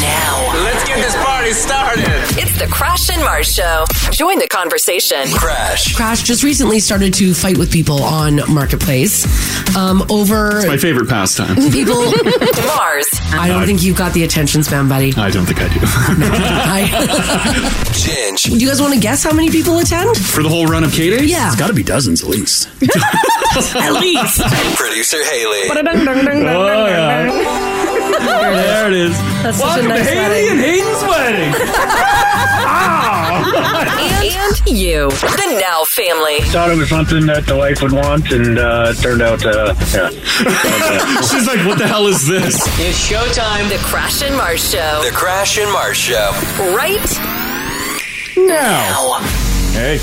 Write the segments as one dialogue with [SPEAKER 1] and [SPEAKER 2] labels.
[SPEAKER 1] now.
[SPEAKER 2] Let's get this party started.
[SPEAKER 1] It's the Crash and Mars Show. Join the conversation.
[SPEAKER 2] Crash.
[SPEAKER 3] Crash just recently started to fight with people on Marketplace um, over
[SPEAKER 4] My favorite pastime.
[SPEAKER 3] people.
[SPEAKER 1] Mars.
[SPEAKER 3] I don't think you got the attention span, buddy.
[SPEAKER 4] I don't think I do.
[SPEAKER 3] I-
[SPEAKER 2] Ginge.
[SPEAKER 3] do you guys want to guess how many people attend?
[SPEAKER 4] For the whole run of K Days?
[SPEAKER 3] Yeah.
[SPEAKER 4] It's got to be dozens at least.
[SPEAKER 3] At least.
[SPEAKER 2] Producer Haley.
[SPEAKER 4] there it is.
[SPEAKER 3] That's such a nice wedding.
[SPEAKER 4] and Hayden's wedding.
[SPEAKER 1] And you. The Now family.
[SPEAKER 5] thought it was something that the wife would want, and uh, it turned out, uh, yeah.
[SPEAKER 4] She's like, what the hell is this?
[SPEAKER 6] It's showtime.
[SPEAKER 1] The Crash and Mars Show.
[SPEAKER 2] The Crash and Mars Show.
[SPEAKER 1] Right
[SPEAKER 7] Now.
[SPEAKER 1] now.
[SPEAKER 7] Hey.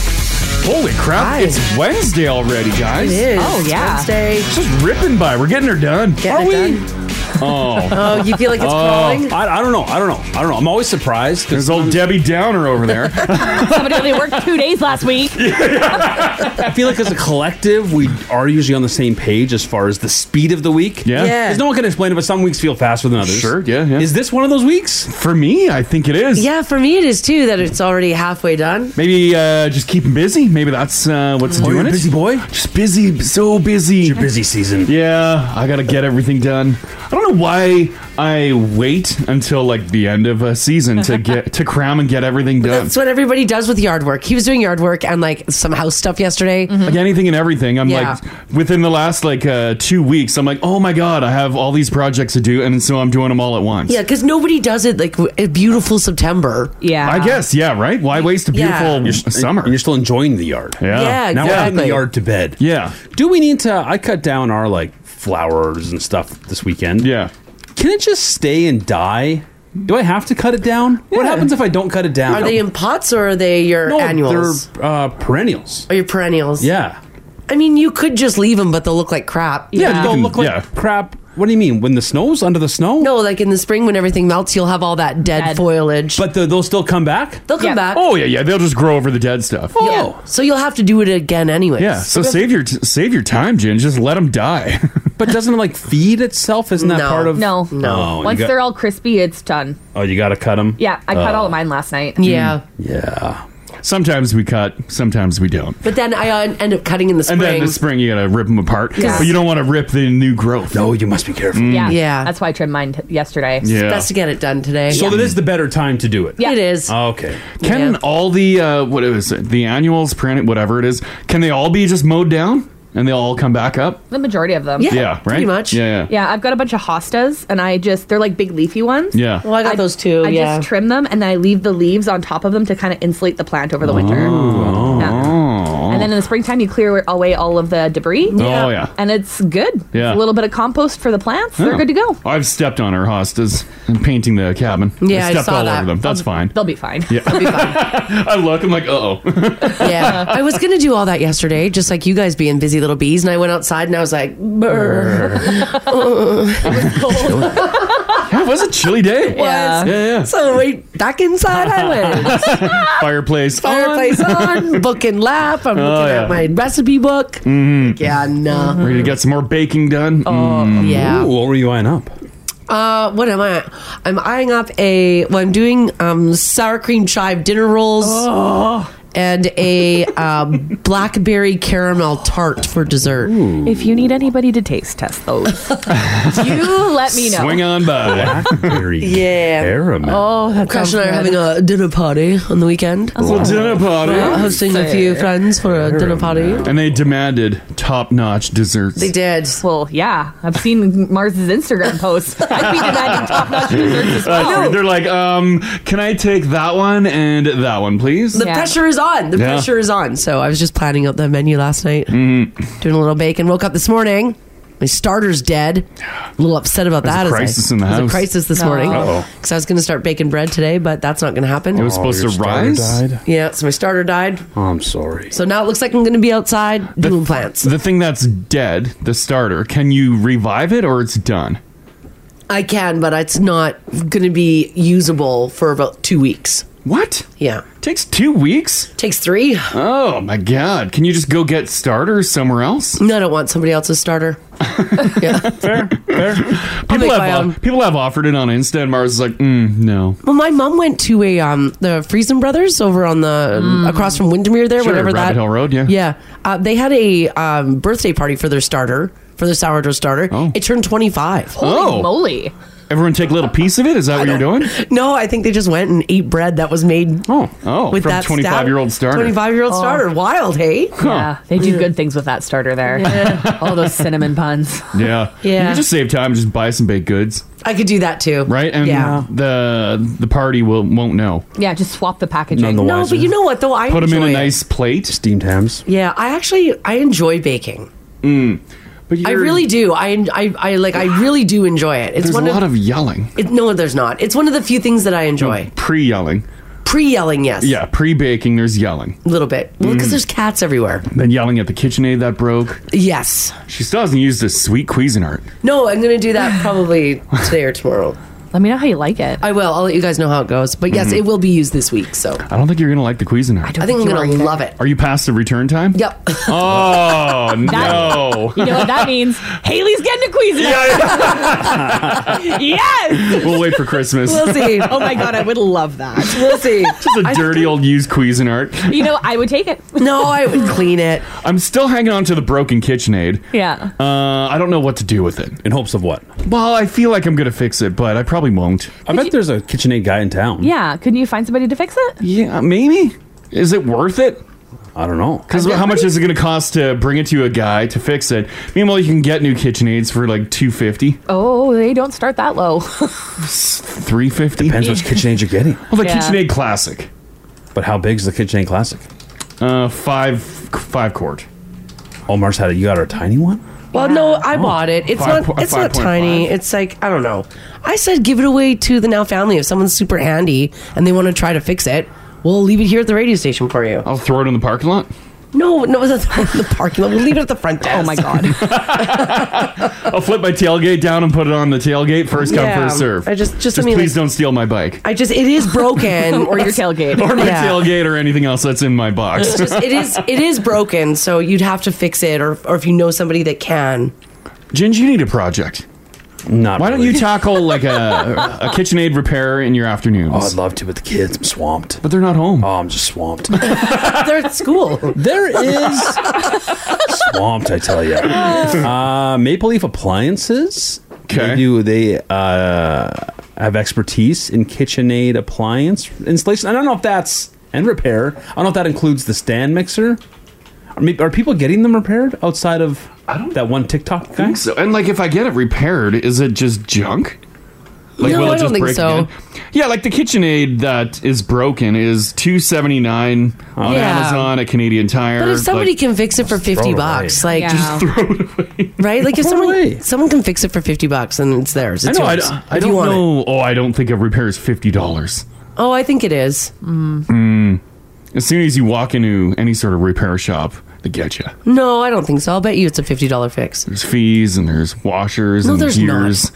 [SPEAKER 7] Holy crap.
[SPEAKER 8] Hi.
[SPEAKER 7] It's Wednesday already, guys. It's
[SPEAKER 8] Oh, yeah. Wednesday.
[SPEAKER 7] just ripping by. We're getting her done.
[SPEAKER 8] Getting
[SPEAKER 7] Are
[SPEAKER 8] it
[SPEAKER 7] we? Oh.
[SPEAKER 8] Oh, you feel like it's
[SPEAKER 7] Oh,
[SPEAKER 8] crawling?
[SPEAKER 7] I, I don't know. I don't know. I don't know. I'm always surprised. There's old Debbie Downer over there.
[SPEAKER 9] Somebody only worked two days last week.
[SPEAKER 7] I feel like as a collective, we are usually on the same page as far as the speed of the week.
[SPEAKER 4] Yeah.
[SPEAKER 8] Yeah.
[SPEAKER 7] Because no one can explain it, but some weeks feel faster than others.
[SPEAKER 4] Sure, yeah, yeah.
[SPEAKER 7] Is this one of those weeks?
[SPEAKER 4] For me, I think it is.
[SPEAKER 8] Yeah, for me it is too that it's already halfway done.
[SPEAKER 4] Maybe uh, just keep 'em busy. Maybe that's uh, what's doing it.
[SPEAKER 7] busy boy.
[SPEAKER 4] Just busy, so busy.
[SPEAKER 7] busy season.
[SPEAKER 4] Yeah, I gotta get everything done. I don't know why I wait until like the end of a season to get to cram and get everything done.
[SPEAKER 8] That's what everybody does with yard work. He was doing yard work and like some house stuff yesterday.
[SPEAKER 4] Like anything and everything. I'm
[SPEAKER 8] Yeah.
[SPEAKER 4] like within the last like uh, two weeks, I'm like, oh my god, I have all these projects to do, and so I'm doing them all at once.
[SPEAKER 8] Yeah, because nobody does it like w- a beautiful September.
[SPEAKER 9] Yeah.
[SPEAKER 4] I guess. Yeah, right. Why waste a
[SPEAKER 8] Yeah.
[SPEAKER 4] beautiful summer?
[SPEAKER 7] And you're still enjoying the yard.
[SPEAKER 4] yeah.
[SPEAKER 8] Yeah,
[SPEAKER 7] Now we're in the
[SPEAKER 8] Exactly.
[SPEAKER 7] yard to bed.
[SPEAKER 4] Yeah.
[SPEAKER 7] Do we need to? I cut down our like flowers and stuff this weekend.
[SPEAKER 4] Yeah.
[SPEAKER 7] Can it just stay and die? Do I have to cut it down? What happens if I don't cut it down?
[SPEAKER 8] Are they in pots or are they your
[SPEAKER 7] no,
[SPEAKER 8] annuals?
[SPEAKER 7] They're uh, perennials.
[SPEAKER 8] Or your perennials?
[SPEAKER 7] Yeah.
[SPEAKER 8] I mean, you could just leave them, but they'll look like crap.
[SPEAKER 7] Yeah.
[SPEAKER 4] you
[SPEAKER 7] They'll
[SPEAKER 4] can-
[SPEAKER 7] look like
[SPEAKER 4] yeah.
[SPEAKER 7] crap. What do you mean? When the snow's under the snow?
[SPEAKER 8] No, like in the spring when everything melts, you'll have all that dead,
[SPEAKER 9] Dead.
[SPEAKER 8] foliage.
[SPEAKER 7] But the, they'll still come back.
[SPEAKER 8] they'll come
[SPEAKER 9] Yeah.
[SPEAKER 8] back.
[SPEAKER 4] Oh yeah, yeah. They'll just grow over the dead stuff.
[SPEAKER 7] Oh.
[SPEAKER 8] So you'll have to do it again anyways.
[SPEAKER 4] Yeah. So save your t- save your time, Jin. Just let them die.
[SPEAKER 7] But doesn't it like feed itself? Isn't that
[SPEAKER 8] No.
[SPEAKER 7] part of
[SPEAKER 9] No.
[SPEAKER 7] No.
[SPEAKER 9] Once
[SPEAKER 7] you got,
[SPEAKER 9] they're all crispy, it's done.
[SPEAKER 7] oh, you got to cut them.
[SPEAKER 9] Yeah, I cut
[SPEAKER 4] Oh.
[SPEAKER 9] all of mine last night.
[SPEAKER 4] Mm.
[SPEAKER 8] Yeah.
[SPEAKER 7] Yeah.
[SPEAKER 4] sometimes we cut. Sometimes we don't.
[SPEAKER 8] But then I uh, end up cutting in the spring.
[SPEAKER 4] And then in the spring, you gotta rip them apart.
[SPEAKER 9] Yeah.
[SPEAKER 4] But you don't want to rip the new growth. Mm.
[SPEAKER 7] No, you must be careful.
[SPEAKER 9] Yeah.
[SPEAKER 8] Yeah.
[SPEAKER 9] That's why I trimmed mine t- yesterday.
[SPEAKER 4] Yeah.
[SPEAKER 8] Best to get it done today.
[SPEAKER 7] So that is the better time to do it.
[SPEAKER 9] Yeah.
[SPEAKER 8] It is.
[SPEAKER 7] Oh,
[SPEAKER 4] Oh.
[SPEAKER 7] Okay.
[SPEAKER 4] Can
[SPEAKER 8] Yeah.
[SPEAKER 4] all the uh, what is it? The annuals, perennial, whatever it is, can they all be just mowed down and they all come back up?
[SPEAKER 9] The majority of them.
[SPEAKER 8] yeah,
[SPEAKER 4] Yeah, right.
[SPEAKER 8] Pretty much.
[SPEAKER 4] Yeah, yeah,
[SPEAKER 9] Yeah, I've got a bunch of hostas, and I just, they're like big leafy ones.
[SPEAKER 4] yeah.
[SPEAKER 8] Well, I got those two.
[SPEAKER 9] I
[SPEAKER 8] yeah.
[SPEAKER 9] just trim them and then I leave the leaves on top of them to kind of insulate the plant over the winter. Yeah.
[SPEAKER 4] Oh,
[SPEAKER 9] And then in the springtime, you clear away all of the debris.
[SPEAKER 4] Oh, yeah.
[SPEAKER 9] And it's good.
[SPEAKER 4] Yeah.
[SPEAKER 9] It's a little bit of compost for the plants.
[SPEAKER 4] Yeah.
[SPEAKER 9] They're good to go.
[SPEAKER 4] Oh. I've stepped on her hostas and painting the cabin.
[SPEAKER 8] Yeah, I
[SPEAKER 4] stepped
[SPEAKER 8] saw
[SPEAKER 4] all
[SPEAKER 8] that.
[SPEAKER 4] over them. That's fine.
[SPEAKER 9] They'll be fine.
[SPEAKER 4] I look. I'm like, uh oh.
[SPEAKER 8] yeah. I was gonna do all that yesterday, just like you guys being busy little bees, and I went outside and I was like, Brr.
[SPEAKER 4] it was a chilly day.
[SPEAKER 9] Yeah.
[SPEAKER 4] Yeah, yeah.
[SPEAKER 8] so wait, back inside I went.
[SPEAKER 4] Fireplace.
[SPEAKER 8] Fireplace on, book and lap. I'm looking
[SPEAKER 4] Oh, yeah.
[SPEAKER 8] at my recipe book. Like, yeah, no.
[SPEAKER 4] On. Mm-hmm. Ready to get some more baking done. Mm-hmm.
[SPEAKER 8] Yeah.
[SPEAKER 7] Ooh, what were you eyeing up?
[SPEAKER 8] Uh, what am I? I'm eyeing up a. Well, I'm doing um sour cream chive dinner rolls.
[SPEAKER 4] Oh.
[SPEAKER 8] And a uh, blackberry caramel tart for dessert.
[SPEAKER 9] If you need anybody to taste test those, you let me know.
[SPEAKER 4] Swing on by.
[SPEAKER 7] Blackberry.
[SPEAKER 8] Yeah.
[SPEAKER 7] Caramel.
[SPEAKER 9] Oh, that
[SPEAKER 8] Crash
[SPEAKER 9] sounds
[SPEAKER 8] and I are
[SPEAKER 9] good.
[SPEAKER 8] having a dinner party on the weekend.
[SPEAKER 4] Little Oh, dinner party.
[SPEAKER 8] I'm hosting a few friends for a dinner party.
[SPEAKER 4] And they demanded top-notch desserts.
[SPEAKER 8] They did.
[SPEAKER 9] Well, yeah, I've seen Mars's Instagram posts. I've been demanding top notch desserts as well.
[SPEAKER 4] They're like, um, can I take that one and that one, please?
[SPEAKER 8] The
[SPEAKER 9] Yeah.
[SPEAKER 8] pressure is on. The
[SPEAKER 4] Yeah.
[SPEAKER 8] pressure is on. So I was just planning out the menu last night,
[SPEAKER 4] Mm-hmm.
[SPEAKER 8] doing a little bacon. Woke up this morning. My starter's dead. A little upset about
[SPEAKER 4] a
[SPEAKER 8] that. as I-
[SPEAKER 4] crisis in the
[SPEAKER 8] there's
[SPEAKER 4] house.
[SPEAKER 8] A crisis this morning
[SPEAKER 4] Uh-oh.
[SPEAKER 8] because I was going to start baking bread today, but that's not going to happen.
[SPEAKER 4] It was supposed to rise.
[SPEAKER 8] yeah, so my starter died.
[SPEAKER 7] Oh, I'm sorry.
[SPEAKER 8] So now it looks like I'm going to be outside doing plants.
[SPEAKER 4] The thing that's dead, the starter, can you revive it or it's done?
[SPEAKER 8] I can, but it's not going to be usable for about two weeks.
[SPEAKER 4] What?
[SPEAKER 8] Yeah,
[SPEAKER 4] Takes two weeks?
[SPEAKER 8] takes three.
[SPEAKER 4] Oh my god. Can you just go get starters somewhere else?
[SPEAKER 8] No, I don't want somebody else's starter.
[SPEAKER 4] fair, fair. People
[SPEAKER 8] make my
[SPEAKER 4] have,
[SPEAKER 8] own.
[SPEAKER 4] off- people have offered it on Insta, and Mars is like, mm, no.
[SPEAKER 8] Well, my mom went to a um the Friesen Brothers over on the across from Windermere there,
[SPEAKER 4] Mm. Sure,
[SPEAKER 8] whatever
[SPEAKER 4] Rabbit
[SPEAKER 8] that
[SPEAKER 4] Hill Road, yeah.
[SPEAKER 8] yeah. Uh, they had a um, birthday party for their starter for their sourdough starter.
[SPEAKER 4] Oh.
[SPEAKER 8] It turned twenty five.
[SPEAKER 9] Holy
[SPEAKER 4] Oh.
[SPEAKER 9] moly.
[SPEAKER 4] Everyone take a little piece of it. Is that what you're doing?
[SPEAKER 8] No, I think they just went and ate bread that was made.
[SPEAKER 4] Oh, oh,
[SPEAKER 8] with
[SPEAKER 4] from
[SPEAKER 8] that
[SPEAKER 4] 25-year-old starter. Oh.
[SPEAKER 8] Twenty five year old starter, wild, hey.
[SPEAKER 9] Oh. Yeah, they do good things with that starter there. All those cinnamon puns.
[SPEAKER 4] Yeah,
[SPEAKER 8] Yeah.
[SPEAKER 4] You can just save time. Just buy some baked goods,
[SPEAKER 8] I could do that too,
[SPEAKER 4] right? And
[SPEAKER 8] yeah.
[SPEAKER 4] the the party will won't know.
[SPEAKER 9] Yeah, just swap the packaging.
[SPEAKER 7] None the
[SPEAKER 8] No,
[SPEAKER 7] wiser.
[SPEAKER 8] but you know what though? I
[SPEAKER 4] Put them in
[SPEAKER 8] enjoy
[SPEAKER 4] a
[SPEAKER 8] it.
[SPEAKER 4] nice plate.
[SPEAKER 7] steamed hams.
[SPEAKER 8] Yeah, I actually I enjoy baking.
[SPEAKER 4] Mm. But
[SPEAKER 8] I
[SPEAKER 4] you're-
[SPEAKER 8] really do. I I, I like I really do enjoy it. It's
[SPEAKER 4] there's a
[SPEAKER 8] one
[SPEAKER 4] lot of yelling,
[SPEAKER 8] it, no, there's not. It's one of the few things that I enjoy.
[SPEAKER 4] pre-yelling.
[SPEAKER 8] Pre yelling, yes.
[SPEAKER 4] Yeah, pre-baking. There's yelling. Mm.
[SPEAKER 8] A little bit. Well, because there's cats everywhere.
[SPEAKER 4] Then yelling at the KitchenAid that broke.
[SPEAKER 8] Yes.
[SPEAKER 4] She still hasn't used this sweet Cuisinart.
[SPEAKER 8] No, I'm going to do that probably today or tomorrow.
[SPEAKER 9] Let me know how you like it.
[SPEAKER 8] I will. I'll let you guys know how it goes. But
[SPEAKER 4] Mm-hmm.
[SPEAKER 8] yes, it will be used this week. So
[SPEAKER 4] I don't think you're gonna like the Cuisinart.
[SPEAKER 8] I think I'm going to love it.
[SPEAKER 4] Are you past the return time?
[SPEAKER 8] Yep.
[SPEAKER 4] Oh no!
[SPEAKER 9] You know what that means? Haley's getting a Cuisinart. yes.
[SPEAKER 4] we'll wait for Christmas.
[SPEAKER 8] we'll see.
[SPEAKER 6] Oh my god, I would love that.
[SPEAKER 8] We'll see.
[SPEAKER 4] Just a dirty old used Cuisinart.
[SPEAKER 9] You know, I would take it.
[SPEAKER 8] No, I would clean it.
[SPEAKER 4] I'm still hanging on to the broken KitchenAid.
[SPEAKER 9] Yeah.
[SPEAKER 4] Uh, I don't know what to do with it.
[SPEAKER 7] In hopes of what?
[SPEAKER 4] Well, I feel like I'm gonna fix it, but I probably won't.
[SPEAKER 7] I bet there's a KitchenAid guy in town.
[SPEAKER 9] Yeah. Couldn't you find somebody to fix it?
[SPEAKER 4] Yeah, maybe. Is it worth it?
[SPEAKER 7] I don't know.
[SPEAKER 4] Because how much is it gonna cost to bring it to a guy to fix it? Meanwhile, you can get new KitchenAids for like 250
[SPEAKER 9] Oh, they don't start that low.
[SPEAKER 4] 350
[SPEAKER 7] Depends which KitchenAid you're getting.
[SPEAKER 4] Well, the
[SPEAKER 9] Yeah.
[SPEAKER 4] KitchenAid Classic,
[SPEAKER 7] But how big's the KitchenAid Classic?
[SPEAKER 4] uh, five five quart.
[SPEAKER 7] Omar's had it. You got her a tiny one?
[SPEAKER 8] Well, no, I bought it. It's
[SPEAKER 4] Five
[SPEAKER 8] not.
[SPEAKER 4] po-
[SPEAKER 8] It's not
[SPEAKER 4] 5.5.
[SPEAKER 8] tiny. It's like I don't know. I said give it away to the now family if someone's super handy and they want to try to fix it. We'll leave it here at the radio station for you.
[SPEAKER 4] I'll throw it in the parking lot.
[SPEAKER 8] No, no, that's not in the parking lot. We'll leave it at the front desk.
[SPEAKER 9] Oh my god.
[SPEAKER 4] I'll flip my tailgate down and put it on the tailgate. First come,
[SPEAKER 8] Yeah.
[SPEAKER 4] first serve.
[SPEAKER 8] I just- just, I
[SPEAKER 4] just
[SPEAKER 8] mean,
[SPEAKER 4] please
[SPEAKER 8] like-
[SPEAKER 4] don't steal my bike
[SPEAKER 8] I just it is broken
[SPEAKER 9] or your tailgate.
[SPEAKER 4] or my
[SPEAKER 8] Yeah.
[SPEAKER 4] tailgate or anything else that's in my box.
[SPEAKER 8] Just- it is it is broken, so you'd have to fix it, or or if you know somebody that can.
[SPEAKER 4] Ginge, you need a project.
[SPEAKER 7] Not.
[SPEAKER 4] Why don't
[SPEAKER 7] really.
[SPEAKER 4] you tackle like a a KitchenAid repair in your afternoons?
[SPEAKER 7] Oh, I'd love to, but the kids, I'm swamped.
[SPEAKER 4] but they're not home.
[SPEAKER 7] Oh, I'm just swamped.
[SPEAKER 8] They're at school.
[SPEAKER 7] there is swamped, I tell you. Uh, Maple Leaf Appliances.
[SPEAKER 4] Okay.
[SPEAKER 7] They do. They uh, have expertise in KitchenAid appliance installation. I don't know if that's and repair. I don't know if that includes the stand mixer. Are, may- are people getting them repaired outside of I don't that one TikTok guy?
[SPEAKER 4] think so. And like, if I get it repaired, is it just junk? Like,
[SPEAKER 8] No,
[SPEAKER 4] will it
[SPEAKER 8] I don't think
[SPEAKER 4] break
[SPEAKER 8] so.
[SPEAKER 4] Yeah, like the KitchenAid that is broken is two seventy nine
[SPEAKER 7] Oh.
[SPEAKER 4] on
[SPEAKER 8] Yeah.
[SPEAKER 4] Amazon at Canadian Tire.
[SPEAKER 8] But if somebody
[SPEAKER 4] like,
[SPEAKER 8] can fix it for fifty
[SPEAKER 7] it
[SPEAKER 8] bucks, like
[SPEAKER 9] Yeah.
[SPEAKER 8] just right, like if
[SPEAKER 7] Throw it
[SPEAKER 8] someone
[SPEAKER 7] away.
[SPEAKER 8] someone can fix it for fifty bucks, and it's theirs.
[SPEAKER 4] I
[SPEAKER 8] It's
[SPEAKER 4] know, I,
[SPEAKER 8] yours,
[SPEAKER 4] don't- I
[SPEAKER 8] if you
[SPEAKER 4] don't
[SPEAKER 8] want it.
[SPEAKER 4] know. Oh, I don't think a repair is fifty dollars.
[SPEAKER 8] Oh, I think it is.
[SPEAKER 4] Mm. As soon as you walk into any sort of repair shop, they get you.
[SPEAKER 8] No, I don't think so. I'll bet you it's a fifty dollar fix.
[SPEAKER 4] There's fees and there's washers
[SPEAKER 8] No,
[SPEAKER 4] and
[SPEAKER 8] there's
[SPEAKER 4] gears.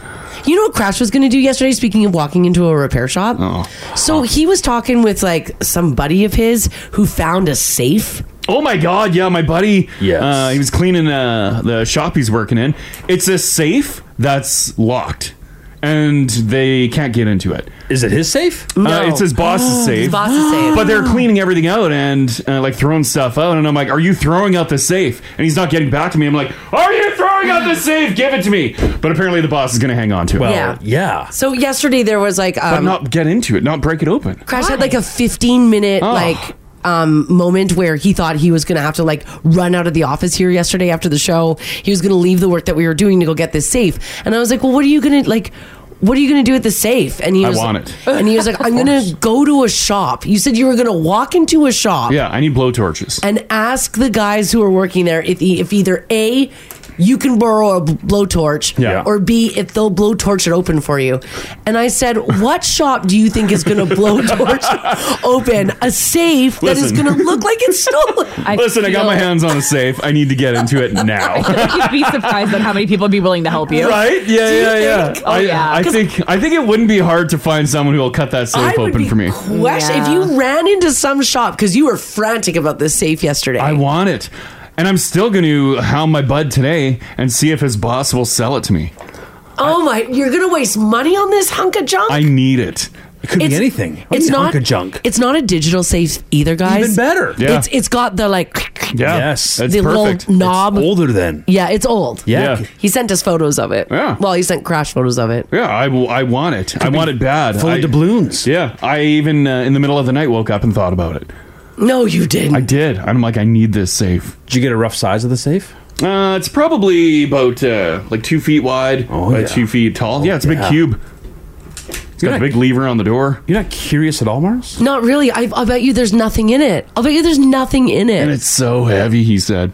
[SPEAKER 8] You know what Crash was going to do yesterday? Speaking of walking into a repair shop,
[SPEAKER 4] Oh.
[SPEAKER 8] so he was talking with like some buddy of his who found a safe.
[SPEAKER 4] Oh my god, yeah, my buddy.
[SPEAKER 7] Yes.
[SPEAKER 4] Uh, he was cleaning uh, the shop he's working in. It's a safe that's locked, and they can't get into it.
[SPEAKER 7] Is it his safe?
[SPEAKER 4] Uh, it's his boss's safe.
[SPEAKER 8] His boss is safe.
[SPEAKER 4] But they're cleaning everything out and uh, like throwing stuff out, and I'm like, "Are you throwing out the safe?" And he's not getting back to me. I'm like, "Are you throwing out the safe? Give it to me!" But apparently, the boss is going to hang on to it,
[SPEAKER 7] Well,
[SPEAKER 8] Yeah.
[SPEAKER 7] yeah.
[SPEAKER 8] So yesterday there was like
[SPEAKER 4] but
[SPEAKER 8] um,
[SPEAKER 4] not get into it, not break it open.
[SPEAKER 8] Crash had like a 15 minute
[SPEAKER 4] Oh.
[SPEAKER 8] like um, moment where he thought he was gonna have to like run out of the office here yesterday after the show. He was gonna leave the work that we were doing to go get this safe, and I was like, "Well, what are you gonna like?" What are you gonna do with the safe? And he
[SPEAKER 4] I
[SPEAKER 8] was
[SPEAKER 4] want it.
[SPEAKER 8] and he was like, "I'm gonna go to a shop." You said you were gonna walk into a shop
[SPEAKER 4] Yeah, I need blowtorches.
[SPEAKER 8] and ask the guys who are working there if e- if either a you can borrow a bl- blowtorch
[SPEAKER 4] Yeah.
[SPEAKER 8] or b if they'll blowtorch it open for you and i said what shop do you think is going to blowtorch open a safe that is
[SPEAKER 4] Listen.
[SPEAKER 8] going to look like it's stolen
[SPEAKER 4] Listen, I got
[SPEAKER 9] feel-
[SPEAKER 4] my hands on a safe. I need to get into it now.
[SPEAKER 9] You'd be surprised at how many people would be willing to help you.
[SPEAKER 4] Right? Yeah, yeah, yeah.
[SPEAKER 9] Oh,
[SPEAKER 4] I,
[SPEAKER 9] yeah.
[SPEAKER 4] I think I think it wouldn't be hard to find someone who will cut that
[SPEAKER 8] I
[SPEAKER 4] safe
[SPEAKER 8] would
[SPEAKER 4] open
[SPEAKER 8] be
[SPEAKER 4] for me.
[SPEAKER 8] question-
[SPEAKER 9] Yeah.
[SPEAKER 8] if you ran into some shop because you were frantic about this safe yesterday
[SPEAKER 4] I want it. and I'm still going to hound my bud today and see if his boss will sell it to me.
[SPEAKER 8] Oh my! You're gonna waste money on this hunk of junk.
[SPEAKER 4] I need it.
[SPEAKER 7] It could be
[SPEAKER 8] It's-
[SPEAKER 7] anything. What do
[SPEAKER 8] It's
[SPEAKER 7] you mean,
[SPEAKER 8] not
[SPEAKER 7] hunk of junk.
[SPEAKER 8] It's not a digital safe either, guys.
[SPEAKER 7] Even better.
[SPEAKER 4] Yeah.
[SPEAKER 8] It's it's got the like
[SPEAKER 4] Yeah.
[SPEAKER 7] Yes.
[SPEAKER 4] That's
[SPEAKER 8] the
[SPEAKER 4] perfect.
[SPEAKER 8] little knob.
[SPEAKER 7] Older than.
[SPEAKER 8] Yeah, it's old.
[SPEAKER 7] Yeah.
[SPEAKER 4] Yeah.
[SPEAKER 8] He sent us photos of it.
[SPEAKER 4] Yeah.
[SPEAKER 8] Well, he sent crash photos of it.
[SPEAKER 4] Yeah, I, w- I want it. I want it bad.
[SPEAKER 7] Full
[SPEAKER 4] I,
[SPEAKER 7] of doubloons.
[SPEAKER 4] yeah, I even uh, in the middle of the night woke up and thought about it.
[SPEAKER 8] No, you didn't.
[SPEAKER 4] I did. I'm like, I need this safe.
[SPEAKER 7] Did you get a rough size of the safe?
[SPEAKER 4] Uh, it's probably about uh, like two feet wide,
[SPEAKER 7] Oh,
[SPEAKER 4] by
[SPEAKER 7] yeah.
[SPEAKER 4] two feet tall. Yeah, it's a big
[SPEAKER 7] Yeah.
[SPEAKER 4] cube. It's got a
[SPEAKER 7] not-
[SPEAKER 4] big lever on the door,
[SPEAKER 7] You're not curious at all, Mars?
[SPEAKER 8] Not really. I, I bet you there's nothing in it. I'll bet you there's nothing in
[SPEAKER 4] and
[SPEAKER 8] it.
[SPEAKER 4] it's so heavy. He said,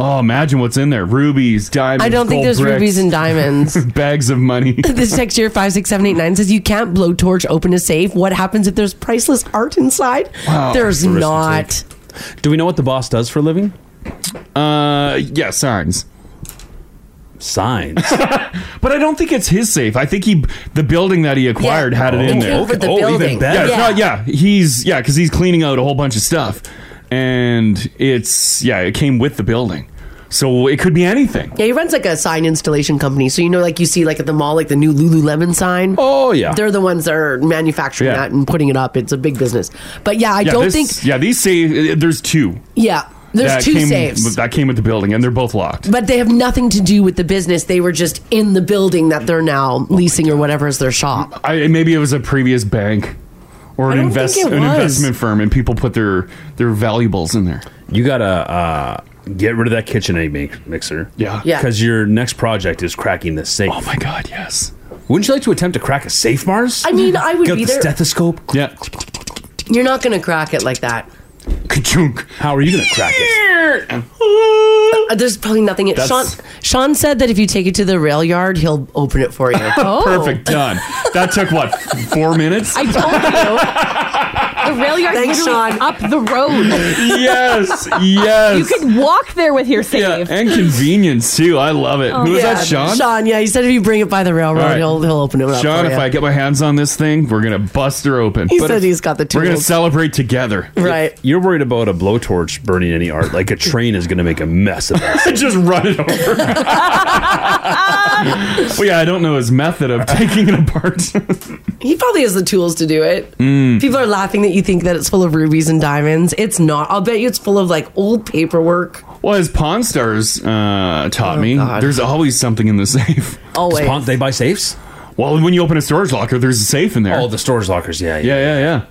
[SPEAKER 4] "Oh, imagine what's in there: rubies, diamonds.
[SPEAKER 8] I don't think
[SPEAKER 4] gold
[SPEAKER 8] there's
[SPEAKER 4] bricks,
[SPEAKER 8] rubies and diamonds.
[SPEAKER 4] bags of money."
[SPEAKER 8] this text here, 56789, says you can't blowtorch open a safe. What happens if there's priceless art inside? there's
[SPEAKER 7] Interesting
[SPEAKER 8] not.
[SPEAKER 7] Do we know what the boss does for a living?
[SPEAKER 4] uh, yeah, signs.
[SPEAKER 7] Signs.
[SPEAKER 4] But I don't think it's his safe. I think he, the building that he acquired, had it in
[SPEAKER 8] They
[SPEAKER 4] there.
[SPEAKER 8] came for the
[SPEAKER 7] Oh, even
[SPEAKER 8] building.
[SPEAKER 4] Yeah,
[SPEAKER 7] better.
[SPEAKER 4] it's not. Yeah, he's yeah because he's cleaning out a whole bunch of stuff, and it's yeah it came with the building, so it could be anything.
[SPEAKER 8] Yeah, he runs like a sign installation company. So you know, like you see, like at the mall, like the new Lululemon sign.
[SPEAKER 7] oh, yeah.
[SPEAKER 8] They're the ones that are manufacturing
[SPEAKER 4] Yeah.
[SPEAKER 8] that and putting it up. It's a big business. But yeah, I
[SPEAKER 4] Yeah,
[SPEAKER 8] don't
[SPEAKER 4] this-
[SPEAKER 8] think.
[SPEAKER 4] yeah these safe. There's two.
[SPEAKER 8] Yeah, there's
[SPEAKER 4] that
[SPEAKER 8] two
[SPEAKER 4] came,
[SPEAKER 8] safes,
[SPEAKER 4] that came with the building, and they're both locked.
[SPEAKER 8] but they have nothing to do with the business. They were just in the building that they're now
[SPEAKER 4] Oh
[SPEAKER 8] leasing or whatever is their shop.
[SPEAKER 4] I, maybe it was a previous bank or an
[SPEAKER 8] don't
[SPEAKER 4] invest
[SPEAKER 8] think it
[SPEAKER 4] an
[SPEAKER 8] was.
[SPEAKER 4] investment firm, and people put their their valuables in there.
[SPEAKER 7] you gotta uh, get rid of that KitchenAid mi- mixer.
[SPEAKER 4] Yeah.
[SPEAKER 8] Yeah.
[SPEAKER 7] Because your next project is cracking the safe.
[SPEAKER 4] Oh my god, yes.
[SPEAKER 7] Wouldn't you like to attempt to crack a safe, Mars?
[SPEAKER 8] I mean, I would
[SPEAKER 7] Got
[SPEAKER 8] be
[SPEAKER 7] the
[SPEAKER 8] there.
[SPEAKER 7] stethoscope.
[SPEAKER 4] Yeah.
[SPEAKER 8] You're not going to crack it like that.
[SPEAKER 4] Ka-chunk.
[SPEAKER 7] How are you gonna crack it?
[SPEAKER 8] Uh, There's probably nothing. In- Sean
[SPEAKER 4] That's-
[SPEAKER 8] Sean said that if you take it to the rail yard, he'll open it for you.
[SPEAKER 9] Oh,
[SPEAKER 4] Perfect. Done. That took what four minutes?
[SPEAKER 9] I told you. The rail yard's
[SPEAKER 8] Thanks,
[SPEAKER 9] literally
[SPEAKER 8] Sean.
[SPEAKER 9] up the road.
[SPEAKER 4] yes.
[SPEAKER 9] Oh,
[SPEAKER 4] Yes.
[SPEAKER 9] You could walk there with your Oh,
[SPEAKER 4] yeah,
[SPEAKER 9] save.
[SPEAKER 4] and convenience too. I love it. Who is
[SPEAKER 8] Oh, Yeah,
[SPEAKER 4] that, Sean?
[SPEAKER 8] Sean, yeah, he said if you bring it by the railroad,
[SPEAKER 4] All right.
[SPEAKER 8] he'll he'll open it up.
[SPEAKER 4] Sean,
[SPEAKER 8] for
[SPEAKER 4] if
[SPEAKER 8] you.
[SPEAKER 4] I get my hands on this thing, we're gonna bust her open.
[SPEAKER 8] he
[SPEAKER 4] But
[SPEAKER 8] said
[SPEAKER 4] if-
[SPEAKER 8] he's got the
[SPEAKER 4] we're gonna
[SPEAKER 8] tools.
[SPEAKER 4] celebrate together.
[SPEAKER 8] right.
[SPEAKER 7] You're worried about a blowtorch burning any art. Like a train is gonna make a mess of that.
[SPEAKER 4] Just run it over. well, yeah, I don't know his method of taking it apart. Hmm.
[SPEAKER 8] He probably has the tools to do it. People are laughing that you think that it's full of rubies and diamonds. It's not. I'll bet you it's full of like old paperwork.
[SPEAKER 4] well, as Pawn Stars uh, taught me,
[SPEAKER 8] Oh, God.
[SPEAKER 4] there's always something in the safe.
[SPEAKER 8] Always.
[SPEAKER 7] Spawn- they buy safes?
[SPEAKER 4] Well, when you open a storage locker, there's a safe in there.
[SPEAKER 7] Oh, the storage lockers. Yeah, yeah.
[SPEAKER 4] yeah, yeah, yeah.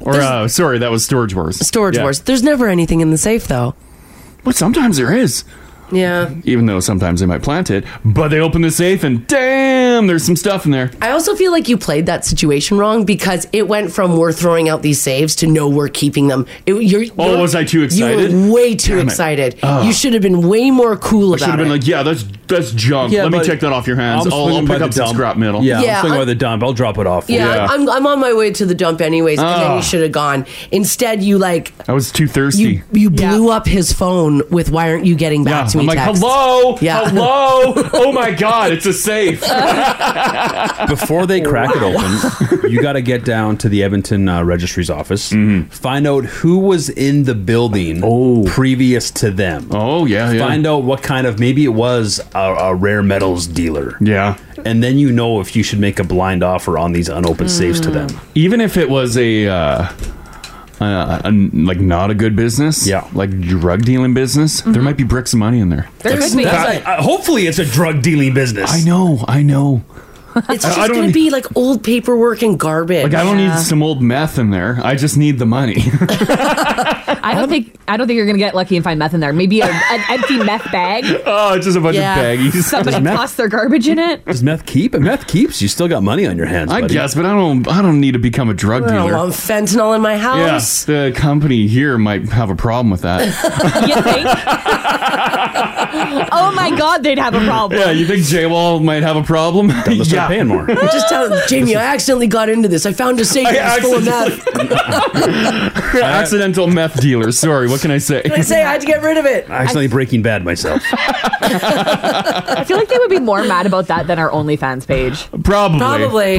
[SPEAKER 4] Or
[SPEAKER 8] There's-
[SPEAKER 4] uh, sorry, that was Storage Wars.
[SPEAKER 8] Storage
[SPEAKER 4] Yeah.
[SPEAKER 8] wars. There's never anything in the safe though.
[SPEAKER 4] But sometimes there is.
[SPEAKER 8] Yeah.
[SPEAKER 4] even though sometimes they might plant it. But they open the safe and damn, there's some stuff in there.
[SPEAKER 8] I also feel like you played that situation wrong because it went from we're throwing out these saves to no, we're keeping them. It, you're,
[SPEAKER 4] Oh,
[SPEAKER 8] you're-
[SPEAKER 4] was I too excited?
[SPEAKER 8] You were way too
[SPEAKER 4] Damn it.
[SPEAKER 8] excited.
[SPEAKER 4] Ugh.
[SPEAKER 8] You should have been way more cool about
[SPEAKER 4] Should have
[SPEAKER 8] it.
[SPEAKER 4] been like, yeah, that's that's junk. Let me
[SPEAKER 7] but
[SPEAKER 4] take that off your hands.
[SPEAKER 7] I'm
[SPEAKER 4] I'll, I'll
[SPEAKER 7] swinging by
[SPEAKER 4] pick
[SPEAKER 7] the
[SPEAKER 4] up some
[SPEAKER 7] dump.
[SPEAKER 4] scrap metal.
[SPEAKER 7] Yeah,
[SPEAKER 8] Yeah,
[SPEAKER 7] I'm swinging by
[SPEAKER 8] I'm-
[SPEAKER 7] the dump. I'll drop it off. for
[SPEAKER 8] yeah,
[SPEAKER 7] you.
[SPEAKER 4] Yeah.
[SPEAKER 8] I'm, I'm on my way to the dump anyways, and then
[SPEAKER 4] Ah.
[SPEAKER 8] you should have gone. Instead, you like
[SPEAKER 4] I was too thirsty.
[SPEAKER 8] you, you blew up his phone with why aren't you getting
[SPEAKER 4] yeah,
[SPEAKER 8] back to me?
[SPEAKER 4] I'm like,
[SPEAKER 8] text.
[SPEAKER 4] hello,
[SPEAKER 8] Yeah.
[SPEAKER 4] hello. oh my god, it's a safe.
[SPEAKER 7] Before they crack it open, you got to get down to the Edmonton uh, Registry's office,
[SPEAKER 4] Mm-hmm.
[SPEAKER 7] find out who was in the building previous to them.
[SPEAKER 4] oh yeah, yeah,
[SPEAKER 7] Find out what kind of maybe it was a, a rare metals dealer.
[SPEAKER 4] yeah.
[SPEAKER 7] And then you know if you should make a blind offer on these unopened safes to them.
[SPEAKER 4] Hmm. Even if it was a. Uh, uh, a, like not a good business,
[SPEAKER 7] Yeah.
[SPEAKER 4] Like drug dealing business, there might be bricks of money in there.
[SPEAKER 9] there could be.
[SPEAKER 7] That's a- uh, hopefully, it's a drug dealing business.
[SPEAKER 4] I know, I know.
[SPEAKER 8] It's just
[SPEAKER 4] I don't
[SPEAKER 8] going to
[SPEAKER 4] need-
[SPEAKER 8] be like old paperwork and garbage.
[SPEAKER 4] Like I don't need some old meth in there. I just need the money.
[SPEAKER 9] I don't think I don't think you're gonna get lucky and find meth in there. Maybe a, an empty meth bag.
[SPEAKER 4] Oh, it's just a bunch
[SPEAKER 8] Yeah.
[SPEAKER 4] of baggies.
[SPEAKER 9] Somebody
[SPEAKER 7] meth-
[SPEAKER 9] tossed their garbage in it.
[SPEAKER 7] Does meth keep? If meth keeps. You still got money on your hands.
[SPEAKER 4] I
[SPEAKER 7] buddy.
[SPEAKER 4] guess, but I don't. I don't need to become a drug
[SPEAKER 8] I don't
[SPEAKER 4] dealer.
[SPEAKER 8] want fentanyl in my
[SPEAKER 4] Yeah,
[SPEAKER 8] house.
[SPEAKER 4] the company here might have a problem with that.
[SPEAKER 9] You think? oh my god, they'd have a problem.
[SPEAKER 4] yeah, you think J Wall might have a problem?
[SPEAKER 7] Dumbest you're paying more.
[SPEAKER 8] Just tell him, Jamie, I accidentally got into this. I found a safe that was full of meth.
[SPEAKER 4] Accidental meth dealer. Sorry, what can I say?
[SPEAKER 8] I say I had to get rid of it.
[SPEAKER 7] I accidentally Breaking Bad myself.
[SPEAKER 9] I feel like they would be more mad about that than our OnlyFans page.
[SPEAKER 4] Probably,
[SPEAKER 8] Probably.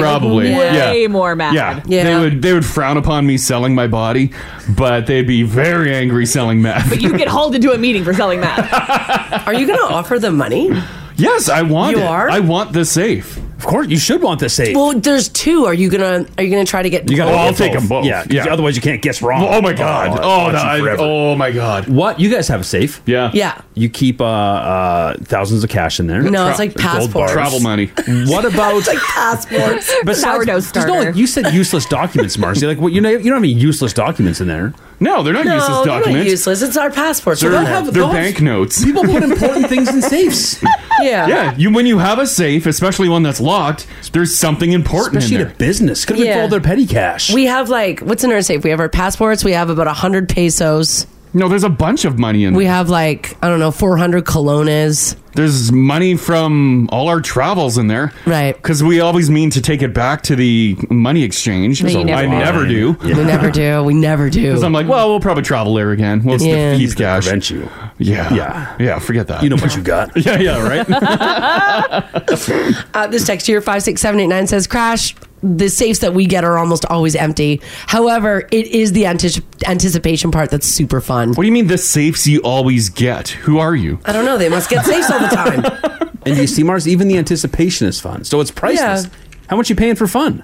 [SPEAKER 4] probably, probably. Yeah.
[SPEAKER 9] Way more mad.
[SPEAKER 4] Yeah.
[SPEAKER 8] Yeah.
[SPEAKER 4] they would they would frown upon me selling my body, but they'd be very angry selling meth.
[SPEAKER 9] But you get hauled into a meeting for selling that.
[SPEAKER 8] Are you going to offer them money?
[SPEAKER 4] Yes, I want
[SPEAKER 8] You
[SPEAKER 4] it.
[SPEAKER 8] are?
[SPEAKER 4] I want the safe.
[SPEAKER 7] Of course, you should want this safe.
[SPEAKER 8] Well, there's two. Are you gonna Are you gonna try to get?
[SPEAKER 7] you gotta
[SPEAKER 4] Oh, I'll
[SPEAKER 7] get
[SPEAKER 4] take 'em both.
[SPEAKER 7] Yeah,
[SPEAKER 4] Yeah.
[SPEAKER 7] Otherwise, you can't guess wrong.
[SPEAKER 4] Oh, my god.
[SPEAKER 7] I've
[SPEAKER 4] Oh,
[SPEAKER 7] watched
[SPEAKER 4] that-
[SPEAKER 7] you
[SPEAKER 4] I-
[SPEAKER 7] forever.
[SPEAKER 4] oh my god.
[SPEAKER 7] What? You guys have a safe?
[SPEAKER 4] Yeah.
[SPEAKER 8] yeah.
[SPEAKER 7] You keep uh, uh, thousands of cash in there.
[SPEAKER 8] No, it's like
[SPEAKER 7] Gold bars.
[SPEAKER 8] passports.
[SPEAKER 4] Travel money.
[SPEAKER 7] What about
[SPEAKER 8] Passports.
[SPEAKER 7] besides,
[SPEAKER 9] Sourdough
[SPEAKER 7] there's no,
[SPEAKER 9] starter.
[SPEAKER 7] like, you said useless documents, Marcy. Like, what? You know, you don't have any useless documents in there.
[SPEAKER 4] No, they're not
[SPEAKER 8] No,
[SPEAKER 4] useless
[SPEAKER 8] they're not
[SPEAKER 4] documents.
[SPEAKER 8] useless. It's our passports. We
[SPEAKER 4] They're,
[SPEAKER 8] don't have
[SPEAKER 4] they're
[SPEAKER 8] those.
[SPEAKER 4] banknotes.
[SPEAKER 7] People put important things in safes,
[SPEAKER 8] Yeah.
[SPEAKER 4] Yeah, you when you have a safe, especially one that's locked, there's something important
[SPEAKER 7] especially
[SPEAKER 4] in
[SPEAKER 7] to
[SPEAKER 4] there.
[SPEAKER 7] business. Could have been
[SPEAKER 8] Yeah.
[SPEAKER 7] for all their petty cash.
[SPEAKER 8] We have like what's in our safe? We have our passports. We have about hundred pesos.
[SPEAKER 4] no, there's a bunch of money in
[SPEAKER 8] We
[SPEAKER 4] there.
[SPEAKER 8] have like I don't know, four hundred colones.
[SPEAKER 4] There's money from all our travels in there.
[SPEAKER 8] Right.
[SPEAKER 4] Because we always mean to take it back to the money exchange.
[SPEAKER 8] you never
[SPEAKER 4] I
[SPEAKER 8] do.
[SPEAKER 4] never do.
[SPEAKER 7] Yeah.
[SPEAKER 8] We never do. We never do.
[SPEAKER 4] So I'm like, well, we'll probably travel there again. We'll just
[SPEAKER 8] Yeah.
[SPEAKER 4] keep cash.
[SPEAKER 7] prevent you.
[SPEAKER 4] Yeah.
[SPEAKER 7] Yeah.
[SPEAKER 4] Yeah, forget that.
[SPEAKER 7] You know what you got.
[SPEAKER 4] yeah, yeah, right?
[SPEAKER 8] Uh, this text here, 56789 says, Crash, the safes that we get are almost always empty. However, it is the antici- anticipation part that's super fun.
[SPEAKER 4] what do you mean the safes you always get? Who are you?
[SPEAKER 8] I don't know. They must get safes all the time.
[SPEAKER 7] And you see, Mars, even the anticipation is fun. So it's priceless.
[SPEAKER 8] Yeah.
[SPEAKER 7] How much you paying for fun?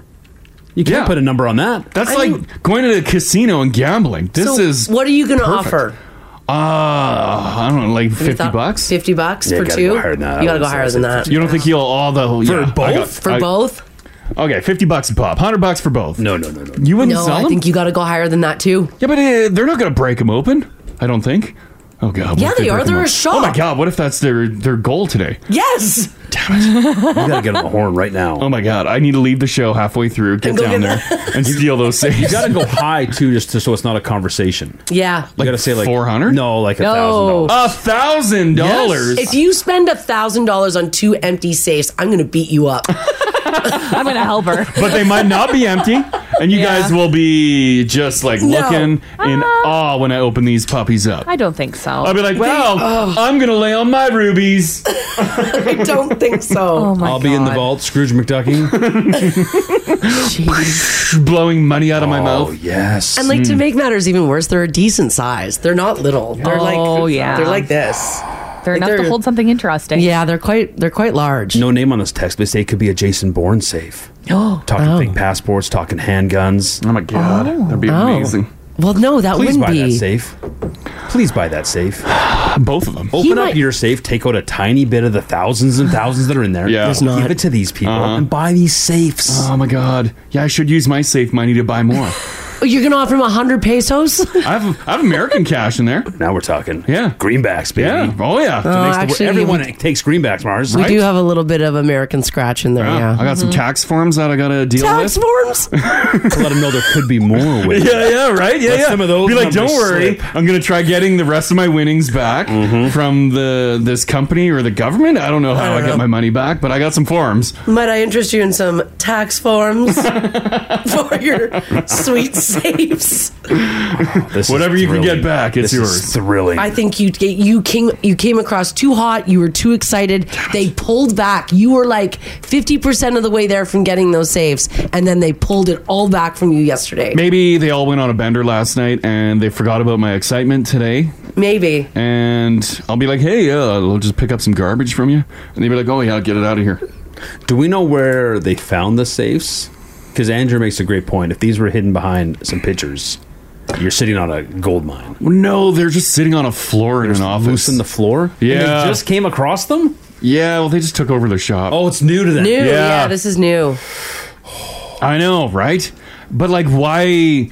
[SPEAKER 7] You can't
[SPEAKER 4] Yeah.
[SPEAKER 7] put a number on that.
[SPEAKER 4] That's
[SPEAKER 8] I
[SPEAKER 4] like
[SPEAKER 8] mean-
[SPEAKER 4] going to the casino and gambling. This
[SPEAKER 8] So
[SPEAKER 4] is
[SPEAKER 8] what are you going to
[SPEAKER 4] perfect.
[SPEAKER 8] offer?
[SPEAKER 4] Uh, I don't know, like fifty
[SPEAKER 8] Thought-
[SPEAKER 4] bucks.
[SPEAKER 8] 50 bucks
[SPEAKER 7] Yeah,
[SPEAKER 8] for
[SPEAKER 7] gotta
[SPEAKER 8] two?
[SPEAKER 7] go higher than that.
[SPEAKER 8] You
[SPEAKER 7] I
[SPEAKER 8] got to go
[SPEAKER 7] wouldn't
[SPEAKER 8] higher
[SPEAKER 7] say
[SPEAKER 8] than that.
[SPEAKER 4] You don't think he'll all the whole, yeah, I
[SPEAKER 7] both?
[SPEAKER 4] got-
[SPEAKER 8] For
[SPEAKER 4] I-
[SPEAKER 8] both?
[SPEAKER 4] Okay, fifty bucks pop, hundred bucks for both.
[SPEAKER 7] No, no, no, no.
[SPEAKER 4] you wouldn't
[SPEAKER 8] No,
[SPEAKER 4] sell
[SPEAKER 8] I
[SPEAKER 4] them.
[SPEAKER 8] think you got to go higher than that too.
[SPEAKER 4] yeah, but uh, they're not gonna break them open. I don't think. Oh god. what
[SPEAKER 8] Yeah,
[SPEAKER 4] if
[SPEAKER 8] they are.
[SPEAKER 4] break 'em
[SPEAKER 8] They're a
[SPEAKER 4] open?
[SPEAKER 8] shop.
[SPEAKER 4] Oh my god. What if that's their their goal today?
[SPEAKER 8] Yes.
[SPEAKER 7] You gotta get on the horn right now.
[SPEAKER 4] Oh my god. I need to leave the show halfway through, get
[SPEAKER 8] go
[SPEAKER 4] down
[SPEAKER 8] get
[SPEAKER 4] there, and steal those safes.
[SPEAKER 7] You gotta go high too, just to, so it's not a conversation. You
[SPEAKER 8] Yeah.
[SPEAKER 7] gotta say like
[SPEAKER 4] 400?
[SPEAKER 7] No, like a thousand dollars.
[SPEAKER 4] a thousand dollars.
[SPEAKER 8] If you spend a $1,000 on two empty safes, I'm going to beat you up.
[SPEAKER 9] I'm gonna help her.
[SPEAKER 4] But they might not be empty, and you
[SPEAKER 9] Yeah.
[SPEAKER 4] guys will be just like looking in
[SPEAKER 8] Ah.
[SPEAKER 4] awe when I open these puppies up.
[SPEAKER 9] I don't think so.
[SPEAKER 4] I'll be like, well, I'm gonna lay on my rubies.
[SPEAKER 8] Oh. I don't think so.
[SPEAKER 9] oh my
[SPEAKER 7] I'll be in the
[SPEAKER 9] God.
[SPEAKER 7] vault, Scrooge McDuckie.
[SPEAKER 4] blowing money out of my
[SPEAKER 7] oh
[SPEAKER 4] mouth.
[SPEAKER 7] yes. Hmm.
[SPEAKER 8] And like to
[SPEAKER 4] Hmm.
[SPEAKER 8] make matters even worse, they're a decent size. They're not little. They're
[SPEAKER 9] Oh,
[SPEAKER 8] like
[SPEAKER 9] yeah.
[SPEAKER 8] they're like this.
[SPEAKER 9] They're enough
[SPEAKER 8] they're-
[SPEAKER 9] to hold something interesting.
[SPEAKER 8] Yeah, they're quite they're quite large.
[SPEAKER 7] no name on this text. They say it could be a Jason Bourne safe.
[SPEAKER 9] Oh.
[SPEAKER 7] Talking fake passports, talking handguns.
[SPEAKER 4] Oh my god, that'd be amazing.
[SPEAKER 8] Well, no, that
[SPEAKER 7] Please
[SPEAKER 8] wouldn't
[SPEAKER 7] buy
[SPEAKER 8] be.
[SPEAKER 7] that safe. Please buy that safe.
[SPEAKER 4] Both of them.
[SPEAKER 7] Open up
[SPEAKER 8] might-
[SPEAKER 7] your safe, take out a tiny bit of the thousands and thousands that are in there.
[SPEAKER 4] Yeah. Uh-huh. There's
[SPEAKER 7] Give
[SPEAKER 4] not.
[SPEAKER 7] it to these people and buy these safes.
[SPEAKER 4] Oh my god. Yeah, I should use my safe money to buy more.
[SPEAKER 8] Oh, You're gonna offer him hundred pesos?
[SPEAKER 4] I have I have American cash in there.
[SPEAKER 7] now we're talking.
[SPEAKER 4] Yeah.
[SPEAKER 7] Greenbacks, baby.
[SPEAKER 4] Yeah. Oh yeah.
[SPEAKER 8] Oh,
[SPEAKER 7] Makes the-
[SPEAKER 8] actually,
[SPEAKER 7] everyone takes greenbacks, Mars.
[SPEAKER 8] We
[SPEAKER 4] Right?
[SPEAKER 8] do have a little bit of American scratch in there.
[SPEAKER 4] Yeah,
[SPEAKER 8] Yeah. Mm-hmm.
[SPEAKER 4] I got some tax forms that I gotta deal
[SPEAKER 8] Tax
[SPEAKER 4] with.
[SPEAKER 8] forms.
[SPEAKER 7] to let them know Oh, there could be more with it.
[SPEAKER 4] Yeah, yeah, right. Yeah,
[SPEAKER 7] Let some of those
[SPEAKER 4] Be like, don't
[SPEAKER 7] numbers
[SPEAKER 4] worry.
[SPEAKER 7] slip."
[SPEAKER 4] I'm gonna try getting the rest of my winnings back
[SPEAKER 7] Mm-hmm.
[SPEAKER 4] from the this company or the government. I don't know how I,
[SPEAKER 8] don't
[SPEAKER 4] get
[SPEAKER 8] know.
[SPEAKER 4] my money back, but I got some forms.
[SPEAKER 8] Might I interest you in some tax forms for your sweet safes?
[SPEAKER 7] This is
[SPEAKER 4] Whatever you can
[SPEAKER 7] thrilling.
[SPEAKER 4] get back, it's
[SPEAKER 7] This
[SPEAKER 4] yours.
[SPEAKER 7] Is thrilling.
[SPEAKER 8] I think you you came you came across too hot. You were too excited. They pulled back. You were like fifty percent of the way there from getting those saves, and then they pulled it all back from you yesterday.
[SPEAKER 4] Maybe they all went on a bender last night and they forgot about my excitement today.
[SPEAKER 8] Maybe.
[SPEAKER 4] and I'll be like, "Hey, uh, I'll just pick up some garbage from you," and they'd be like, "Oh yeah, get it out of here."
[SPEAKER 7] Do we know where they found the safes? Because Andrew makes a great point. If these were hidden behind some pictures, you're sitting on a gold mine.
[SPEAKER 4] Well, no, they're just sitting on a floor in an office.
[SPEAKER 7] Loose in the floor. And
[SPEAKER 4] Yeah.
[SPEAKER 7] they just came across them.
[SPEAKER 4] yeah, well, they just took over the shop.
[SPEAKER 7] Oh, it's new to them.
[SPEAKER 8] New, yeah.
[SPEAKER 4] Yeah.
[SPEAKER 8] this is new.
[SPEAKER 4] I know, right? But like, why?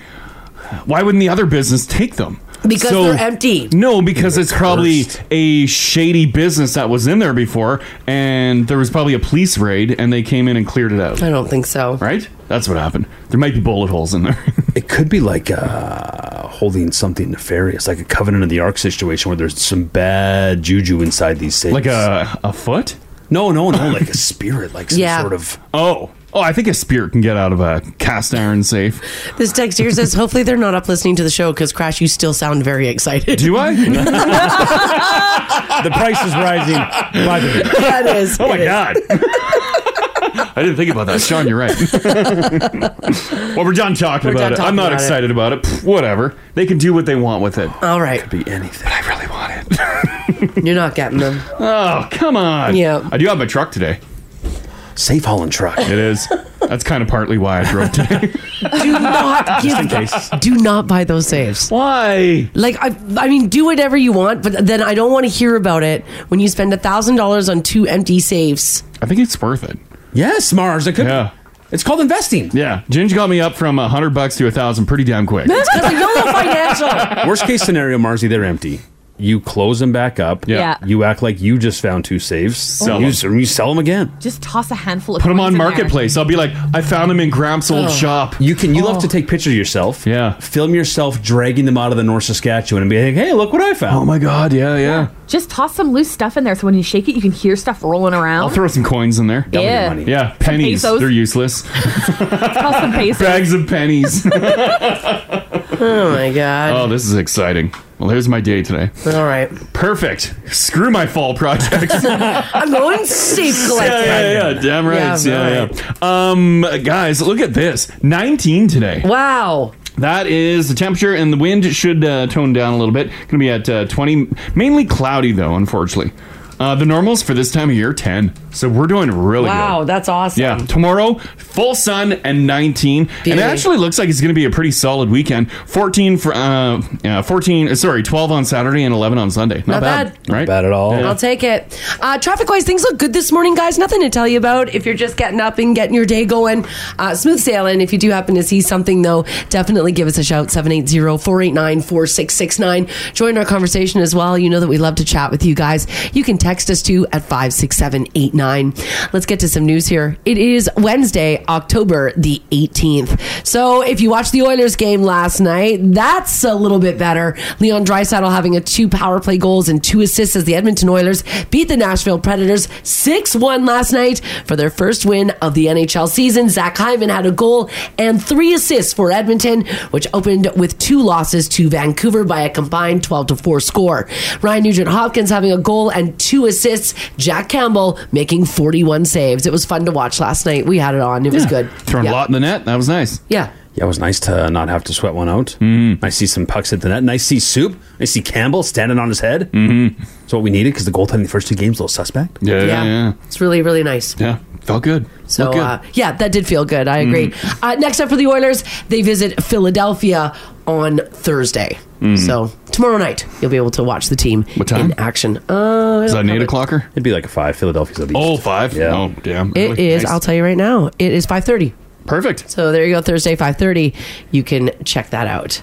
[SPEAKER 4] Why wouldn't the other business take them?
[SPEAKER 8] Because they're empty.
[SPEAKER 4] No, because it's probably
[SPEAKER 7] cursed.
[SPEAKER 4] a shady business that was in there before, and there was probably a police raid, and they came in and cleared it out.
[SPEAKER 8] I don't think so.
[SPEAKER 4] Right? That's what happened. There might be bullet holes in there.
[SPEAKER 7] It could be like uh, holding something nefarious, like a Covenant of the Ark situation where there's some bad juju inside these safes.
[SPEAKER 4] like a a foot?
[SPEAKER 7] No, no, no, like a spirit, like some
[SPEAKER 8] Yeah.
[SPEAKER 7] sort of.
[SPEAKER 4] Oh, oh, I think a spirit can get out of a cast iron safe.
[SPEAKER 8] This text here says, hopefully they're not up listening to the show because Crash, you still sound very excited.
[SPEAKER 4] Do I?
[SPEAKER 7] The price is rising. By the way.
[SPEAKER 8] that is.
[SPEAKER 4] Oh my god. I didn't think about that. Sean, you're right. well, we're done talking
[SPEAKER 8] We're
[SPEAKER 4] about
[SPEAKER 8] done
[SPEAKER 4] it.
[SPEAKER 8] talking
[SPEAKER 4] I'm not
[SPEAKER 8] about it.
[SPEAKER 4] excited about it. Pff, whatever. They can do what they want with it.
[SPEAKER 8] All right.
[SPEAKER 7] Be anything.
[SPEAKER 4] I really want it.
[SPEAKER 8] You're not getting them.
[SPEAKER 4] Oh, come on.
[SPEAKER 8] Yeah.
[SPEAKER 4] I do have my truck today.
[SPEAKER 7] Safe hauling truck.
[SPEAKER 4] It is. That's kind of partly why I drove today.
[SPEAKER 8] Do not give
[SPEAKER 7] In case.
[SPEAKER 8] Do not buy those saves.
[SPEAKER 4] why?
[SPEAKER 8] Like I, I mean, do whatever you want, but then I don't want to hear about it when you spend a thousand dollars on two empty safes.
[SPEAKER 4] I think it's worth it.
[SPEAKER 7] Yes, Mars. It could.
[SPEAKER 4] Yeah.
[SPEAKER 7] It's called investing.
[SPEAKER 4] Yeah. Ginge got me up from a hundred bucks to a thousand pretty damn quick.
[SPEAKER 8] Because of YOLO Financial.
[SPEAKER 7] Worst case scenario, Marzi, they're empty. You close them back up.
[SPEAKER 4] Yeah.
[SPEAKER 9] Yeah.
[SPEAKER 7] You act like you just found two safes.
[SPEAKER 4] Sell
[SPEAKER 7] you,
[SPEAKER 4] 'em.
[SPEAKER 7] you sell them again.
[SPEAKER 9] Just toss a handful of
[SPEAKER 4] Put them
[SPEAKER 9] coins
[SPEAKER 4] on
[SPEAKER 9] in there.
[SPEAKER 4] marketplace. I'll be like, I found them in Gramps'
[SPEAKER 8] Oh.
[SPEAKER 4] old shop.
[SPEAKER 7] You can. You love to take pictures of yourself.
[SPEAKER 4] Yeah.
[SPEAKER 7] Film yourself dragging them out of the North Saskatchewan and be like, "Hey, look what I found."
[SPEAKER 4] Oh my god! Yeah, yeah.
[SPEAKER 9] Just toss some loose stuff in there so when you shake it, you can hear stuff rolling
[SPEAKER 4] I'll
[SPEAKER 9] around.
[SPEAKER 4] throw some coins in there.
[SPEAKER 7] Double your
[SPEAKER 9] Yeah.
[SPEAKER 7] money.
[SPEAKER 4] Yeah, pennies.
[SPEAKER 9] pesos.
[SPEAKER 4] They're useless.
[SPEAKER 9] toss some pesos.
[SPEAKER 4] Bags of pennies.
[SPEAKER 8] Oh my god!
[SPEAKER 4] oh, this is exciting. Well, there's my day today.
[SPEAKER 8] All right,
[SPEAKER 4] Perfect. Screw my fall projects.
[SPEAKER 8] I'm going safe collecting.
[SPEAKER 4] yeah, yeah. Damn right.
[SPEAKER 8] Yeah,
[SPEAKER 4] Yeah, yeah. Um, guys, look at this. 19 today.
[SPEAKER 8] Wow.
[SPEAKER 4] That is the temperature, and the wind should uh, tone down a little bit. Going to be at uh, 20, mainly cloudy though, unfortunately. Uh, the normals for this time of year, 10. So we're doing really
[SPEAKER 8] Wow,
[SPEAKER 4] good.
[SPEAKER 8] that's awesome.
[SPEAKER 4] Yeah, tomorrow, full sun and 19. And
[SPEAKER 8] Beauty.
[SPEAKER 4] it actually looks like it's going to be a pretty solid weekend. 14 for, uh, yeah, 14, uh, sorry, 12 on Saturday and 11 on Sunday. Not,
[SPEAKER 8] Not
[SPEAKER 4] bad,
[SPEAKER 8] bad.
[SPEAKER 4] right?
[SPEAKER 7] Bad at all.
[SPEAKER 8] I'll take it. Uh, traffic wise, things look good this morning, guys. Nothing to tell you about. If you're just getting up and getting your day going, uh, smooth sailing. If you do happen to see something, though, definitely give us a shout 780 489 4669. Join our conversation as well. You know that we love to chat with you guys. You can text us too at 56789. Let's get to some news here. It is Wednesday, October the 18th. So if you watched the Oilers game last night, that's a little bit better. Leon Dreisaitl having a two power play goals and two assists as the Edmonton Oilers beat the Nashville Predators 6-1 last night for their first win of the NHL season. Zach Hyman had a goal and three assists for Edmonton, which opened with two losses to Vancouver by a combined 12 to 4 score. Ryan Nugent Hopkins having a goal and two assists. Jack Campbell making 41 saves. It was fun to watch last night. We had it on. It was good.
[SPEAKER 4] Throwing
[SPEAKER 8] yeah.
[SPEAKER 4] a lot in the net. That was nice. Mm-hmm.
[SPEAKER 8] Yeah.
[SPEAKER 7] Yeah, it was nice to not have to sweat one out. I see some pucks at the net. Nice see soup. I see Campbell standing on his head. Mm-hmm. That's what we needed because the goaltending in the first two games a little suspect.
[SPEAKER 4] Yeah,
[SPEAKER 8] Yeah.
[SPEAKER 4] yeah, yeah.
[SPEAKER 8] It's really, really nice.
[SPEAKER 4] Yeah, felt good.
[SPEAKER 8] So
[SPEAKER 4] Looked good. Mm.
[SPEAKER 8] uh, yeah, that did feel good. I agree. Uh, next up for the Oilers, they visit Philadelphia on Thursday. So tomorrow night you'll be able to watch the team
[SPEAKER 4] Mm-hmm. What time?
[SPEAKER 8] in action. Uh,
[SPEAKER 4] is that an 8 o'clocker?
[SPEAKER 7] It'd be like a five. Philadelphia's at least.
[SPEAKER 4] Oh, five.
[SPEAKER 7] Yeah.
[SPEAKER 4] Oh, damn.
[SPEAKER 8] it
[SPEAKER 4] Really?
[SPEAKER 8] is.
[SPEAKER 4] Nice.
[SPEAKER 8] I'll tell you right now. It is five thirty.
[SPEAKER 4] Perfect.
[SPEAKER 8] So there you go, Thursday, 5.30. You can check that out.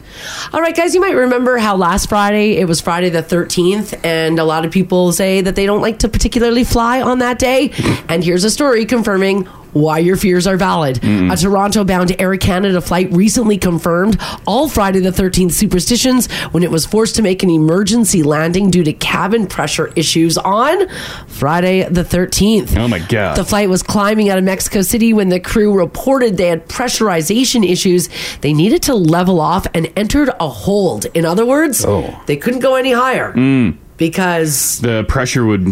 [SPEAKER 8] All right, guys, you might remember how last Friday, it was Friday the 13th, and a lot of people say that they don't like to particularly fly on that day. and here's a story confirming why your fears are valid.
[SPEAKER 4] Mm.
[SPEAKER 8] A Toronto bound Air Canada flight recently confirmed all Friday the 13th superstitions when it was forced to make an emergency landing due to cabin pressure issues on Friday the 13th.
[SPEAKER 4] Oh, my God.
[SPEAKER 8] The flight was climbing out of Mexico City when the crew reported they had pressurization issues. They needed to level off and entered a hold. In other words,
[SPEAKER 7] Oh.
[SPEAKER 8] they couldn't go any higher because
[SPEAKER 4] Mm. The pressure would.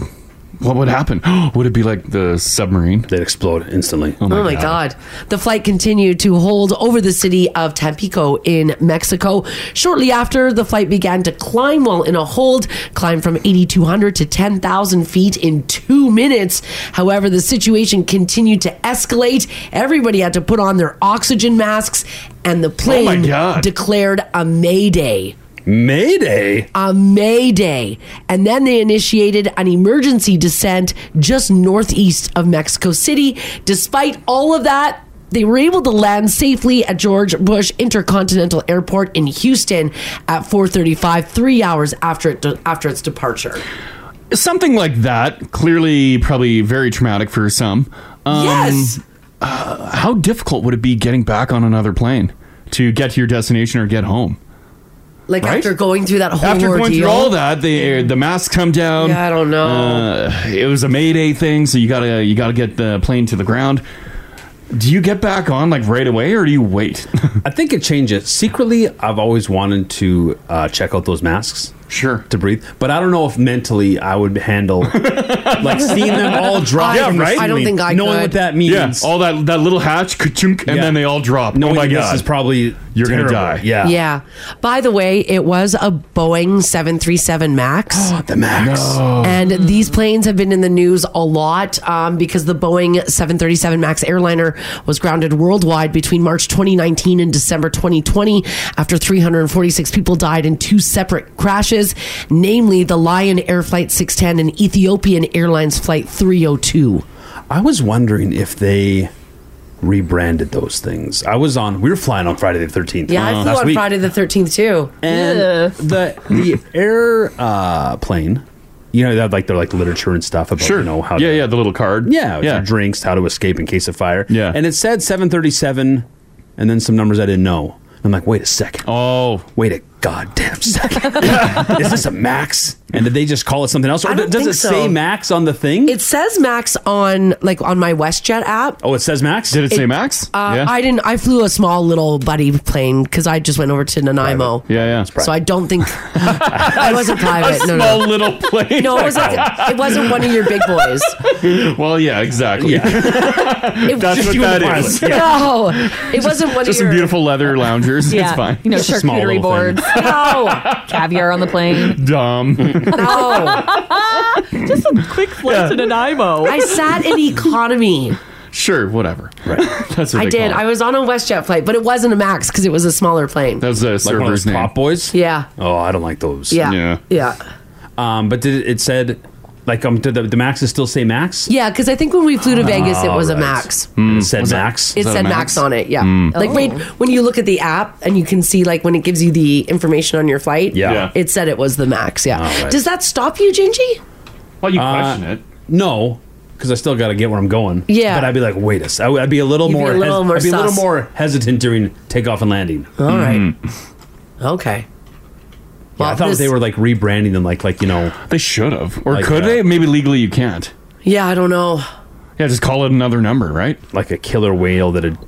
[SPEAKER 4] What would happen? would it be like the submarine?
[SPEAKER 7] They'd explode instantly.
[SPEAKER 8] Oh my God. The flight continued to hold over the city of Tampico in Mexico. Shortly after, the flight began to climb while in a hold, climbed from 8,200 to 10,000 feet in two minutes. However, the situation continued to escalate. Everybody had to put on their oxygen masks, and the plane
[SPEAKER 4] Oh God.
[SPEAKER 8] declared a mayday
[SPEAKER 7] Mayday.
[SPEAKER 8] a mayday and then they initiated an emergency descent just northeast of mexico city despite all of that they were able to land safely at george bush intercontinental airport in houston at 4.35 three hours after, it after its departure
[SPEAKER 4] Something like that. Clearly, probably very traumatic for some. Um, uh,
[SPEAKER 8] yes
[SPEAKER 4] How difficult would it be getting back on another plane to get to your destination or get home?
[SPEAKER 8] Like
[SPEAKER 4] Right?
[SPEAKER 8] after going through that whole
[SPEAKER 4] After
[SPEAKER 8] ordeal.
[SPEAKER 4] going through all that, the the masks come down.
[SPEAKER 8] Yeah, I don't know.
[SPEAKER 4] Uh, it was a Mayday thing, so you gotta you gotta get the plane to the ground. Do you get back on like right away, or do you wait?
[SPEAKER 7] I think it changes. Secretly, I've always wanted to uh, check out those masks.
[SPEAKER 4] Sure.
[SPEAKER 7] To breathe, but I don't know if mentally I would handle like seeing them all drop.
[SPEAKER 8] I- Yeah, right? I don't think I
[SPEAKER 7] knowing
[SPEAKER 8] could.
[SPEAKER 7] what that means.
[SPEAKER 4] Yeah, all that that little hatch, ka-chunk, and
[SPEAKER 7] Yeah.
[SPEAKER 4] then they all drop.
[SPEAKER 7] Knowing
[SPEAKER 4] oh my god,
[SPEAKER 7] this is probably
[SPEAKER 4] You're gonna
[SPEAKER 7] terrible.
[SPEAKER 4] die.
[SPEAKER 7] Yeah,
[SPEAKER 8] yeah. By the way, it was a Boeing 737 MAX.
[SPEAKER 7] Oh, the max.
[SPEAKER 8] And these planes have been in the news a lot um, because the Boeing 737 MAX airliner was grounded worldwide between March 2019 and December 2020 after 346 people died in two separate crashes, namely the Lion Air Flight 610 and Ethiopian Airlines Flight 302.
[SPEAKER 7] I was wondering if they rebranded those things. I was on. We were flying on Friday the thirteenth.
[SPEAKER 8] Yeah, I flew on Friday the 13th too.
[SPEAKER 7] and
[SPEAKER 9] Ugh.
[SPEAKER 7] the the air uh, plane. You know, they have like their like literature and stuff about
[SPEAKER 4] sure.
[SPEAKER 7] you know how
[SPEAKER 4] yeah,
[SPEAKER 7] to,
[SPEAKER 4] yeah, the little card.
[SPEAKER 7] yeah, with
[SPEAKER 4] yeah.
[SPEAKER 7] your drinks, how to escape in case of fire.
[SPEAKER 4] Yeah.
[SPEAKER 7] and it said seven thirty seven, and then some numbers I didn't know. I'm like, wait a second.
[SPEAKER 4] Oh,
[SPEAKER 7] Wait a goddamn second. Is this a max? And did they just call it something else? Or
[SPEAKER 8] I don't
[SPEAKER 7] does
[SPEAKER 8] think
[SPEAKER 7] it
[SPEAKER 8] so.
[SPEAKER 7] say max on the thing?
[SPEAKER 8] It says MAX on like on my WestJet app.
[SPEAKER 7] oh, it says max?
[SPEAKER 4] did it, say Max?
[SPEAKER 8] Uh,
[SPEAKER 4] yeah.
[SPEAKER 8] I didn't. I flew a small little buddy plane because I just went over to Nanaimo.
[SPEAKER 4] yeah, yeah.
[SPEAKER 8] So I don't think I wasn't private.
[SPEAKER 4] a
[SPEAKER 8] No,
[SPEAKER 4] small
[SPEAKER 8] no,
[SPEAKER 4] little plane.
[SPEAKER 8] no. It wasn't. It wasn't one of your big boys.
[SPEAKER 4] Well, yeah, exactly.
[SPEAKER 8] It,
[SPEAKER 4] That's what
[SPEAKER 7] you and the
[SPEAKER 4] that
[SPEAKER 7] pilot.
[SPEAKER 4] is.
[SPEAKER 8] no, it wasn't one
[SPEAKER 4] Just
[SPEAKER 8] of
[SPEAKER 4] some
[SPEAKER 8] your.
[SPEAKER 4] beautiful leather loungers.
[SPEAKER 9] Yeah.
[SPEAKER 4] It's fine.
[SPEAKER 9] You know,
[SPEAKER 7] Just a small
[SPEAKER 9] charcuterie
[SPEAKER 7] little thing.
[SPEAKER 9] boards. No. Caviar on the plane.
[SPEAKER 4] Dumb.
[SPEAKER 8] no,
[SPEAKER 9] Just a quick flight to Nanaimo.
[SPEAKER 8] I sat in economy.
[SPEAKER 4] sure, whatever.
[SPEAKER 7] Right.
[SPEAKER 4] That's what
[SPEAKER 8] I
[SPEAKER 4] they
[SPEAKER 8] did.
[SPEAKER 4] Call it.
[SPEAKER 8] I was on a WestJet flight, but it wasn't a Max because it was a smaller plane.
[SPEAKER 4] that was a
[SPEAKER 7] Like one of those
[SPEAKER 4] server's name.
[SPEAKER 7] pop boys?
[SPEAKER 8] yeah,
[SPEAKER 7] Oh, I don't like those.
[SPEAKER 8] yeah,
[SPEAKER 4] Yeah.
[SPEAKER 8] yeah, yeah.
[SPEAKER 7] Um, but did it, it said like um did the, the maxes still say max?
[SPEAKER 8] Because I think when we flew to
[SPEAKER 4] Oh,
[SPEAKER 8] Vegas, it was a
[SPEAKER 7] right.
[SPEAKER 8] Max.
[SPEAKER 4] Hmm.
[SPEAKER 7] It said max.
[SPEAKER 8] It
[SPEAKER 4] that
[SPEAKER 8] said
[SPEAKER 4] a
[SPEAKER 8] Max?
[SPEAKER 4] Max?
[SPEAKER 8] on it. Yeah. Like when when you look at the app and you can see like when it gives you the information on your flight.
[SPEAKER 7] yeah.
[SPEAKER 4] Yeah.
[SPEAKER 8] It said it was the Max. Yeah.
[SPEAKER 7] right.
[SPEAKER 8] Does that stop you, Gingy?
[SPEAKER 4] Well, you question it.
[SPEAKER 7] Uh, No, because I still got to get where I'm going.
[SPEAKER 8] Yeah.
[SPEAKER 7] But I'd be like, wait a sec. I would- I'd be a little
[SPEAKER 8] You'd be
[SPEAKER 7] more.
[SPEAKER 8] a little
[SPEAKER 7] hes-
[SPEAKER 8] more
[SPEAKER 7] I'd be a little
[SPEAKER 8] sus.
[SPEAKER 7] more hesitant during takeoff and landing. Yeah,
[SPEAKER 8] All right.
[SPEAKER 4] Hmm.
[SPEAKER 8] Okay. Well,
[SPEAKER 7] I thought
[SPEAKER 8] this-
[SPEAKER 7] they were like rebranding them, like like you know.
[SPEAKER 4] They should have, or
[SPEAKER 7] Like,
[SPEAKER 4] could
[SPEAKER 7] uh,
[SPEAKER 4] they? Maybe legally you can't.
[SPEAKER 8] Yeah, I don't know.
[SPEAKER 4] Yeah, just call it another number, right?
[SPEAKER 7] like a killer whale that had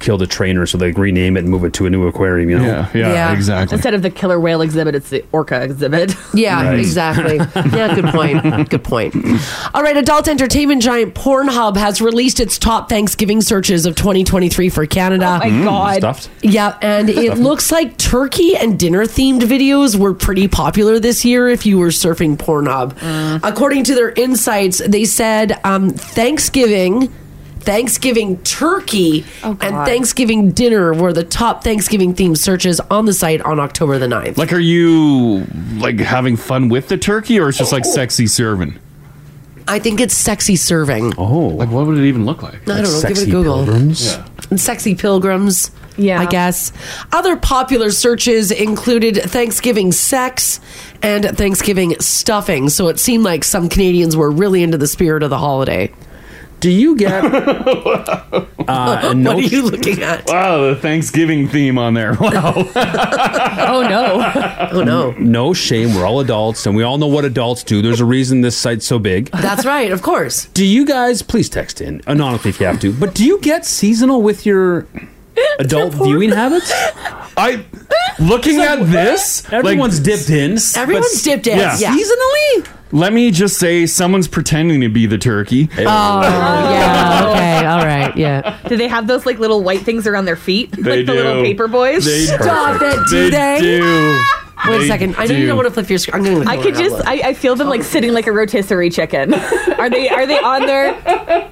[SPEAKER 7] killed a trainer, so they rename it and move it to a new aquarium. You know,
[SPEAKER 4] Yeah, yeah,
[SPEAKER 8] Yeah.
[SPEAKER 4] exactly.
[SPEAKER 9] Instead of the killer whale exhibit, it's the orca exhibit.
[SPEAKER 8] Yeah, exactly. Yeah, good point. Good point. All right, adult entertainment giant Pornhub has released its top Thanksgiving searches of 2023 for Canada.
[SPEAKER 9] Oh My God.
[SPEAKER 7] stuffed.
[SPEAKER 8] Yeah, and it looks like turkey and dinner themed videos were pretty popular this year if you were surfing Pornhub.
[SPEAKER 9] Mm.
[SPEAKER 8] According to their insights, they said um, Thanksgiving. Thanksgiving turkey
[SPEAKER 9] Oh
[SPEAKER 8] and Thanksgiving dinner were the top Thanksgiving themed searches on the site on October the 9th.
[SPEAKER 4] Like, are you like having fun with the turkey, or it's just like sexy serving?
[SPEAKER 8] I think it's sexy serving.
[SPEAKER 4] Like, what would it even look Oh. like?
[SPEAKER 8] I don't know. Give it a
[SPEAKER 7] Sexy
[SPEAKER 8] Google.
[SPEAKER 7] pilgrims.
[SPEAKER 8] sexy pilgrims.
[SPEAKER 9] Yeah.
[SPEAKER 8] I guess. Other popular searches included Thanksgiving sex and Thanksgiving stuffing. So it seemed like some Canadians were really into the spirit of the holiday.
[SPEAKER 7] Do you get uh, a
[SPEAKER 8] What are
[SPEAKER 7] notion?
[SPEAKER 8] you looking at?
[SPEAKER 4] Wow, the Thanksgiving theme on there. Wow.
[SPEAKER 9] Oh, no.
[SPEAKER 8] Oh no.
[SPEAKER 7] no shame. We're all adults, and we all know what adults do. There's a reason this site's so big.
[SPEAKER 8] That's right, of course.
[SPEAKER 7] Do you guys please text in anonymously if you have to? But do you get seasonal with your adult viewing habits?
[SPEAKER 4] I looking at this. like,
[SPEAKER 7] Everyone's dipped in.
[SPEAKER 8] Everyone's dipped in.
[SPEAKER 4] yeah.
[SPEAKER 8] Yeah.
[SPEAKER 7] Seasonally?
[SPEAKER 4] Let me just say, someone's pretending to be the turkey.
[SPEAKER 8] Oh. Yeah, okay, all right, yeah.
[SPEAKER 9] Do they have those like little white things around their feet?
[SPEAKER 4] They
[SPEAKER 9] like the little
[SPEAKER 4] do.
[SPEAKER 9] paper boys?
[SPEAKER 4] They
[SPEAKER 8] Stop it, do
[SPEAKER 4] They
[SPEAKER 8] they?
[SPEAKER 4] do.
[SPEAKER 8] Wait
[SPEAKER 4] They
[SPEAKER 8] a second. I know
[SPEAKER 4] do.
[SPEAKER 8] you don't want to flip your screen. I'm gonna
[SPEAKER 9] I could just I, I feel them like sitting like a rotisserie chicken. Are they are they on there?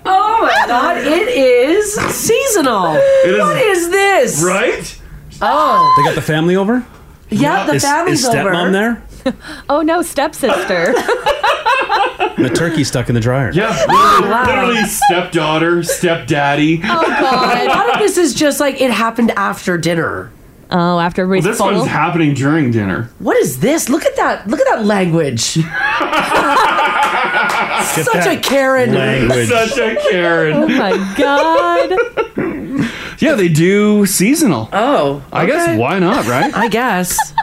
[SPEAKER 8] Oh my god, it is seasonal.
[SPEAKER 4] It is-
[SPEAKER 8] what is this?
[SPEAKER 4] right?
[SPEAKER 8] Oh.
[SPEAKER 7] They got the family over?
[SPEAKER 8] Yeah, the
[SPEAKER 7] Is,
[SPEAKER 8] family's
[SPEAKER 7] is stepmom
[SPEAKER 8] over.
[SPEAKER 7] there?
[SPEAKER 9] Oh no, stepsister.
[SPEAKER 7] And the turkey's stuck in the dryer.
[SPEAKER 4] Yeah.
[SPEAKER 8] Oh,
[SPEAKER 4] Literally, literally stepdaughter, stepdaddy.
[SPEAKER 8] A lot of this is just like it happened after dinner.
[SPEAKER 9] oh, after everybody's
[SPEAKER 4] This one's
[SPEAKER 9] full.
[SPEAKER 4] happening during dinner.
[SPEAKER 8] What is this? Look at that! Look at that language. Such a Karen.
[SPEAKER 7] Language.
[SPEAKER 4] Such a Karen.
[SPEAKER 9] oh my god.
[SPEAKER 4] Yeah, they do seasonal.
[SPEAKER 8] Oh,
[SPEAKER 4] I guess why not, right?
[SPEAKER 8] I guess.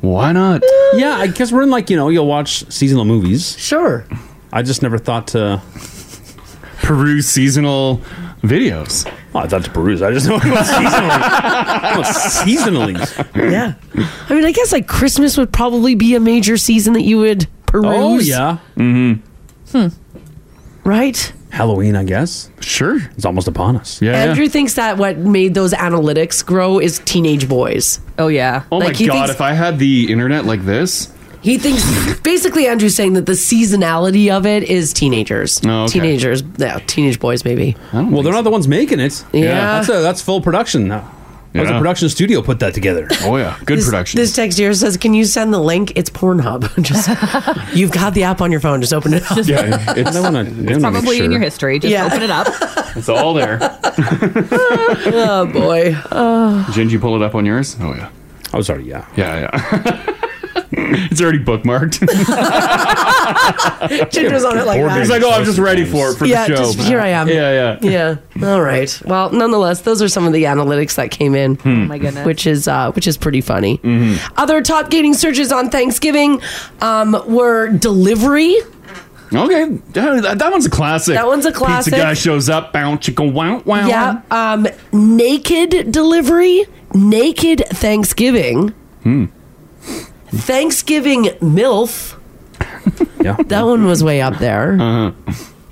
[SPEAKER 4] Why not?
[SPEAKER 7] Yeah, I guess we're in like you know you'll watch seasonal movies.
[SPEAKER 8] Sure.
[SPEAKER 7] I just never thought to.
[SPEAKER 4] Peruse seasonal videos.
[SPEAKER 7] Well, I thought to peruse. I just know about seasonally. seasonally.
[SPEAKER 8] Yeah. I mean, I guess like Christmas would probably be a major season that you would peruse.
[SPEAKER 7] Oh yeah,
[SPEAKER 4] Mm-hmm.
[SPEAKER 9] Hmm.
[SPEAKER 8] Right?
[SPEAKER 7] Halloween. I guess
[SPEAKER 4] Sure.
[SPEAKER 7] it's almost upon us.
[SPEAKER 4] Yeah. yeah.
[SPEAKER 8] Andrew thinks that what made those analytics grow is teenage boys.
[SPEAKER 9] Oh yeah.
[SPEAKER 4] Oh
[SPEAKER 8] like,
[SPEAKER 4] my
[SPEAKER 8] he
[SPEAKER 4] god!
[SPEAKER 8] thinks-
[SPEAKER 4] if I had the internet like this,
[SPEAKER 8] He thinks basically Andrew's saying that the seasonality of it is teenagers.
[SPEAKER 4] Oh, okay. Oh,
[SPEAKER 8] Teenagers. Yeah, teenage boys maybe.
[SPEAKER 7] Well, they're not the ones making it.
[SPEAKER 8] Yeah.
[SPEAKER 7] that's a, that's full production. Now. That was a
[SPEAKER 4] Yeah.
[SPEAKER 7] production studio put that together.
[SPEAKER 4] oh yeah, good
[SPEAKER 8] This,
[SPEAKER 4] production.
[SPEAKER 8] this text here says, "Can you send the link? It's Pornhub. Just you've got the app on your phone. Just open it up.
[SPEAKER 4] yeah, it's,
[SPEAKER 7] I wanna- I wanna make
[SPEAKER 9] Probably in
[SPEAKER 7] sure.
[SPEAKER 9] your history. Just
[SPEAKER 8] Yeah.
[SPEAKER 9] open it up.
[SPEAKER 4] it's all there.
[SPEAKER 8] Oh boy,
[SPEAKER 4] Gingy, you pull it up on yours. Oh yeah,
[SPEAKER 7] Oh, sorry. Yeah.
[SPEAKER 4] yeah, yeah. it's already bookmarked.
[SPEAKER 8] Ginger's on it like
[SPEAKER 7] Or
[SPEAKER 8] that.
[SPEAKER 7] maybe
[SPEAKER 4] It's like, oh, I'm just ready for it for
[SPEAKER 8] Yeah,
[SPEAKER 4] the show.
[SPEAKER 8] just here I am.
[SPEAKER 4] Yeah, yeah.
[SPEAKER 8] Yeah. All right. Well, nonetheless, those are some of the analytics that came in.
[SPEAKER 4] Hmm.
[SPEAKER 9] Oh my goodness.
[SPEAKER 8] Which is uh, which is pretty funny.
[SPEAKER 4] Mm-hmm.
[SPEAKER 8] Other top gating searches on Thanksgiving um, were delivery.
[SPEAKER 4] Okay, Yeah, that, that one's a classic.
[SPEAKER 8] That one's a classic.
[SPEAKER 4] Pizza guy shows up, bow chicka wow wow.
[SPEAKER 8] Yeah. Um, naked delivery, naked Thanksgiving.
[SPEAKER 4] Hmm.
[SPEAKER 8] Thanksgiving MILF.
[SPEAKER 7] Yeah.
[SPEAKER 8] That one was way up there.
[SPEAKER 4] Uh-huh.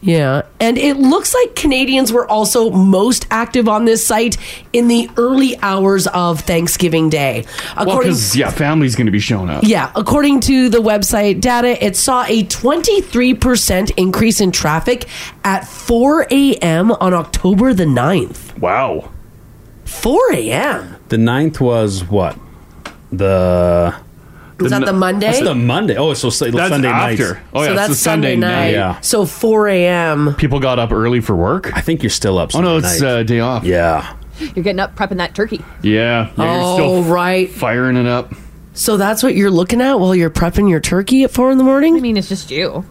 [SPEAKER 8] Yeah. And it looks like Canadians were also most active on this site in the early hours of Thanksgiving Day.
[SPEAKER 4] Well,
[SPEAKER 8] According
[SPEAKER 4] because yeah, family's going to be showing up.
[SPEAKER 8] yeah, according to the website data, it saw a 23% increase in traffic at 4 a.m. on October the 9th.
[SPEAKER 4] Wow.
[SPEAKER 8] 4 a.m.
[SPEAKER 7] The ninth was what? The
[SPEAKER 8] Is that the Monday?
[SPEAKER 7] that's the Monday. Oh, so Sunday
[SPEAKER 4] That's
[SPEAKER 7] Sunday night.
[SPEAKER 4] after. Oh yeah,
[SPEAKER 8] so
[SPEAKER 4] it's
[SPEAKER 8] that's
[SPEAKER 4] the
[SPEAKER 8] Sunday, night.
[SPEAKER 7] Yeah.
[SPEAKER 8] So 4 a.m.
[SPEAKER 4] People got up early for work.
[SPEAKER 7] I think you're still up.
[SPEAKER 4] Oh no,
[SPEAKER 7] Sunday
[SPEAKER 4] it's
[SPEAKER 7] night.
[SPEAKER 4] uh, day off.
[SPEAKER 7] yeah.
[SPEAKER 9] You're getting up prepping that turkey.
[SPEAKER 4] yeah. yeah, you're still
[SPEAKER 8] Oh, right.
[SPEAKER 4] firing it up.
[SPEAKER 8] So that's what you're looking at while you're prepping your turkey at 4 in the
[SPEAKER 9] I
[SPEAKER 8] morning?
[SPEAKER 9] mean, it's just you.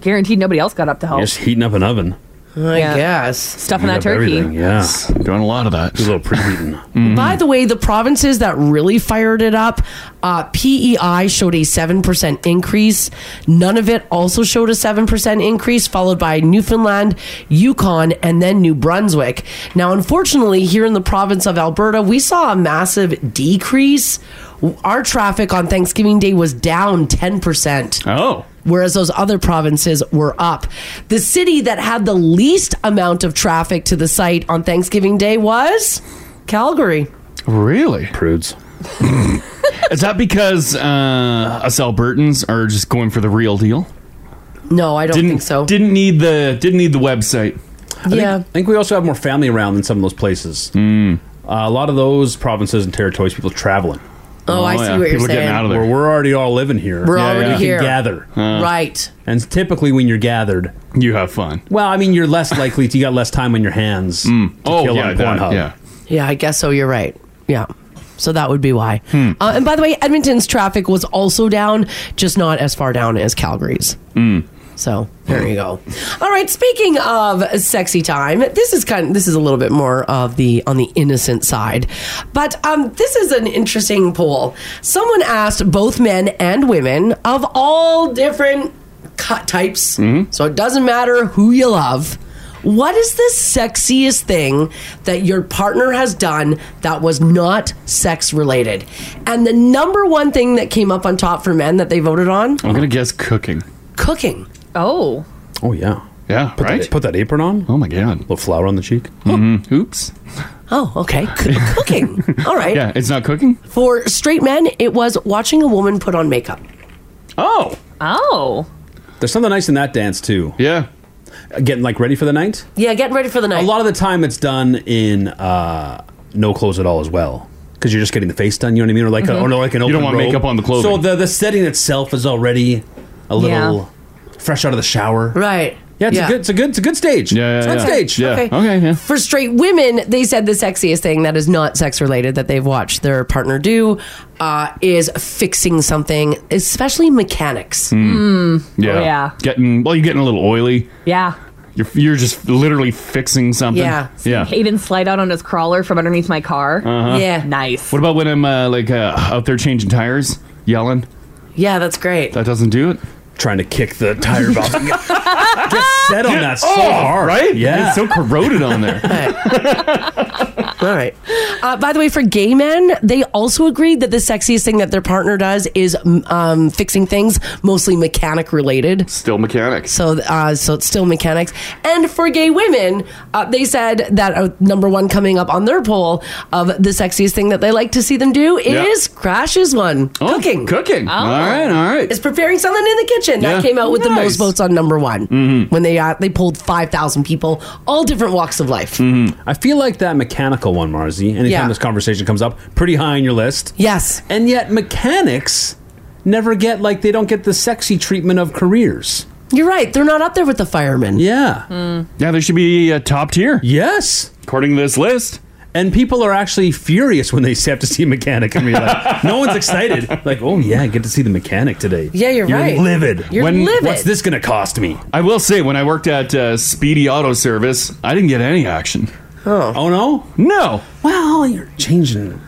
[SPEAKER 9] Guaranteed nobody else got up
[SPEAKER 8] Oh.
[SPEAKER 9] to help.
[SPEAKER 7] You're just heating up an oven.
[SPEAKER 8] I
[SPEAKER 9] Yeah.
[SPEAKER 8] guess.
[SPEAKER 9] Stuffing
[SPEAKER 7] Heat
[SPEAKER 9] that
[SPEAKER 7] up
[SPEAKER 9] turkey.
[SPEAKER 7] everything, Yeah.
[SPEAKER 4] Doing a lot of that.
[SPEAKER 7] A little preheating.
[SPEAKER 4] Mm.
[SPEAKER 8] By the way, the provinces that really fired it up, uh, PEI showed a 7% increase. None of it also showed a 7% increase, followed by Newfoundland, Yukon, and then New Brunswick. Now, unfortunately, here in the province of Alberta, we saw a massive decrease. Our traffic on Thanksgiving Day was down 10%
[SPEAKER 4] Oh.
[SPEAKER 8] whereas those other provinces were up. The city that had the least amount of traffic to the site on Thanksgiving Day was Calgary.
[SPEAKER 4] Really?
[SPEAKER 7] Prudes.
[SPEAKER 4] Is that because uh, us Albertans are just going for the real deal?
[SPEAKER 8] No, Oh, I don't
[SPEAKER 4] Didn't
[SPEAKER 8] think so.
[SPEAKER 4] Didn't need the didn't need the website.
[SPEAKER 8] yeah.
[SPEAKER 7] I think we also have more family around than some of those places.
[SPEAKER 4] Hmm.
[SPEAKER 7] Uh, a lot of those provinces and territories, people traveling.
[SPEAKER 8] oh, I see
[SPEAKER 4] yeah.
[SPEAKER 8] what you're
[SPEAKER 4] People
[SPEAKER 8] saying.
[SPEAKER 4] getting out of
[SPEAKER 7] Where
[SPEAKER 4] there.
[SPEAKER 7] we're already all living here.
[SPEAKER 8] We're
[SPEAKER 7] Yeah,
[SPEAKER 8] already
[SPEAKER 7] you can
[SPEAKER 8] here.
[SPEAKER 7] gather.
[SPEAKER 8] right.
[SPEAKER 7] And typically, when you're gathered,
[SPEAKER 4] You have fun.
[SPEAKER 7] well, I mean, you're less likely to. You got less time on your hands. To
[SPEAKER 4] Oh
[SPEAKER 7] kill
[SPEAKER 4] yeah,
[SPEAKER 7] on
[SPEAKER 4] that,
[SPEAKER 7] Pornhub.
[SPEAKER 4] yeah.
[SPEAKER 8] Yeah, I guess so. You're right. Yeah. So that would be why. Uh, and by the way, Edmonton's traffic was also down, just not as far down as Calgary's.
[SPEAKER 4] Mm.
[SPEAKER 8] So there you go. All right. Speaking of sexy time, this is kind. this is a little bit more of the on the innocent side, but um, this is an interesting poll. Someone asked both men and women of all different cut types, so it doesn't matter who you love. What is the sexiest thing that your partner has done that was not sex related? And the number one thing that came up on top for men that they voted on
[SPEAKER 4] I'm gonna guess cooking.
[SPEAKER 8] cooking.
[SPEAKER 9] Oh,
[SPEAKER 7] Oh yeah.
[SPEAKER 4] Yeah,
[SPEAKER 7] Put
[SPEAKER 4] right.
[SPEAKER 7] That, put that apron on.
[SPEAKER 4] oh my god. Mm-hmm.
[SPEAKER 7] little flour on the cheek.
[SPEAKER 4] Oops.
[SPEAKER 8] Oh, okay. C- cooking. All right.
[SPEAKER 4] Yeah, it's not cooking.
[SPEAKER 8] For straight men, it was watching a woman put on makeup.
[SPEAKER 4] Oh.
[SPEAKER 9] oh,
[SPEAKER 7] There's something nice in that dance too.
[SPEAKER 4] Yeah.
[SPEAKER 7] Uh, Getting like ready for the night.
[SPEAKER 8] Yeah, getting ready for the night.
[SPEAKER 7] A lot of the time, it's done in uh, no clothes at all as well. Because you're just getting the face done, you know what I mean, or like
[SPEAKER 8] Mm-hmm.
[SPEAKER 7] a, or like an open
[SPEAKER 4] don't want
[SPEAKER 7] robe.
[SPEAKER 4] makeup on the clothing.
[SPEAKER 7] So the the setting itself is already a little fresh out of the shower.
[SPEAKER 8] right.
[SPEAKER 7] Yeah, it's a good, it's a good, it's a good stage.
[SPEAKER 4] Yeah, yeah,
[SPEAKER 7] it's a good
[SPEAKER 4] yeah.
[SPEAKER 7] stage.
[SPEAKER 4] Yeah.
[SPEAKER 8] Okay.
[SPEAKER 4] Okay. yeah.
[SPEAKER 8] For straight women, they said the sexiest thing that is not sex related that they've watched their partner do uh, is fixing something, especially mechanics.
[SPEAKER 4] Yeah.
[SPEAKER 9] yeah.
[SPEAKER 8] Oh,
[SPEAKER 4] Oh, Getting well, you're getting a little oily.
[SPEAKER 9] yeah.
[SPEAKER 4] You're, you're just literally fixing something.
[SPEAKER 9] Yeah.
[SPEAKER 4] Yeah.
[SPEAKER 9] Hayden slide out on his crawler from underneath my car.
[SPEAKER 4] Uh-huh.
[SPEAKER 9] Nice.
[SPEAKER 4] What about when I'm uh, like uh, out there changing tires, yelling?
[SPEAKER 8] Yeah, that's great.
[SPEAKER 4] That doesn't do it.
[SPEAKER 7] Trying to kick the tire valve. Get set on that so
[SPEAKER 4] off,
[SPEAKER 7] hard,
[SPEAKER 4] Oh, right?
[SPEAKER 7] Yeah,
[SPEAKER 4] It's so corroded on there.
[SPEAKER 8] All right. Uh, by the way, for gay men, they also agreed that the sexiest thing that their partner does is mm, um, fixing things, mostly mechanic related.
[SPEAKER 4] Still mechanics.
[SPEAKER 8] So, uh, so it's still mechanics. And for gay women, uh, they said that uh, number one coming up on their poll of the sexiest thing that they like to see them do is
[SPEAKER 4] Yeah. Oh,
[SPEAKER 8] crashes one cooking. Oh.
[SPEAKER 4] Cooking. All right, all right.
[SPEAKER 8] It's preparing something in the kitchen. That
[SPEAKER 4] Yeah.
[SPEAKER 8] came out with the
[SPEAKER 4] Nice.
[SPEAKER 8] most votes on number one
[SPEAKER 7] Mm-hmm.
[SPEAKER 8] when they uh, they polled five thousand people, all different walks of life.
[SPEAKER 7] Mm-hmm. I feel like that mechanical one, Marzi. Anytime
[SPEAKER 8] Yeah.
[SPEAKER 7] this conversation comes up, pretty high on your list.
[SPEAKER 8] Yes.
[SPEAKER 7] And yet, mechanics never get like they don't get the sexy treatment of careers.
[SPEAKER 8] You're right. They're not up there with the firemen.
[SPEAKER 7] Yeah.
[SPEAKER 4] Hmm. Yeah, they should be uh, top tier
[SPEAKER 7] Yes.
[SPEAKER 4] according to this list.
[SPEAKER 7] And people are actually furious when they have to see a mechanic and be like, no one's excited. Like, oh yeah, I get to see the mechanic today.
[SPEAKER 8] Yeah, you're right.
[SPEAKER 7] Livid.
[SPEAKER 8] You're
[SPEAKER 4] When-
[SPEAKER 8] livid.
[SPEAKER 7] What's this going to cost me?
[SPEAKER 4] I will say, when I worked at uh, Speedy Auto Service, I didn't get any action.
[SPEAKER 7] Oh no.
[SPEAKER 4] No,
[SPEAKER 7] Well, you're changing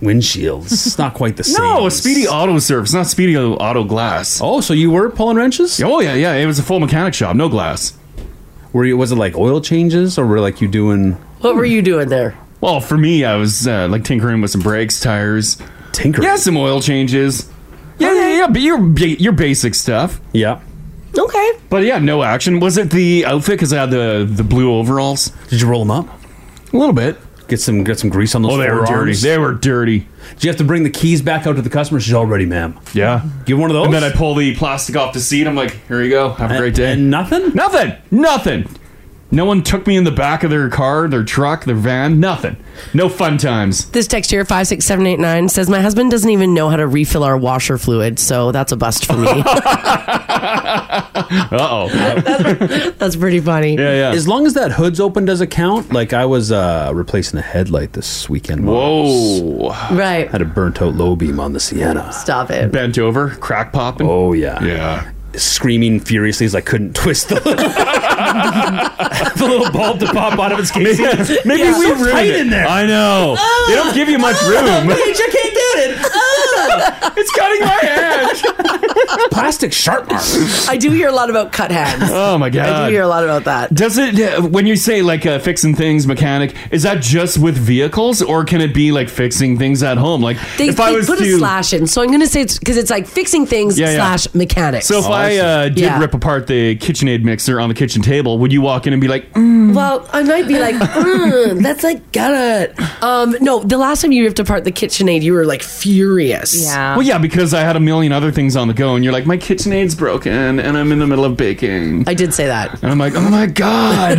[SPEAKER 7] windshields. It's not quite the same.
[SPEAKER 4] no, Speedy Auto Service, not Speedy Auto Glass.
[SPEAKER 7] Oh, so you were pulling wrenches?
[SPEAKER 4] Oh yeah, yeah. It was a full mechanic shop, no glass.
[SPEAKER 7] Were you? Was it like oil changes, or were like you doing
[SPEAKER 8] What were you doing there?
[SPEAKER 4] Well, for me, I was uh, like tinkering with some brakes, tires,
[SPEAKER 7] tinkering?
[SPEAKER 4] yeah, some oil changes. Yeah, yeah, yeah. But your ba- your basic stuff.
[SPEAKER 7] Yeah.
[SPEAKER 8] Okay.
[SPEAKER 4] But yeah, no action. Was it the outfit? Because I had the the blue overalls.
[SPEAKER 7] Did you roll them up?
[SPEAKER 4] A little bit.
[SPEAKER 7] Get some get some grease on those.
[SPEAKER 4] Oh, they were dirty.
[SPEAKER 7] forearms?
[SPEAKER 4] They were dirty.
[SPEAKER 7] Did you have to bring the keys back out to the customer? She's already, ma'am.
[SPEAKER 4] Yeah.
[SPEAKER 7] Give one of those.
[SPEAKER 4] And then I pull the plastic off the seat. I'm like, here you go. Have a great day.
[SPEAKER 7] And nothing.
[SPEAKER 4] Nothing. Nothing. No one took me in the back of their car, their truck, their van. Nothing. No fun times.
[SPEAKER 8] This text here, 56789, says, My husband doesn't even know how to refill our washer fluid, so that's a bust for me.
[SPEAKER 4] Uh oh.
[SPEAKER 8] that's pretty funny.
[SPEAKER 4] Yeah, yeah.
[SPEAKER 7] As long as that hood's open, does it count? Like I was uh, replacing the headlight this weekend.
[SPEAKER 4] Whoa.
[SPEAKER 8] Right.
[SPEAKER 7] Had a burnt out low beam on the Sienna.
[SPEAKER 8] Stop it.
[SPEAKER 4] Bent over, crack popping.
[SPEAKER 7] Oh yeah.
[SPEAKER 4] Yeah.
[SPEAKER 7] Screaming furiously as I couldn't twist the little, the little bulb to pop out of its casing.
[SPEAKER 4] Maybe
[SPEAKER 7] Yeah. So tight in there.
[SPEAKER 4] I know. they don't give you much room. it's cutting my hand.
[SPEAKER 7] Plastic sharp marks.
[SPEAKER 8] I do hear a lot about cut hands.
[SPEAKER 4] Oh my god.
[SPEAKER 8] I do hear a lot about that.
[SPEAKER 4] Does it uh, when you say like uh, fixing things mechanic? Is that just with vehicles, or can it be like fixing things at home? Like
[SPEAKER 8] They,
[SPEAKER 4] if
[SPEAKER 8] they
[SPEAKER 4] I was
[SPEAKER 8] put
[SPEAKER 4] to
[SPEAKER 8] a slash in, so I'm going to say it's because it's like fixing things
[SPEAKER 4] Yeah, yeah.
[SPEAKER 8] slash mechanics.
[SPEAKER 4] so if I uh, did
[SPEAKER 8] Yeah.
[SPEAKER 4] rip apart the KitchenAid mixer on the kitchen table, would you walk in and be like, "Mm,
[SPEAKER 8] well, I might be like, mm, that's like, got it. Um, no, the last time you ripped apart the KitchenAid, you were like furious.
[SPEAKER 9] yeah.
[SPEAKER 4] "Well, yeah, because I had a million other things on the go," and you're like, "My KitchenAid's broken, and I'm in the middle of baking,"
[SPEAKER 8] I did say that.
[SPEAKER 4] and I'm like, "Oh my god!"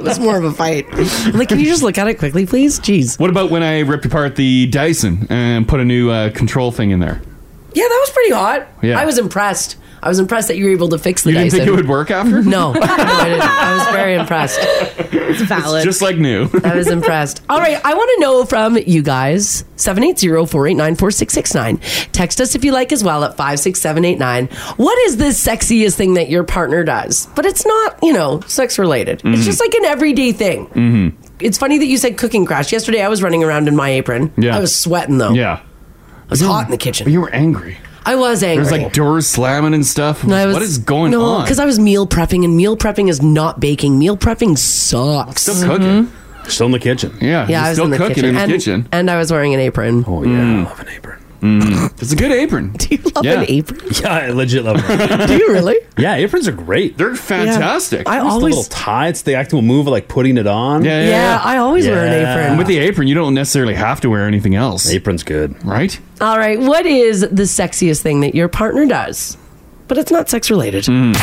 [SPEAKER 8] It was more of a fight. I'm like, can you just look at it quickly, please? Jeez.
[SPEAKER 4] what about when I ripped apart the Dyson and put a new uh, control thing in there?
[SPEAKER 8] Yeah, that was pretty hot.
[SPEAKER 4] Yeah.
[SPEAKER 8] I was impressed. I was impressed that you were able to fix the
[SPEAKER 4] You didn't
[SPEAKER 8] Dyson.
[SPEAKER 4] think it would work after?
[SPEAKER 8] No, no, I didn't. I was very impressed.
[SPEAKER 9] It's valid.
[SPEAKER 4] just like new.
[SPEAKER 8] I was impressed. All right, I want to know from you guys 780-489-4669. Text us if you like as well at 56789. What is the sexiest thing that your partner does? But it's not, you know, sex related.
[SPEAKER 4] Mm-hmm.
[SPEAKER 8] It's just like an everyday thing. Mm-hmm. It's funny that you said cooking crash. Yesterday I was running around in my apron.
[SPEAKER 4] Yeah.
[SPEAKER 8] I was sweating though.
[SPEAKER 4] yeah,
[SPEAKER 8] I was hot in the kitchen.
[SPEAKER 4] you were angry.
[SPEAKER 8] I was angry.
[SPEAKER 4] There's like doors slamming and stuff.
[SPEAKER 8] I was-
[SPEAKER 4] what is going
[SPEAKER 8] no,
[SPEAKER 4] on?
[SPEAKER 8] Because I was meal prepping, and meal prepping is not baking. Meal prepping sucks. Mm-hmm.
[SPEAKER 4] still cooking.
[SPEAKER 7] Still in the kitchen.
[SPEAKER 4] Yeah,
[SPEAKER 8] yeah,
[SPEAKER 4] you're
[SPEAKER 8] I was
[SPEAKER 4] still
[SPEAKER 8] in the
[SPEAKER 4] cooking
[SPEAKER 8] kitchen.
[SPEAKER 4] in the
[SPEAKER 8] and,
[SPEAKER 4] kitchen. Mm.
[SPEAKER 8] and I was wearing an apron.
[SPEAKER 7] Oh yeah. I love an apron.
[SPEAKER 4] It's a good apron.
[SPEAKER 8] Do you love
[SPEAKER 4] Yeah.
[SPEAKER 8] an apron?
[SPEAKER 7] Yeah, I legit love an apron.
[SPEAKER 8] Do you really?
[SPEAKER 7] yeah, aprons are great.
[SPEAKER 4] They're fantastic.
[SPEAKER 8] I
[SPEAKER 4] Yeah,
[SPEAKER 7] Just the
[SPEAKER 8] always,
[SPEAKER 7] little tie. It's the actual move of like putting it on.
[SPEAKER 4] yeah,
[SPEAKER 8] yeah, I always wear an
[SPEAKER 7] Yeah.
[SPEAKER 8] apron.
[SPEAKER 4] And with the apron, you don't necessarily have to wear anything else,
[SPEAKER 7] Apron's good.
[SPEAKER 4] right?
[SPEAKER 8] All right, what is the sexiest thing that your partner does? But it's not sex related.
[SPEAKER 4] Mm.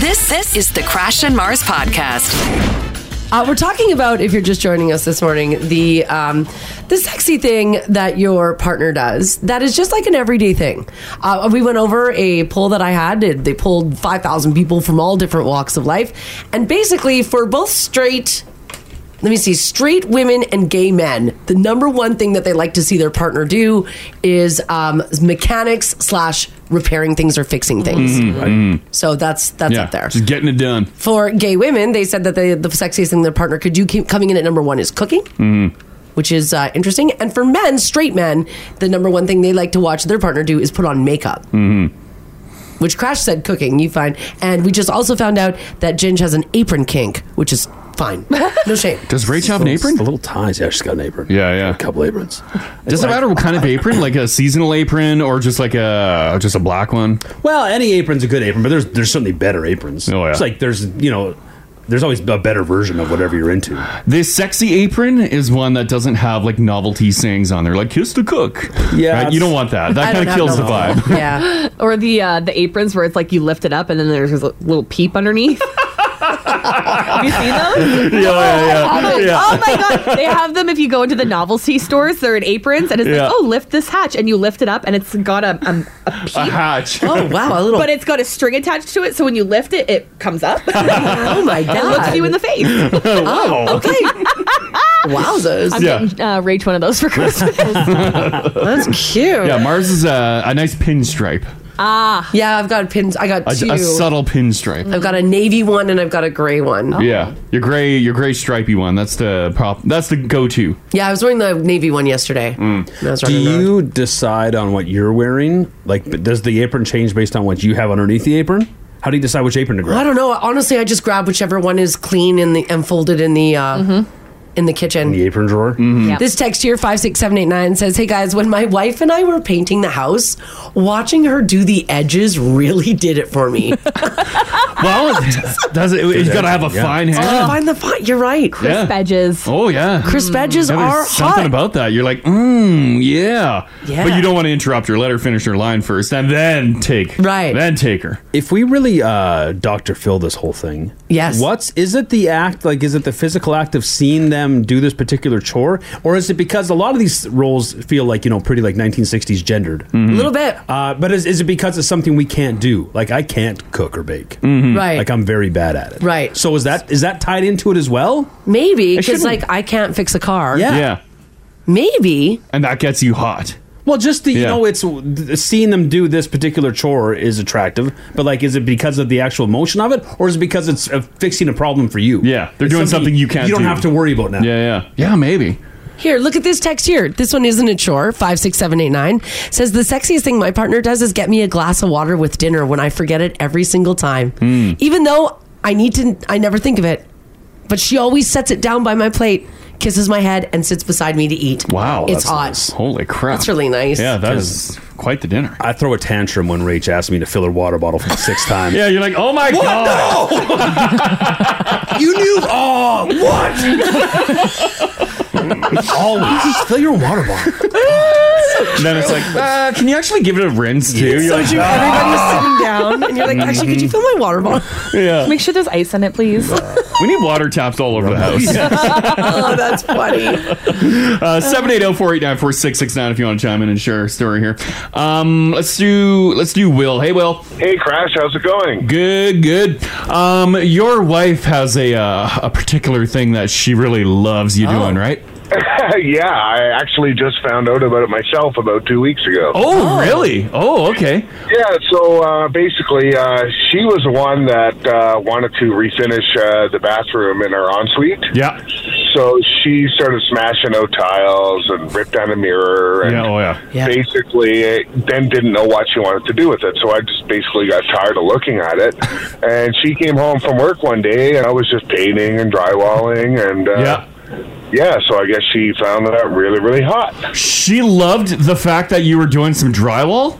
[SPEAKER 1] This this is the Crash and Mars podcast.
[SPEAKER 8] Uh, we're talking about if you're just joining us this morning, the um, the sexy thing that your partner does that is just like an everyday thing. Uh, we went over a poll that I had. It- They pulled five thousand people from all different walks of life, and basically for both straight Let me see. Straight women and gay men. The number one thing that they like to see their partner do is um, mechanics slash repairing things or fixing things. So that's that's
[SPEAKER 4] Mm-hmm. yeah,
[SPEAKER 8] up there.
[SPEAKER 4] Just getting it done.
[SPEAKER 8] For gay women, they said that they, the sexiest thing their partner could do keep coming in at number one is cooking
[SPEAKER 4] Mm.
[SPEAKER 8] which is uh, interesting. And for men, straight men, the number one thing they like to watch their partner do is put on makeup,
[SPEAKER 10] Mm-hmm.
[SPEAKER 8] which Crash said cooking, you find. And we just also found out that Ginge has an apron kink, which is fine. No shame.
[SPEAKER 4] Does Rach have an apron?
[SPEAKER 7] A little ties. Yeah, she's got an apron.
[SPEAKER 4] Yeah, yeah. A
[SPEAKER 7] couple aprons.
[SPEAKER 4] Does it matter what kind of apron? Like a seasonal apron or just like a just a black one?
[SPEAKER 7] Well, any apron's a good apron, but there's there's certainly better aprons. Oh, yeah. It's like there's you know there's always a better version of whatever you're into.
[SPEAKER 4] This sexy apron is one that doesn't have like novelty sayings on there, like "kiss the cook."
[SPEAKER 7] Yeah,
[SPEAKER 4] you don't want Uh, that.
[SPEAKER 9] I don't
[SPEAKER 4] That kind of
[SPEAKER 9] have
[SPEAKER 4] kills the
[SPEAKER 9] novelty.
[SPEAKER 4] vibe.
[SPEAKER 8] Yeah.
[SPEAKER 9] or the uh, the aprons where it's like you lift it up and then there's a little peep underneath. have you seen those?
[SPEAKER 4] Yeah, yeah, yeah.
[SPEAKER 9] I have it.
[SPEAKER 4] Yeah.
[SPEAKER 9] Oh my god, they have them if you go into the novelty stores. They're in aprons and it's
[SPEAKER 4] Yeah.
[SPEAKER 9] like, oh, lift this hatch, and you lift it up and it's got a a, a peep.
[SPEAKER 4] A hatch.
[SPEAKER 9] But it's got Oh, a string attached to it, so when you lift it, it comes up. oh
[SPEAKER 8] my
[SPEAKER 9] It looks
[SPEAKER 8] God.
[SPEAKER 9] you in the face. Oh,
[SPEAKER 4] Wow.
[SPEAKER 8] Okay. Wowzers.
[SPEAKER 9] I'm
[SPEAKER 4] Yeah.
[SPEAKER 9] getting uh, Rach one of those for Christmas. That's
[SPEAKER 8] cute.
[SPEAKER 4] Yeah, Mars is a, a nice pinstripe,
[SPEAKER 9] ah.
[SPEAKER 8] Yeah, I've got pins. I got
[SPEAKER 4] a,
[SPEAKER 8] two.
[SPEAKER 4] a subtle pinstripe.
[SPEAKER 8] I've got a navy one and I've got a gray one.
[SPEAKER 9] Oh.
[SPEAKER 4] Yeah, your gray, your gray stripey one. That's the prop. That's the go-to. Mm.
[SPEAKER 8] Yeah, I was wearing the navy one yesterday.
[SPEAKER 7] Do you decide on what you're wearing? Like, but does the apron change based on what you have underneath the apron? How do you decide which apron to grab?
[SPEAKER 8] I don't know. Honestly, I just grab whichever one is clean in the and folded in the uh, in the kitchen.
[SPEAKER 7] The apron drawer. Mm-hmm.
[SPEAKER 8] This text here, 56789, says, Hey guys, when my wife and I were painting the house, watching her do the edges really did it for me.
[SPEAKER 4] well, does it? It's got to have a fine hand.
[SPEAKER 8] Oh, find the fine. You're right.
[SPEAKER 4] Yeah.
[SPEAKER 9] edges.
[SPEAKER 4] Oh yeah,
[SPEAKER 8] Crisp edges
[SPEAKER 4] Yeah, there's
[SPEAKER 8] are
[SPEAKER 4] something
[SPEAKER 8] hot.
[SPEAKER 4] about that. You're like, mmm, yeah.
[SPEAKER 8] Yeah.
[SPEAKER 4] But you don't want to interrupt her. Let her finish her line first, and then take. Right. Then take her.
[SPEAKER 7] If we really uh Dr. Phil this whole thing.
[SPEAKER 8] Yes.
[SPEAKER 7] What's is it the act like is it the physical act of seeing them do this particular chore or is it because a lot of these roles feel like, you know, pretty like 1960s gendered.
[SPEAKER 4] Mm-hmm.
[SPEAKER 8] A little bit.
[SPEAKER 7] Uh but is, is it because it's something we can't do? Like I can't cook or bake.
[SPEAKER 4] Mm-hmm.
[SPEAKER 8] Right.
[SPEAKER 7] Like I'm very bad at it.
[SPEAKER 8] Right.
[SPEAKER 7] So is that is that tied into it as well?
[SPEAKER 8] Maybe,
[SPEAKER 7] It
[SPEAKER 8] because
[SPEAKER 7] shouldn't.
[SPEAKER 8] like I can't fix a car.
[SPEAKER 7] Yeah.
[SPEAKER 8] Maybe.
[SPEAKER 4] And that gets you hot.
[SPEAKER 7] Well, just the, you
[SPEAKER 4] Yeah.
[SPEAKER 7] know, it's th- seeing them do this particular chore is attractive, but like, is it because of the actual motion of it, or is it because it's uh, fixing a problem for you? Yeah,
[SPEAKER 4] They're doing something you can't.
[SPEAKER 7] You don't have to worry about now.
[SPEAKER 4] Yeah, yeah, yeah. Maybe.
[SPEAKER 8] Here, look at this text here. This one isn't a chore. 56789 says the sexiest thing my partner does is get me a glass of water with dinner when I forget it every single time.
[SPEAKER 4] Hmm.
[SPEAKER 8] Even though I need to I never think of it. But she always sets it down by my plate, kisses my head and sits beside me to eat.
[SPEAKER 7] Oh,
[SPEAKER 4] Wow, that's
[SPEAKER 8] It's hot.
[SPEAKER 4] nice. Holy crap!
[SPEAKER 8] That's really nice.
[SPEAKER 4] Yeah, that is quite the dinner.
[SPEAKER 7] I throw a tantrum when Rach asks me to fill her water bottle for the sixth time.
[SPEAKER 4] Yeah, you're like, oh my
[SPEAKER 7] What?
[SPEAKER 4] god!
[SPEAKER 7] you knew. Oh, what? Always just fill your water bottle.
[SPEAKER 4] And then it's like, uh, can you actually give it a rinse too? You're
[SPEAKER 8] so
[SPEAKER 4] like,
[SPEAKER 8] you,
[SPEAKER 4] "Ah."
[SPEAKER 8] everybody's sitting down and you're like, actually, could you fill my water bottle?
[SPEAKER 4] Yeah.
[SPEAKER 9] Make sure there's ice in it, please.
[SPEAKER 4] We need water taps all over the house.
[SPEAKER 8] oh, that's funny.
[SPEAKER 4] Uh, 780-489-4669 if you want to chime in and share a story here. Um, let's do let's do Will. Hey Will.
[SPEAKER 11] Hey Crash, how's it going?
[SPEAKER 4] Good, good. Um, your wife has a uh, a particular thing that she really loves you doing,
[SPEAKER 8] Oh.
[SPEAKER 4] right?
[SPEAKER 11] yeah, I actually just found out about it myself about two weeks ago.
[SPEAKER 4] Oh, really? Oh, okay.
[SPEAKER 11] Yeah, so uh, basically, uh, she was the one that uh, wanted to refinish uh, the bathroom in our ensuite.
[SPEAKER 4] Yeah.
[SPEAKER 11] So she started smashing out tiles and ripped down a mirror and
[SPEAKER 4] Yeah, oh, yeah. Yeah.
[SPEAKER 11] basically uh, then didn't know what she wanted to do with it. So I just basically got tired of looking at it. and she came home from work one day and I was just painting and drywalling and uh,
[SPEAKER 4] Yeah.
[SPEAKER 11] yeah, so I guess she found that really, really hot.
[SPEAKER 4] She loved the fact that you were doing some drywall.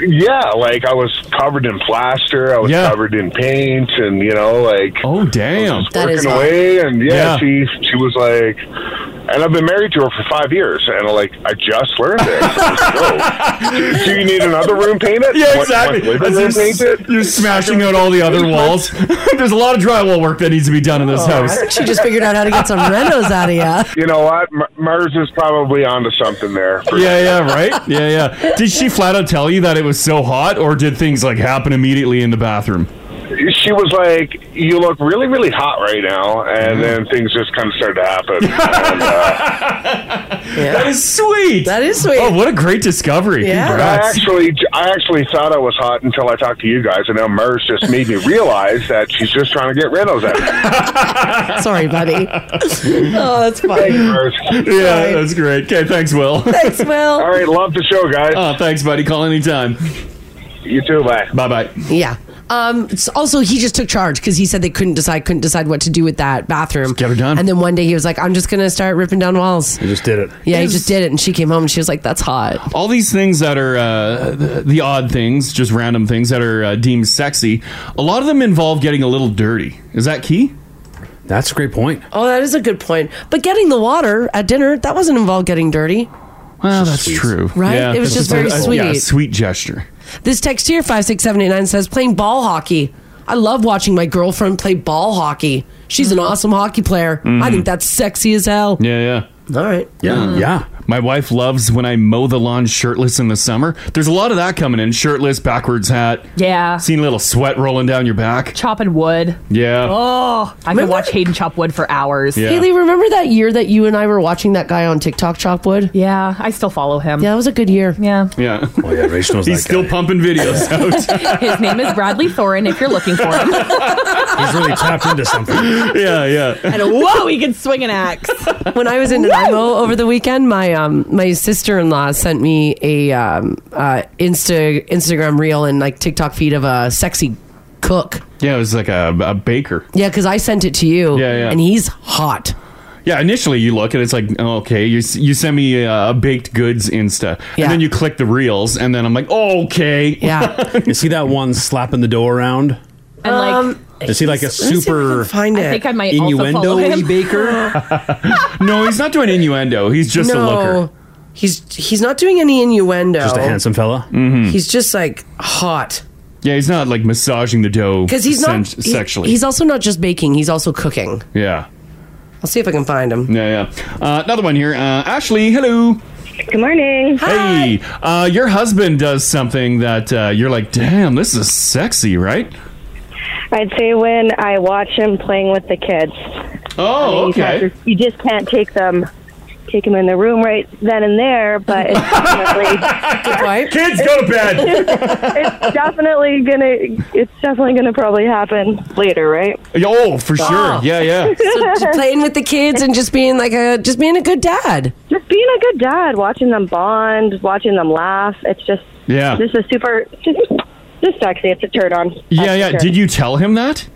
[SPEAKER 11] Yeah, like I was covered in plaster, I was covered in paint, and you know, like
[SPEAKER 4] oh damn,
[SPEAKER 11] working
[SPEAKER 4] That is hot.
[SPEAKER 11] away, and
[SPEAKER 4] Yeah.
[SPEAKER 11] yeah, she she was like, and I've been married to her for five years, and like I just learned this. So, do, do you need another room painted?
[SPEAKER 4] Yeah,
[SPEAKER 11] What-
[SPEAKER 4] exactly.
[SPEAKER 11] what living
[SPEAKER 4] As
[SPEAKER 11] room
[SPEAKER 4] you're, s-
[SPEAKER 11] painted?
[SPEAKER 4] you're smashing out all the other walls. There's a lot of drywall work that needs to be done in
[SPEAKER 11] Oh,
[SPEAKER 4] this house.
[SPEAKER 8] She just figured out how to get some renos out of ya.
[SPEAKER 11] You know what? M- Mars is probably onto something there. for-
[SPEAKER 4] Yeah, yeah, right? Yeah, yeah. Did she flat out tell you that it was so hot, or did things like happen immediately in the bathroom?
[SPEAKER 11] she was like, "You look really, really hot right now,"
[SPEAKER 4] Mm-hmm.
[SPEAKER 11] and then things just kind of started to happen.
[SPEAKER 4] That is sweet. That
[SPEAKER 8] is sweet.
[SPEAKER 4] Oh, what a great discovery.
[SPEAKER 11] And I
[SPEAKER 4] Congrats.
[SPEAKER 11] actually, I actually thought I was hot until I talked to you guys, and now Mers just made me realize that she's just trying to get rid of that.
[SPEAKER 8] Sorry, buddy. oh,
[SPEAKER 11] Thanks,
[SPEAKER 8] that's funny.
[SPEAKER 11] Mers.
[SPEAKER 4] Yeah, that's great. Okay, thanks, Will.
[SPEAKER 8] Thanks, Will.
[SPEAKER 11] All right, love the show, guys.
[SPEAKER 4] Oh, thanks, buddy. Call anytime.
[SPEAKER 11] you too, bye.
[SPEAKER 4] Bye bye.
[SPEAKER 8] Yeah. Um, it's also, he just took charge because he said they couldn't decide, couldn't decide what to do with that bathroom.
[SPEAKER 4] get her done.
[SPEAKER 8] And then one day he was like, "I'm just gonna start ripping down walls."
[SPEAKER 7] I just did it.
[SPEAKER 8] Yeah, he just did it, and she came home and she was like, "That's hot."
[SPEAKER 4] All these things that are uh, the, the odd things, just random things that are uh, deemed sexy, a lot of them involve getting a little dirty. Is that key?
[SPEAKER 7] That's a great point.
[SPEAKER 8] Oh, that is a good point. But getting the water at dinner that wasn't involved getting dirty.
[SPEAKER 4] Well, that's true.
[SPEAKER 8] Right? It was
[SPEAKER 4] that's
[SPEAKER 8] just very
[SPEAKER 4] a- a- yeah,
[SPEAKER 8] sweet.
[SPEAKER 4] sweet gesture.
[SPEAKER 8] This text here five six seven eight nine says playing ball hockey. I love watching my girlfriend play ball hockey. She's an awesome hockey player.
[SPEAKER 4] Mm.
[SPEAKER 8] I think that's sexy as hell.
[SPEAKER 4] Yeah, yeah.
[SPEAKER 8] All right.
[SPEAKER 7] Yeah, yeah.
[SPEAKER 4] My wife loves when I mow the lawn shirtless in the summer. There's a lot of that coming in shirtless, backwards hat.
[SPEAKER 9] Yeah.
[SPEAKER 4] Seen a little sweat rolling down your back.
[SPEAKER 9] Chopping wood.
[SPEAKER 4] Yeah.
[SPEAKER 9] Oh, I could watch Hayden chop wood for hours.
[SPEAKER 4] Yeah.
[SPEAKER 8] Haley, remember that year that you and I were watching that guy on TikTok Chopwood?
[SPEAKER 9] Yeah, I still follow him.
[SPEAKER 8] Yeah, that was a good year.
[SPEAKER 9] Yeah.
[SPEAKER 4] Yeah.
[SPEAKER 7] Oh yeah, Rachel knows
[SPEAKER 4] He's
[SPEAKER 7] that guy.
[SPEAKER 4] still pumping videos out.
[SPEAKER 9] His name is Bradley Thorin if you're looking for him.
[SPEAKER 7] He's really tapped into something.
[SPEAKER 4] yeah, yeah.
[SPEAKER 9] And whoa, he can swing an axe.
[SPEAKER 8] When I was in Nanaimo over the weekend, my um, my sister in law sent me a um, uh, Insta Instagram reel and like TikTok feed of a sexy cook.
[SPEAKER 4] Yeah, it was like a, a baker.
[SPEAKER 8] Yeah, because I sent it to you.
[SPEAKER 4] Yeah, yeah.
[SPEAKER 8] And he's hot.
[SPEAKER 4] Yeah, initially you look and it's like, oh, okay, you s- you send me uh, a baked goods Insta,
[SPEAKER 8] Yeah.
[SPEAKER 4] and then you click the reels, and then I'm like, oh, okay,
[SPEAKER 8] Yeah.
[SPEAKER 7] You see that one slapping the door around?
[SPEAKER 9] And like,
[SPEAKER 8] Um,
[SPEAKER 7] Is he like a super
[SPEAKER 8] Find
[SPEAKER 9] I think I might also follow
[SPEAKER 7] innuendo
[SPEAKER 9] him.
[SPEAKER 7] baker?
[SPEAKER 4] no, he's not doing innuendo. He's just a looker.
[SPEAKER 8] no, he's he's not doing any innuendo.
[SPEAKER 7] Just a handsome fella.
[SPEAKER 8] He's just like hot
[SPEAKER 4] Mm-hmm. Yeah, he's not like massaging the dough
[SPEAKER 8] because he's
[SPEAKER 4] sen-
[SPEAKER 8] not he-
[SPEAKER 4] sexually.
[SPEAKER 8] He's also not just baking; he's also cooking.
[SPEAKER 4] yeah,
[SPEAKER 8] I'll see if I can find him.
[SPEAKER 4] yeah, yeah. Uh, another one here, uh, Ashley. Hello.
[SPEAKER 10] Good morning.
[SPEAKER 4] Hey, uh, your husband does something that uh, you're like, damn, this is sexy, right?
[SPEAKER 10] I'd say when I watch him playing with the kids,
[SPEAKER 4] Oh,
[SPEAKER 10] you, can't
[SPEAKER 4] okay.
[SPEAKER 10] just- you just can't take them, take them in the room right then and there. But it's definitely,
[SPEAKER 8] Right?
[SPEAKER 4] Kids, go to bed.
[SPEAKER 10] it's definitely gonna, it's definitely gonna probably happen later, right?
[SPEAKER 4] oh, for sure. Yeah, yeah.
[SPEAKER 8] So just playing with the kids and just being like a just being a good dad.
[SPEAKER 10] Just being a good dad, watching them bond, watching them laugh. It's just,
[SPEAKER 4] Yeah.
[SPEAKER 10] this is super, just, just sexy. It's a turn on.
[SPEAKER 4] Yeah, yeah. Did you tell him that?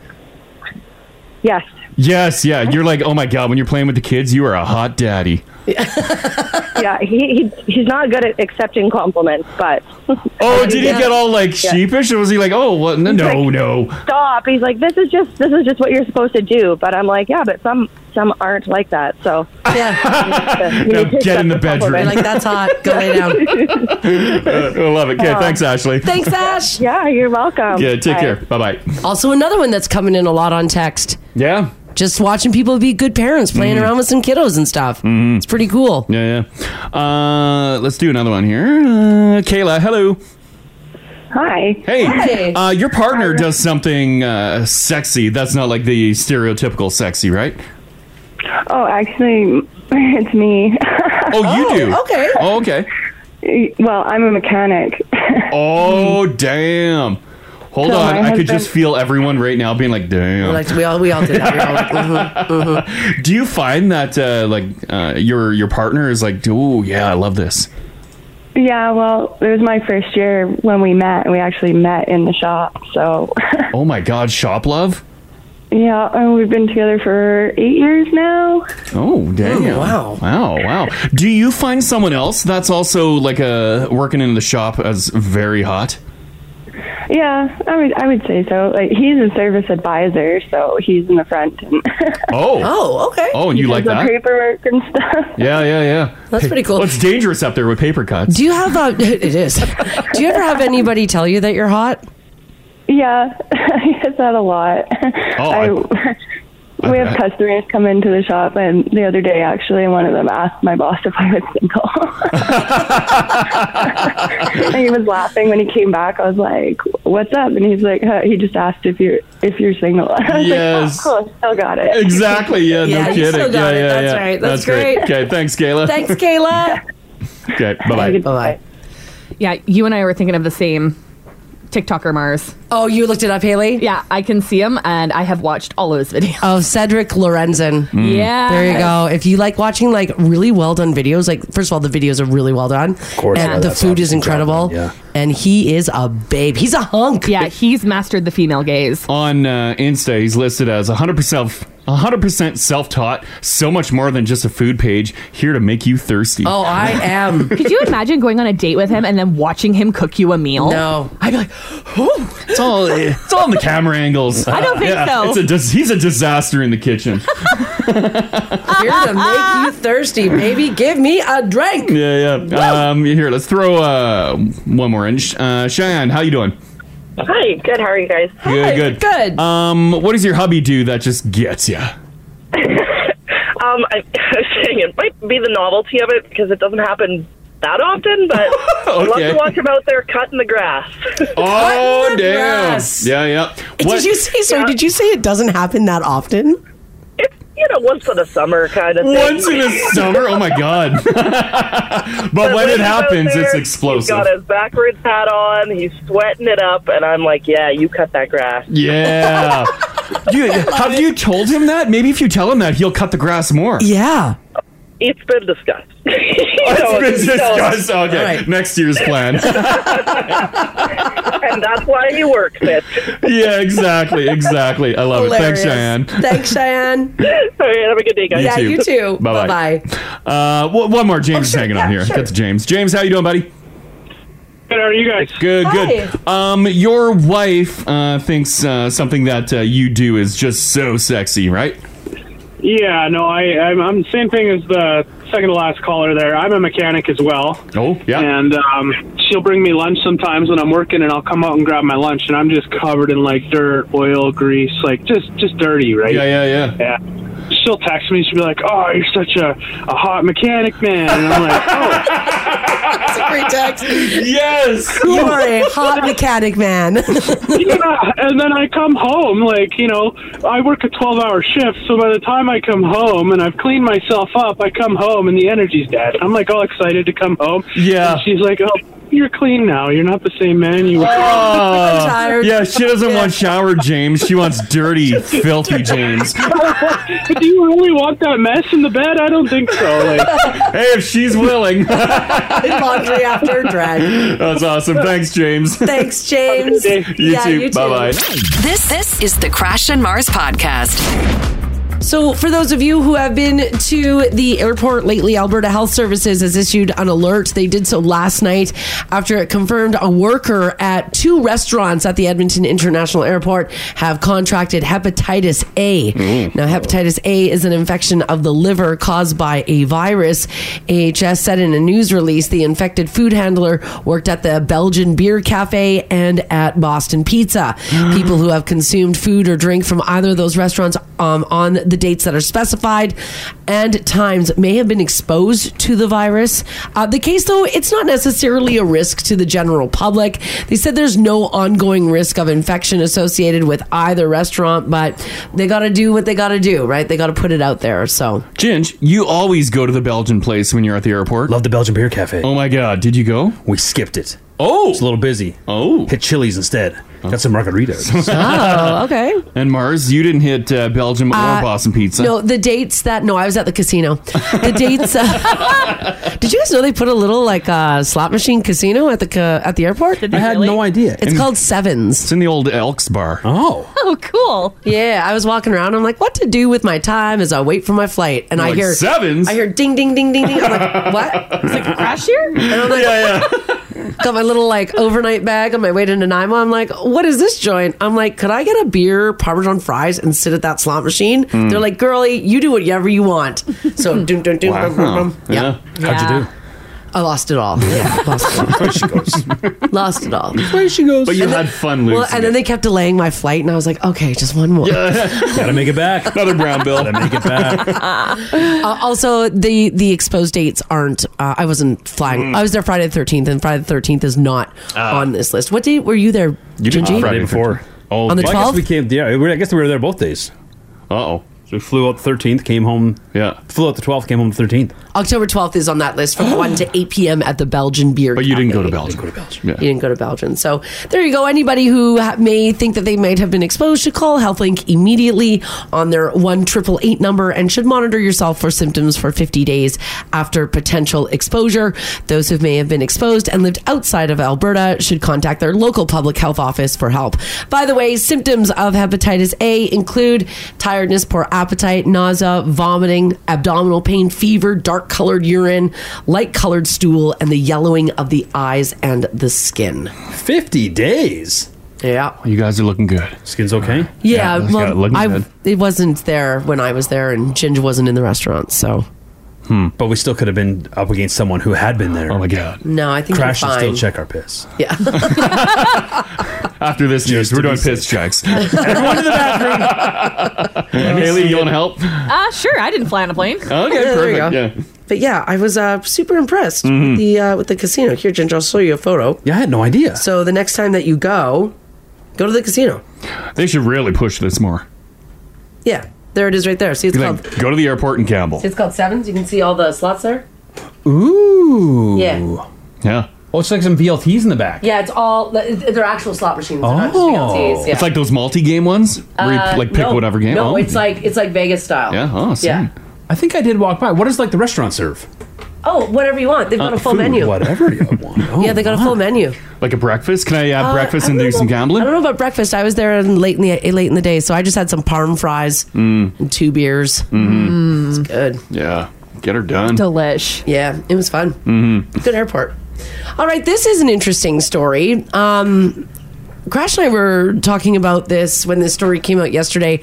[SPEAKER 10] Yes.
[SPEAKER 4] Yes, yeah. You're like, oh my god, when you're playing with the kids, you are a hot daddy.
[SPEAKER 10] Yeah. He, he he's not good at accepting compliments, but
[SPEAKER 4] Oh, did he get all like sheepish, or was he like, oh, what? No, no, no.
[SPEAKER 10] stop. He's like, this is just, this is just what you're supposed to do. But I'm like, yeah, but some, some aren't like that. So.
[SPEAKER 8] Yeah,
[SPEAKER 10] You
[SPEAKER 4] Now
[SPEAKER 10] need to
[SPEAKER 4] get in the bedroom.
[SPEAKER 10] accept compliment.
[SPEAKER 8] like that's hot. Go lay down.
[SPEAKER 4] Uh, I love it. Okay, thanks, Ashley.
[SPEAKER 8] Oh. Thanks, Ash.
[SPEAKER 10] Yeah, you're welcome.
[SPEAKER 4] Yeah, take
[SPEAKER 10] Bye.
[SPEAKER 4] care. Bye, bye.
[SPEAKER 8] Also, another one that's coming in a lot on text.
[SPEAKER 4] Yeah. Mm.
[SPEAKER 8] Just watching people be good parents, playing around with some kiddos and stuff. It's pretty cool.
[SPEAKER 4] Mm-hmm. Yeah, yeah. Uh, let's do another one here. Uh, Kayla, hello.
[SPEAKER 10] Hi.
[SPEAKER 4] Hey,
[SPEAKER 8] Hey.
[SPEAKER 4] Uh, your partner does something uh, sexy. That's not like the stereotypical sexy, right?
[SPEAKER 8] Mm.
[SPEAKER 10] Oh, actually, it's me.
[SPEAKER 4] Oh, you do.
[SPEAKER 8] okay.
[SPEAKER 4] Oh, okay.
[SPEAKER 10] well, I'm a mechanic.
[SPEAKER 4] Oh, damn. Hold
[SPEAKER 10] So
[SPEAKER 4] on.
[SPEAKER 10] my
[SPEAKER 4] I could
[SPEAKER 10] husband-
[SPEAKER 4] just feel everyone right now being like, damn.
[SPEAKER 8] Like we all we all did that. We all like, mhm.
[SPEAKER 4] Do you find that uh, like uh, your your partner is like, oh yeah, I love this.
[SPEAKER 10] yeah, well, it was my first year when we met, and we actually met in the shop. So,
[SPEAKER 4] Oh my god, shop love.
[SPEAKER 10] yeah, and we've been together for eight years now.
[SPEAKER 4] Oh damn!
[SPEAKER 8] Oh, wow.
[SPEAKER 4] wow, wow. Do you find someone else that's also like uh, working in the shop as very hot?
[SPEAKER 10] Yeah, I would, I would say so. Like, he's a service advisor, so he's in the front. And
[SPEAKER 4] Oh,
[SPEAKER 8] Oh, okay.
[SPEAKER 4] oh, and you like
[SPEAKER 10] does the
[SPEAKER 4] that?
[SPEAKER 10] paperwork and stuff.
[SPEAKER 4] Yeah, yeah, yeah.
[SPEAKER 8] That's pretty cool.
[SPEAKER 4] Well, it's dangerous up there with paper cuts.
[SPEAKER 8] Do you have a? It is. Do you ever have anybody tell you that you're hot?
[SPEAKER 10] Yeah, I get that a lot.
[SPEAKER 4] Oh, I-
[SPEAKER 10] I, We have customers come into the shop, and the other day, actually, one of them asked my boss if I was single. and he was laughing when he came back. I was like, "What's up?" And he's like, huh, "He just asked if you're if you're single." I was
[SPEAKER 4] Yes.
[SPEAKER 10] like, oh, "Cool, still got it."
[SPEAKER 4] Exactly. Yeah.
[SPEAKER 10] Yeah,
[SPEAKER 4] no
[SPEAKER 10] you
[SPEAKER 4] kidding.
[SPEAKER 10] still got
[SPEAKER 4] yeah,
[SPEAKER 10] it.
[SPEAKER 4] yeah,
[SPEAKER 10] That's
[SPEAKER 4] yeah.
[SPEAKER 10] right. That's
[SPEAKER 4] great.
[SPEAKER 10] great.
[SPEAKER 4] Okay. Thanks, Kayla.
[SPEAKER 9] Thanks, Kayla.
[SPEAKER 4] Okay. Bye bye.
[SPEAKER 8] Bye.
[SPEAKER 9] Yeah, you and I were thinking of the same TikToker Mars.
[SPEAKER 8] Oh, you looked it up, Haley?
[SPEAKER 9] Yeah, I can see him, and I have watched all of his videos.
[SPEAKER 8] Oh, Cedric Lorenzen.
[SPEAKER 9] Mm. Yes.
[SPEAKER 8] There you go. If you like watching like really well done videos, like first of all, the videos are really well done. Of
[SPEAKER 9] course,
[SPEAKER 8] And
[SPEAKER 9] yeah,
[SPEAKER 8] the
[SPEAKER 9] that's
[SPEAKER 8] food is incredible. Yeah. And he is a babe. He's a hunk.
[SPEAKER 9] Yeah, he's mastered the female gaze.
[SPEAKER 4] On uh, Insta, he's listed as 100% 100% self-taught, so much more than just a food page, here to make you thirsty.
[SPEAKER 9] Oh,
[SPEAKER 8] Oh, am.
[SPEAKER 9] Could you imagine going on a date with him and then watching him cook you a meal?
[SPEAKER 8] No.
[SPEAKER 9] I'd be like, oh.
[SPEAKER 4] It's all it's all in the camera angles.
[SPEAKER 9] I don't think so.
[SPEAKER 4] It's a dis- he's a disaster in the kitchen.
[SPEAKER 8] Here to make you thirsty, baby. Give me a drink.
[SPEAKER 4] yeah, yeah. Um, here, let's throw uh, one more in. Sh- Uh, Cheyenne, how you doing?
[SPEAKER 12] Hi, good. How are you guys?
[SPEAKER 4] good, good. Good. Um, what does your hubby do that just gets you?
[SPEAKER 12] Um, I, I was saying it might be the novelty of it because it doesn't happen that often, but I love
[SPEAKER 4] Okay.
[SPEAKER 12] to watch him out there cutting the grass.
[SPEAKER 4] Oh, damn.
[SPEAKER 8] grass.
[SPEAKER 4] Yeah, yeah.
[SPEAKER 8] Did you say sorry?
[SPEAKER 12] Yeah.
[SPEAKER 8] Did you say it doesn't happen that often?
[SPEAKER 12] You know, once in a summer kind of thing.
[SPEAKER 4] Once in the summer? Oh my god. but, when it
[SPEAKER 12] he's out
[SPEAKER 4] happens,
[SPEAKER 12] there, He's
[SPEAKER 4] it's
[SPEAKER 12] got
[SPEAKER 4] explosive.
[SPEAKER 12] his backwards hat on. He's sweating it up, and I'm like, "Yeah, you cut that grass."
[SPEAKER 4] Yeah. you, have you told him that? Maybe if you tell him that, he'll cut the grass more.
[SPEAKER 8] Yeah.
[SPEAKER 12] It's been discussed.
[SPEAKER 4] Oh, It's been discussed. Okay, next year's plan.
[SPEAKER 12] and that's why he works it.
[SPEAKER 4] yeah, exactly, exactly. I love it. Thanks, Cheyenne.
[SPEAKER 8] Hilarious. Thanks, Cheyenne.
[SPEAKER 12] All right, have a good day, guys.
[SPEAKER 8] yeah, you too.
[SPEAKER 4] Bye bye. Uh, one one more. James is hanging on here. That's James. James, how you doing, buddy?
[SPEAKER 5] Good. How are you guys?
[SPEAKER 4] Good, good. Um, your wife uh, thinks uh, something that uh, you do is just so sexy, right?
[SPEAKER 5] Yeah, no, I, I'm, I'm the same thing as the second to last caller there. I'm a mechanic as well.
[SPEAKER 4] Oh, yeah.
[SPEAKER 5] And um, she'll bring me lunch sometimes when I'm working, and I'll come out and grab my lunch, and I'm just covered in like dirt, oil, grease, like just just dirty, right?
[SPEAKER 4] Yeah, yeah,
[SPEAKER 5] yeah. Yeah. She'll text me. She'll be like, "Oh, you're such a, a hot mechanic, man," and I'm like,
[SPEAKER 8] That's a great text.
[SPEAKER 4] Yes.
[SPEAKER 8] You are a hot mechanic man.
[SPEAKER 5] yeah, and then I come home, like, you know, I work a 12 hour shift, so by the time I come home and I've cleaned myself up, I come home and the energy's dead. I'm like all excited to come home.
[SPEAKER 4] Yeah.
[SPEAKER 5] And she's like, oh, you're clean now. You're not the same man you were.
[SPEAKER 4] Oh, Yeah, she doesn't want shower James. She wants dirty, filthy James.
[SPEAKER 5] But do you really want that mess in the bed? I don't think so. Like,
[SPEAKER 4] hey, if she's willing.
[SPEAKER 8] Laundry after drag.
[SPEAKER 4] That's awesome. Thanks, James.
[SPEAKER 8] Thanks, James.
[SPEAKER 4] you
[SPEAKER 8] Yeah,
[SPEAKER 4] too.
[SPEAKER 8] you too.
[SPEAKER 4] Bye bye.
[SPEAKER 1] This this is the Crash and Mars podcast.
[SPEAKER 8] So, for those of you who have been to the airport lately, Alberta Health Services has issued an alert. They did so last night after it confirmed a worker at two restaurants at the Edmonton International Airport have contracted hepatitis A. Now, hepatitis A is an infection of the liver caused by a virus. AHS said in a news release the infected food handler worked at the Belgian Beer Cafe and at Boston Pizza. People who have consumed food or drink from either of those restaurants um, on the dates that are specified and times may have been exposed to the virus. Uh, the case, though, it's not necessarily a risk to the general public. They said there's no ongoing risk of infection associated with either restaurant, but they got to do what they got to do, right? They got to put it out there. So
[SPEAKER 4] Ginge, you always go to the Belgian place when you're at the airport. Love
[SPEAKER 7] the Belgian Beer Cafe.
[SPEAKER 4] Oh my God, did you go?
[SPEAKER 7] We skipped it.
[SPEAKER 4] Oh,
[SPEAKER 7] it's a little busy.
[SPEAKER 4] Oh,
[SPEAKER 7] hit Chili's instead. Got some margaritas.
[SPEAKER 8] Oh, okay.
[SPEAKER 4] And Mars, you didn't hit uh, Belgium or
[SPEAKER 8] Uh,
[SPEAKER 4] Boston Pizza.
[SPEAKER 8] No, the dates that no, I was at the casino. The dates. Uh, did you guys know they put a little like uh, slot machine casino at the ca- at the airport?
[SPEAKER 7] I had no idea.
[SPEAKER 8] It's called Sevens. It's
[SPEAKER 4] in the old Elks bar.
[SPEAKER 7] Oh.
[SPEAKER 8] Oh, cool. Yeah, I was walking around. I'm like, what to do with my time as I wait for my flight, and
[SPEAKER 4] You're
[SPEAKER 8] I
[SPEAKER 4] like,
[SPEAKER 8] hear
[SPEAKER 4] "Sevens?"
[SPEAKER 8] I hear ding, ding, ding, ding, ding. I'm like, what? It's like a crash here. And I'm like,
[SPEAKER 4] yeah,
[SPEAKER 8] yeah. Got my little like overnight bag on my way to Nanaimo. I'm like, what is this joint? I'm like, could I get a beer, parmesan fries, and sit at that slot machine?
[SPEAKER 4] Mm.
[SPEAKER 8] They're like, girlie, you do whatever you want. So, dun, dun, dun, dun,
[SPEAKER 4] Wow.
[SPEAKER 8] dun, dun, dun.
[SPEAKER 4] Yeah.
[SPEAKER 8] Yeah.
[SPEAKER 4] How'd you do?
[SPEAKER 8] I lost it all. Yeah, lost it all. lost it all. Where
[SPEAKER 7] she goes.
[SPEAKER 4] But you had fun losing.
[SPEAKER 8] Well, and then they kept delaying my flight, and I was like, okay, just one more.
[SPEAKER 7] Gotta make it back. Another brown bill. Gotta make it back.
[SPEAKER 8] Uh, also, the the exposed dates aren't. Uh, I wasn't flying. I was there Friday the thirteenth, and Friday the thirteenth is not on this list. What date were you there? Gigi?
[SPEAKER 7] Oh,
[SPEAKER 8] on the
[SPEAKER 7] well, I guess
[SPEAKER 8] twelfth.
[SPEAKER 7] we came. Yeah, we- I guess we were there both days. Uh oh. So we flew out the thirteenth, came home. Yeah. Flew out the twelfth, came home the thirteenth.
[SPEAKER 8] October twelfth is on that list from one to eight p.m. at the Belgian Beer.
[SPEAKER 7] But you didn't go to
[SPEAKER 8] Belgium.
[SPEAKER 7] Go to Belgium.
[SPEAKER 8] You didn't go to Belgium. So there you go. Anybody who ha- may think that they might have been exposed should call HealthLink immediately on their 1 888 number and should monitor yourself for symptoms for 50 days after potential exposure. Those who may have been exposed and lived outside of Alberta should contact their local public health office for help. By the way, symptoms of hepatitis A include tiredness, poor appetite, nausea, vomiting, abdominal pain, fever, dark colored urine, light colored stool, and the yellowing of the eyes and the skin.
[SPEAKER 7] 50 days?
[SPEAKER 8] Yeah.
[SPEAKER 4] You guys are looking good.
[SPEAKER 7] Skin's okay?
[SPEAKER 8] Yeah,
[SPEAKER 4] it's got-
[SPEAKER 8] well,
[SPEAKER 4] looking
[SPEAKER 8] I,
[SPEAKER 4] good.
[SPEAKER 8] it wasn't there when I was there, and Ginger wasn't in the restaurant, so.
[SPEAKER 7] Hmm. But we still could have been up against someone who had been there. Oh my god.
[SPEAKER 8] No, I think
[SPEAKER 7] Crash
[SPEAKER 8] you're
[SPEAKER 7] should
[SPEAKER 8] fine.
[SPEAKER 7] still check our piss.
[SPEAKER 8] Yeah.
[SPEAKER 4] After this news, we're doing piss checks. Everyone in the bathroom. Haley, you want to help?
[SPEAKER 9] Uh, sure. I didn't fly on a plane. Okay,
[SPEAKER 8] there you go. But yeah, I was uh, super impressed
[SPEAKER 9] Mhm.
[SPEAKER 4] Mm-hmm.
[SPEAKER 8] with the uh, with the casino. Here, Ginger, I'll show you a photo.
[SPEAKER 7] Yeah, I had no idea.
[SPEAKER 8] So the next time that you go, go to the casino.
[SPEAKER 4] They should really push this more.
[SPEAKER 8] Yeah, there it is, right there. See, it's called
[SPEAKER 4] Like, go to the airport and gamble.
[SPEAKER 8] it's called Sevens. You can see all the slots there.
[SPEAKER 7] Ooh.
[SPEAKER 8] Yeah.
[SPEAKER 4] Yeah.
[SPEAKER 7] Oh, it's like some VLTs in the back.
[SPEAKER 8] Yeah, it's all they're actual slot machines.
[SPEAKER 4] Oh.
[SPEAKER 7] Oh.
[SPEAKER 4] It's like those multi-game ones where you like pick whatever game. oh.
[SPEAKER 8] like Uh, it's like Vegas style.
[SPEAKER 4] Yeah, oh, same. Yeah.
[SPEAKER 7] I think I did walk by. What does like the restaurant serve?
[SPEAKER 8] Oh, whatever you want. They've
[SPEAKER 4] got Uh, a full food, Oh, menu.
[SPEAKER 7] Whatever. you want.
[SPEAKER 8] yeah, they got a full menu.
[SPEAKER 4] Like a breakfast? Can I have
[SPEAKER 8] Uh,
[SPEAKER 4] breakfast
[SPEAKER 8] I
[SPEAKER 4] and
[SPEAKER 8] don't
[SPEAKER 4] do
[SPEAKER 8] know
[SPEAKER 4] some
[SPEAKER 8] about-
[SPEAKER 4] gambling?
[SPEAKER 8] I don't know about breakfast. I was there in late in the late in the day, so I just had some parm fries and two beers. Mm.
[SPEAKER 4] Mhm.
[SPEAKER 8] It's good.
[SPEAKER 4] Mm. Yeah, get her done.
[SPEAKER 8] Delish. Yeah, it was fun.
[SPEAKER 4] Mm-hmm.
[SPEAKER 8] Good airport. All right, this is an interesting story. Um, Crash and I were talking about this when this story came out yesterday,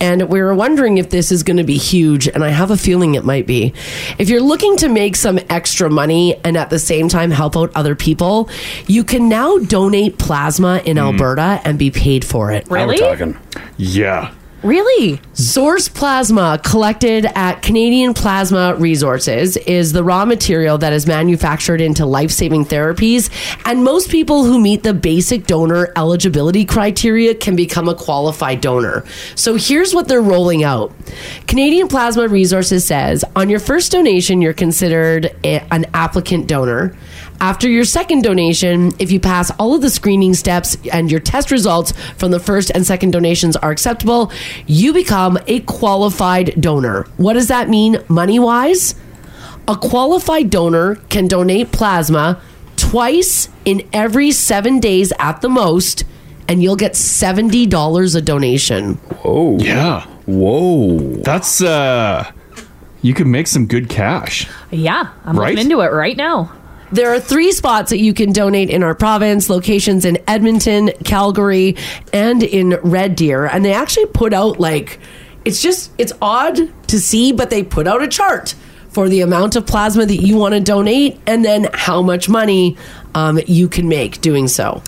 [SPEAKER 8] and we were wondering if this is going to be huge, and I have a feeling it might be. If you're looking to make some extra money and at the same time help out other people, you can now donate plasma in Alberta and be paid for it.
[SPEAKER 9] Really? Now we're talking.
[SPEAKER 4] Yeah.
[SPEAKER 8] Really? Source plasma collected at Canadian Plasma Resources is the raw material that is manufactured into life saving therapies. And most people who meet the basic donor eligibility criteria can become a qualified donor. So here's what they're rolling out Canadian Plasma Resources says on your first donation, you're considered a- an applicant donor. After your second donation, if you pass all of the screening steps and your test results from the first and second donations are acceptable, you become a qualified donor. What does that mean money wise? A qualified donor can donate plasma twice in every seven days at the most, and you'll get $70 a donation.
[SPEAKER 7] Oh.
[SPEAKER 4] Yeah. Whoa. That's uh you could make some good cash.
[SPEAKER 9] Yeah, I'm
[SPEAKER 4] Right?
[SPEAKER 9] looking into it right now.
[SPEAKER 8] There are three spots that you can donate in our province locations in Edmonton, Calgary, and in Red Deer. And they actually put out like, it's just, it's odd to see, but they put out a chart for the amount of plasma that you want to donate and then how much money um, you can make doing so.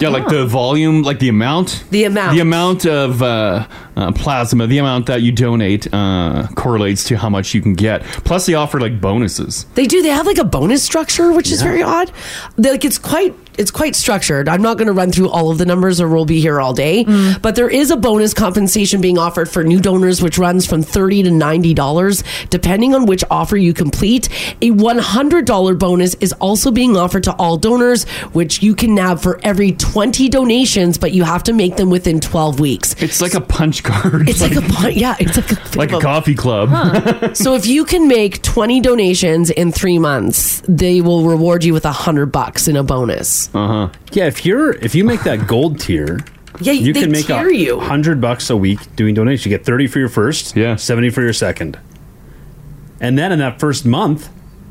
[SPEAKER 4] Yeah, like the volume, like the amount,
[SPEAKER 8] Ah. The amount.
[SPEAKER 4] the amount of uh, uh, plasma, the amount that you donate uh, correlates to how much you can get. Plus, they offer like bonuses.
[SPEAKER 8] They do. They have like a bonus structure, which is very odd. They, like it's quite it's quite structured. I'm not going to run through all of the numbers, or we'll be here all day. But there is a bonus compensation being offered for new donors, which runs from thirty to ninety dollars, depending on which offer you complete. A one hundred dollar bonus is also being offered to all donors, which you can nab for every twenty donations, but you have to make them within twelve weeks.
[SPEAKER 4] It's like a punch card.
[SPEAKER 8] It's like a pun- yeah. It's like a
[SPEAKER 4] like a coffee club.
[SPEAKER 8] so if you can make 20 donations in three months, they will reward you with a hundred bucks in a
[SPEAKER 4] Uh-huh.
[SPEAKER 8] bonus.
[SPEAKER 7] Uh huh. Yeah, if you're if you make that gold tier,
[SPEAKER 8] Yeah,
[SPEAKER 7] you
[SPEAKER 8] they
[SPEAKER 7] can make
[SPEAKER 8] tier
[SPEAKER 7] a
[SPEAKER 8] you.
[SPEAKER 7] hundred bucks a week doing donations. You get thirty for your first, yeah, seventy for your second, and then in that first month,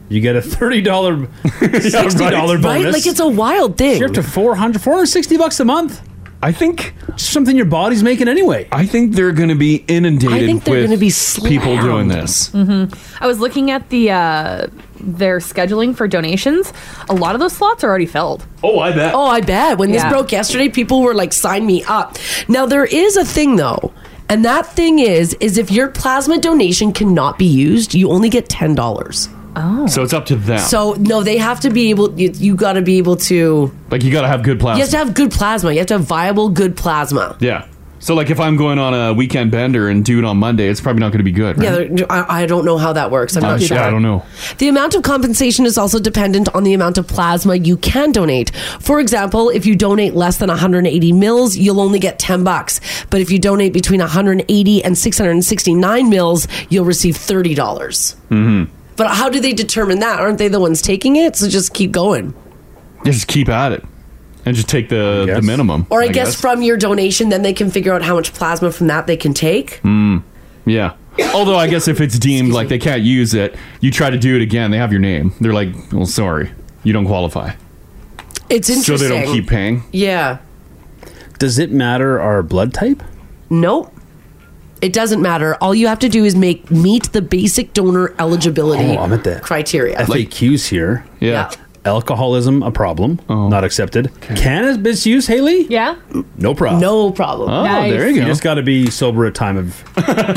[SPEAKER 7] you get a thirty dollar, sixty dollar bonus.
[SPEAKER 8] Right? Like it's a wild thing.
[SPEAKER 7] You're up to 400, 460 bucks a month.
[SPEAKER 4] I think
[SPEAKER 7] something your body's making anyway.
[SPEAKER 4] I think they're going to be inundated
[SPEAKER 9] I think they're
[SPEAKER 4] with
[SPEAKER 9] gonna be
[SPEAKER 4] people doing
[SPEAKER 9] slammed.
[SPEAKER 4] this.
[SPEAKER 9] Mm-hmm. I was looking at the uh, their scheduling for donations, a lot of those slots are already filled.
[SPEAKER 4] Oh, I bet.
[SPEAKER 8] Oh, I bet. When
[SPEAKER 9] Yeah.
[SPEAKER 8] this broke yesterday, people were like, "Sign me up." Now there is a thing though, and that thing is is if your plasma donation cannot be used, you only get ten dollars.
[SPEAKER 9] Oh,
[SPEAKER 4] So it's up to them.
[SPEAKER 8] So no, they have to be able. You, you got to be able to.
[SPEAKER 4] like you got to have good plasma.
[SPEAKER 8] You have to have good plasma. You have to have viable, good plasma.
[SPEAKER 4] yeah. So like if I'm going on a weekend bender and do it on Monday, it's probably not going to be good. Right?
[SPEAKER 8] Yeah, there- I, I don't know how that works. I'm
[SPEAKER 4] Uh,
[SPEAKER 8] not
[SPEAKER 4] shit,
[SPEAKER 8] sure.
[SPEAKER 4] I don't know.
[SPEAKER 8] The amount of compensation is also dependent on the amount of plasma you can donate. For example, if you donate less than 180 mils, you'll only get 10 bucks. But if you donate between 180 and 669 mils, you'll receive $30.
[SPEAKER 4] Mm-hmm.
[SPEAKER 8] But how do they determine that? Aren't they the ones taking it? So just keep going.
[SPEAKER 4] Just keep at it, and just take the the minimum.
[SPEAKER 8] Or I, guess, from your donation, then they can figure out how much plasma from that they can take.
[SPEAKER 4] Mm, yeah. Although I guess if it's deemed like they can't use it, you try to do it again. They have your name. They're like, "Well, sorry, you don't qualify."
[SPEAKER 8] It's
[SPEAKER 4] So they don't keep paying.
[SPEAKER 8] Yeah.
[SPEAKER 7] Does it matter our blood type?
[SPEAKER 8] Nope. It doesn't matter. All you have to do is make meet the basic donor eligibility
[SPEAKER 7] Oh, I'm at the
[SPEAKER 8] criteria.
[SPEAKER 7] FAQs here.
[SPEAKER 4] Yeah. Oh.
[SPEAKER 7] Alcoholism a problem? Not accepted. Cannabis use, Haley?
[SPEAKER 9] Yeah.
[SPEAKER 7] No problem.
[SPEAKER 8] No problem.
[SPEAKER 7] Oh,
[SPEAKER 8] Nice.
[SPEAKER 7] there you go.
[SPEAKER 8] You just
[SPEAKER 7] got to be sober at time of.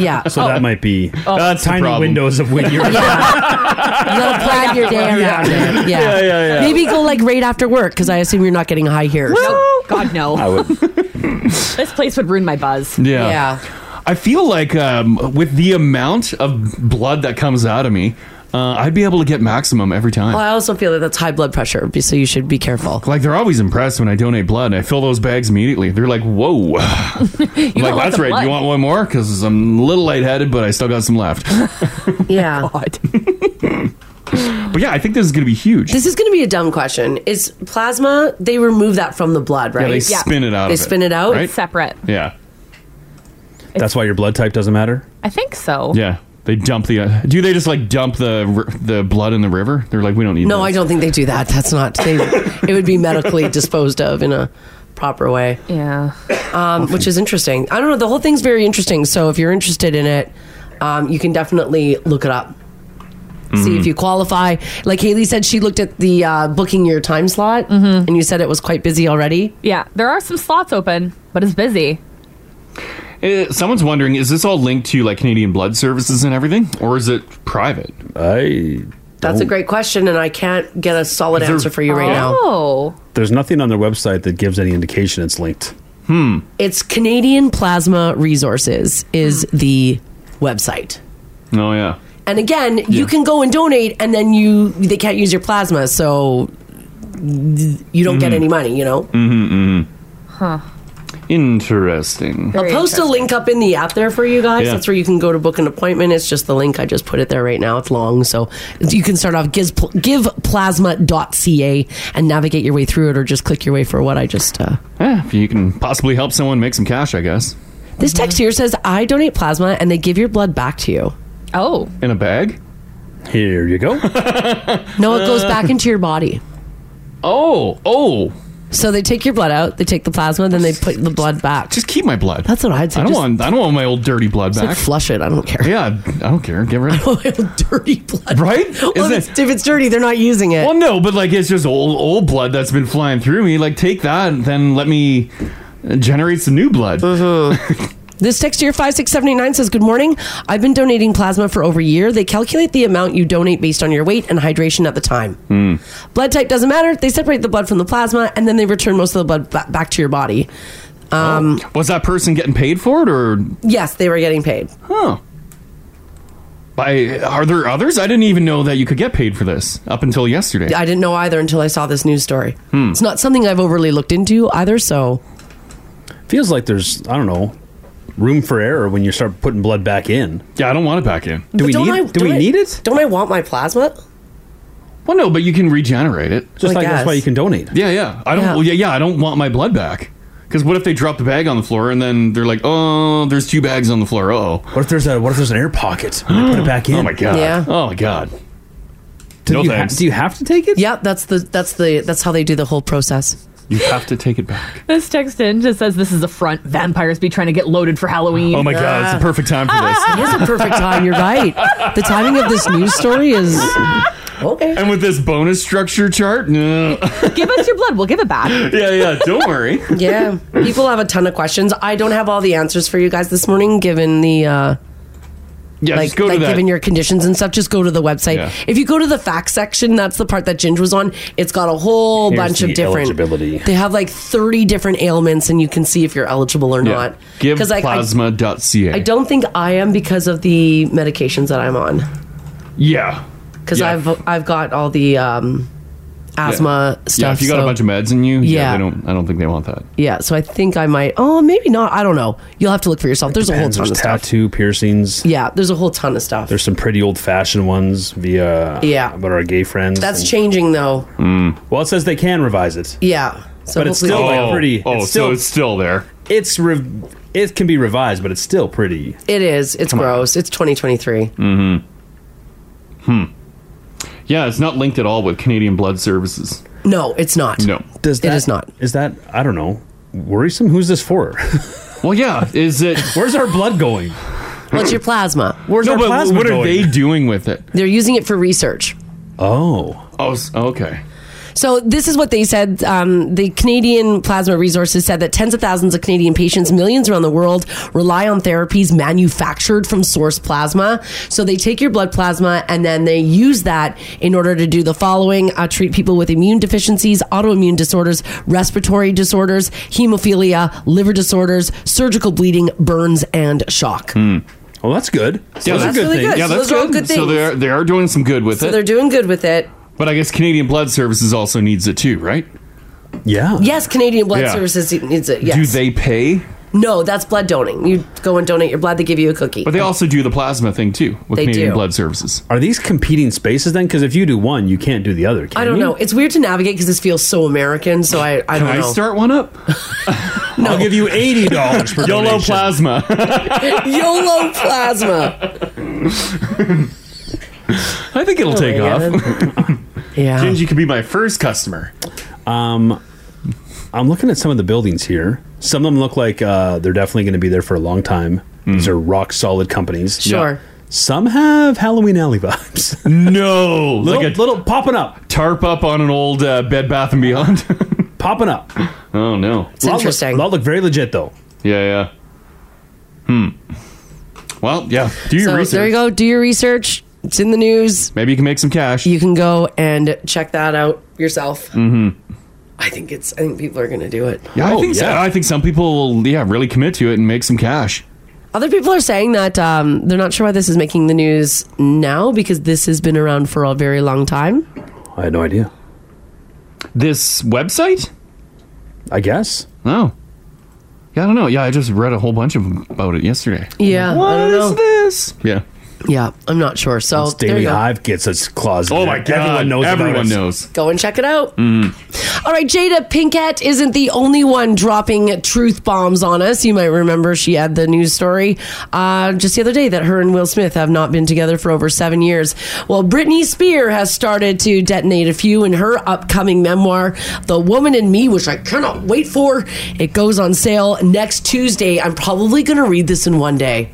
[SPEAKER 8] yeah.
[SPEAKER 7] So that might be
[SPEAKER 8] Oh. That's the
[SPEAKER 7] tiny
[SPEAKER 8] problem.
[SPEAKER 7] windows of when you're.
[SPEAKER 8] You gotta plan your day around it. Yeah.
[SPEAKER 7] Yeah, yeah, yeah.
[SPEAKER 8] Maybe go like right after work because I assume you're not getting high here.
[SPEAKER 9] No, God no.
[SPEAKER 8] I
[SPEAKER 7] would.
[SPEAKER 9] this place would ruin my buzz.
[SPEAKER 4] Yeah. I feel like um, with the amount of blood that comes out of me, uh, I'd be able to get maximum every time.
[SPEAKER 8] Well, I also feel that that's high blood pressure, be- so you should be careful.
[SPEAKER 4] Like they're always impressed when I donate blood. I fill those bags immediately. They're like, "Whoa!" I'm like
[SPEAKER 8] lots
[SPEAKER 4] that's
[SPEAKER 8] of
[SPEAKER 4] right.
[SPEAKER 8] blood."
[SPEAKER 4] You want one more? Because I'm a little lightheaded, but I still got some left.
[SPEAKER 8] Yeah.
[SPEAKER 4] but yeah, I think this is going to be huge.
[SPEAKER 8] This is going to be a dumb question. Is plasma? They remove that from the blood,
[SPEAKER 4] Yeah,
[SPEAKER 8] right?
[SPEAKER 4] they spin it out
[SPEAKER 8] They
[SPEAKER 4] of it,
[SPEAKER 8] spin it out.
[SPEAKER 4] right? It's
[SPEAKER 9] separate.
[SPEAKER 4] yeah,
[SPEAKER 7] That's why your blood type doesn't matter.
[SPEAKER 9] I think so.
[SPEAKER 4] yeah. They dump the. Uh, do they just like dump the r- the blood in the river? They're like, we don't need.
[SPEAKER 8] No,
[SPEAKER 4] this."
[SPEAKER 8] I don't think they do that. That's not. They, it would be medically disposed of in a proper way.
[SPEAKER 9] Yeah.
[SPEAKER 8] Um, which is interesting. I don't know. The whole thing's very interesting. So if you're interested in it, um, you can definitely look it up.
[SPEAKER 4] Mm-hmm.
[SPEAKER 8] See
[SPEAKER 7] Mm-hmm.
[SPEAKER 8] if you qualify. Like Haley said, she looked at the uh, booking your time slot, and you said it was quite busy already.
[SPEAKER 9] Yeah, there are some slots open, but it's busy.
[SPEAKER 4] Eh, someone's wondering: Is this all linked to like Canadian Blood Services and everything, or is it private?
[SPEAKER 7] I.
[SPEAKER 8] That's a great question, and I can't get a solid
[SPEAKER 7] Oh. Is there-
[SPEAKER 8] answer for you right now.
[SPEAKER 9] Oh.
[SPEAKER 7] There's nothing on their website that gives any indication it's linked.
[SPEAKER 8] Hmm. It's Canadian Plasma Resources is the website.
[SPEAKER 4] Oh yeah.
[SPEAKER 8] And again, you can go and donate, and then you they can't use your plasma, so you don't get
[SPEAKER 4] Mhm.
[SPEAKER 8] any money. You know,
[SPEAKER 4] Mm-hmm.
[SPEAKER 9] Huh.
[SPEAKER 4] Interesting.
[SPEAKER 8] I'll post a link up in the app there for you guys.
[SPEAKER 4] Yeah.
[SPEAKER 8] That's where you can go to book an appointment. It's just the link. I just put it there right now. It's long, so you can start off gives, giveplasma.ca and navigate your way through it, or just click your way for what I just. Uh,
[SPEAKER 4] Yeah, if you can possibly help someone make some cash, I guess.
[SPEAKER 8] This text here says, I donate plasma and they give your blood back to you.
[SPEAKER 9] Oh.
[SPEAKER 4] In a bag?
[SPEAKER 7] Here you go.
[SPEAKER 8] No, it goes back into your body.
[SPEAKER 4] Oh, oh.
[SPEAKER 8] So they take your blood out, they take the plasma, then they put the blood back.
[SPEAKER 4] Just keep my blood.
[SPEAKER 8] That's what I'd say.
[SPEAKER 4] I don't
[SPEAKER 8] Just-
[SPEAKER 4] want. I don't want my old dirty blood
[SPEAKER 8] Just,
[SPEAKER 4] back.
[SPEAKER 8] like, flush it. I don't care.
[SPEAKER 4] Yeah, I don't care. Get rid of
[SPEAKER 8] my old dirty blood.
[SPEAKER 4] Right?
[SPEAKER 8] Well, if it's, if it's dirty, they're not using it.
[SPEAKER 4] Well, no, but like it's just old old blood that's been flying through me. Like take that, and then let me generate some new blood.
[SPEAKER 8] This text here, 5679, says, Good morning. I've been donating plasma for over a year. They calculate the amount you donate based on your weight and hydration at the time.
[SPEAKER 4] Hmm.
[SPEAKER 8] Blood type doesn't matter. They separate the blood from the plasma and then they return most of the blood ba- back to your body. Um,
[SPEAKER 4] Oh. Was that person getting paid for it, or
[SPEAKER 8] Yes, they were getting paid.
[SPEAKER 4] Huh. by are there others? I didn't even know that you could get paid for this up until yesterday.
[SPEAKER 8] I didn't know either until I saw this news story.
[SPEAKER 4] Hmm.
[SPEAKER 8] It's not something I've overly looked into either, so.
[SPEAKER 7] Feels like there's I don't know room for error when you start putting blood back in.
[SPEAKER 4] Yeah, I don't want it back in.
[SPEAKER 7] Do we
[SPEAKER 8] But
[SPEAKER 7] need?
[SPEAKER 8] don't I-
[SPEAKER 7] do we
[SPEAKER 8] don't I-
[SPEAKER 7] need it?
[SPEAKER 8] Don't I want my plasma?
[SPEAKER 4] Well, no, but you can regenerate it.
[SPEAKER 7] Just I like that's why guess. you can donate.
[SPEAKER 4] Yeah, yeah. I don't.
[SPEAKER 8] Yeah.
[SPEAKER 4] well, yeah, yeah. I don't want my blood back. Because what if they drop the bag on the floor and then they're like, oh, there's two bags on the floor. Oh,
[SPEAKER 7] what if there's a what if there's an air pocket? Put it back in.
[SPEAKER 4] Oh my god.
[SPEAKER 8] Yeah.
[SPEAKER 4] Oh my god.
[SPEAKER 7] Do
[SPEAKER 4] no
[SPEAKER 7] you ha-
[SPEAKER 4] thanks.
[SPEAKER 7] do you have to take it?
[SPEAKER 8] Yeah, that's the that's the that's how they do the whole process.
[SPEAKER 4] You have to take it back.
[SPEAKER 9] This text in just says this is a front. Vampires be trying to get loaded for Halloween.
[SPEAKER 4] Oh my god, it's the
[SPEAKER 8] Ah.
[SPEAKER 4] perfect time for this.
[SPEAKER 8] It is a perfect time. You're right. The timing of this news story is Okay.
[SPEAKER 4] And with this bonus structure chart, no.
[SPEAKER 8] Give us your blood. We'll give it back.
[SPEAKER 4] yeah, yeah. Don't worry.
[SPEAKER 8] Yeah. People have a ton of questions. I don't have all the answers for you guys this morning, given the. Uh,
[SPEAKER 4] Yeah,
[SPEAKER 8] like,
[SPEAKER 4] just go to
[SPEAKER 8] like
[SPEAKER 4] that.
[SPEAKER 8] given your conditions and stuff, just go to the website.
[SPEAKER 4] Yeah.
[SPEAKER 8] If you go to the facts section, that's the part that Ginge was on. It's got a whole
[SPEAKER 7] Here's
[SPEAKER 8] bunch
[SPEAKER 7] the
[SPEAKER 8] of different.
[SPEAKER 7] eligibility.
[SPEAKER 8] They have like thirty different ailments, and you can see if you're eligible or not.
[SPEAKER 4] Give
[SPEAKER 8] like, I,
[SPEAKER 4] plasma.ca.
[SPEAKER 8] I don't think I am because of the medications that I'm on.
[SPEAKER 4] Yeah.
[SPEAKER 8] Because
[SPEAKER 4] Yeah.
[SPEAKER 8] I've I've got all the um, asthma
[SPEAKER 4] yeah.
[SPEAKER 8] stuff.
[SPEAKER 4] Yeah, if you got
[SPEAKER 8] so-
[SPEAKER 4] a bunch of meds in you, yeah,
[SPEAKER 8] Yeah.
[SPEAKER 4] they don't. I don't think they want that.
[SPEAKER 8] Yeah, so I think I might. Oh, maybe not. I don't know. You'll have to look for yourself. There's a whole
[SPEAKER 7] Depends.
[SPEAKER 8] ton of
[SPEAKER 7] There's
[SPEAKER 8] stuff.
[SPEAKER 7] tattoo piercings.
[SPEAKER 8] Yeah, there's a whole ton of stuff.
[SPEAKER 7] There's some pretty old fashioned ones via
[SPEAKER 8] Yeah.
[SPEAKER 7] about our gay friends.
[SPEAKER 8] That's
[SPEAKER 7] and-
[SPEAKER 8] changing though.
[SPEAKER 4] Hmm.
[SPEAKER 7] Well, it says they can revise it.
[SPEAKER 8] Yeah. So
[SPEAKER 7] but it's
[SPEAKER 8] hopefully-
[SPEAKER 7] still like pretty.
[SPEAKER 4] Oh, so it's still there.
[SPEAKER 7] It's re- it can be revised, but it's still pretty.
[SPEAKER 8] It is. It's gross. It's 2023.
[SPEAKER 4] Mm-hmm. Hmm. Yeah, it's not linked at all with Canadian Blood Services.
[SPEAKER 8] No, it's not.
[SPEAKER 4] No,
[SPEAKER 7] does that, it is
[SPEAKER 8] not.
[SPEAKER 7] Is that I don't know worrisome? Who's this for?
[SPEAKER 4] well, yeah. Is it?
[SPEAKER 7] Where's our blood going?
[SPEAKER 8] What's your plasma?
[SPEAKER 7] Where's
[SPEAKER 4] no,
[SPEAKER 7] our
[SPEAKER 4] but
[SPEAKER 7] plasma
[SPEAKER 4] what are
[SPEAKER 7] going?
[SPEAKER 4] they doing with it?
[SPEAKER 8] They're using it for research.
[SPEAKER 7] Oh.
[SPEAKER 4] Oh, s- okay.
[SPEAKER 8] So this is what they said. Um, the Canadian Plasma Resources said that tens of thousands of Canadian patients, millions around the world, rely on therapies manufactured from source plasma. So they take your blood plasma and then they use that in order to do the following: uh, treat people with immune deficiencies, autoimmune disorders, respiratory disorders, hemophilia, liver disorders, surgical bleeding, burns, and shock.
[SPEAKER 7] Well, that's good.
[SPEAKER 8] So that's really good.
[SPEAKER 4] Hmm. Yeah,
[SPEAKER 8] So
[SPEAKER 4] that's
[SPEAKER 8] those are all
[SPEAKER 4] good.
[SPEAKER 8] good
[SPEAKER 4] So they are, they are doing some good with
[SPEAKER 8] So
[SPEAKER 4] it.
[SPEAKER 8] they're doing good with it.
[SPEAKER 4] but I guess Canadian Blood Services also needs it too, right?
[SPEAKER 7] Yeah.
[SPEAKER 8] Yes, Canadian Blood
[SPEAKER 4] Yeah.
[SPEAKER 8] Services needs it. Yes.
[SPEAKER 4] Do they pay?
[SPEAKER 8] No, that's blood donating. You go and donate your blood, they give you a cookie.
[SPEAKER 4] But they also do the plasma thing too with
[SPEAKER 8] They
[SPEAKER 4] Canadian
[SPEAKER 8] do.
[SPEAKER 4] Blood Services.
[SPEAKER 7] Are these competing spaces then? Because if you do one, you can't do the other. Can
[SPEAKER 8] I don't
[SPEAKER 7] you?
[SPEAKER 8] know. It's weird to navigate because this feels so American. So I, I
[SPEAKER 7] Can
[SPEAKER 8] don't
[SPEAKER 7] I
[SPEAKER 8] know.
[SPEAKER 4] start one up?
[SPEAKER 7] I'll give you eighty dollars for
[SPEAKER 4] YOLO
[SPEAKER 7] donation.
[SPEAKER 4] plasma.
[SPEAKER 8] YOLO plasma.
[SPEAKER 4] I think it'll take off.
[SPEAKER 8] Oh yeah.
[SPEAKER 4] Gingy could be my first customer.
[SPEAKER 7] Um, I'm looking at some of the buildings here. Some of them look like uh, they're definitely going to be there for a long time. These are rock solid companies.
[SPEAKER 8] Sure. Yeah.
[SPEAKER 7] Some have Halloween alley vibes.
[SPEAKER 4] No,
[SPEAKER 7] little, little popping up,
[SPEAKER 4] tarp up on an old uh, Bed Bath and Beyond,
[SPEAKER 7] popping up.
[SPEAKER 4] Oh no,
[SPEAKER 7] It's interesting. Look, look very legit though.
[SPEAKER 4] Yeah, yeah. Hmm. Well, yeah. Do your
[SPEAKER 8] so
[SPEAKER 4] research.
[SPEAKER 8] there you go. Do your research. It's in the news.
[SPEAKER 4] Maybe you can make some cash.
[SPEAKER 8] You can go and check that out yourself.
[SPEAKER 4] Mm-hmm.
[SPEAKER 8] I think it's. I think people are going to do it.
[SPEAKER 4] Oh, Yeah, I think so. I think some people will, yeah, really commit to it and make some cash.
[SPEAKER 8] Other people are saying that um, they're not sure why this is making the news now because this has been around for a very long time.
[SPEAKER 7] I had no idea.
[SPEAKER 4] This website?
[SPEAKER 7] I guess.
[SPEAKER 4] Oh. Yeah, I don't know. Yeah, I just read a whole bunch of 'em about it yesterday.
[SPEAKER 8] Yeah. What is
[SPEAKER 4] this? Yeah.
[SPEAKER 8] Yeah, I'm not sure. So
[SPEAKER 7] Once
[SPEAKER 8] there
[SPEAKER 7] Daily
[SPEAKER 8] you go.
[SPEAKER 7] Hive gets its claws. in
[SPEAKER 4] Oh
[SPEAKER 7] there.
[SPEAKER 4] my God.
[SPEAKER 7] Everyone knows. about
[SPEAKER 4] Everyone
[SPEAKER 7] it.
[SPEAKER 4] knows. Mm-hmm.
[SPEAKER 8] Go and check it out. All right, Jada Pinkett isn't the only one dropping truth bombs on us. You might remember she had the news story uh, just the other day that her and Will Smith have not been together for over seven years. Well, Britney Spears has started to detonate a few in her upcoming memoir, The Woman in Me, which I cannot wait for. It goes on sale next Tuesday. I'm probably going to read this in one day.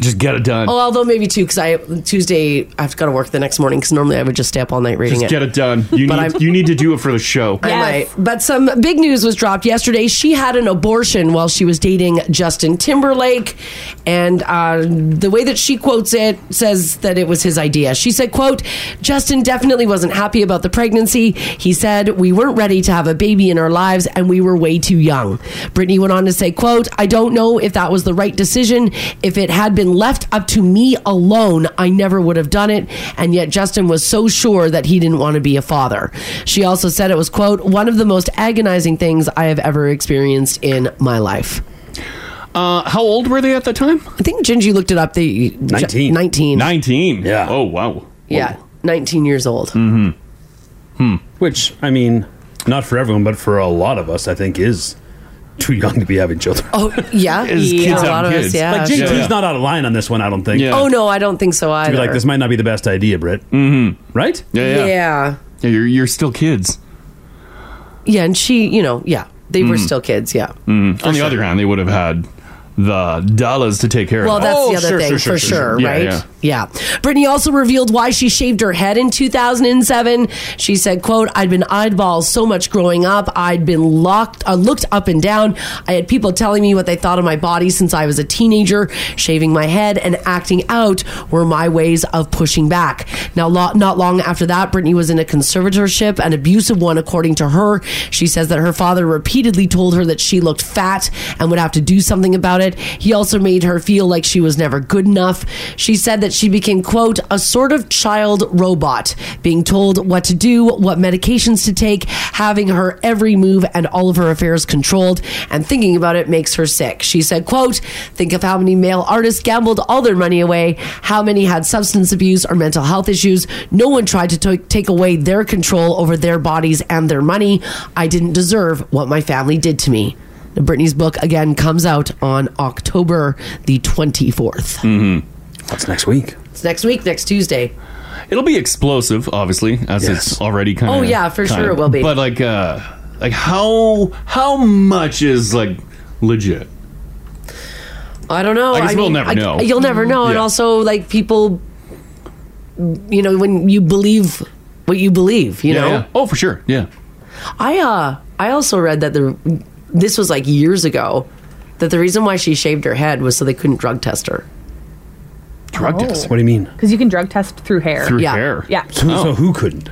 [SPEAKER 4] Just get it done.
[SPEAKER 8] Oh, although maybe two, because I Tuesday I've got to work the next morning. Because normally I would just stay up all night reading
[SPEAKER 4] Just
[SPEAKER 8] it.
[SPEAKER 4] get it done. You
[SPEAKER 8] But
[SPEAKER 4] need,
[SPEAKER 8] I'm-
[SPEAKER 4] you need to do it for the show.
[SPEAKER 8] I might. But some big news was dropped yesterday. She had an abortion while she was dating Justin Timberlake, and uh, the way that she quotes it says that it was his idea. She said, "quote Justin definitely wasn't happy about the pregnancy. He said we weren't ready to have a baby in our lives, and we were way too young." Brittany went on to say, "quote I don't know if that was the right decision. If it had been left up to me alone, I never would have done it. And yet Justin was so sure that he didn't want to be a father. She also said it was, quote, one of the most agonizing things I have ever experienced in my life.
[SPEAKER 4] Uh, how old were they at that time?
[SPEAKER 8] I think Gingy looked it up. The
[SPEAKER 4] 19.
[SPEAKER 8] 19.
[SPEAKER 4] 19. Yeah. Oh, wow.
[SPEAKER 8] Yeah. 19 years old.
[SPEAKER 7] Mm-hmm. Hmm. Which I mean, not for everyone, but for a lot of us, I think is too young to be having children.
[SPEAKER 8] Oh, yeah. yeah. a lot of us, yeah.
[SPEAKER 7] Like JT's
[SPEAKER 8] sure.
[SPEAKER 7] not out of line on this one. I don't think.
[SPEAKER 8] Oh, no, I don't think so
[SPEAKER 7] To
[SPEAKER 8] either.
[SPEAKER 7] be like, this might not be the best idea, Britt. Mm-hmm. Right?
[SPEAKER 8] yeah. yeah.
[SPEAKER 4] Yeah, you're, you're still kids.
[SPEAKER 8] Yeah, and she, you know, yeah. They were
[SPEAKER 4] Mm.
[SPEAKER 8] still kids, yeah.
[SPEAKER 4] Mm. On the other hand, they would have had the dollars to take care
[SPEAKER 8] Well,
[SPEAKER 4] of. Oh,
[SPEAKER 8] that's the other thing, for Oh, sure, right?
[SPEAKER 4] Yeah,
[SPEAKER 8] Yeah. Brittany also revealed why she shaved her head in 2007. She said, quote, I'd been eyeballed so much growing up. I'd been locked, uh, looked up and down. I had people telling me what they thought of my body since I was a teenager. Shaving my head and acting out were my ways of pushing back. Now, lo- not long after that, Brittany was in a conservatorship, an abusive one, according to her. She says that her father repeatedly told her that she looked fat and would have to do something about it. He also made her feel like she was never good enough. She said that she became, quote, a sort of child robot, being told what to do, what medications to take, having her every move and all of her affairs controlled, and thinking about it makes her sick. She said, quote, think of how many male artists gambled all their money away, how many had substance abuse or mental health issues. No one tried to to- take away their control over their bodies and their money. I didn't deserve what my family did to me. Now, Brittany's book again comes out on October the 24th.
[SPEAKER 4] Mm-hmm. That's next week.
[SPEAKER 8] It's next week, next Tuesday.
[SPEAKER 4] It'll be explosive, obviously, as it's already kind of.
[SPEAKER 8] Oh, yeah, for sure it will be.
[SPEAKER 4] But like, uh, like how how much is like legit?
[SPEAKER 8] I don't know.
[SPEAKER 4] I guess we'll never know.
[SPEAKER 8] You'll never know. And
[SPEAKER 4] Yeah.
[SPEAKER 8] also, like, people, you know, when you believe what you believe, you
[SPEAKER 4] Yeah,
[SPEAKER 8] know?
[SPEAKER 4] yeah. Oh, for sure. Yeah.
[SPEAKER 8] I, uh, I also read that the, this was like years ago, that the reason why she shaved her head was so they couldn't drug test her.
[SPEAKER 9] Drug Oh. test?
[SPEAKER 7] What do you mean?
[SPEAKER 9] Because you can drug test through hair. yeah. Yeah.
[SPEAKER 7] So,
[SPEAKER 4] Oh.
[SPEAKER 7] so who couldn't?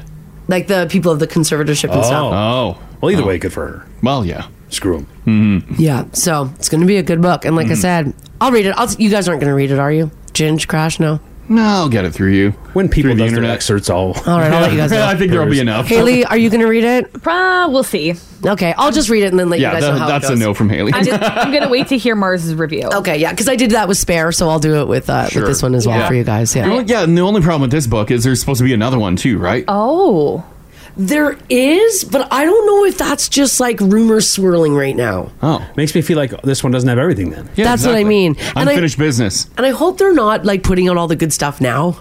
[SPEAKER 8] Like the people of the conservatorship and stuff.
[SPEAKER 4] Oh.
[SPEAKER 7] Well, either way, good for her.
[SPEAKER 4] Well, yeah. Mm-hmm.
[SPEAKER 7] Screw him.
[SPEAKER 4] Oh.
[SPEAKER 8] Yeah, so it's going to be a good book. And like
[SPEAKER 4] Hmm.
[SPEAKER 8] I said, I'll read it. I'll, you guys aren't going to read it, are you? Ginge Crash? No.
[SPEAKER 4] No, I'll get it through you.
[SPEAKER 7] When people does their excerpts, all.
[SPEAKER 8] All right, I'll let you guys know.
[SPEAKER 4] I think there'll be enough.
[SPEAKER 8] Haley, are you going to read it? Uh, we'll see. Okay, I'll just read it and then let
[SPEAKER 4] Yeah,
[SPEAKER 8] you guys
[SPEAKER 4] that-
[SPEAKER 8] know how
[SPEAKER 4] that's
[SPEAKER 8] it
[SPEAKER 4] a
[SPEAKER 8] goes.
[SPEAKER 4] no from Haley.
[SPEAKER 9] I'm, just, I'm gonna wait to hear Mars's review.
[SPEAKER 8] Okay, yeah, because I did that with Spare, so I'll do it with uh, with this one as well for you guys.
[SPEAKER 4] The
[SPEAKER 8] Yeah.
[SPEAKER 4] only- Oh, yeah, and the only problem with this book is there's supposed to be another one too, right?
[SPEAKER 8] Oh, there is, but I don't know if that's just like rumors swirling right now.
[SPEAKER 4] Oh,
[SPEAKER 7] makes me feel like this one doesn't have everything. Then
[SPEAKER 8] That's what I mean. And I-
[SPEAKER 4] Unfinished business.
[SPEAKER 8] And I hope they're not like putting out all the good stuff now.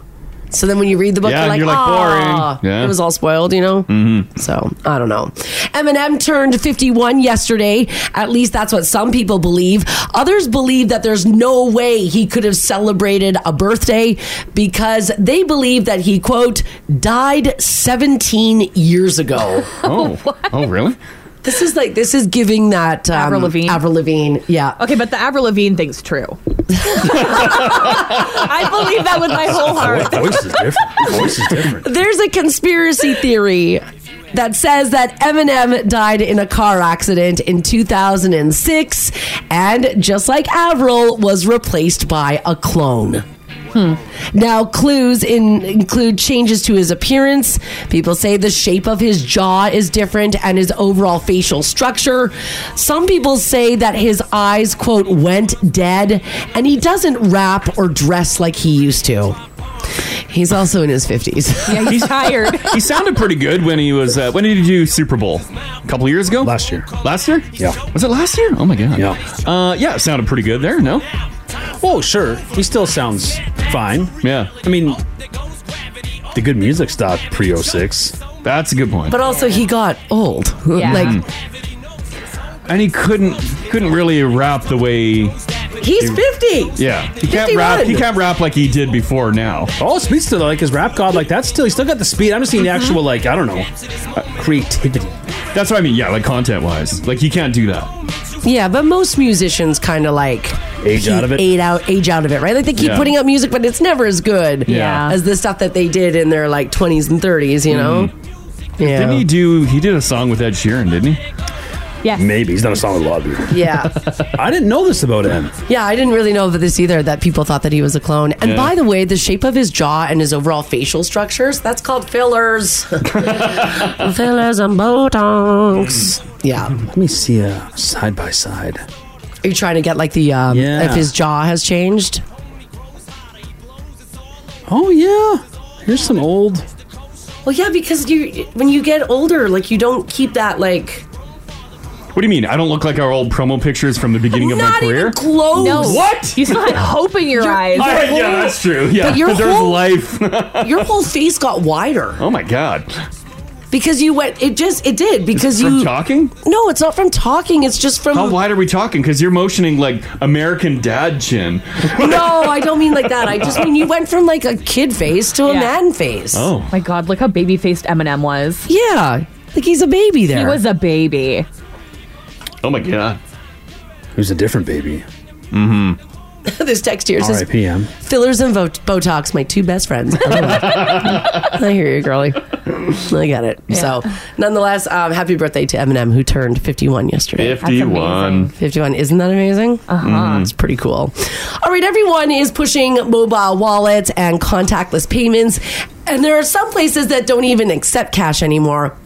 [SPEAKER 8] So then when you read the book,
[SPEAKER 4] Yeah,
[SPEAKER 8] you're like,
[SPEAKER 4] you're like,
[SPEAKER 8] "Ah,
[SPEAKER 4] boring." Yeah.
[SPEAKER 8] it was all spoiled, you know? Mm-hmm. So I don't know. Eminem turned 51 yesterday. At least that's what some people believe. Others believe that there's no way he could have celebrated a birthday because they believe that he, quote, died 17 years ago.
[SPEAKER 4] Oh, oh, really?
[SPEAKER 8] This is like, this is giving that um,
[SPEAKER 9] Avril Lavigne.
[SPEAKER 8] Avril Lavigne, yeah.
[SPEAKER 9] Okay, but the Avril Lavigne thing's true. I believe that with my whole heart.
[SPEAKER 7] voice is different. Your voice is different.
[SPEAKER 8] There's a conspiracy theory that says that Eminem died in a car accident in 2006 and just like Avril was replaced by a clone. Now, clues in, include changes to his appearance. People say the shape of his jaw is different and his overall facial structure. Some people say that his eyes, quote, went dead and he doesn't rap or dress like he used to. He's also in his 50s.
[SPEAKER 9] Yeah, he's tired.
[SPEAKER 4] he sounded pretty good when he was. Uh, when did he do Super Bowl? A couple years ago. Last year. Last year? Yeah. Was it last year? Oh my god. Yeah. Uh, yeah, it sounded pretty good there. No.
[SPEAKER 7] Oh, sure. He still sounds fine.
[SPEAKER 4] Yeah.
[SPEAKER 7] I mean, the good music stopped pre 06.
[SPEAKER 4] That's a good point.
[SPEAKER 8] But also, he got old. Like,
[SPEAKER 4] Hmm. and he couldn't couldn't really rap the way.
[SPEAKER 8] he's
[SPEAKER 4] he-
[SPEAKER 8] 50.
[SPEAKER 4] Yeah, he can't rap.
[SPEAKER 7] 51.
[SPEAKER 4] He can't rap like he did before now.
[SPEAKER 7] Oh, speaks to like his rap god. Like that's still he's still got the speed. I'm just seeing the
[SPEAKER 4] Mm-hmm.
[SPEAKER 7] actual like I don't know uh, creativity.
[SPEAKER 4] That's what I mean. Yeah, like content wise, like he can't do that.
[SPEAKER 8] Yeah, but most musicians kind of like
[SPEAKER 4] Age out of it?
[SPEAKER 8] Age out, age out of it, right? Like they keep
[SPEAKER 4] Yeah.
[SPEAKER 8] putting out music, but it's never as good
[SPEAKER 4] Yeah.
[SPEAKER 8] as the stuff that they did in their like 20s and 30s, you know? Yeah.
[SPEAKER 4] Mm-hmm. Didn't he do? He did a song with Ed Sheeran, didn't he?
[SPEAKER 9] Yeah.
[SPEAKER 7] Maybe he's done a song with a lot of people.
[SPEAKER 8] Yeah.
[SPEAKER 7] I didn't know this about him.
[SPEAKER 8] Yeah, I didn't really know of this either that people thought that he was a clone. And
[SPEAKER 7] Yeah.
[SPEAKER 8] by the way, the shape of his jaw and his overall facial structures, that's called fillers. fillers and Botox. Yeah.
[SPEAKER 7] Let me see a side by side.
[SPEAKER 8] Are you trying to get like the um,
[SPEAKER 7] Yeah.
[SPEAKER 8] if his jaw has changed?
[SPEAKER 7] Oh yeah. Here's some old.
[SPEAKER 8] Well, yeah, because you when you get older, like you don't keep that like
[SPEAKER 4] What do you mean? I don't look like our old promo pictures from the beginning of my
[SPEAKER 8] Not even
[SPEAKER 4] career.
[SPEAKER 8] close.
[SPEAKER 9] No.
[SPEAKER 4] What?
[SPEAKER 9] You still had hope in your eyes.
[SPEAKER 4] All right, yeah, that's true. Yeah,
[SPEAKER 8] But your
[SPEAKER 4] there's
[SPEAKER 8] whole-
[SPEAKER 4] life.
[SPEAKER 8] your whole face got wider.
[SPEAKER 4] Oh my god.
[SPEAKER 8] because you went. It just it did because
[SPEAKER 4] from
[SPEAKER 8] you
[SPEAKER 4] talking.
[SPEAKER 8] No, it's not from talking. It's just from
[SPEAKER 4] How wide are we talking? Because you're motioning like American Dad chin.
[SPEAKER 8] no, I don't mean like that. I just mean you went from like a kid face to a man face.
[SPEAKER 4] Oh.
[SPEAKER 9] My God, look how baby faced Eminem was.
[SPEAKER 8] Yeah. Like he's a baby
[SPEAKER 9] He
[SPEAKER 7] there.
[SPEAKER 9] was a baby.
[SPEAKER 4] Oh my god.
[SPEAKER 7] It was a different baby. Mm-hmm.
[SPEAKER 8] this text here says
[SPEAKER 7] R.I.P.M.
[SPEAKER 8] fillers and vo- Botox, my two best friends. I hear you, girly. I got it. So, nonetheless, um, happy birthday to Eminem, who turned 51 yesterday.
[SPEAKER 4] That's 51. amazing.
[SPEAKER 8] 51. Isn't that amazing? Uh huh.
[SPEAKER 4] Mhm.
[SPEAKER 8] It's pretty cool. All right, everyone is pushing mobile wallets and contactless payments. And there are some places that don't even accept cash anymore.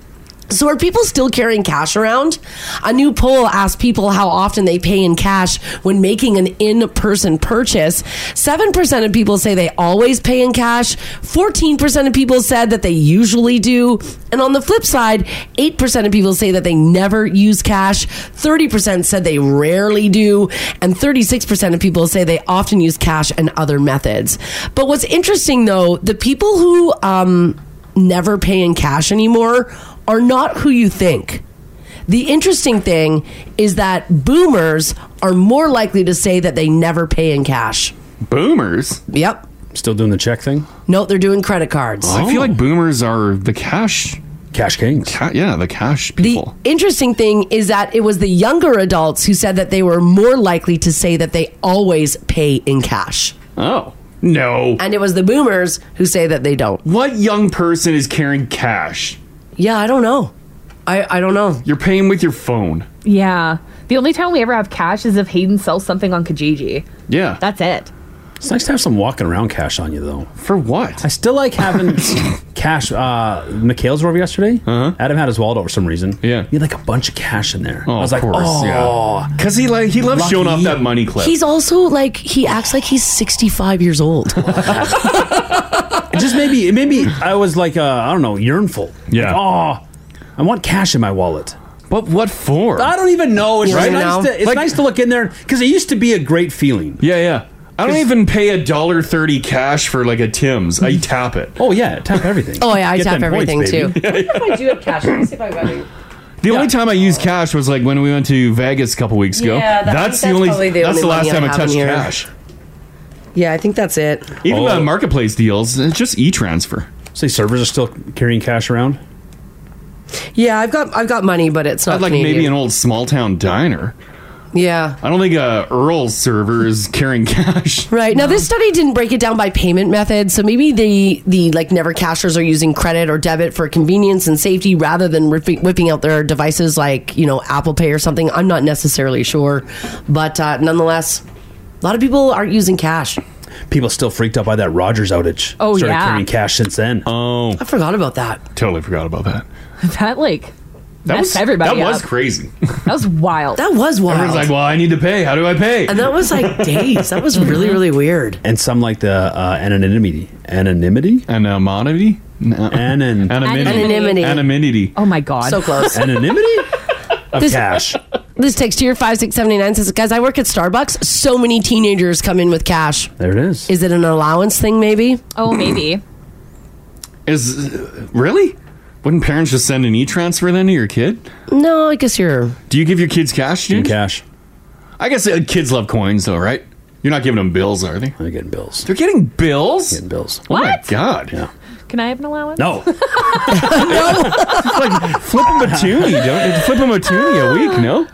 [SPEAKER 8] So, are people still carrying cash around? A new poll asked people how often they pay in cash when making an in person purchase. 7% of people say they always pay in cash. 14% of people said that they usually do. And on the flip side, 8% of people say that they never use cash. 30% said they rarely do. And 36% of people say they often use cash and other methods. But what's interesting though, the people who, um, never pay in cash anymore are not who you think. The interesting thing is that boomers are more likely to say that they never pay in cash.
[SPEAKER 4] Boomers.
[SPEAKER 8] Yep.
[SPEAKER 7] Still doing the check thing. Oh.
[SPEAKER 8] No, they're doing credit cards.
[SPEAKER 4] Oh, I feel like boomers are the cash
[SPEAKER 7] cash kings.
[SPEAKER 4] yeah, the cash people.
[SPEAKER 8] Interesting thing is that it was the younger adults who said that they were more likely to say that they always pay in cash.
[SPEAKER 4] oh. No.
[SPEAKER 8] And it was the boomers who say that they don't.
[SPEAKER 4] What young person is carrying cash?
[SPEAKER 8] Yeah, I don't know. I, I don't know.
[SPEAKER 4] You're paying with your phone.
[SPEAKER 9] Yeah. The only time we ever have cash is if Hayden sells something on Kijiji.
[SPEAKER 4] Yeah.
[SPEAKER 9] That's it.
[SPEAKER 7] It's nice to have some walking around cash on you, though.
[SPEAKER 4] For what?
[SPEAKER 7] I still like having cash. Uh, Mikhail's were over yesterday. Uh-huh. Adam had his wallet over for some reason. Yeah. He had like a bunch of cash in there. I was like, oh.
[SPEAKER 4] Because he like he loves
[SPEAKER 7] Lucky
[SPEAKER 4] showing off that
[SPEAKER 7] you.
[SPEAKER 4] money clip.
[SPEAKER 8] He's also like, he acts like he's 65 years old.
[SPEAKER 7] It just maybe, it maybe I was like, uh, I don't know, yearnful. Yeah. oh, I want cash in my wallet.
[SPEAKER 4] But what for?
[SPEAKER 7] I don't even know. It's,
[SPEAKER 4] Right?
[SPEAKER 7] just nice, to, it's
[SPEAKER 4] Like-
[SPEAKER 7] nice to look in there because it used to be a great feeling.
[SPEAKER 4] Yeah, yeah. I don't even pay a dollar thirty cash for like a Tim's. I tap it.
[SPEAKER 7] Oh yeah, tap everything.
[SPEAKER 8] Oh, yeah, I tap everything, too.
[SPEAKER 4] I
[SPEAKER 8] do have cash. Let me see if I got it.
[SPEAKER 4] The only time I used cash was like when we went to Vegas a couple weeks ago.
[SPEAKER 8] Yeah, that-
[SPEAKER 4] that's the
[SPEAKER 8] that's
[SPEAKER 4] only.
[SPEAKER 8] probably the
[SPEAKER 4] that's
[SPEAKER 8] only
[SPEAKER 4] the last
[SPEAKER 8] money I
[SPEAKER 4] time I
[SPEAKER 8] have
[SPEAKER 4] touched
[SPEAKER 8] in here.
[SPEAKER 4] cash.
[SPEAKER 8] Yeah, I think that's it. Oh.
[SPEAKER 4] Even on marketplace deals, it's just e-transfer.
[SPEAKER 7] Say servers are still carrying cash around.
[SPEAKER 8] Yeah, I've got I've got money, but it's not
[SPEAKER 4] I'd like maybe
[SPEAKER 8] Canadian.
[SPEAKER 4] an old small town diner.
[SPEAKER 8] Yeah.
[SPEAKER 4] I don't think a Earl's server is carrying cash.
[SPEAKER 8] Right. Now this study didn't break it down by payment method, so maybe the the like never cashers are using credit or debit for convenience and safety rather than ripping, whipping out their devices like, you know, Apple Pay or something. I'm not necessarily sure, but uh, nonetheless, a lot of people aren't using cash.
[SPEAKER 7] People still freaked out by that Rogers outage.
[SPEAKER 8] Oh,
[SPEAKER 7] Started
[SPEAKER 8] yeah.
[SPEAKER 7] carrying cash since then.
[SPEAKER 4] Oh,
[SPEAKER 8] I forgot about that.
[SPEAKER 4] Totally forgot about that.
[SPEAKER 9] That like
[SPEAKER 4] That
[SPEAKER 9] messed
[SPEAKER 4] was
[SPEAKER 9] everybody
[SPEAKER 4] That was
[SPEAKER 9] up.
[SPEAKER 4] crazy.
[SPEAKER 9] that was wild.
[SPEAKER 8] That was
[SPEAKER 4] Everyone's like, "Well, I need to pay. How do I pay?"
[SPEAKER 8] And that was like days. That was really really weird.
[SPEAKER 7] And some like the uh, anonymity, anonymity,
[SPEAKER 4] anonymity,
[SPEAKER 7] Anon-
[SPEAKER 8] Anonymity.
[SPEAKER 4] anonymity.
[SPEAKER 9] Oh my god.
[SPEAKER 8] So close.
[SPEAKER 7] anonymity of
[SPEAKER 8] This-
[SPEAKER 7] cash.
[SPEAKER 8] This text here, 56789 says, Guys, I work at Starbucks. So many teenagers come in with cash.
[SPEAKER 7] There it is.
[SPEAKER 8] Is it an allowance thing, maybe?
[SPEAKER 9] Oh, maybe.
[SPEAKER 4] Is really? Wouldn't parents just send an e-transfer then to your kid?
[SPEAKER 8] No, I guess you're.
[SPEAKER 4] Do you give your kids cash? Dude?
[SPEAKER 7] Cash.
[SPEAKER 4] I guess uh, kids love coins though, right? You're not giving them bills, are they?
[SPEAKER 7] They're getting bills.
[SPEAKER 4] They're getting bills.
[SPEAKER 7] Getting bills.
[SPEAKER 4] Oh my
[SPEAKER 9] What?
[SPEAKER 4] god.
[SPEAKER 9] Can I have an allowance?
[SPEAKER 7] No.
[SPEAKER 4] like flip them a toonie. Don't flip them a toonie a week. No.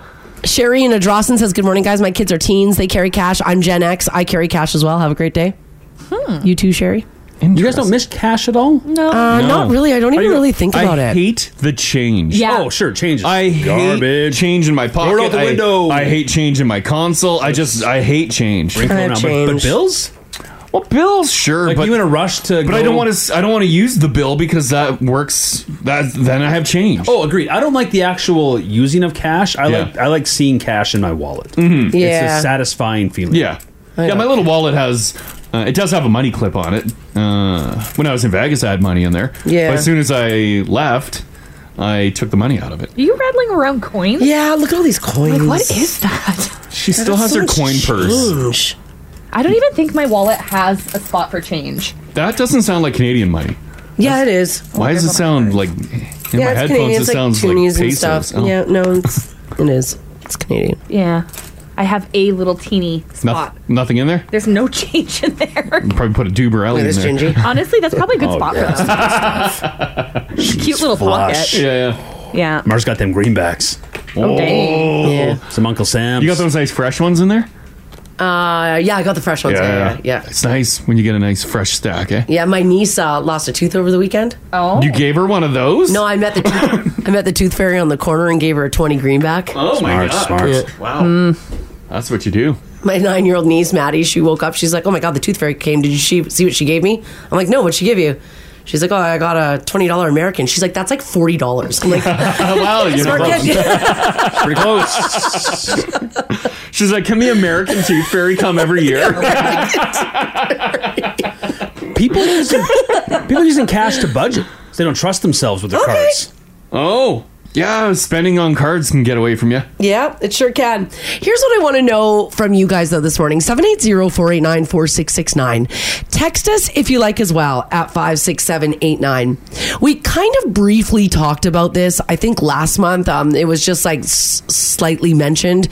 [SPEAKER 8] Sherry in Adrossan says, Good morning, guys. My kids are teens. They carry cash. I'm Gen X. I carry cash as well. Have a great day. You too, Sherry.
[SPEAKER 7] You guys don't miss cash at all?
[SPEAKER 8] Hmm. No. Uh, Not really. I don't even really think about
[SPEAKER 4] I
[SPEAKER 8] it.
[SPEAKER 4] hate the change.
[SPEAKER 8] Yeah.
[SPEAKER 7] Oh, sure, changes.
[SPEAKER 4] I hate change in my pocket.
[SPEAKER 7] out the
[SPEAKER 4] I-
[SPEAKER 7] window.
[SPEAKER 4] I, hate change in my console. I just I hate change.
[SPEAKER 7] Bring Kinda phone number. But change. bills?
[SPEAKER 4] Well, bills, sure.
[SPEAKER 7] Like
[SPEAKER 4] but
[SPEAKER 7] you in a rush to?
[SPEAKER 4] But I
[SPEAKER 7] go-
[SPEAKER 4] don't want to. I don't want to use the bill because that works. That then I have change.
[SPEAKER 7] Oh, agreed. I don't like the actual using of cash. I
[SPEAKER 4] Yeah.
[SPEAKER 7] like I like seeing cash in my wallet. It's
[SPEAKER 4] Yeah.
[SPEAKER 7] a satisfying feeling.
[SPEAKER 4] Yeah. yeah, my little wallet has. Uh, it does have a money clip on it. Uh, when I was in Vegas, I had money in there.
[SPEAKER 9] Yeah.
[SPEAKER 4] But as soon as I left, I took the money out of it.
[SPEAKER 9] Are you rattling around coins?
[SPEAKER 8] Yeah, look at all these coins.
[SPEAKER 9] Like, what is that?
[SPEAKER 4] She still has her coin purse.
[SPEAKER 9] I don't even think my wallet has a spot for change.
[SPEAKER 4] That doesn't sound like Canadian money.
[SPEAKER 8] Yeah, it is.
[SPEAKER 4] Why does it sound like in my
[SPEAKER 8] yeah, it's
[SPEAKER 4] headphones?
[SPEAKER 8] Canadian.
[SPEAKER 4] It
[SPEAKER 8] It's like
[SPEAKER 4] sounds
[SPEAKER 8] Toonies
[SPEAKER 4] like
[SPEAKER 8] and
[SPEAKER 4] pesos.
[SPEAKER 8] stuff.
[SPEAKER 4] Oh.
[SPEAKER 8] Yeah, no, it's, it is. It's Canadian.
[SPEAKER 9] Yeah. I have a little teeny
[SPEAKER 4] Noth-
[SPEAKER 9] spot.
[SPEAKER 4] nothing in there.
[SPEAKER 9] There's no change in there.
[SPEAKER 4] Probably put a duberelli in there.
[SPEAKER 9] Honestly, that's probably a good
[SPEAKER 4] Oh,
[SPEAKER 9] spot
[SPEAKER 4] yeah.
[SPEAKER 9] for that. Cute little pocket.
[SPEAKER 4] Yeah,
[SPEAKER 9] Yeah.
[SPEAKER 7] Mars got them greenbacks.
[SPEAKER 9] Oh, dang.
[SPEAKER 7] Oh,
[SPEAKER 9] Yeah.
[SPEAKER 7] Some Uncle Sam's.
[SPEAKER 4] You got those nice fresh ones in there?
[SPEAKER 8] Uh, yeah, I got the fresh ones. Yeah, yeah, yeah.
[SPEAKER 4] It's nice when you get a nice fresh stack, eh?
[SPEAKER 8] Yeah, my niece uh, lost a tooth over the weekend.
[SPEAKER 9] Oh,
[SPEAKER 4] You gave her one of those?
[SPEAKER 8] No, I met the tooth, I met the tooth fairy on the corner and gave her a twenty greenback.
[SPEAKER 4] Oh my god! Wow,
[SPEAKER 8] Mm.
[SPEAKER 4] that's what you do.
[SPEAKER 8] My nine-year-old niece Maddie, she woke up. She's like, "Oh my god, the tooth fairy came. Did you she- see what she gave me?" I'm like, "No, what'd she give you?" She's like, "Oh, I got a twenty dollar American." She's like, "That's like forty dollars." I'm like,
[SPEAKER 4] wow, you're
[SPEAKER 8] Smart
[SPEAKER 4] close.
[SPEAKER 8] kid.
[SPEAKER 4] Pretty close. She's like, can the American Tooth Fairy come every year?
[SPEAKER 7] People using people using cash to budget. They don't trust themselves with their
[SPEAKER 8] Okay.
[SPEAKER 7] cards.
[SPEAKER 4] Oh, yeah, spending on cards can get away from you.
[SPEAKER 8] Yeah, it sure can. Here's what I want to know from you guys, though, this morning 780 489 4669. Text us if you like as well at 56789. We kind of briefly talked about this, I think last month. Um, it was just like s- slightly mentioned.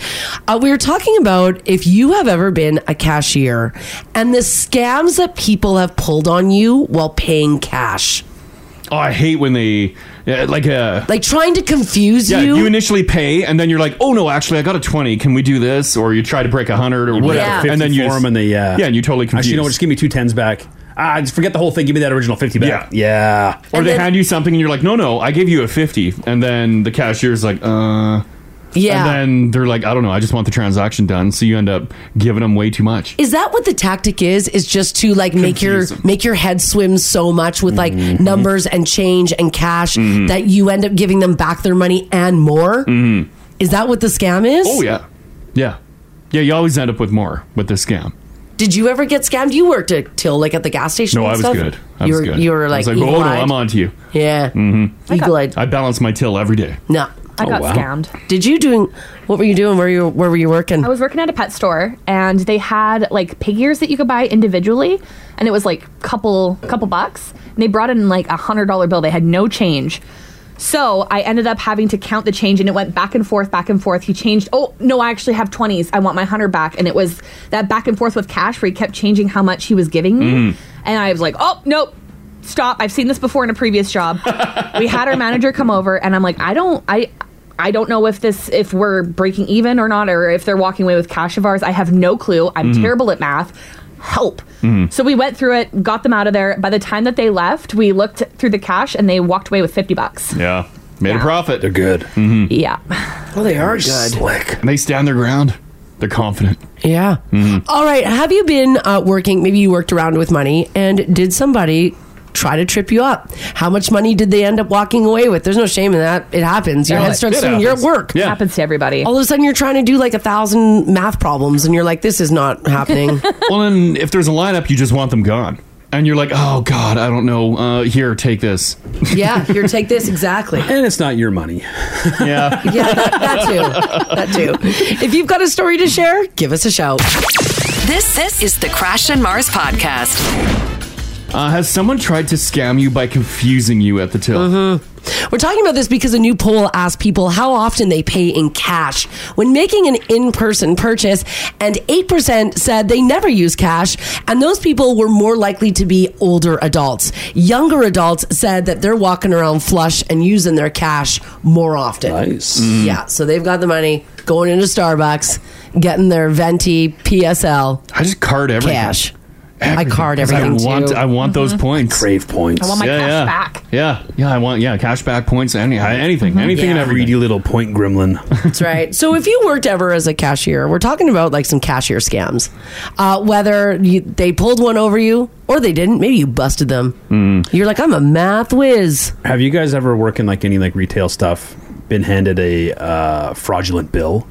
[SPEAKER 8] Uh, we were talking about if you have ever been a cashier and the scams that people have pulled on you while paying cash.
[SPEAKER 4] Oh, I hate when they yeah, like uh
[SPEAKER 8] like trying to confuse
[SPEAKER 4] yeah,
[SPEAKER 8] you.
[SPEAKER 4] You initially pay, and then you're like, "Oh no, actually, I got a twenty. Can we do this?" Or you try to break a hundred or
[SPEAKER 7] You
[SPEAKER 4] whatever,
[SPEAKER 7] break the 50
[SPEAKER 4] and then you
[SPEAKER 7] for 'em and they, uh,
[SPEAKER 4] yeah, and you totally confused.
[SPEAKER 7] Actually, you know what? Just give me two tens back. Ah, just forget the whole thing. Give me that original fifty back. Yeah,
[SPEAKER 4] Or they hand you something and you're like, no, no, I gave you a 50. And then the cashier's like, uh.
[SPEAKER 8] Yeah.
[SPEAKER 4] And then they're like, I don't know, I just want the transaction done. So you end up giving them way too much.
[SPEAKER 8] Is that what the tactic is? Is just to like make your make your head swim so much with like
[SPEAKER 4] Mm-hmm.
[SPEAKER 8] numbers and change and cash that you end up giving them back their money and more?
[SPEAKER 7] Mm-hmm.
[SPEAKER 4] Mm.
[SPEAKER 8] Is that what the scam is?
[SPEAKER 4] Oh, yeah. Yeah. Yeah, you always end up with more with this scam.
[SPEAKER 8] Did you ever get scammed? You worked at till like at the gas station.
[SPEAKER 4] No,
[SPEAKER 8] and
[SPEAKER 4] I was
[SPEAKER 8] stuff?
[SPEAKER 4] good. I
[SPEAKER 8] you
[SPEAKER 4] was
[SPEAKER 8] were
[SPEAKER 4] good.
[SPEAKER 8] you were like,
[SPEAKER 4] I was like oh, no, I'm on to you.
[SPEAKER 8] Yeah.
[SPEAKER 4] Mm-hmm.
[SPEAKER 8] Eagle-eyed.
[SPEAKER 4] I balance my till every day.
[SPEAKER 8] No,
[SPEAKER 4] Oh,
[SPEAKER 9] I got scammed.
[SPEAKER 8] Did you doing? What were you doing? Where you where were you working?
[SPEAKER 9] I was working at a pet store and they had like pig ears that you could buy individually and it was like couple couple bucks and they brought in like a hundred dollar bill. They had no change. So I ended up having to count the change and it went back and forth, back and forth. He changed, oh no, I actually have twenties. I want my hundred back. And it was that back and forth with cash where he kept changing how much he was giving
[SPEAKER 13] Mm.
[SPEAKER 9] me.
[SPEAKER 14] Mhm.
[SPEAKER 9] And I was like, oh nope. Stop. I've seen this before in a previous job. we had our manager come over and I'm like, I don't I I don't know if this if we're breaking even or not or if they're walking away with cash of ours. I have no clue. I'm
[SPEAKER 14] Mhm.
[SPEAKER 9] terrible at math. Help.
[SPEAKER 14] Mhm.
[SPEAKER 9] So we went through it, got them out of there. By the time that they left, we looked through the cash and they walked away with 50 bucks.
[SPEAKER 4] Yeah. Made a
[SPEAKER 9] Yeah.
[SPEAKER 4] profit. They're
[SPEAKER 7] good.
[SPEAKER 4] Mm-hmm.
[SPEAKER 9] Yeah.
[SPEAKER 8] Well, they are
[SPEAKER 4] Slick. And they stand their ground. They're confident.
[SPEAKER 8] Yeah.
[SPEAKER 4] Mhm.
[SPEAKER 8] All right. Have you been uh, working? Maybe you worked around with money, and did somebody try to trip you up? How much money did they end up walking away with? There's no shame in that. It happens. Your
[SPEAKER 9] Yeah,
[SPEAKER 8] head
[SPEAKER 9] it-
[SPEAKER 8] starts
[SPEAKER 9] it
[SPEAKER 8] swimming. You're at
[SPEAKER 9] happens.
[SPEAKER 8] work.
[SPEAKER 9] Yeah. Happens to everybody.
[SPEAKER 8] All of a sudden, you're trying to do like a thousand math problems, and you're like, "This is not happening."
[SPEAKER 4] well, and if there's a lineup, you just want them gone. And you're like, oh, God, I don't know. Uh, here, take this.
[SPEAKER 8] yeah, you're take this exactly.
[SPEAKER 7] and it's not your money.
[SPEAKER 4] Yeah.
[SPEAKER 8] yeah, that, that too. That too. If you've got a story to share, give us a shout.
[SPEAKER 1] This this is the Crash and Mars podcast.
[SPEAKER 4] Uh, has someone tried to scam you by confusing you at the till?
[SPEAKER 8] We're talking about this because a new poll asked people how often they pay in cash when making an in person purchase, and 8% said they never use cash, and those people were more likely to be older adults. Younger adults said that they're walking around flush and using their cash more often. Nice.
[SPEAKER 14] Mm.
[SPEAKER 8] Yeah, so they've got the money going into Starbucks, getting their venti PSL.
[SPEAKER 4] I just card everything.
[SPEAKER 8] Cash. I card everything.
[SPEAKER 4] I want,
[SPEAKER 8] too.
[SPEAKER 4] I want those
[SPEAKER 7] Mm-hmm.
[SPEAKER 4] points. Crave
[SPEAKER 7] points.
[SPEAKER 8] Mm-hmm. I want my
[SPEAKER 4] yeah,
[SPEAKER 8] cash
[SPEAKER 4] yeah.
[SPEAKER 8] back. Mm-hmm.
[SPEAKER 4] Yeah, yeah, I want yeah cash back points. Any, anything, anything, and
[SPEAKER 8] Yeah.
[SPEAKER 4] everything.
[SPEAKER 7] Greedy little point gremlin.
[SPEAKER 8] That's right. So if you worked ever as a cashier, we're talking about like some cashier scams. Uh, whether you, they pulled one over you or they didn't, maybe you busted them.
[SPEAKER 4] Hmm.
[SPEAKER 8] You're like, I'm a math whiz.
[SPEAKER 7] Have you guys ever working like any like retail stuff? Been handed a uh, fraudulent bill?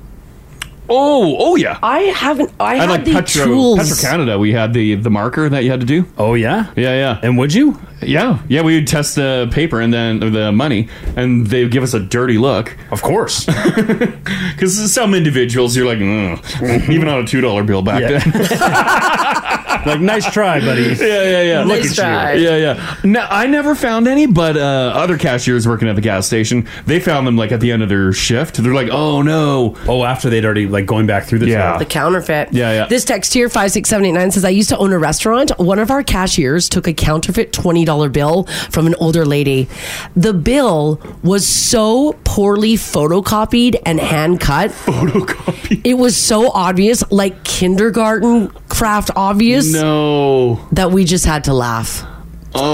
[SPEAKER 4] Oh, oh yeah.
[SPEAKER 8] I haven't. I,
[SPEAKER 4] I
[SPEAKER 8] had
[SPEAKER 4] like
[SPEAKER 8] the
[SPEAKER 4] Petro,
[SPEAKER 8] tools.
[SPEAKER 4] Petro Canada. We had the the marker that you had to do.
[SPEAKER 7] Oh yeah,
[SPEAKER 4] yeah, yeah.
[SPEAKER 7] And would you?
[SPEAKER 4] Yeah, yeah. We would test the paper and then or the money, and they would give us a dirty look.
[SPEAKER 7] Of course, Mm-hmm.
[SPEAKER 4] because some individuals you're like, "Ugh." even on a two dollar bill back then.
[SPEAKER 7] like, nice try, buddy.
[SPEAKER 4] Yeah, yeah, yeah.
[SPEAKER 7] Look Nice at you.
[SPEAKER 4] Yeah, yeah. No, I never found any, but uh, other cashiers working at the gas station, they found them like at the end of their shift. They're like, oh no.
[SPEAKER 7] Oh, after they'd already like going back through the
[SPEAKER 4] yeah.
[SPEAKER 8] The counterfeit.
[SPEAKER 4] Yeah, yeah.
[SPEAKER 8] This text here, 56789, says, I used to own a restaurant. One of our cashiers took a counterfeit $20 bill from an older lady. The bill was so poorly photocopied and hand cut.
[SPEAKER 4] Photocopied.
[SPEAKER 8] It was so obvious, like kindergarten craft obvious.
[SPEAKER 4] No.
[SPEAKER 8] That we just had to laugh.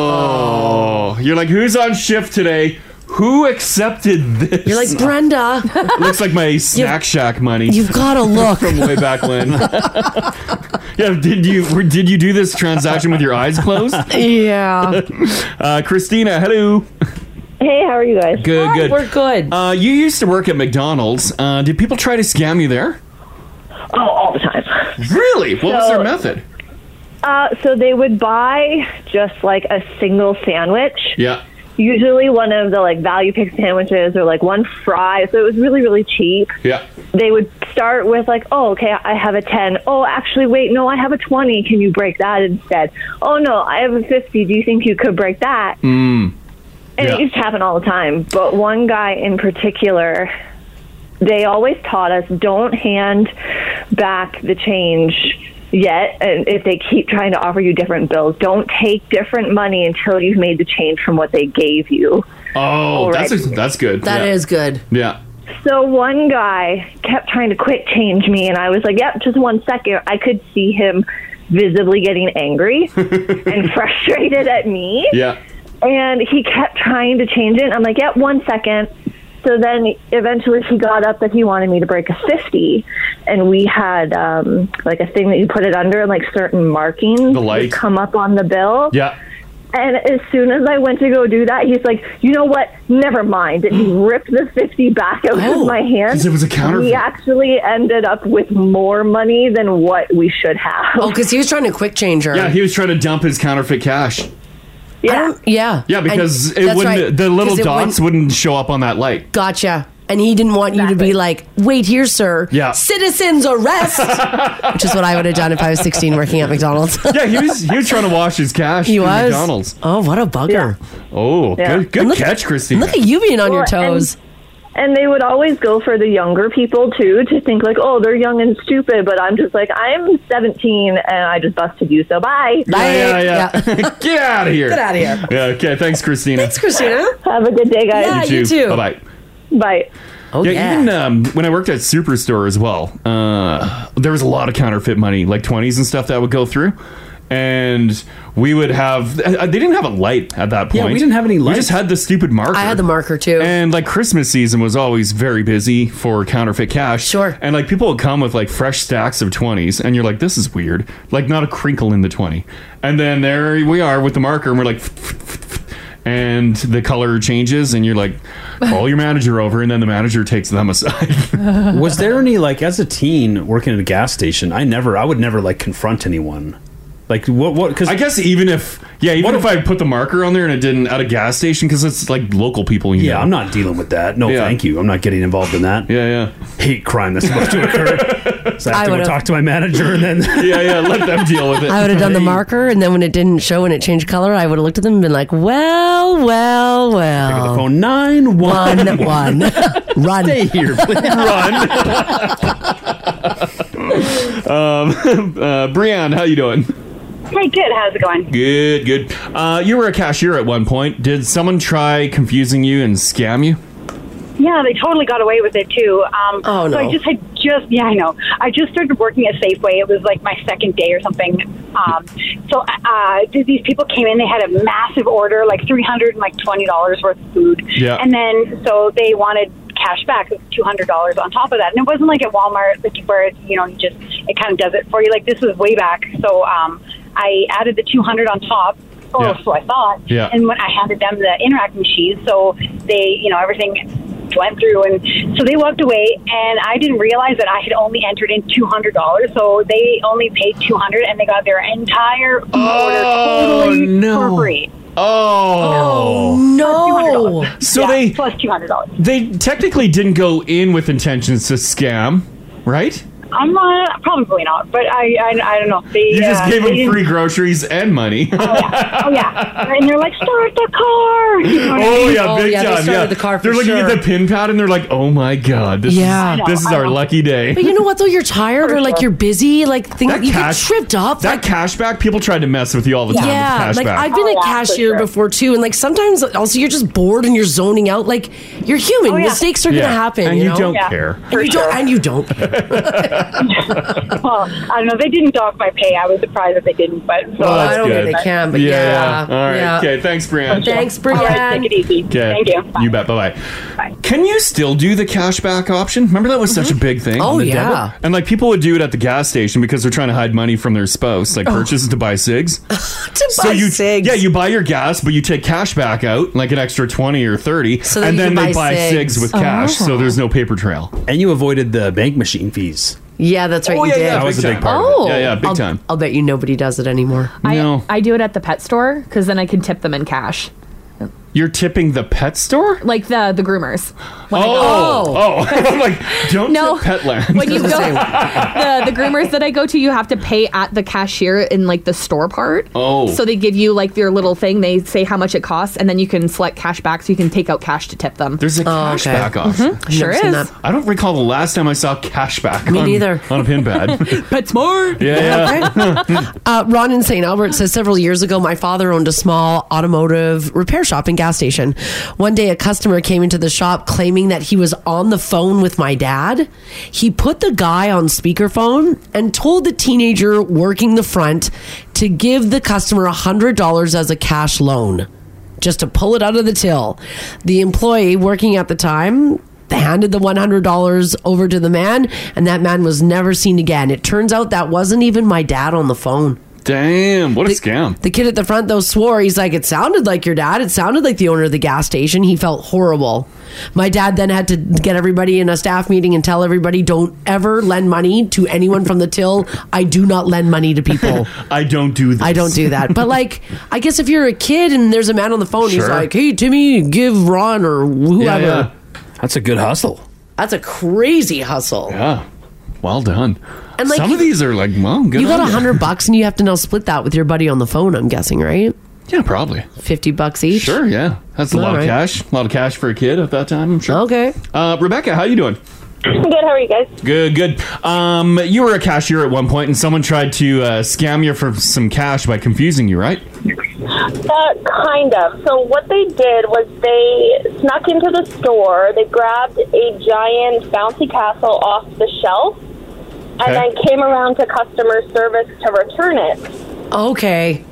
[SPEAKER 4] Oh. You're like, who's on shift today? Who accepted this?
[SPEAKER 8] You're like, Brenda.
[SPEAKER 4] Looks like my snack shack money.
[SPEAKER 8] you've gotta look.
[SPEAKER 4] from way back when. yeah, did you were- did you do this transaction with your eyes closed?
[SPEAKER 14] Yeah.
[SPEAKER 4] uh, Christina, hello.
[SPEAKER 14] Hey, how are you guys?
[SPEAKER 4] Good,
[SPEAKER 14] Hi,
[SPEAKER 4] good.
[SPEAKER 14] we're
[SPEAKER 8] good.
[SPEAKER 4] Uh, you used to work at McDonald's. Uh, did people try to scam you there?
[SPEAKER 14] Oh, all the time.
[SPEAKER 4] Really? What was
[SPEAKER 14] So-
[SPEAKER 4] their method?
[SPEAKER 14] Uh, so they would buy just like a single sandwich,
[SPEAKER 4] Yeah.
[SPEAKER 14] usually one of the like value pick sandwiches or like one fry. So it was really, really cheap.
[SPEAKER 4] Yeah.
[SPEAKER 14] They would start with like, oh, okay, I have a 10. Oh, actually, wait, no, I have a 20. Can you break that instead? Oh, no, I have a 50. Do you think you could break that?
[SPEAKER 15] Mm.
[SPEAKER 14] And it
[SPEAKER 15] Yeah.
[SPEAKER 14] used to happen all the time. But one guy in particular, they always taught us don't hand back the change yet. And if they keep trying to offer you different bills, don't take different money until you've made the change from what they gave you.
[SPEAKER 4] Oh, that's a,
[SPEAKER 14] Alright.
[SPEAKER 4] that's good.
[SPEAKER 14] That
[SPEAKER 4] That is
[SPEAKER 14] is
[SPEAKER 8] good.
[SPEAKER 4] Yeah.
[SPEAKER 14] So one guy kept trying to quick change me, and I was like, "Yep, just one second. I could see him visibly getting angry and frustrated at me.
[SPEAKER 4] Yeah.
[SPEAKER 14] And he kept trying to change it. I'm like, yep, one second. So then eventually he got up that he wanted me to break a 50. And we had um, like a thing that you put it under and like certain markings
[SPEAKER 15] The
[SPEAKER 14] would
[SPEAKER 15] light.
[SPEAKER 14] come up on the bill.
[SPEAKER 4] Yeah.
[SPEAKER 14] And as soon as I went to go do that, he's like, you know what? Never mind. And he ripped the 50 back out of my hand.
[SPEAKER 4] Oh, 'cause it was a counterfeit.
[SPEAKER 14] We actually ended up with more money than what we should have.
[SPEAKER 8] Oh, because he was trying to quick change her.
[SPEAKER 4] Yeah, he was trying to dump his counterfeit cash.
[SPEAKER 14] Yeah.
[SPEAKER 8] Yeah.
[SPEAKER 4] Yeah, because
[SPEAKER 8] And
[SPEAKER 4] it
[SPEAKER 8] that's
[SPEAKER 4] wouldn't
[SPEAKER 8] right,
[SPEAKER 4] the little
[SPEAKER 8] 'cause it
[SPEAKER 4] dots
[SPEAKER 8] wouldn't-
[SPEAKER 4] wouldn't, show up on that light.
[SPEAKER 8] Gotcha. And he didn't want you to be like, wait here, sir.
[SPEAKER 4] Yeah.
[SPEAKER 8] Citizens arrest. Which is what I would have done if I was 16 working at McDonald's.
[SPEAKER 4] yeah, he was he was trying to wash his cash.
[SPEAKER 8] He
[SPEAKER 4] through
[SPEAKER 8] was?
[SPEAKER 4] McDonald's.
[SPEAKER 8] Oh, what a bugger!
[SPEAKER 4] Oh,
[SPEAKER 14] Yeah.
[SPEAKER 4] good, good
[SPEAKER 14] And look-
[SPEAKER 4] catch, Christine.
[SPEAKER 8] Look at you being on your
[SPEAKER 14] Well, and-
[SPEAKER 8] toes.
[SPEAKER 14] And they would always go for the younger people too to think like, oh, they're young and stupid. But I'm just like, I'm 17 and I just busted you, so bye.
[SPEAKER 4] Yeah, yeah, yeah. Get out of here.
[SPEAKER 14] Get outta here.
[SPEAKER 4] Yeah, okay. Thanks, Christina. Thanks,
[SPEAKER 14] Christina. Have a good day, guys.
[SPEAKER 4] Bye bye.
[SPEAKER 14] Bye.
[SPEAKER 8] Oh,
[SPEAKER 4] yeah, even um, when I worked at Superstore as well, uh, there was a lot of counterfeit money, like 20s and stuff that would go through. And we would have, uh, they didn't have a light at that point.
[SPEAKER 7] Yeah, we didn't have any
[SPEAKER 4] We
[SPEAKER 7] lights.
[SPEAKER 4] just had the stupid marker. I had the
[SPEAKER 8] marker too.
[SPEAKER 4] And like Christmas season was always very busy for counterfeit cash. Sure. And like people would come with like fresh stacks of 20s, and you're like, this is weird. Like not a crinkle in the 20. And then there we are with the marker, and we're like, and the color changes and you're like call your manager over and then the manager takes them aside
[SPEAKER 7] was there any like as a teen working at a gas station? I never, I would never like confront anyone. Like what? What? Because
[SPEAKER 4] i guess even if yeah even if, i put the marker on there and it didn't at a gas station because it's like local people you
[SPEAKER 7] Yeah,
[SPEAKER 4] know.
[SPEAKER 7] I'm not dealing with that. No, thank you. I'm not getting involved in that.
[SPEAKER 4] Yeah, yeah.
[SPEAKER 7] Hate crime that's about to occur. So I have to go
[SPEAKER 8] would've-
[SPEAKER 7] talk to my manager and then.
[SPEAKER 4] yeah, yeah. Let them deal with
[SPEAKER 8] I would have done the marker, and then when it didn't show and it changed color, I would have looked at them and been like, well, well, well. Pick up the
[SPEAKER 7] phone, nine,
[SPEAKER 8] one, one. Run. Stay
[SPEAKER 7] here,
[SPEAKER 4] please. Run. um uh brian how you doing
[SPEAKER 16] Hey, good. How's it going?
[SPEAKER 4] good good uh you were a cashier at one point did someone try confusing you and scam you
[SPEAKER 16] Yeah, they totally got away with it too. Um,
[SPEAKER 4] Oh,
[SPEAKER 16] So
[SPEAKER 4] no.
[SPEAKER 16] I just had just yeah, I know. I just started working at Safeway. It was like my second day or something. Um, so uh, th- these people came in. They had a massive order, like three hundred and like twenty dollars worth of food.
[SPEAKER 15] Yeah.
[SPEAKER 16] And then so they wanted cash back, two hundred dollars on top of that. And it wasn't like at Walmart, like where it's you know you just it kind of does it for you. Like this was way back. So um, I added the two hundred on top. Or
[SPEAKER 15] Yeah.
[SPEAKER 16] so I thought.
[SPEAKER 15] Yeah.
[SPEAKER 16] And when I handed them the interact machines, so they, you know, everything went through, and so they walked away, and I didn't realize that I had only entered in two hundred dollars, so they only paid two hundred, and they got their entire order totally for free.
[SPEAKER 4] Oh,
[SPEAKER 16] no!
[SPEAKER 4] So they
[SPEAKER 16] plus two hundred dollars.
[SPEAKER 4] They technically didn't go in with intentions to scam, right?
[SPEAKER 15] I'm not, probably not, but I, I, I don't know. They,
[SPEAKER 4] You just
[SPEAKER 15] uh,
[SPEAKER 4] gave
[SPEAKER 15] they
[SPEAKER 4] him
[SPEAKER 15] didn't-
[SPEAKER 4] free groceries and money.
[SPEAKER 15] Oh yeah, and they're like, start the car. You know what I
[SPEAKER 4] oh
[SPEAKER 15] mean?
[SPEAKER 4] yeah, big time. Yeah, they're looking at the pin pad and they're like, "Oh my god, this
[SPEAKER 8] Yeah.
[SPEAKER 4] is this is our lucky day."
[SPEAKER 8] But you know what though? You're tired or like
[SPEAKER 4] sure.
[SPEAKER 8] you're busy, like things you
[SPEAKER 4] cash-
[SPEAKER 8] get tripped up.
[SPEAKER 4] that cashback, people tried to mess with you all the time.
[SPEAKER 8] yeah,
[SPEAKER 4] with
[SPEAKER 8] like
[SPEAKER 4] cashback.
[SPEAKER 8] I've been a cashier before too, and like sometimes also you're just bored and you're zoning out. Like you're human,
[SPEAKER 4] Oh, yeah.
[SPEAKER 8] mistakes are
[SPEAKER 4] Yeah.
[SPEAKER 8] gonna happen,
[SPEAKER 4] And you
[SPEAKER 8] know?
[SPEAKER 4] don't Yeah, care.
[SPEAKER 8] And you don't, and you don't.
[SPEAKER 15] well, I don't know. They didn't dock my pay. I was surprised that they didn't, but so
[SPEAKER 4] Oh, that's good.
[SPEAKER 15] yeah.
[SPEAKER 4] All right.
[SPEAKER 15] Yeah.
[SPEAKER 4] Okay. Thanks, Brian.
[SPEAKER 8] Thanks,
[SPEAKER 15] Brian. take it easy.
[SPEAKER 4] Okay.
[SPEAKER 15] Thank you.
[SPEAKER 4] You bet. Bye bye. Can you still do the cashback option? Remember that was such a big thing.
[SPEAKER 8] Oh,
[SPEAKER 4] on the
[SPEAKER 8] yeah.
[SPEAKER 4] debit? And like people would do it at the gas station because they're trying to hide money from their spouse, like
[SPEAKER 8] Oh.
[SPEAKER 4] purchases to buy cigs.
[SPEAKER 8] to
[SPEAKER 4] so you, cigs. Yeah, you buy your gas, but you take cash back out, like an extra twenty or thirty,
[SPEAKER 8] So that
[SPEAKER 4] and
[SPEAKER 8] you
[SPEAKER 4] then
[SPEAKER 8] can
[SPEAKER 4] they
[SPEAKER 8] buy
[SPEAKER 4] buy cigs,
[SPEAKER 8] cigs.
[SPEAKER 4] with cash.
[SPEAKER 8] Oh.
[SPEAKER 4] So there's no paper trail.
[SPEAKER 7] And you avoided the bank machine fees.
[SPEAKER 8] Yeah, that's right.
[SPEAKER 7] Oh,
[SPEAKER 8] you
[SPEAKER 7] yeah,
[SPEAKER 8] did.
[SPEAKER 7] yeah, That big was a big time. part of it.
[SPEAKER 8] Oh,
[SPEAKER 7] Yeah, yeah, big
[SPEAKER 8] I'll-
[SPEAKER 7] time.
[SPEAKER 8] I'll bet you nobody does it anymore.
[SPEAKER 4] no,
[SPEAKER 9] I do it at the pet store because then I can tip them in cash,
[SPEAKER 4] you're tipping the pet store.
[SPEAKER 9] like Uh, the the groomers.
[SPEAKER 4] Oh,
[SPEAKER 9] When I go-
[SPEAKER 4] oh! I'm like, don't
[SPEAKER 9] No.
[SPEAKER 4] tip Petland.
[SPEAKER 9] When you go the the groomers that I go to, you have to pay at the cashier in like the store part.
[SPEAKER 4] Oh.
[SPEAKER 9] so they give you like your little thing. They say how much it costs, and then you can select cash back, so you can take out cash to tip them.
[SPEAKER 8] Oh,
[SPEAKER 4] There's a cashback option.
[SPEAKER 8] Mm-hmm.
[SPEAKER 9] Mhm, Sure is.
[SPEAKER 4] I don't recall the last time I saw cashback.
[SPEAKER 8] Me
[SPEAKER 4] on,
[SPEAKER 8] neither.
[SPEAKER 4] On a pin pad.
[SPEAKER 9] PetSmart.
[SPEAKER 4] Yeah, yeah.
[SPEAKER 8] uh, Ron in St. Albert says several years ago, my father owned a small automotive repair shop and gas station. One day, a customer came into the shop claiming that he was on the phone with my dad. He put the guy on speakerphone and told the teenager working the front to give the customer $100 as a cash loan just to pull it out of the till. The employee working at the time handed the $100 over to the man, and that man was never seen again. It turns out that wasn't even my dad on the phone.
[SPEAKER 4] Damn, what a
[SPEAKER 8] The-
[SPEAKER 4] scam.
[SPEAKER 8] The kid at the front, though, swore. He's like, It sounded like your dad. It sounded like the owner of the gas station. He felt horrible. My dad then had to get everybody in a staff meeting and tell everybody, Don't ever lend money to anyone from the till. I do not lend money to people.
[SPEAKER 4] I don't do this.
[SPEAKER 8] I don't do that. But like, I guess if you're a kid and there's a man on the phone, he's
[SPEAKER 7] Sure.
[SPEAKER 8] like, "Hey, Timmy, give Ron or whoever."
[SPEAKER 7] That's a good hustle.
[SPEAKER 8] That's a crazy hustle.
[SPEAKER 4] Yeah. Well done.
[SPEAKER 8] And, like,
[SPEAKER 4] Some of
[SPEAKER 8] you-
[SPEAKER 4] these are like, well, good.
[SPEAKER 8] you got a
[SPEAKER 4] on ya.
[SPEAKER 8] hundred bucks, and you have to now split that with your buddy on the phone. I'm guessing, right?
[SPEAKER 4] Yeah, probably.
[SPEAKER 8] Fifty bucks each.
[SPEAKER 4] Sure, yeah. That's a
[SPEAKER 8] All
[SPEAKER 4] lot of
[SPEAKER 8] right.
[SPEAKER 4] cash. A lot of cash for a kid at that time, I'm sure.
[SPEAKER 8] Okay.
[SPEAKER 4] Uh, Rebecca, how you doing?
[SPEAKER 15] Good. How are you guys?
[SPEAKER 4] Good, good. Um, you were a cashier at one point, and someone tried to uh, scam you for some cash by confusing you, right?
[SPEAKER 15] Uh, kind of. So what they did was they snuck into the store. They grabbed a giant bouncy castle off the shelf,
[SPEAKER 8] Okay.
[SPEAKER 15] and then came around to customer service to return it.
[SPEAKER 8] Okay.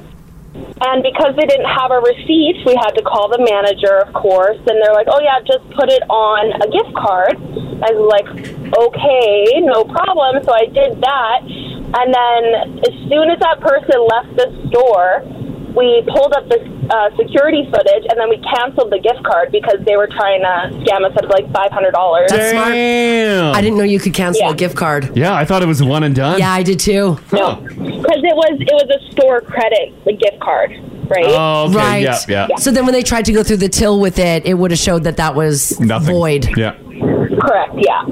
[SPEAKER 15] And because they didn't have a receipt, we had to call the manager, of course. And they're like, "Oh yeah, just put it on a gift card." I was like, "Okay, no problem." So I did that, and then as soon as that person left the store, we pulled up the uh, security footage, and then we canceled the gift card because they were trying to scam us out of like five hundred dollars.
[SPEAKER 4] Damn.
[SPEAKER 8] I didn't know you could cancel a gift card.
[SPEAKER 4] Yeah, I thought it was a one and done.
[SPEAKER 8] Yeah, I did too.
[SPEAKER 4] Huh.
[SPEAKER 15] because it was it was a store credit, the gift card, right?
[SPEAKER 4] Oh, okay, yeah, yeah.
[SPEAKER 8] So then, when they tried to go through the till with it, it would have showed that that was
[SPEAKER 4] Nothing.
[SPEAKER 8] void. Oh,
[SPEAKER 4] Yeah.
[SPEAKER 15] Correct. Yeah.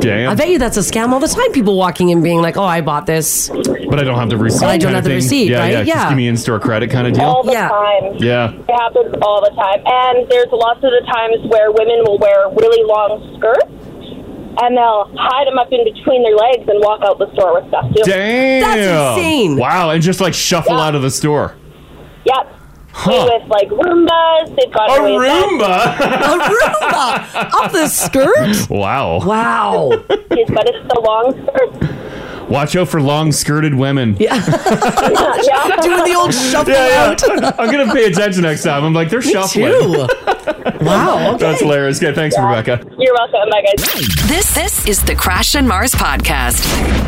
[SPEAKER 4] Damn.
[SPEAKER 8] I bet you that's a scam all the time. People walking in being like, "Oh, I bought this."
[SPEAKER 4] But I don't have the receipt.
[SPEAKER 8] I don't
[SPEAKER 4] kind
[SPEAKER 8] have
[SPEAKER 4] of
[SPEAKER 8] the
[SPEAKER 4] thing.
[SPEAKER 8] receipt,
[SPEAKER 4] yeah,
[SPEAKER 8] right?
[SPEAKER 4] Yeah, Just
[SPEAKER 8] Yeah.
[SPEAKER 4] give me in-store credit kind of deal.
[SPEAKER 15] all the time.
[SPEAKER 4] Yeah.
[SPEAKER 15] It happens all the time. And there's lots of the times where women will wear really long skirts and they'll hide them up in between their legs and walk out the store with stuff too.
[SPEAKER 4] Damn. Wow, and just like shuffle out of the store.
[SPEAKER 15] Yep. With like Roombas, they've got
[SPEAKER 4] A
[SPEAKER 15] uh,
[SPEAKER 4] Roomba?
[SPEAKER 8] a Roomba up the skirt.
[SPEAKER 4] Wow.
[SPEAKER 8] Wow.
[SPEAKER 15] Yes, but it's the long skirt.
[SPEAKER 4] Watch out for long skirted women. Yeah.
[SPEAKER 15] yeah.
[SPEAKER 8] Doing the old shuffle out.
[SPEAKER 4] I'm going to pay attention next time. I'm like, they're shuffling.
[SPEAKER 8] too. wow.
[SPEAKER 4] That's hilarious. Okay, thanks, Rebecca.
[SPEAKER 15] You're welcome. Bye, guys.
[SPEAKER 1] This this is the Crash and Mars podcast.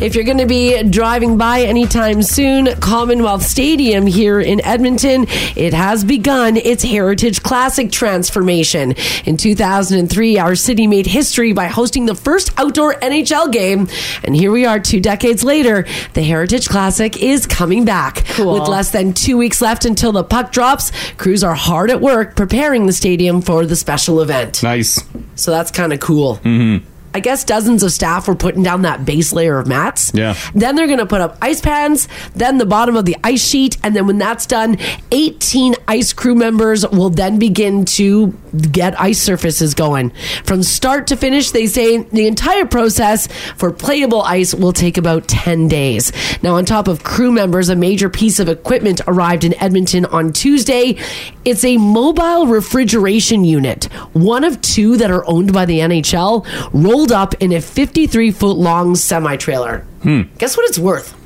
[SPEAKER 8] If you're going to be driving by anytime soon, Commonwealth Stadium here in Edmonton, it has begun its Heritage Classic transformation. In 2003, our city made history by hosting the first outdoor NHL game. And here we are two decades later. The Heritage Classic is coming back. With less than two weeks left until the puck drops, crews are hard at work preparing the stadium for the special event.
[SPEAKER 4] Nice.
[SPEAKER 8] So that's kind of cool.
[SPEAKER 4] Mm-hmm.
[SPEAKER 8] I guess dozens of staff were putting down that base layer of mats.
[SPEAKER 4] Yeah.
[SPEAKER 8] Then they're going to put up ice pans, then the bottom of the ice sheet, and then when that's done, 18 ice crew members will then begin to get ice surfaces going. From start to finish, they say the entire process for playable ice will take about 10 days. Now, on top of crew members, a major piece of equipment arrived in Edmonton on Tuesday. It's a mobile refrigeration unit, one of two that are owned by the NHL, rolled up in a 53 foot long semi trailer.
[SPEAKER 4] Hmm.
[SPEAKER 8] Guess what it's worth?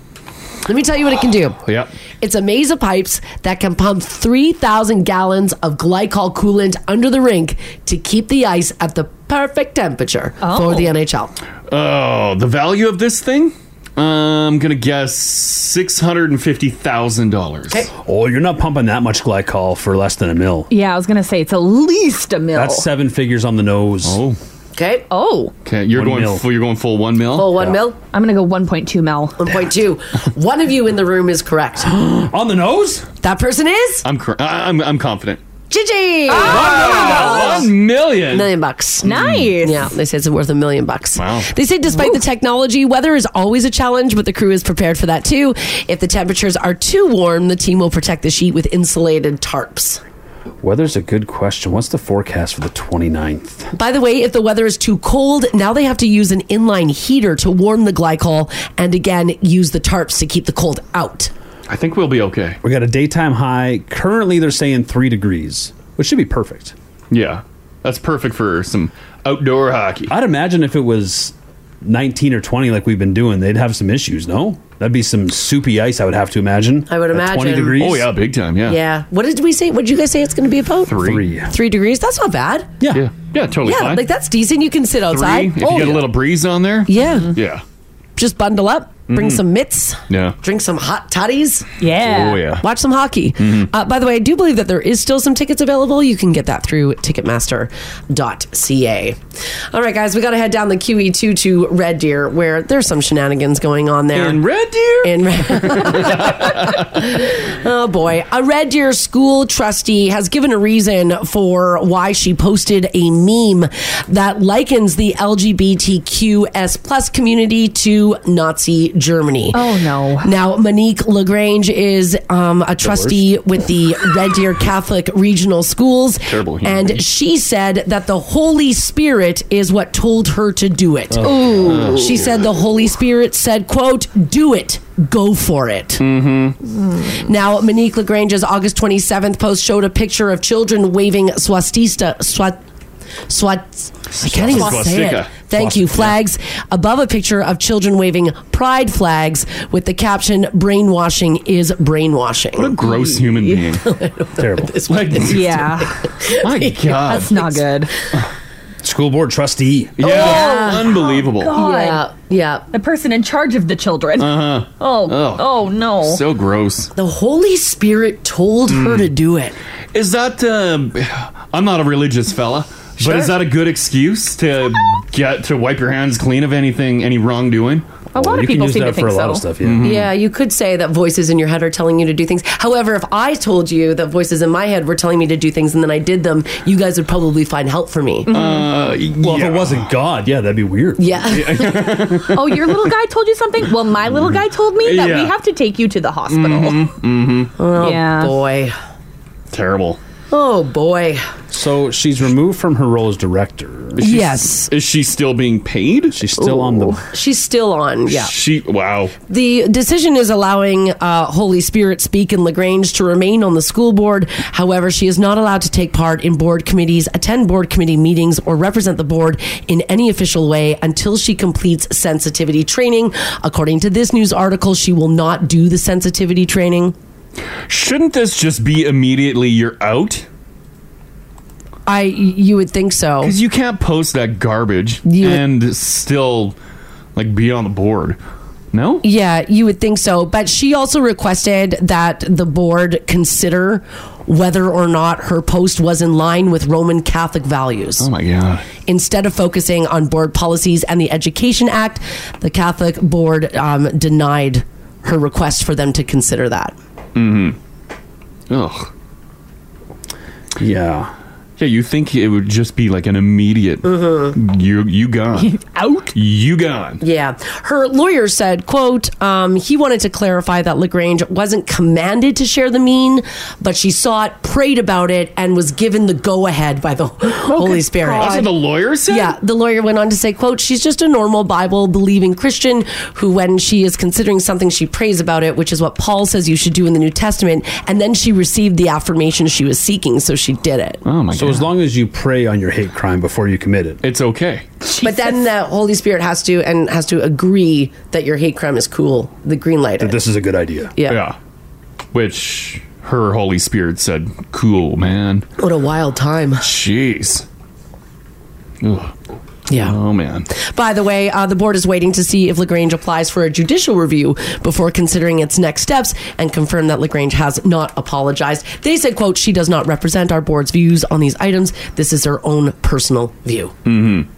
[SPEAKER 8] Let me tell you what it can do.
[SPEAKER 4] Yep.
[SPEAKER 8] It's a maze of pipes that can pump 3,000 gallons of glycol coolant under the rink to keep the ice at the perfect temperature for the NHL.
[SPEAKER 4] Oh, the value of this thing? I'm gonna guess six hundred and fifty thousand dollars.
[SPEAKER 7] Oh, you're not pumping that much glycol for less than a mil.
[SPEAKER 9] Yeah, I was gonna say it's at least a mil.
[SPEAKER 7] That's seven figures on the nose.
[SPEAKER 4] Oh.
[SPEAKER 8] Okay.
[SPEAKER 9] Oh.
[SPEAKER 4] Okay, you're
[SPEAKER 7] One
[SPEAKER 4] going
[SPEAKER 7] mil.
[SPEAKER 4] full. You're going full one
[SPEAKER 7] Oh,
[SPEAKER 4] mil.
[SPEAKER 8] Full one mil?
[SPEAKER 9] I'm going to go 1.2 mil.
[SPEAKER 8] 1.2. One of you in the room is correct.
[SPEAKER 7] On the nose?
[SPEAKER 8] That person is
[SPEAKER 4] I'm cor- I- I'm I'm confident.
[SPEAKER 8] Gigi.
[SPEAKER 4] Oh, one million.
[SPEAKER 8] Million bucks.
[SPEAKER 9] Nice.
[SPEAKER 8] Yeah, they say it's worth a million bucks.
[SPEAKER 4] Wow.
[SPEAKER 8] They say despite the technology, weather is always a challenge, but the crew is prepared for that too. If the temperatures are too warm, the team will protect the sheet with insulated tarps.
[SPEAKER 7] Weather's a good question. What's the forecast for the 29th?
[SPEAKER 8] By the way, if the weather is too cold, now they have to use an inline heater to warm the glycol and again use the tarps to keep the cold out.
[SPEAKER 4] I think we'll be okay.
[SPEAKER 7] We got a daytime high. Currently, they're saying three degrees, which should be perfect.
[SPEAKER 4] Yeah, that's perfect for some outdoor hockey.
[SPEAKER 7] I'd imagine if it was 19 or 20, like we've been doing, they'd have some issues. No, that'd be some soupy ice. I would have to imagine.
[SPEAKER 8] I would
[SPEAKER 7] At 20
[SPEAKER 8] imagine.
[SPEAKER 7] degrees.
[SPEAKER 8] Oh, yeah,
[SPEAKER 4] big time.
[SPEAKER 8] Yeah. What did we say? What did you guys say it's going to be about?
[SPEAKER 7] Three.
[SPEAKER 8] Three degrees? That's not bad.
[SPEAKER 7] Yeah.
[SPEAKER 4] Yeah. Yeah. Totally
[SPEAKER 8] yeah,
[SPEAKER 4] fine.
[SPEAKER 8] like that's decent. You can sit
[SPEAKER 4] Three.
[SPEAKER 8] outside. Oh,
[SPEAKER 4] If you get a little breeze on there.
[SPEAKER 8] Yeah.
[SPEAKER 4] Yeah.
[SPEAKER 8] Just bundle up, bring
[SPEAKER 4] Mhm.
[SPEAKER 8] some mitts,
[SPEAKER 4] Yeah.
[SPEAKER 8] drink some hot toddies.
[SPEAKER 4] Yeah. Oh, yeah.
[SPEAKER 8] Watch some hockey.
[SPEAKER 4] Mhm.
[SPEAKER 8] Uh, by the way, I do believe that there is still some tickets available. You can get that through ticketmaster.ca. All right, guys, we got to head down the QE2 to Red Deer, where there's some shenanigans going on there.
[SPEAKER 4] In Red Deer?
[SPEAKER 8] In Oh boy. A Red Deer school trustee has given a reason for why she posted a meme that likens the LGBTQS plus community to Nazi Germany. Oh
[SPEAKER 9] no.
[SPEAKER 8] Now, Monique LaGrange is um, a trustee with the Red Deer Catholic Regional Schools.
[SPEAKER 4] Terrible human
[SPEAKER 8] And
[SPEAKER 4] being.
[SPEAKER 8] she said that the Holy Spirit is what told her to do it.
[SPEAKER 4] Oh. Ooh.
[SPEAKER 8] She said the Holy Spirit said, quote, do it. Go for it. Mm-hmm. Now, Monique LaGrange's August 27th post showed a picture of children waving swastista, swat, swat, I can't even say
[SPEAKER 4] Swastika.
[SPEAKER 8] it. Thank you. Flags above a picture of children waving pride flags with the caption, brainwashing is brainwashing.
[SPEAKER 4] What a
[SPEAKER 8] Mm-hmm.
[SPEAKER 4] gross human being.
[SPEAKER 7] Terrible.
[SPEAKER 4] Like,
[SPEAKER 9] yeah.
[SPEAKER 4] My God.
[SPEAKER 9] That's not good.
[SPEAKER 7] School board trustee.
[SPEAKER 4] Yeah.
[SPEAKER 8] Oh,
[SPEAKER 9] Yeah.
[SPEAKER 4] Unbelievable.
[SPEAKER 9] God.
[SPEAKER 8] Yeah.
[SPEAKER 9] The person in charge of the children.
[SPEAKER 4] Uh-huh.
[SPEAKER 9] Oh,
[SPEAKER 4] Oh.
[SPEAKER 9] oh. no.
[SPEAKER 4] So gross. Mm.
[SPEAKER 8] The Holy Spirit told her to do it.
[SPEAKER 4] Is that? Um, I'm not a religious fella, but is that a good excuse to get to wipe your hands clean of anything, any wrongdoing?
[SPEAKER 8] A lot of
[SPEAKER 4] You can
[SPEAKER 8] people
[SPEAKER 4] use
[SPEAKER 8] seem to
[SPEAKER 4] that
[SPEAKER 8] think so. Mm-hmm.
[SPEAKER 4] Mhm.
[SPEAKER 8] Yeah, you could say that voices in your head are telling you to do things. However, if I told you that voices in my head were telling me to do things and then I did them, you guys would probably find help for me.
[SPEAKER 4] Uh,
[SPEAKER 7] well, if it wasn't God, yeah, that'd be weird.
[SPEAKER 8] Yeah.
[SPEAKER 9] oh, your little guy told you something? Well, my little guy told me that
[SPEAKER 4] Yeah.
[SPEAKER 9] we have to take you to the hospital.
[SPEAKER 4] Mm-hmm.
[SPEAKER 8] Oh
[SPEAKER 9] Yeah.
[SPEAKER 8] boy.
[SPEAKER 4] Terrible.
[SPEAKER 8] Oh boy.
[SPEAKER 7] So she's removed from her role as director.
[SPEAKER 4] Is she-
[SPEAKER 8] Yes.
[SPEAKER 4] Is she still being paid?
[SPEAKER 7] She's still on the.
[SPEAKER 8] She's still on. Yeah.
[SPEAKER 4] She. Wow.
[SPEAKER 8] The decision is allowing uh, Holy Spirit Speak and LaGrange to remain on the school board. However, she is not allowed to take part in board committees, attend board committee meetings, or represent the board in any official way until she completes sensitivity training. According to this news article, she will not do the sensitivity training.
[SPEAKER 4] Shouldn't this just be immediately you're out?
[SPEAKER 8] I you would think so.
[SPEAKER 4] Because you can't post that garbage
[SPEAKER 8] You-
[SPEAKER 4] and still like be on the board. No.
[SPEAKER 8] Yeah, you would think so. But she also requested that the board consider whether or not her post was in line with Roman Catholic values. Oh
[SPEAKER 4] my God.
[SPEAKER 8] Instead of focusing on board policies and the Education Act, the Catholic board um, denied her request for them to consider that.
[SPEAKER 4] Mm-hmm. Ugh.
[SPEAKER 7] Yeah.
[SPEAKER 4] Yeah, you think it would just be like an immediate you you gone
[SPEAKER 8] Mm-hmm. out
[SPEAKER 4] you gone.
[SPEAKER 8] Yeah. Her lawyer said, quote, um, he wanted to clarify that LaGrange wasn't commanded to share the mean, but she saw it, prayed about it, and was given the go ahead by the Holy Spirit.
[SPEAKER 4] That's what the lawyer said?
[SPEAKER 8] Yeah. The lawyer went on to say, quote, she's just a normal Bible believing Christian who when she is considering something, she prays about it, which is what Paul says you should do in the New Testament. And then she received the affirmation she was seeking, so she did it.
[SPEAKER 4] Oh my
[SPEAKER 7] So as long as you pray on your hate crime before you commit it,
[SPEAKER 4] it's okay.
[SPEAKER 8] But then the Holy Spirit has to and has to agree that your hate crime is cool, the green light. That
[SPEAKER 7] this is a good idea.
[SPEAKER 8] Yeah.
[SPEAKER 4] Yeah. Which her Holy Spirit said, cool, man.
[SPEAKER 8] What a wild time.
[SPEAKER 4] Jeez. Ugh.
[SPEAKER 8] Yeah.
[SPEAKER 4] Oh, man.
[SPEAKER 8] By the way, uh, the board is waiting to see if Lagrange applies for a judicial review before considering its next steps and confirm that Lagrange has not apologized. They said, "quote She does not represent our board's views on these items. This is her own personal view."
[SPEAKER 4] Mm-hmm.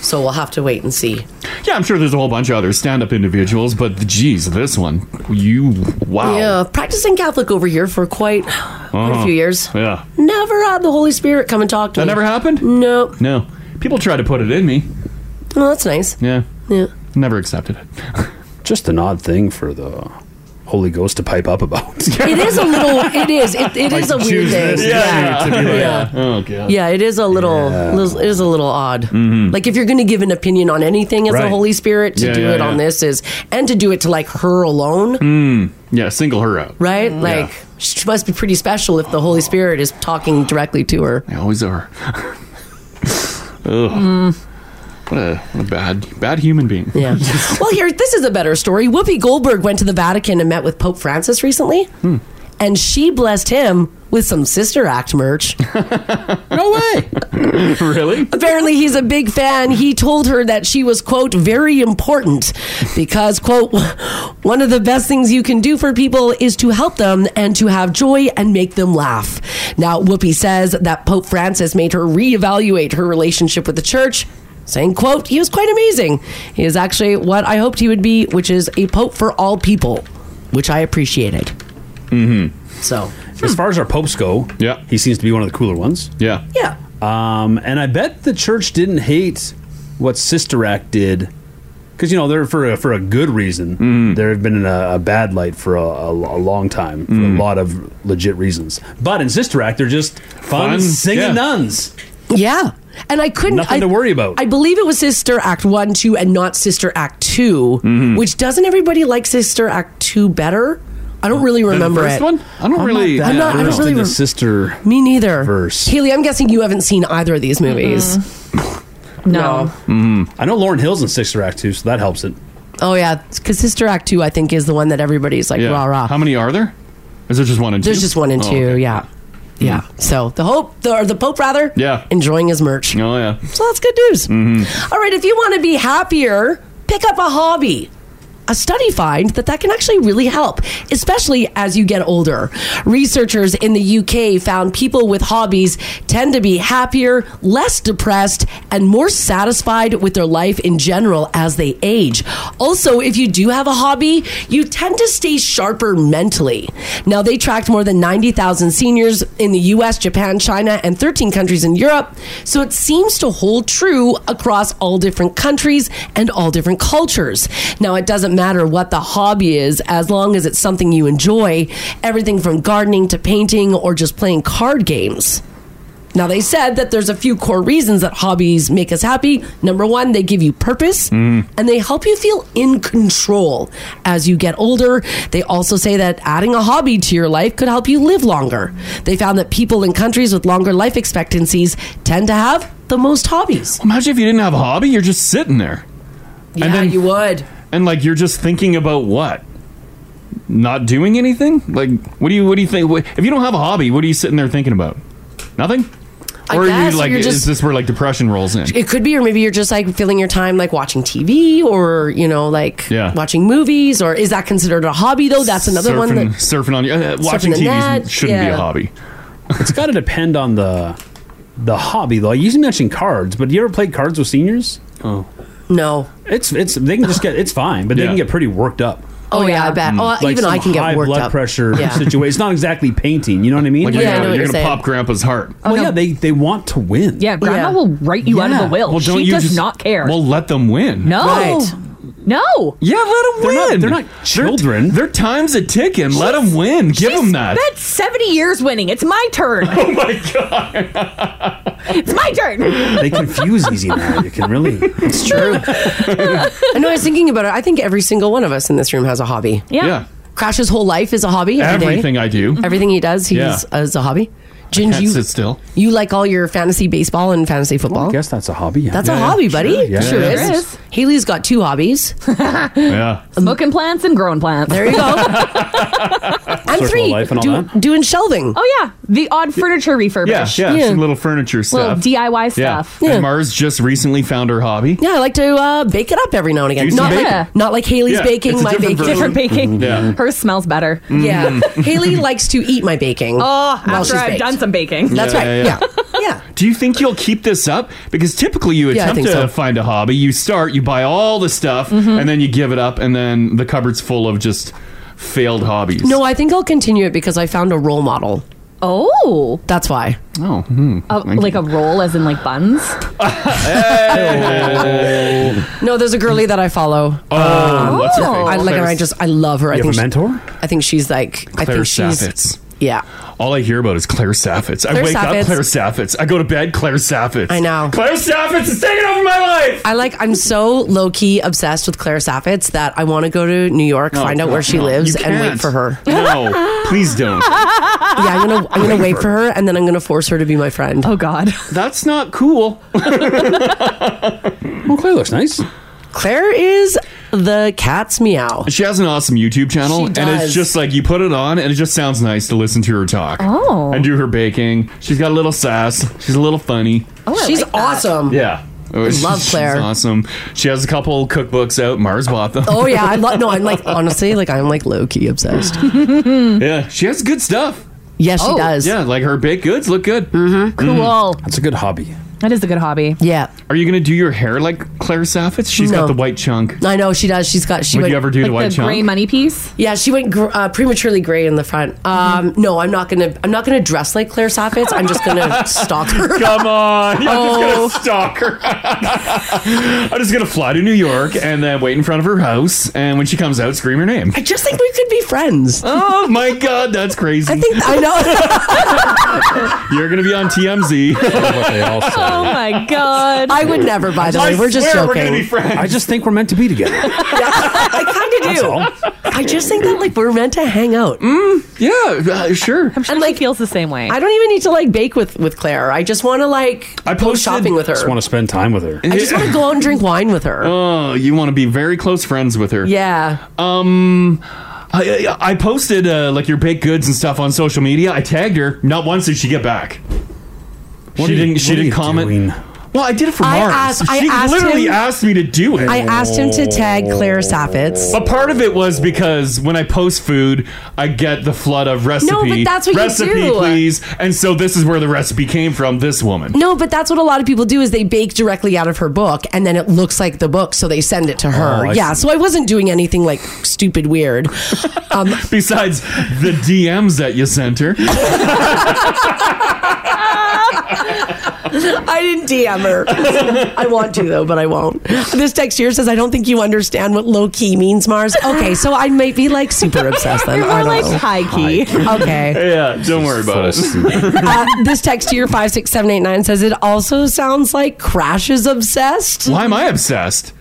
[SPEAKER 8] So we'll have to wait and see.
[SPEAKER 4] Yeah, I'm sure there's a whole bunch of other stand up individuals, but geez, this one, you, wow.
[SPEAKER 8] Yeah, practicing Catholic over here for quite quite a
[SPEAKER 4] Uh-huh.
[SPEAKER 8] few years.
[SPEAKER 4] Yeah.
[SPEAKER 8] Never had the Holy Spirit come and talk to
[SPEAKER 4] That
[SPEAKER 8] me.
[SPEAKER 4] never happened?
[SPEAKER 8] No.
[SPEAKER 4] No. People tried to put it in me.
[SPEAKER 8] Well, that's nice.
[SPEAKER 4] Yeah.
[SPEAKER 8] Yeah.
[SPEAKER 4] Never accepted it.
[SPEAKER 7] Just an odd thing for the Holy Ghost to pipe up about.
[SPEAKER 8] It is a little. It is. It, it is a weird thing.
[SPEAKER 7] Yeah.
[SPEAKER 8] yeah.
[SPEAKER 4] Oh, God. Mm-hmm.
[SPEAKER 8] Yeah, it is a little, lis- it is a little odd. Like if you're going to give an opinion on anything as the
[SPEAKER 4] Right.
[SPEAKER 8] Holy Spirit, to
[SPEAKER 4] Yeah,
[SPEAKER 8] do
[SPEAKER 4] yeah,
[SPEAKER 8] it on
[SPEAKER 4] yeah.
[SPEAKER 8] this is, and to do it to like her alone,
[SPEAKER 4] Mm. Yeah, single her out.
[SPEAKER 8] right?
[SPEAKER 4] Yeah.
[SPEAKER 8] Like she must be pretty special if the Holy Spirit is talking directly to her.
[SPEAKER 4] They always are. Ugh.
[SPEAKER 8] Mm.
[SPEAKER 4] What a what a bad bad human being.
[SPEAKER 8] Yeah. well, here, this is a better story. Whoopi Goldberg went to the Vatican and met with Pope Francis recently,
[SPEAKER 4] Hmm.
[SPEAKER 8] and she blessed him with some Sister Act merch. no way.
[SPEAKER 4] really?
[SPEAKER 8] Apparently, he's a big fan. He told her that she was, quote, very important because, quote, one of the best things you can do for people is to help them and to have joy and make them laugh. Now, Whoopi says that Pope Francis made her reevaluate her relationship with the church. Saying, quote, he was quite amazing. He is actually what I hoped he would be, which is a pope for all people, which I appreciated.
[SPEAKER 7] Mm-hmm.
[SPEAKER 8] So, hmm.
[SPEAKER 7] as far as our popes go, yeah, he seems to be one of the cooler ones.
[SPEAKER 4] Yeah,
[SPEAKER 8] yeah.
[SPEAKER 7] Um, and I bet the church didn't hate what Sister Act did, because you know they're for a, for a good reason.
[SPEAKER 4] Mm-hmm.
[SPEAKER 7] There have been in a, a bad light for a, a, a long time for
[SPEAKER 4] Mm-hmm.
[SPEAKER 7] a lot of legit reasons. But in Sister Act, they're just fun,
[SPEAKER 4] Fun,
[SPEAKER 7] singing
[SPEAKER 4] yeah.
[SPEAKER 7] nuns.
[SPEAKER 8] Yeah. And I couldn't.
[SPEAKER 7] Nothing
[SPEAKER 8] I,
[SPEAKER 7] to worry about.
[SPEAKER 8] I believe it was Sister Act 1, 2, and not Sister Act 2,
[SPEAKER 7] Mm-hmm.
[SPEAKER 8] which doesn't everybody like Sister Act 2 better? I don't really remember
[SPEAKER 7] first
[SPEAKER 8] it.
[SPEAKER 7] one?
[SPEAKER 4] I don't
[SPEAKER 8] I'm
[SPEAKER 7] really.
[SPEAKER 8] Not that I'm not, I don't really
[SPEAKER 7] the
[SPEAKER 8] rem-
[SPEAKER 7] sister.
[SPEAKER 8] Me neither. Verse. Haley, I'm guessing you haven't seen either of these movies. No.
[SPEAKER 4] Mm-hmm.
[SPEAKER 7] I know Lauren Hill's in Sister Act too, so that helps it.
[SPEAKER 8] Oh, yeah. Because Sister Act 2, I think, is the one that everybody's like,
[SPEAKER 4] Yeah.
[SPEAKER 8] rah, rah.
[SPEAKER 4] How many are there? Is there just one and two?
[SPEAKER 8] There's just one and
[SPEAKER 4] Oh,
[SPEAKER 8] two,
[SPEAKER 4] okay. Hmm.
[SPEAKER 8] yeah. Yeah. So the Hope, the, or the Pope, rather,
[SPEAKER 4] Yeah.
[SPEAKER 8] enjoying his merch.
[SPEAKER 4] Oh yeah. Mm-hmm.
[SPEAKER 8] So that's good news. All right, if you want to be happier, pick up a hobby. A study finds that that can actually really help, especially as you get older. Researchers in the UK found people with hobbies tend to be happier, less depressed, and more satisfied with their life in general as they age. Also, if you do have a hobby, you tend to stay sharper mentally. Now, they tracked more than 90,000 seniors in the US, Japan, China, and 13 countries in Europe. So it seems to hold true across all different countries and all different cultures. Now, it doesn't matter what the hobby is, as long as it's something you enjoy, everything from gardening to painting or just playing card games. Now, they said that there's a few core reasons that hobbies make us happy. Number one, they give you purpose and they help you feel in control as you get older. They also say that adding a hobby to your life could help you live longer. They found that people in countries with longer life expectancies tend to have the most hobbies.
[SPEAKER 4] Imagine if you didn't have a hobby, you're just sitting there.
[SPEAKER 8] Yeah, you would.
[SPEAKER 4] And like you're just thinking about what? Not doing anything? Like what do you what do you think? What, if you don't have a hobby, what are you sitting there thinking about? Nothing.
[SPEAKER 8] I
[SPEAKER 4] or are
[SPEAKER 8] guess,
[SPEAKER 4] you
[SPEAKER 8] or
[SPEAKER 4] like
[SPEAKER 8] you're
[SPEAKER 4] is
[SPEAKER 8] just-
[SPEAKER 4] this where like depression rolls in?
[SPEAKER 8] It could be, or maybe you're just like filling your time like watching TV or, you know, like
[SPEAKER 4] Yeah.
[SPEAKER 8] watching movies, or is that considered a hobby though? That's another
[SPEAKER 4] surfing,
[SPEAKER 8] one that.
[SPEAKER 4] surfing on your uh, watching
[SPEAKER 8] the
[SPEAKER 4] TV
[SPEAKER 8] net,
[SPEAKER 4] shouldn't be
[SPEAKER 8] yeah.
[SPEAKER 4] a hobby.
[SPEAKER 7] it's got to depend on the the hobby though. You usually mention cards, but do you ever play cards with seniors? Oh,
[SPEAKER 8] no.
[SPEAKER 7] It's it's they can just get it's fine, but they can get pretty worked up.
[SPEAKER 8] Oh, yeah, I
[SPEAKER 4] Mm.
[SPEAKER 8] bet. Oh,
[SPEAKER 7] Like
[SPEAKER 8] even I
[SPEAKER 7] some
[SPEAKER 8] can
[SPEAKER 7] high
[SPEAKER 8] get worked
[SPEAKER 7] blood
[SPEAKER 8] up.
[SPEAKER 7] pressure
[SPEAKER 8] Yeah.
[SPEAKER 7] situation. It's not exactly painting. You know what I mean?
[SPEAKER 4] Like, you're Yeah, I gonna- know what you're you're gonna saying. pop
[SPEAKER 7] grandpa's heart.
[SPEAKER 9] Oh,
[SPEAKER 7] well,
[SPEAKER 9] no.
[SPEAKER 7] yeah, they they want to win.
[SPEAKER 9] Yeah, grandma will write you out of the will. she does not care.
[SPEAKER 4] Well, let them win.
[SPEAKER 9] no. No.
[SPEAKER 4] Yeah, let them win. They're not,
[SPEAKER 7] children.
[SPEAKER 4] Their, time's a ticking. Let them win. Give them that.
[SPEAKER 9] That's 70 years winning. It's my turn. Oh
[SPEAKER 4] my
[SPEAKER 9] god. it's my turn.
[SPEAKER 7] They confuse easy now. You can really. It's
[SPEAKER 8] true. I know. I was thinking about it. I think every single one of us in this room has a hobby.
[SPEAKER 4] Yeah. Yeah.
[SPEAKER 8] Crash's whole life is a hobby. every day.
[SPEAKER 4] Everything I do.
[SPEAKER 8] Everything he does, he's
[SPEAKER 4] Yeah.
[SPEAKER 8] uh, is a hobby.
[SPEAKER 4] I
[SPEAKER 8] Ginge,
[SPEAKER 4] can't
[SPEAKER 8] you
[SPEAKER 4] sit still.
[SPEAKER 8] You like all your fantasy baseball and fantasy football. I
[SPEAKER 7] guess that's a hobby.
[SPEAKER 8] That's
[SPEAKER 4] Yeah,
[SPEAKER 8] a
[SPEAKER 4] yeah,
[SPEAKER 8] hobby,
[SPEAKER 4] sure.
[SPEAKER 8] buddy.
[SPEAKER 4] Yeah,
[SPEAKER 8] sure
[SPEAKER 4] yeah,
[SPEAKER 8] is.
[SPEAKER 4] it
[SPEAKER 8] Haley's got two hobbies.
[SPEAKER 4] yeah.
[SPEAKER 9] Smoking plants and growing plants.
[SPEAKER 8] There you go.
[SPEAKER 4] Circle
[SPEAKER 8] and
[SPEAKER 4] of
[SPEAKER 8] three,
[SPEAKER 4] life and all
[SPEAKER 8] do-
[SPEAKER 4] that.
[SPEAKER 8] doing shelving.
[SPEAKER 9] Oh yeah, the odd furniture
[SPEAKER 4] Yeah,
[SPEAKER 9] refurbish.
[SPEAKER 4] yeah, some little furniture
[SPEAKER 9] Little
[SPEAKER 4] stuff.
[SPEAKER 9] DIY
[SPEAKER 4] Yeah.
[SPEAKER 9] stuff.
[SPEAKER 4] And Mars just recently found her hobby.
[SPEAKER 8] Yeah, I like to uh, bake it up every now and again.
[SPEAKER 4] Do some
[SPEAKER 8] Not
[SPEAKER 4] baking.
[SPEAKER 8] like, not like Haley's
[SPEAKER 4] Yeah,
[SPEAKER 8] baking,
[SPEAKER 4] it's a
[SPEAKER 8] my
[SPEAKER 4] different
[SPEAKER 8] baking.
[SPEAKER 4] version. Different baking. Mhm. Yeah.
[SPEAKER 9] Hers smells better.
[SPEAKER 8] Yeah.
[SPEAKER 4] Mm.
[SPEAKER 8] Haley likes to eat my baking.
[SPEAKER 9] Oh,
[SPEAKER 8] while
[SPEAKER 9] after
[SPEAKER 8] she's
[SPEAKER 9] I've
[SPEAKER 8] baked.
[SPEAKER 9] done some baking.
[SPEAKER 8] That's right. Yeah.
[SPEAKER 4] Do you think you'll keep this up? Because typically you
[SPEAKER 9] Yeah, I
[SPEAKER 4] attempt
[SPEAKER 9] think
[SPEAKER 4] to
[SPEAKER 9] so.
[SPEAKER 4] find a hobby. You start, you buy all the stuff,
[SPEAKER 8] Mhm.
[SPEAKER 4] and then you give it up, and then the cupboard's full of just failed hobbies.
[SPEAKER 8] No, I think I'll continue it because I found a role model.
[SPEAKER 9] Oh.
[SPEAKER 8] That's why.
[SPEAKER 4] Oh.
[SPEAKER 9] Uh, like a roll, as in like buns.
[SPEAKER 8] No, there's a girlie that I follow. Um,
[SPEAKER 4] Oh, what's her
[SPEAKER 9] Oh.
[SPEAKER 4] face?
[SPEAKER 8] I like her. I
[SPEAKER 4] Claire's-
[SPEAKER 8] just I love her. I
[SPEAKER 4] You have
[SPEAKER 8] think
[SPEAKER 4] a mentor?
[SPEAKER 8] She, I think she's like I
[SPEAKER 4] Claire
[SPEAKER 8] think she's
[SPEAKER 4] Saffitz.
[SPEAKER 8] yeah.
[SPEAKER 4] All I hear about is Claire Saffitz. I
[SPEAKER 8] Claire
[SPEAKER 4] wake
[SPEAKER 8] Saffitz.
[SPEAKER 4] up, Claire Saffitz. I go to bed, Claire Saffitz.
[SPEAKER 8] I know.
[SPEAKER 4] Claire Saffitz is taking over my life.
[SPEAKER 8] I like. I'm so low key obsessed with Claire Saffitz that I want to go to New York, find out
[SPEAKER 4] no,
[SPEAKER 8] where she
[SPEAKER 4] no,
[SPEAKER 8] lives,
[SPEAKER 4] you
[SPEAKER 8] and wait
[SPEAKER 4] can't.
[SPEAKER 8] for her.
[SPEAKER 4] No, please don't.
[SPEAKER 8] yeah, I'm gonna I'm gonna wait for her, and then I'm gonna force her to be my friend.
[SPEAKER 9] Oh God,
[SPEAKER 4] that's not cool.
[SPEAKER 7] well, Claire looks nice.
[SPEAKER 8] Claire is the cat's meow.
[SPEAKER 4] She has an awesome YouTube channel,
[SPEAKER 8] She
[SPEAKER 4] and
[SPEAKER 8] does.
[SPEAKER 4] it's just like you put it on, and it just sounds nice to listen to her talk.
[SPEAKER 8] Oh.
[SPEAKER 4] and do her baking. She's got a little sass. She's a little funny.
[SPEAKER 8] she's awesome.
[SPEAKER 4] Yeah, Oh,
[SPEAKER 8] I love
[SPEAKER 4] She's
[SPEAKER 8] Claire.
[SPEAKER 4] awesome. She has a couple cookbooks out. Mars bought them.
[SPEAKER 8] Oh yeah, I love. No, I'm like honestly, like I'm like low key obsessed.
[SPEAKER 4] yeah, she has good stuff.
[SPEAKER 8] Yes, she Oh. does.
[SPEAKER 4] Yeah, like her baked goods look good. Mm-hmm.
[SPEAKER 9] Cool.
[SPEAKER 4] That's a good hobby.
[SPEAKER 9] That is a good hobby.
[SPEAKER 8] Yeah.
[SPEAKER 4] Are you gonna do your hair like Claire Saffitz? She's
[SPEAKER 8] No.
[SPEAKER 4] got the white chunk.
[SPEAKER 8] I know she does. She's got. She
[SPEAKER 4] Would
[SPEAKER 8] went,
[SPEAKER 4] you ever do the Like white the chunk? gray
[SPEAKER 9] money piece?
[SPEAKER 8] Yeah, she went gr- uh, prematurely gray in the front. Um, No, I'm not gonna. I'm not gonna dress like Claire Saffitz. I'm just gonna stalk her.
[SPEAKER 4] Come on, I'm
[SPEAKER 8] Oh.
[SPEAKER 4] just gonna stalk her. I'm just gonna fly to New York and then wait in front of her house, and when she comes out, scream her name.
[SPEAKER 8] I just think we could be friends.
[SPEAKER 4] Oh my god, that's crazy. I
[SPEAKER 8] think I know.
[SPEAKER 4] You're gonna be on TMZ.
[SPEAKER 9] Oh my god.
[SPEAKER 8] I would never. By the
[SPEAKER 7] I
[SPEAKER 8] way, we're just
[SPEAKER 7] swear
[SPEAKER 8] joking.
[SPEAKER 7] we're gonna be friends. I just think we're meant to be together.
[SPEAKER 8] I kind of do. I just think that like we're meant to hang out.
[SPEAKER 4] Mm, yeah, uh, sure.
[SPEAKER 9] I'm sure
[SPEAKER 8] and, like,
[SPEAKER 9] feels the same way.
[SPEAKER 8] I don't even need to like bake with with Claire. I just want to like
[SPEAKER 4] I
[SPEAKER 8] go shopping with her.
[SPEAKER 7] Just want to spend time with her.
[SPEAKER 8] I just want to go out and drink wine with her.
[SPEAKER 4] Oh, you want to be very close friends with her.
[SPEAKER 8] Yeah.
[SPEAKER 4] Um, I, I- I posted uh, like your baked goods and stuff on social media. I tagged her. Not once did she get back.
[SPEAKER 7] What
[SPEAKER 4] she
[SPEAKER 7] are you-
[SPEAKER 4] didn't. She
[SPEAKER 7] what are
[SPEAKER 4] didn't
[SPEAKER 7] you
[SPEAKER 4] comment. Well, I did it for
[SPEAKER 8] I
[SPEAKER 4] Mars.
[SPEAKER 8] asked- I
[SPEAKER 4] she
[SPEAKER 8] asked
[SPEAKER 4] literally
[SPEAKER 8] him-
[SPEAKER 4] asked me to do it. Oh.
[SPEAKER 8] I asked him to tag Claire Saffitz.
[SPEAKER 4] But part of it was because when I post food, I get the flood of recipe.
[SPEAKER 8] that's what you
[SPEAKER 4] recipe,
[SPEAKER 8] do.
[SPEAKER 4] please. And so this is where the recipe came from. This woman.
[SPEAKER 8] No, but that's what a lot of people do is they bake directly out of her book and then it looks like the book, so they send it to her.
[SPEAKER 4] Oh, I
[SPEAKER 8] yeah.
[SPEAKER 4] see.
[SPEAKER 8] So I wasn't doing anything like stupid weird. Um,
[SPEAKER 4] Besides the DMs that you sent her.
[SPEAKER 8] I didn't DM her. I want to though, but I won't. This text here says, "I don't think you understand what low key means, Mars." Okay, so I might be like super obsessed then.
[SPEAKER 9] You're
[SPEAKER 8] I
[SPEAKER 9] more
[SPEAKER 8] don't
[SPEAKER 9] like
[SPEAKER 8] know.
[SPEAKER 9] high key.
[SPEAKER 8] Okay.
[SPEAKER 4] Yeah, don't worry about it.
[SPEAKER 8] Uh, this text here five six seven eight nine says it also sounds like Crash is obsessed.
[SPEAKER 4] Why am I obsessed?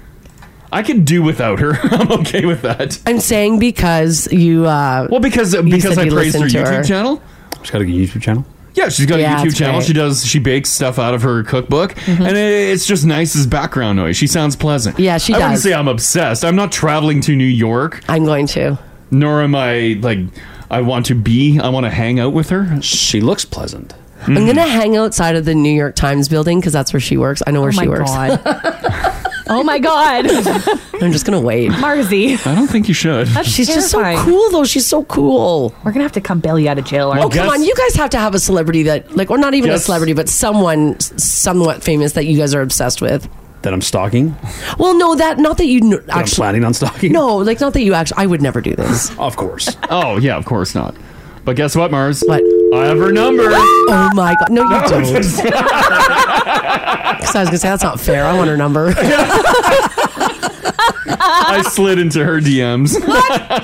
[SPEAKER 4] I could do without her. I'm okay with that.
[SPEAKER 8] I'm saying because you. Uh,
[SPEAKER 4] well, because because I praised her YouTube channel.
[SPEAKER 7] She's got a YouTube channel.
[SPEAKER 4] Yeah, she's got
[SPEAKER 7] Yeah,
[SPEAKER 4] a
[SPEAKER 7] that's
[SPEAKER 4] YouTube channel.
[SPEAKER 7] great.
[SPEAKER 4] She does she bakes stuff out of her cookbook,
[SPEAKER 8] Mm-hmm.
[SPEAKER 4] and it, it's just nice as background noise. She sounds pleasant. Yeah,
[SPEAKER 8] she
[SPEAKER 4] I wouldn't
[SPEAKER 8] does.
[SPEAKER 4] say I'm obsessed. I'm not traveling to New York.
[SPEAKER 8] I'm going to.
[SPEAKER 4] Nor am I like I want to be. I want to hang out with her.
[SPEAKER 7] She looks pleasant.
[SPEAKER 8] I'm gonna hang outside of the New York Times building because that's where she works. I know where
[SPEAKER 9] Oh
[SPEAKER 8] she
[SPEAKER 9] my
[SPEAKER 8] works.
[SPEAKER 9] God. Oh my god.
[SPEAKER 8] I'm just gonna wait.
[SPEAKER 9] Marzi.
[SPEAKER 4] I don't think you should.
[SPEAKER 9] That's
[SPEAKER 8] She's just so
[SPEAKER 9] terrifying.
[SPEAKER 8] cool, though. She's so cool.
[SPEAKER 9] We're gonna have to come bail you out of jail.
[SPEAKER 8] oh come on! You guys have to have a celebrity that, like, or not even a
[SPEAKER 9] Guess-
[SPEAKER 8] celebrity, but someone s- somewhat famous that you guys are obsessed with.
[SPEAKER 7] That I'm stalking?
[SPEAKER 8] Well, no, that not that you kn-
[SPEAKER 7] I'm
[SPEAKER 8] actually
[SPEAKER 7] planning on stalking.
[SPEAKER 8] No, like not that you actually. I would never do this.
[SPEAKER 7] Of course.
[SPEAKER 4] oh yeah, of course not. But guess what, Mars?
[SPEAKER 8] What?
[SPEAKER 4] I have her number.
[SPEAKER 8] Oh my god! No, you
[SPEAKER 4] No,
[SPEAKER 8] don't.
[SPEAKER 4] it's-
[SPEAKER 8] Because I was gonna say that's not fair. I want her number.
[SPEAKER 4] I slid into her DMs.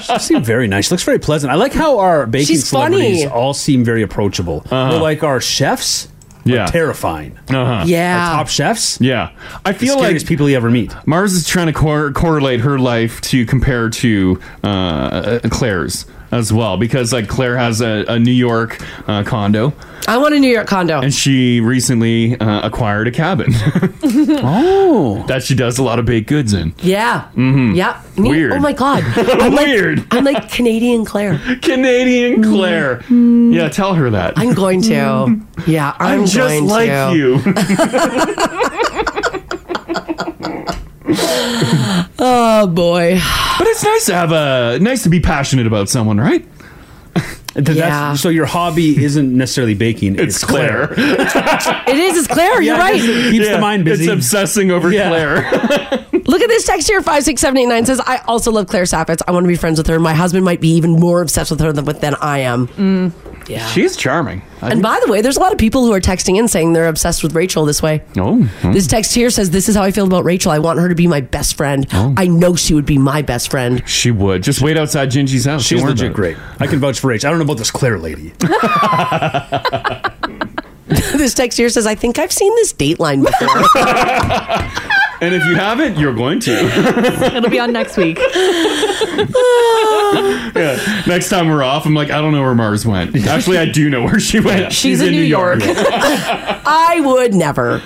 [SPEAKER 7] she seemed very nice. She looks very pleasant. I like how our baking
[SPEAKER 8] She's
[SPEAKER 7] celebrities
[SPEAKER 8] funny.
[SPEAKER 7] all seem very approachable. Well, like our chefs, yeah, terrifying.
[SPEAKER 4] Uh-huh.
[SPEAKER 8] Yeah.
[SPEAKER 7] Our top chefs.
[SPEAKER 4] Yeah, I feel
[SPEAKER 7] scariest
[SPEAKER 4] like
[SPEAKER 7] people you ever meet.
[SPEAKER 4] Mars is trying to cor- correlate her life to compare to uh, Claire's as well because like Claire has a, a New York uh, condo.
[SPEAKER 8] I want a New York condo,
[SPEAKER 4] and she recently uh, acquired a cabin.
[SPEAKER 7] oh,
[SPEAKER 4] that she does a lot of baked goods in.
[SPEAKER 8] Yeah.
[SPEAKER 4] Mm-hmm.
[SPEAKER 8] Yeah. Me-
[SPEAKER 4] Weird.
[SPEAKER 8] Oh my god. I'm like,
[SPEAKER 4] Weird.
[SPEAKER 8] I'm like Canadian Claire. Hmm.
[SPEAKER 4] Canadian Claire. Yeah, tell her that. Hmm.
[SPEAKER 8] I'm going to. Yeah, I'm,
[SPEAKER 4] I'm just
[SPEAKER 8] going
[SPEAKER 4] like
[SPEAKER 8] to.
[SPEAKER 4] you.
[SPEAKER 8] oh boy.
[SPEAKER 4] But it's nice to have a nice to be passionate about someone, right?
[SPEAKER 7] Th- that's- so your hobby isn't necessarily baking. It's, Claire.
[SPEAKER 8] It is. It's Claire. You're
[SPEAKER 7] Yeah,
[SPEAKER 8] right.
[SPEAKER 7] it keeps the mind busy.
[SPEAKER 4] It's obsessing over Claire.
[SPEAKER 8] Look at this text here. Five six seven eight nine says, "I also love Claire Saffitz. I want to be friends with her. My husband might be even more obsessed with her than than I am."
[SPEAKER 4] Hmm.
[SPEAKER 8] Yeah.
[SPEAKER 4] She's charming. I
[SPEAKER 8] And
[SPEAKER 4] think-
[SPEAKER 8] by the way, there's a lot of people who are texting in saying they're obsessed with Rachel this way.
[SPEAKER 4] oh, oh.
[SPEAKER 8] This text here says, This is how I feel about Rachel. I want her to be my best friend. I know she would be my best friend.
[SPEAKER 4] Oh. she would just wait outside Gingy's house.
[SPEAKER 7] She's
[SPEAKER 4] Don't worry
[SPEAKER 7] legit
[SPEAKER 4] about it.
[SPEAKER 7] great. I can vouch for Rach. I don't know about this Claire lady.
[SPEAKER 8] this text here says, I think I've seen this Dateline before.
[SPEAKER 4] And if you haven't, you're going to.
[SPEAKER 9] It'll be on next week.
[SPEAKER 4] yeah. Next time we're off, I'm like, I don't know where Mars went. Actually, I do know where she went.
[SPEAKER 8] She's in New I would never.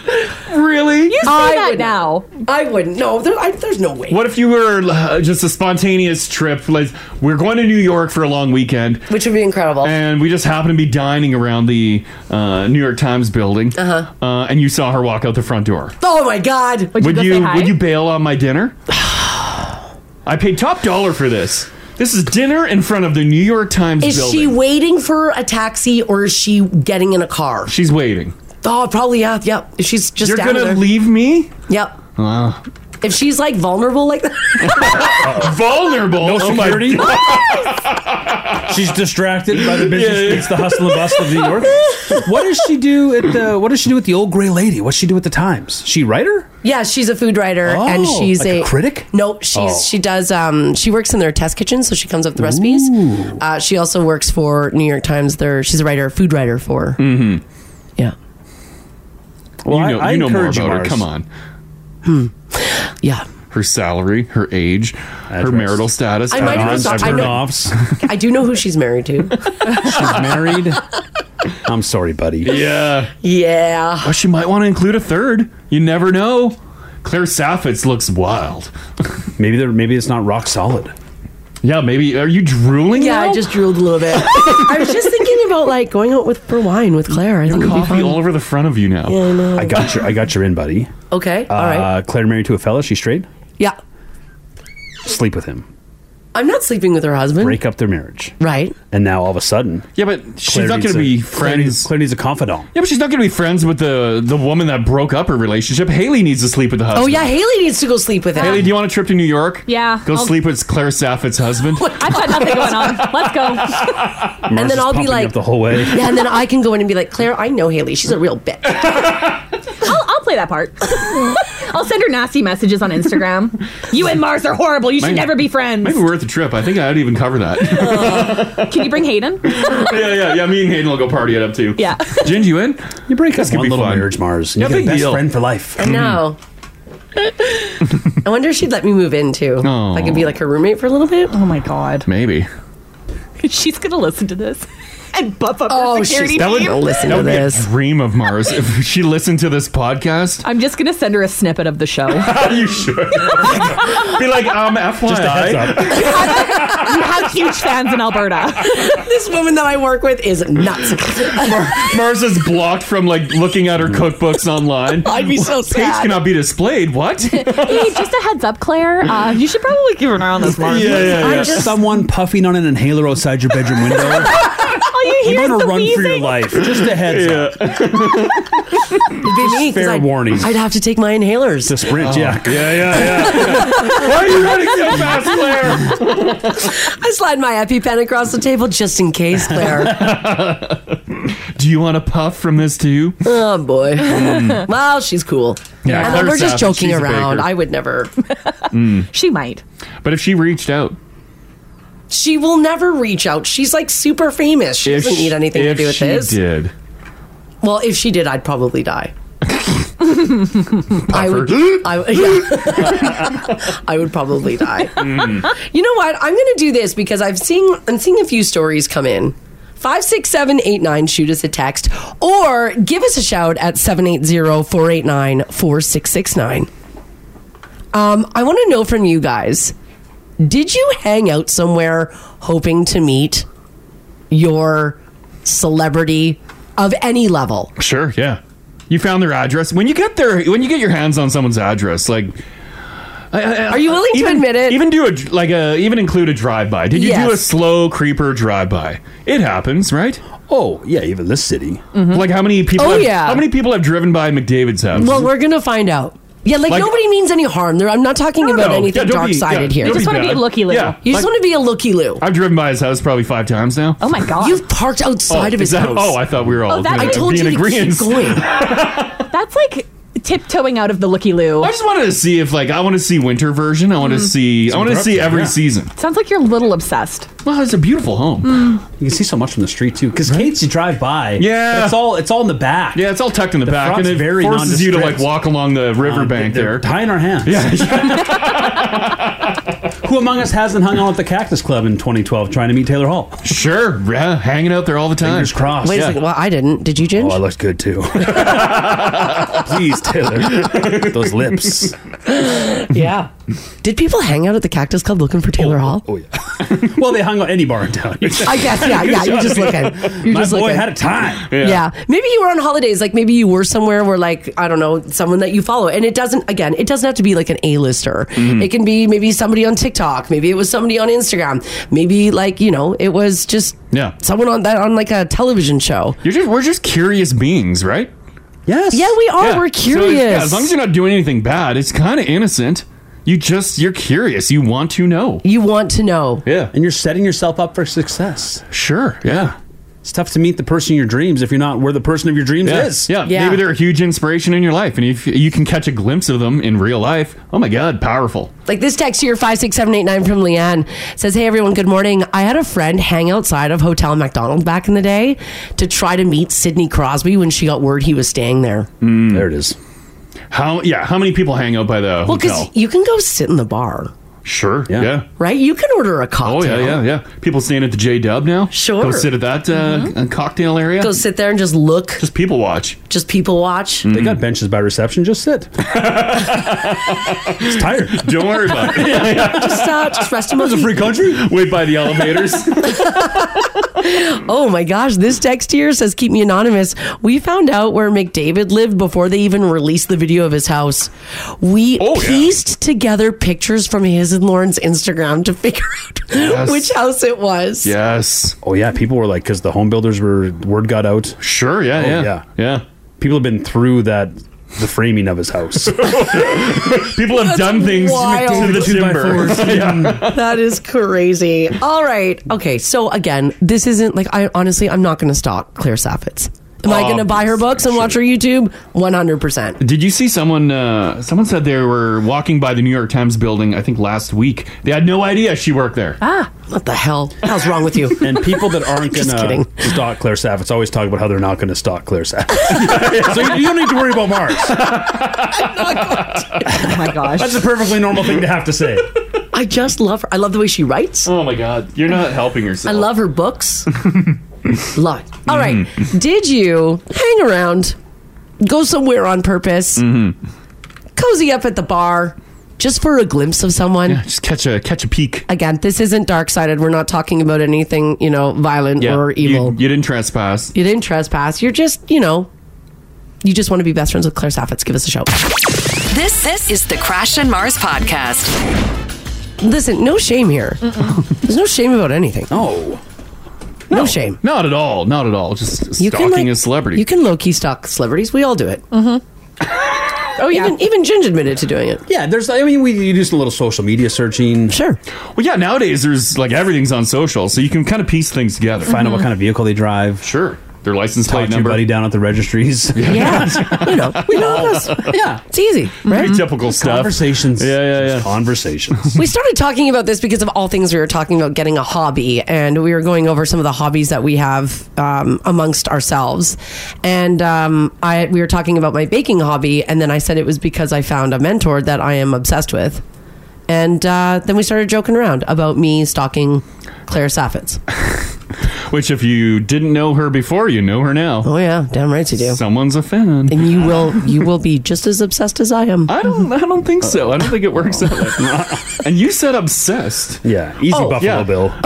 [SPEAKER 4] Really?
[SPEAKER 9] You say
[SPEAKER 8] I
[SPEAKER 9] that
[SPEAKER 8] would-
[SPEAKER 9] now.
[SPEAKER 8] I wouldn't. No, there, I, there's no way.
[SPEAKER 4] What if you were uh, just a spontaneous trip? Like we're going to New York for a long weekend,
[SPEAKER 8] which would be incredible.
[SPEAKER 4] And we just happen to be dining around the uh, New York Times building, uh-huh. and you saw her walk out the front door.
[SPEAKER 8] Oh my God.
[SPEAKER 4] Would, you would you bail on my dinner? I paid top dollar for this. This is dinner in front of the New York Times
[SPEAKER 8] Is
[SPEAKER 4] building.
[SPEAKER 8] she waiting for a taxi or is she getting in a car?
[SPEAKER 4] She's waiting.
[SPEAKER 8] Oh, probably, yeah. Yep. She's just
[SPEAKER 4] You're
[SPEAKER 8] down
[SPEAKER 4] gonna
[SPEAKER 8] there.
[SPEAKER 4] leave me?
[SPEAKER 8] Yep.
[SPEAKER 4] Wow.
[SPEAKER 8] If she's like vulnerable like that.
[SPEAKER 4] Vulnerable.
[SPEAKER 7] No
[SPEAKER 4] Oh my
[SPEAKER 7] security.
[SPEAKER 4] God.
[SPEAKER 7] She's distracted by the business. It's the hustle and bustle of New York. What does she do at the? What does she do with the old gray lady? What's she do at the Times? She writer?
[SPEAKER 8] Yeah, she's a food writer
[SPEAKER 7] Oh,
[SPEAKER 8] and she's
[SPEAKER 7] like a critic?
[SPEAKER 8] No, she's
[SPEAKER 7] Oh.
[SPEAKER 8] she does um she works in their test kitchen, so she comes up with the recipes. Uh, she also works for New York Times. There, she's a writer, food writer for.
[SPEAKER 4] Mm-hmm.
[SPEAKER 8] Yeah.
[SPEAKER 4] Well, you
[SPEAKER 7] I-
[SPEAKER 4] know,
[SPEAKER 7] I
[SPEAKER 4] you know more
[SPEAKER 7] encourage you,
[SPEAKER 4] about her.
[SPEAKER 7] Mars.
[SPEAKER 4] Come on.
[SPEAKER 8] Hmm. Yeah,
[SPEAKER 4] Her salary, her age, her marital status.
[SPEAKER 8] I might have thought- I know- I do know who she's married to.
[SPEAKER 7] She's married. I'm sorry, buddy.
[SPEAKER 4] Yeah.
[SPEAKER 8] Yeah.
[SPEAKER 4] But she might want to include a third. You never know. Claire Saffitz looks wild.
[SPEAKER 7] maybe they're maybe it's not rock solid.
[SPEAKER 4] Yeah, maybe. Are you drooling?
[SPEAKER 8] yeah, I just drooled a little bit. I was just thinking about like going out with for wine with Claire. I think it'd be
[SPEAKER 4] Coffee
[SPEAKER 8] fun.
[SPEAKER 4] all over the front of you now.
[SPEAKER 8] Yeah, I know.
[SPEAKER 7] I got your I got your in, buddy.
[SPEAKER 8] Okay, all right.
[SPEAKER 7] Uh, Claire married to a fella. She's straight.
[SPEAKER 8] Yeah,
[SPEAKER 7] Sleep with him.
[SPEAKER 8] I'm not sleeping with her husband.
[SPEAKER 7] Break up their marriage.
[SPEAKER 8] Right.
[SPEAKER 7] And now all of a sudden,
[SPEAKER 4] yeah, but she's not gonna be
[SPEAKER 7] Claire needs, Claire needs a confidant.
[SPEAKER 4] Yeah, but she's not going to be friends with the the woman that broke up her relationship. Haley needs to sleep with the husband.
[SPEAKER 8] Oh yeah, Haley needs to go sleep with him.
[SPEAKER 4] Haley, do you want a trip to New York?
[SPEAKER 9] Yeah,
[SPEAKER 4] Go
[SPEAKER 9] I'll-
[SPEAKER 4] sleep with Claire Saffitz's husband.
[SPEAKER 9] I've got nothing going on. Let's go.
[SPEAKER 8] and then I'll be like,
[SPEAKER 7] whole way.
[SPEAKER 8] yeah, and then I can go in and be like, Claire, I know Haley. She's a real bitch.
[SPEAKER 9] I'll, I'll play that part. I'll send her nasty messages on Instagram. You and Mars are horrible. You should
[SPEAKER 4] Might-
[SPEAKER 9] never be friends.
[SPEAKER 4] Might be worth a trip. I think I'd even cover that.
[SPEAKER 9] Can you bring Hayden?
[SPEAKER 4] yeah, yeah, yeah. Me and Hayden will go party it up too.
[SPEAKER 9] Yeah.
[SPEAKER 4] Gingy, you in?
[SPEAKER 7] You break
[SPEAKER 4] This
[SPEAKER 7] up
[SPEAKER 4] could
[SPEAKER 7] one
[SPEAKER 4] be
[SPEAKER 7] little
[SPEAKER 4] fun.
[SPEAKER 7] marriage, Mars.
[SPEAKER 4] Yeah,
[SPEAKER 7] And you
[SPEAKER 4] big
[SPEAKER 7] get a best
[SPEAKER 4] deal.
[SPEAKER 7] friend for life.
[SPEAKER 4] Mm.
[SPEAKER 8] I know. I wonder if she'd let me move in too. If I could be like her roommate for a little bit. Oh my god.
[SPEAKER 4] Maybe.
[SPEAKER 9] She's gonna listen to this and buff up her
[SPEAKER 8] Oh,
[SPEAKER 9] security
[SPEAKER 8] she's- that would-
[SPEAKER 9] team.
[SPEAKER 4] that would be a dream of Mars if she listened to this podcast.
[SPEAKER 9] I'm just gonna send her a snippet of the show.
[SPEAKER 4] you should be like, um, FYI.
[SPEAKER 9] Just a heads you have huge fans in Alberta.
[SPEAKER 8] this woman that I work with is nuts.
[SPEAKER 4] Mars is blocked from like looking at her cookbooks online.
[SPEAKER 8] I'd be so
[SPEAKER 4] Page
[SPEAKER 8] sad.
[SPEAKER 4] cannot be displayed. What?
[SPEAKER 9] hey, just a heads up, Claire. Uh, you should probably give her an eye on this, Mars.
[SPEAKER 7] Yeah, yeah, yeah. Someone puffing on an inhaler outside your bedroom window.
[SPEAKER 9] All oh, you hear
[SPEAKER 7] You're
[SPEAKER 9] is
[SPEAKER 7] gonna
[SPEAKER 9] the
[SPEAKER 7] run for
[SPEAKER 9] wheezing.
[SPEAKER 7] your life. Just a heads up.
[SPEAKER 8] It'd be me, 'cause
[SPEAKER 7] fair
[SPEAKER 8] I'd,
[SPEAKER 7] warning.
[SPEAKER 8] I'd have to take my inhalers. Oh.
[SPEAKER 7] To sprint, yeah.
[SPEAKER 4] Oh.
[SPEAKER 7] Yeah,
[SPEAKER 8] Why
[SPEAKER 4] are you running so fast,
[SPEAKER 8] Claire? I slide my EpiPen across the table just in case, Claire.
[SPEAKER 4] Do you want a puff from this too?
[SPEAKER 8] Oh boy.
[SPEAKER 4] Mm.
[SPEAKER 8] well, she's cool.
[SPEAKER 4] Yeah,
[SPEAKER 8] and then we're
[SPEAKER 4] Claire's savage.
[SPEAKER 8] just joking
[SPEAKER 4] She's a
[SPEAKER 8] around.
[SPEAKER 4] baker.
[SPEAKER 8] I would never.
[SPEAKER 4] Mm.
[SPEAKER 9] She might.
[SPEAKER 4] But if she reached out,
[SPEAKER 8] She will never reach out. She's like super famous. She
[SPEAKER 4] if
[SPEAKER 8] doesn't need anything to
[SPEAKER 4] if
[SPEAKER 8] do with
[SPEAKER 4] she
[SPEAKER 8] this.
[SPEAKER 4] Did
[SPEAKER 8] Well, if she did, I'd probably die. I would. I, would- yeah. I would probably die. You know what? I'm going to do this because I've seen I'm seeing a few stories come in. Five six seven eight nine. Shoot us a text or give us a shout at 780-489-4669. Um, I want to know from you guys: Did you hang out somewhere hoping to meet your celebrity of any level?
[SPEAKER 4] Sure, yeah. You found their address. When you get their when you get your hands on someone's address, like
[SPEAKER 8] Are you willing to admit it?
[SPEAKER 4] Even do a like a even include a drive by. Did you do a
[SPEAKER 8] Yes.
[SPEAKER 4] slow creeper drive by? It happens, right? Oh, yeah, even this city.
[SPEAKER 8] Mhm.
[SPEAKER 4] Like how many people
[SPEAKER 8] Oh,
[SPEAKER 4] have,
[SPEAKER 8] yeah.
[SPEAKER 4] how many people have driven by McDavid's house?
[SPEAKER 8] Well, we're gonna find out. Yeah, like,
[SPEAKER 4] Like-
[SPEAKER 8] nobody means any harm. There, I'm not talking
[SPEAKER 4] No,
[SPEAKER 8] about
[SPEAKER 4] no.
[SPEAKER 8] anything
[SPEAKER 4] Yeah, don't
[SPEAKER 8] dark
[SPEAKER 4] be-
[SPEAKER 8] sided
[SPEAKER 4] yeah,
[SPEAKER 8] here.
[SPEAKER 4] don't You just be wanna be bad. a looky-loo. Yeah,
[SPEAKER 8] You just
[SPEAKER 4] like-
[SPEAKER 8] want to be a looky loo.
[SPEAKER 4] I've driven by his house probably five times now.
[SPEAKER 9] Oh my god!
[SPEAKER 8] You've parked outside
[SPEAKER 4] Oh,
[SPEAKER 8] of his
[SPEAKER 4] is that-
[SPEAKER 8] house.
[SPEAKER 4] Oh, I thought we were all
[SPEAKER 9] Oh, that-
[SPEAKER 4] gonna
[SPEAKER 9] I told
[SPEAKER 4] be in
[SPEAKER 9] you to keep
[SPEAKER 4] agreement.
[SPEAKER 8] going.
[SPEAKER 9] That's like tiptoeing out of the looky
[SPEAKER 8] Oh.
[SPEAKER 9] loo.
[SPEAKER 4] I just wanted to see if like I want to see winter version. I want to
[SPEAKER 8] Mm-hmm.
[SPEAKER 9] Mhm.
[SPEAKER 4] see I want to
[SPEAKER 7] Interrupted,
[SPEAKER 4] see every
[SPEAKER 7] yeah.
[SPEAKER 4] season.
[SPEAKER 9] Sounds like you're a little obsessed. Mm.
[SPEAKER 4] Well, it's a beautiful home.
[SPEAKER 7] You can see so much from the street too, because Kate's you drive by.
[SPEAKER 4] Yeah.
[SPEAKER 7] but it's all it's all in the back. Yeah,
[SPEAKER 4] it's all tucked in the, back, and it forces you to like walk along the riverbank there.
[SPEAKER 7] Tying our hands.
[SPEAKER 4] Yeah.
[SPEAKER 7] Who among us hasn't hung out at the Cactus Club in 2012 trying to meet Taylor Hall?
[SPEAKER 4] Sure, yeah, hanging out there all the time.
[SPEAKER 7] Fingers crossed.
[SPEAKER 8] Wait
[SPEAKER 7] yeah.
[SPEAKER 8] a second. Well, I didn't. Did you, Ginge?
[SPEAKER 7] Oh, I looked good too. Please, Taylor, those lips.
[SPEAKER 8] yeah. Did people hang out at the Cactus Club looking for Taylor Hall? Oh yeah.
[SPEAKER 7] Well, they hung out any bar in town.
[SPEAKER 8] I guess, yeah, yeah, you're just looking. You're
[SPEAKER 7] My
[SPEAKER 8] just
[SPEAKER 7] boy
[SPEAKER 8] looking.
[SPEAKER 7] had a time.
[SPEAKER 8] Yeah. Maybe you were on holidays. Like maybe you were somewhere where like, I don't know, someone that you follow. And it doesn't, again, it doesn't have to be like an A-lister.
[SPEAKER 15] Mhm.
[SPEAKER 4] Mm-hmm.
[SPEAKER 8] It can be maybe somebody on TikTok. Maybe it was somebody on Instagram. Maybe like, you know, it was just
[SPEAKER 4] Yeah.
[SPEAKER 8] someone on that, on like a television show.
[SPEAKER 4] You're just we're just curious beings, right?
[SPEAKER 7] Yes.
[SPEAKER 8] Yeah, we are.
[SPEAKER 4] Yeah.
[SPEAKER 8] We're
[SPEAKER 4] So, yeah,
[SPEAKER 8] curious.
[SPEAKER 4] as long as you're not doing anything bad, it's kind of innocent. You just you're curious. You want to know.
[SPEAKER 8] You want to know.
[SPEAKER 4] Yeah.
[SPEAKER 7] And you're setting yourself up for success.
[SPEAKER 4] Sure. Yeah.
[SPEAKER 7] It's tough to meet the person of your dreams if you're not where the person of your dreams
[SPEAKER 4] Yeah.
[SPEAKER 7] is.
[SPEAKER 4] yeah, maybe they're a huge inspiration in your life, and if you can catch a glimpse of them in real life, oh my god, powerful.
[SPEAKER 8] Like this text here, 56789 from Leanne says, Hey everyone, good morning. I had a friend hang outside of Hotel McDonald back in the day to try to meet Sidney Crosby when she got word he was staying there.
[SPEAKER 7] There it is.
[SPEAKER 4] Mm. How? Yeah. How many people hang out by the
[SPEAKER 8] Well,
[SPEAKER 4] hotel?
[SPEAKER 8] because you can go sit in the bar,
[SPEAKER 4] Sure. Yeah.
[SPEAKER 8] right? You can order a cocktail.
[SPEAKER 4] Oh yeah, yeah, yeah. People staying at the J Dub now.
[SPEAKER 8] Sure. Mm-hmm.
[SPEAKER 4] Go sit at that uh, cocktail area.
[SPEAKER 8] Go sit there and just look.
[SPEAKER 4] Just people watch.
[SPEAKER 8] Just people watch.
[SPEAKER 7] They got benches by reception. Just sit. it's tired.
[SPEAKER 4] Don't worry about it.
[SPEAKER 8] just, uh, just rest a
[SPEAKER 7] It's a
[SPEAKER 8] moment.
[SPEAKER 7] free country.
[SPEAKER 4] Wait by the elevators.
[SPEAKER 8] Oh my gosh, this text here says, Keep me anonymous. We found out where McDavid lived before they even released the video of his house. We
[SPEAKER 4] Oh,
[SPEAKER 8] pieced together pictures from his and Lauren's Instagram to figure out
[SPEAKER 7] Yes.
[SPEAKER 8] which house it was.
[SPEAKER 4] Yes.
[SPEAKER 7] Oh yeah, people were like, because the home builders were word got out.
[SPEAKER 4] Sure. Yeah.
[SPEAKER 7] Oh,
[SPEAKER 4] yeah.
[SPEAKER 7] Yeah.
[SPEAKER 4] Yeah.
[SPEAKER 7] People have been through that, the framing of his house.
[SPEAKER 4] People have done things
[SPEAKER 8] wild.
[SPEAKER 4] to the
[SPEAKER 7] Two by
[SPEAKER 4] timber.
[SPEAKER 7] fours.
[SPEAKER 8] That is crazy. All right. Okay. So again, this isn't like I honestly, I'm not going to stalk Claire Saffitz. Am
[SPEAKER 4] Oh,
[SPEAKER 8] I going to buy her books and watch her YouTube? 100%.
[SPEAKER 4] Did you see someone? Uh, someone said they were walking by the New York Times building. I think last week. They had no idea she worked there.
[SPEAKER 8] Ah, what the hell? How's wrong with you?
[SPEAKER 7] And people that aren't
[SPEAKER 8] Just
[SPEAKER 7] going
[SPEAKER 8] kidding.
[SPEAKER 7] to stalk Claire Saffitz always talk about how they're not going to stalk Claire Saffitz. so you, you don't need to worry about Mars.
[SPEAKER 9] Oh my gosh.
[SPEAKER 7] That's a perfectly normal thing to have to say.
[SPEAKER 8] I just love her. I love the way she writes.
[SPEAKER 4] Oh my god, you're not helping yourself.
[SPEAKER 8] I love her books. love. it. All right.
[SPEAKER 4] Mm.
[SPEAKER 8] Did you hang around? Go somewhere on purpose?
[SPEAKER 4] Mm-hmm.
[SPEAKER 8] Cozy up at the bar just for a glimpse of someone?
[SPEAKER 4] just catch a catch a peek.
[SPEAKER 8] Again, this isn't dark sided. We're not talking about anything, you know, violent
[SPEAKER 4] Yeah.
[SPEAKER 8] or
[SPEAKER 4] You-
[SPEAKER 8] evil.
[SPEAKER 4] You, didn't trespass.
[SPEAKER 8] You didn't trespass. You're just, you know, you just want to be best friends with Claire Saffitz. Give us a shout.
[SPEAKER 1] This this is the Crash and Mars podcast.
[SPEAKER 8] Listen, no shame here. There's no shame about anything.
[SPEAKER 7] No.
[SPEAKER 8] No, shame.
[SPEAKER 4] Not at all. Not at all. Just
[SPEAKER 8] You
[SPEAKER 4] stalking
[SPEAKER 8] like-
[SPEAKER 4] a celebrity.
[SPEAKER 8] You can low key stalk celebrities. We all do it.
[SPEAKER 6] Mm-hmm.
[SPEAKER 4] Mm-hmm.
[SPEAKER 8] Oh, even even Ginge admitted to doing it.
[SPEAKER 7] Yeah, there's. I mean, we you do some little social media searching.
[SPEAKER 8] Sure.
[SPEAKER 4] Well, yeah. Nowadays, there's like everything's on social, so you can kind of piece things together.
[SPEAKER 7] Find
[SPEAKER 8] Mm-hmm.
[SPEAKER 7] out what Mhm. kind
[SPEAKER 4] of vehicle they drive. Sure. Their license
[SPEAKER 7] Talk
[SPEAKER 4] plate
[SPEAKER 7] to your
[SPEAKER 4] number.
[SPEAKER 7] buddy
[SPEAKER 4] down at the registries.
[SPEAKER 8] Yeah, you know, we know this.
[SPEAKER 7] Yeah,
[SPEAKER 8] it's easy, right?
[SPEAKER 4] Pretty typical stuff. Conversations. Yeah, yeah, yeah.
[SPEAKER 7] Conversations.
[SPEAKER 8] we started talking about this because of all things we were talking about getting a hobby and we were going over some of the hobbies that we have um, amongst ourselves and um, I we were talking about my baking hobby and then I said it was because I found a mentor that I am obsessed with and uh, then we started joking around about me stalking Claire Saffitz.
[SPEAKER 4] Which, if you didn't know her before, you know her now.
[SPEAKER 8] Oh yeah, damn right you do.
[SPEAKER 4] Someone's a fan,
[SPEAKER 8] and you will you will be just as obsessed as I am.
[SPEAKER 4] I don't I don't think so. I don't think it works out. like that. and you said obsessed.
[SPEAKER 7] Yeah, easy
[SPEAKER 4] Oh.
[SPEAKER 7] Buffalo
[SPEAKER 4] Yeah.
[SPEAKER 7] Bill.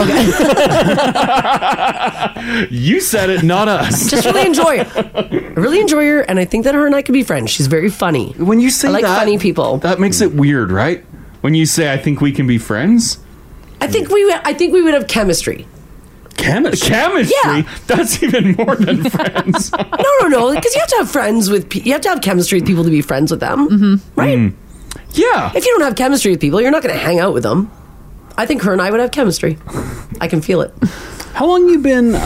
[SPEAKER 4] You said it, not us.
[SPEAKER 8] just really enjoy her. I really enjoy her, and I think that her and I could be friends. She's very funny.
[SPEAKER 4] When you say
[SPEAKER 8] I like
[SPEAKER 4] that-
[SPEAKER 8] funny people,
[SPEAKER 4] that makes it weird, right? When you say I think we can be friends.
[SPEAKER 8] I think we I think we would have chemistry.
[SPEAKER 4] Chemistry. Chemistry. That's even more than friends.
[SPEAKER 8] No, no, no, because you have to have friends with pe- you have to have chemistry with people to be friends with them, Mm-hmm. right?
[SPEAKER 4] Mm. Yeah.
[SPEAKER 8] If you don't have chemistry with people, you're not going to hang out with them. I think her and I would have chemistry. I can feel it.
[SPEAKER 7] How long you been?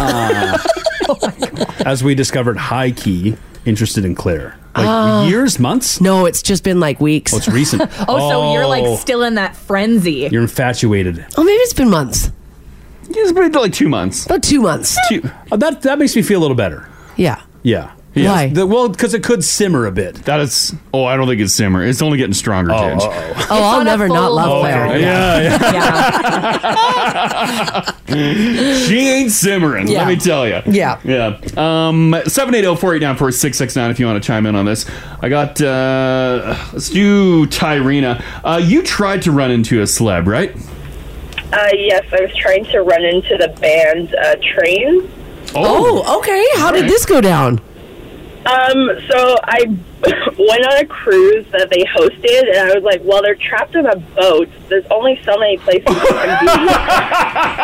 [SPEAKER 7] Uh, as we discovered, high key interested in Claire. Like
[SPEAKER 9] Ah.
[SPEAKER 7] years, months?
[SPEAKER 8] No, it's just been like weeks.
[SPEAKER 7] Oh, it's recent.
[SPEAKER 9] oh, so you're like still in that frenzy.
[SPEAKER 7] You're infatuated.
[SPEAKER 8] Oh, maybe it's been months.
[SPEAKER 4] It's been like two months.
[SPEAKER 8] About two months.
[SPEAKER 7] Uh, that that makes me feel a little better.
[SPEAKER 8] Yeah.
[SPEAKER 7] Yeah.
[SPEAKER 4] Why?
[SPEAKER 7] The- well, because it could simmer a bit.
[SPEAKER 4] That is. Oh, I don't think it's simmer. It's only getting stronger. Oh,
[SPEAKER 8] Oh, I'll never not love Claire.
[SPEAKER 4] Yeah, Oh, yeah. she ain't simmering.
[SPEAKER 8] Yeah.
[SPEAKER 4] Let me tell you.
[SPEAKER 8] Yeah.
[SPEAKER 4] Yeah. Um, 780-489-4669 if you want to chime in on this. I got, uh, let's do Tyrena. Uh, you tried to run into a celeb, right?
[SPEAKER 15] Uh, yes, I was trying to run into the band uh, Train.
[SPEAKER 8] Oh, okay. How did this go down?
[SPEAKER 15] Um, so I went on a cruise that they hosted, and I was like, "Well, they're trapped on a boat. There's only so many places." they can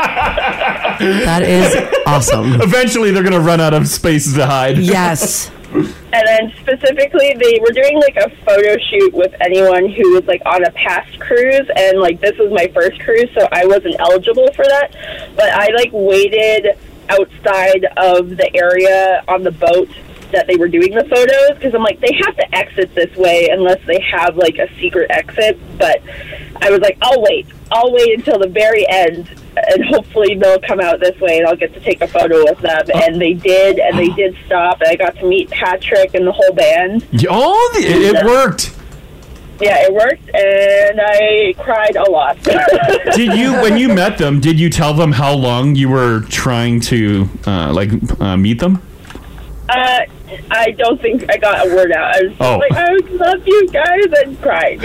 [SPEAKER 8] That is awesome.
[SPEAKER 4] Eventually, they're going to run out of spaces to hide.
[SPEAKER 8] Yes.
[SPEAKER 15] And then specifically, they were doing like a photo shoot with anyone who was like on a past cruise, and like this was my first cruise, so I wasn't eligible for that. But I like waited outside of the area on the boat that they were doing the photos because I'm like, they have to exit this way unless they have like a secret exit. But I was like, I'll wait. I'll wait until the very end, and hopefully they'll come out this way, and I'll get to take a photo with them. And they did, and they did stop, and I got to meet Patrick and the whole band.
[SPEAKER 4] Oh, the- it, it worked.
[SPEAKER 15] Yeah, it worked, and I cried a lot.
[SPEAKER 4] Did you, when you met them, did you tell them how long you were trying to, uh, like, uh, meet them?
[SPEAKER 15] Uh, I don't think I got a word out. I was just
[SPEAKER 4] Oh.
[SPEAKER 15] like, I love you guys, and crying.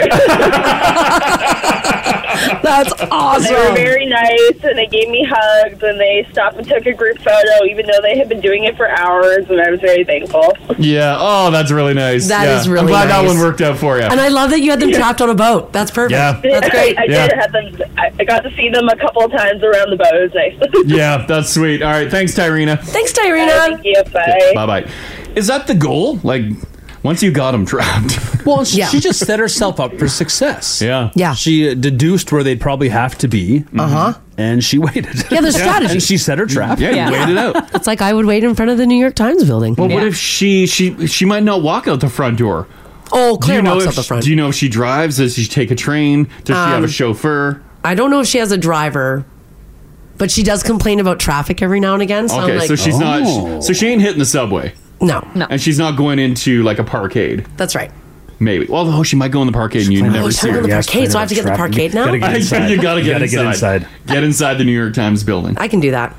[SPEAKER 8] That's
[SPEAKER 15] They were very nice, and they gave me hugs, and they stopped and took a group photo, even though they had been doing it for hours, and I was very thankful.
[SPEAKER 4] Yeah. Oh, that's really nice.
[SPEAKER 15] That
[SPEAKER 4] That is
[SPEAKER 15] is really
[SPEAKER 4] I'm glad that
[SPEAKER 15] nice.
[SPEAKER 4] one worked out for you.
[SPEAKER 8] And I love that you had them trapped on a boat. That's perfect.
[SPEAKER 4] Yeah.
[SPEAKER 8] That's great.
[SPEAKER 15] I did have them. I I got to see them a couple of times around the boat. It was nice. Uh,
[SPEAKER 4] yeah, that's sweet. All right, thanks, Tyrena.
[SPEAKER 8] Thanks, Tyrena.
[SPEAKER 15] Thank you. Bye.
[SPEAKER 4] Bye bye. Is that the goal? Like, once you got him trapped.
[SPEAKER 7] Well, she,
[SPEAKER 4] Yeah.
[SPEAKER 7] she just set herself up for success.
[SPEAKER 4] Yeah.
[SPEAKER 7] Yeah. She uh, deduced where they'd probably have to be. Uh huh. And she waited.
[SPEAKER 8] Uh-huh. Yeah, there's strategy.
[SPEAKER 7] And she set her trap.
[SPEAKER 8] It's like I would wait in front of the New York Times building.
[SPEAKER 4] Well, what if she she she might not walk out the front door?
[SPEAKER 8] Oh,
[SPEAKER 4] do
[SPEAKER 8] Claire
[SPEAKER 4] you know
[SPEAKER 8] walks
[SPEAKER 4] if
[SPEAKER 8] out the
[SPEAKER 4] she-
[SPEAKER 8] front.
[SPEAKER 4] Do you know if she drives? Does she take a train? Does she have a
[SPEAKER 8] Um,
[SPEAKER 4] chauffeur?
[SPEAKER 8] I don't know if she has a driver, but she does complain about traffic every now and again. So
[SPEAKER 4] okay,
[SPEAKER 8] I'm like, "Oh,
[SPEAKER 4] so she's not. So she ain't hitting the subway.
[SPEAKER 8] No, no.
[SPEAKER 4] And she's not going into like a parkade.
[SPEAKER 8] That's right.
[SPEAKER 4] Maybe. Well, oh, she might go in the parkade and you
[SPEAKER 8] playing-
[SPEAKER 4] never
[SPEAKER 8] Oh, she's
[SPEAKER 4] see her.
[SPEAKER 8] going in the Yes, parkade, playing so I have to get the traffic. parkade now? Gotta get inside.
[SPEAKER 4] you gotta get
[SPEAKER 7] Gotta
[SPEAKER 4] inside.
[SPEAKER 7] get inside.
[SPEAKER 4] Get inside the New York Times building.
[SPEAKER 8] I can do that.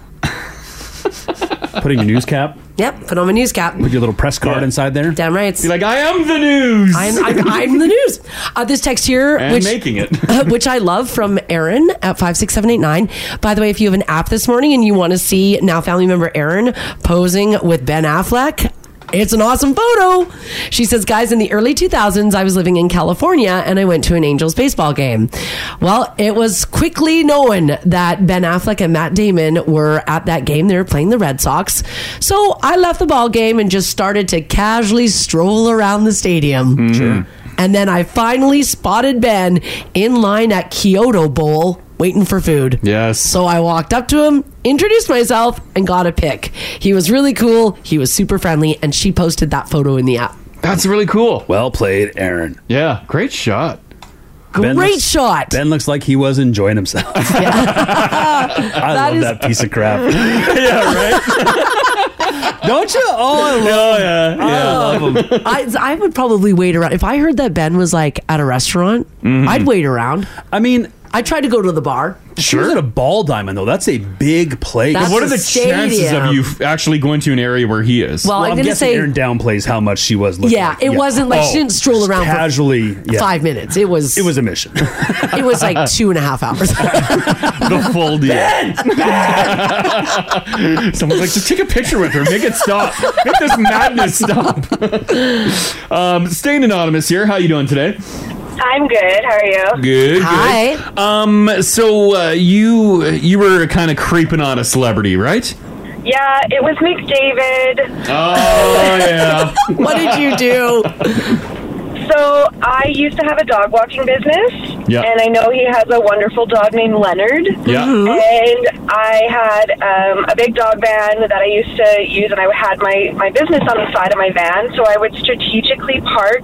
[SPEAKER 7] Putting your news cap.
[SPEAKER 8] Yep, put on my news cap.
[SPEAKER 7] Put your little press card inside there.
[SPEAKER 8] Damn right. Be
[SPEAKER 4] like, I am the news.
[SPEAKER 8] I'm, I'm, I'm the news. Uh, this text here,
[SPEAKER 4] And
[SPEAKER 8] which, uh,
[SPEAKER 4] making it.
[SPEAKER 8] which I love from Aaron at 56789. By the way, if you have an app this morning and you want to see now family member Aaron posing with Ben Affleck, It's an awesome photo. She says, guys, in the early 2000s, I was living in California and I went to an Angels baseball game. Well, it was quickly known that Ben Affleck and Matt Damon were at that game. They were playing the Red Sox. So I left the ball game and just started to casually stroll around the stadium. And then I finally spotted Ben in line at Kyoto Bowl waiting for food.
[SPEAKER 4] Yes.
[SPEAKER 8] So I walked up to him, introduced myself, and got a pic. He was really cool. He was super friendly, and she posted that photo in the app.
[SPEAKER 4] That's really cool.
[SPEAKER 7] Well played, Aaron.
[SPEAKER 4] Yeah, great shot.
[SPEAKER 8] Great shot.
[SPEAKER 7] Ben looks like he was enjoying himself. I
[SPEAKER 8] That
[SPEAKER 7] love
[SPEAKER 8] is- Oh.
[SPEAKER 7] that piece of crap. Don't you? Oh, I love
[SPEAKER 4] yeah,
[SPEAKER 7] I love him.
[SPEAKER 8] I, I would probably wait around. If I heard that Ben was like at a restaurant,
[SPEAKER 7] Mm-hmm.
[SPEAKER 8] I'd wait around.
[SPEAKER 7] I mean,
[SPEAKER 8] I tried to go to the bar.
[SPEAKER 7] She was at a ball diamond though. That's a big play.
[SPEAKER 8] That's
[SPEAKER 4] what are the
[SPEAKER 8] a
[SPEAKER 4] chances of
[SPEAKER 8] stadium.
[SPEAKER 4] you f- actually going to an area where he is?
[SPEAKER 8] Well, Well, I'm I'm gonna guessing say- Aaron
[SPEAKER 7] downplays how much she was.
[SPEAKER 8] Yeah, it wasn't like she didn't stroll around for
[SPEAKER 7] Oh, casually. yeah.
[SPEAKER 8] five minutes. It was
[SPEAKER 7] It was a mission.
[SPEAKER 8] it was like two and a half hours.
[SPEAKER 4] the full deal. Someone's like, just take a picture with her. Make it stop. Make this madness stop. um, staying anonymous here. How you doing today?
[SPEAKER 15] I'm good. How are you?
[SPEAKER 4] Good. Good. Um. So uh, you you were kind of creeping on a celebrity, right?
[SPEAKER 15] Yeah, it was McDavid.
[SPEAKER 4] Oh yeah.
[SPEAKER 15] What did you
[SPEAKER 8] do?
[SPEAKER 15] So I used to have a dog walking business,
[SPEAKER 4] Yeah.
[SPEAKER 15] and I know he has a wonderful dog named Leonard.
[SPEAKER 4] Yeah.
[SPEAKER 15] Mm-hmm. And I had um, a big dog van that I used to use, and I had my my business on the side of my van, so I would strategically park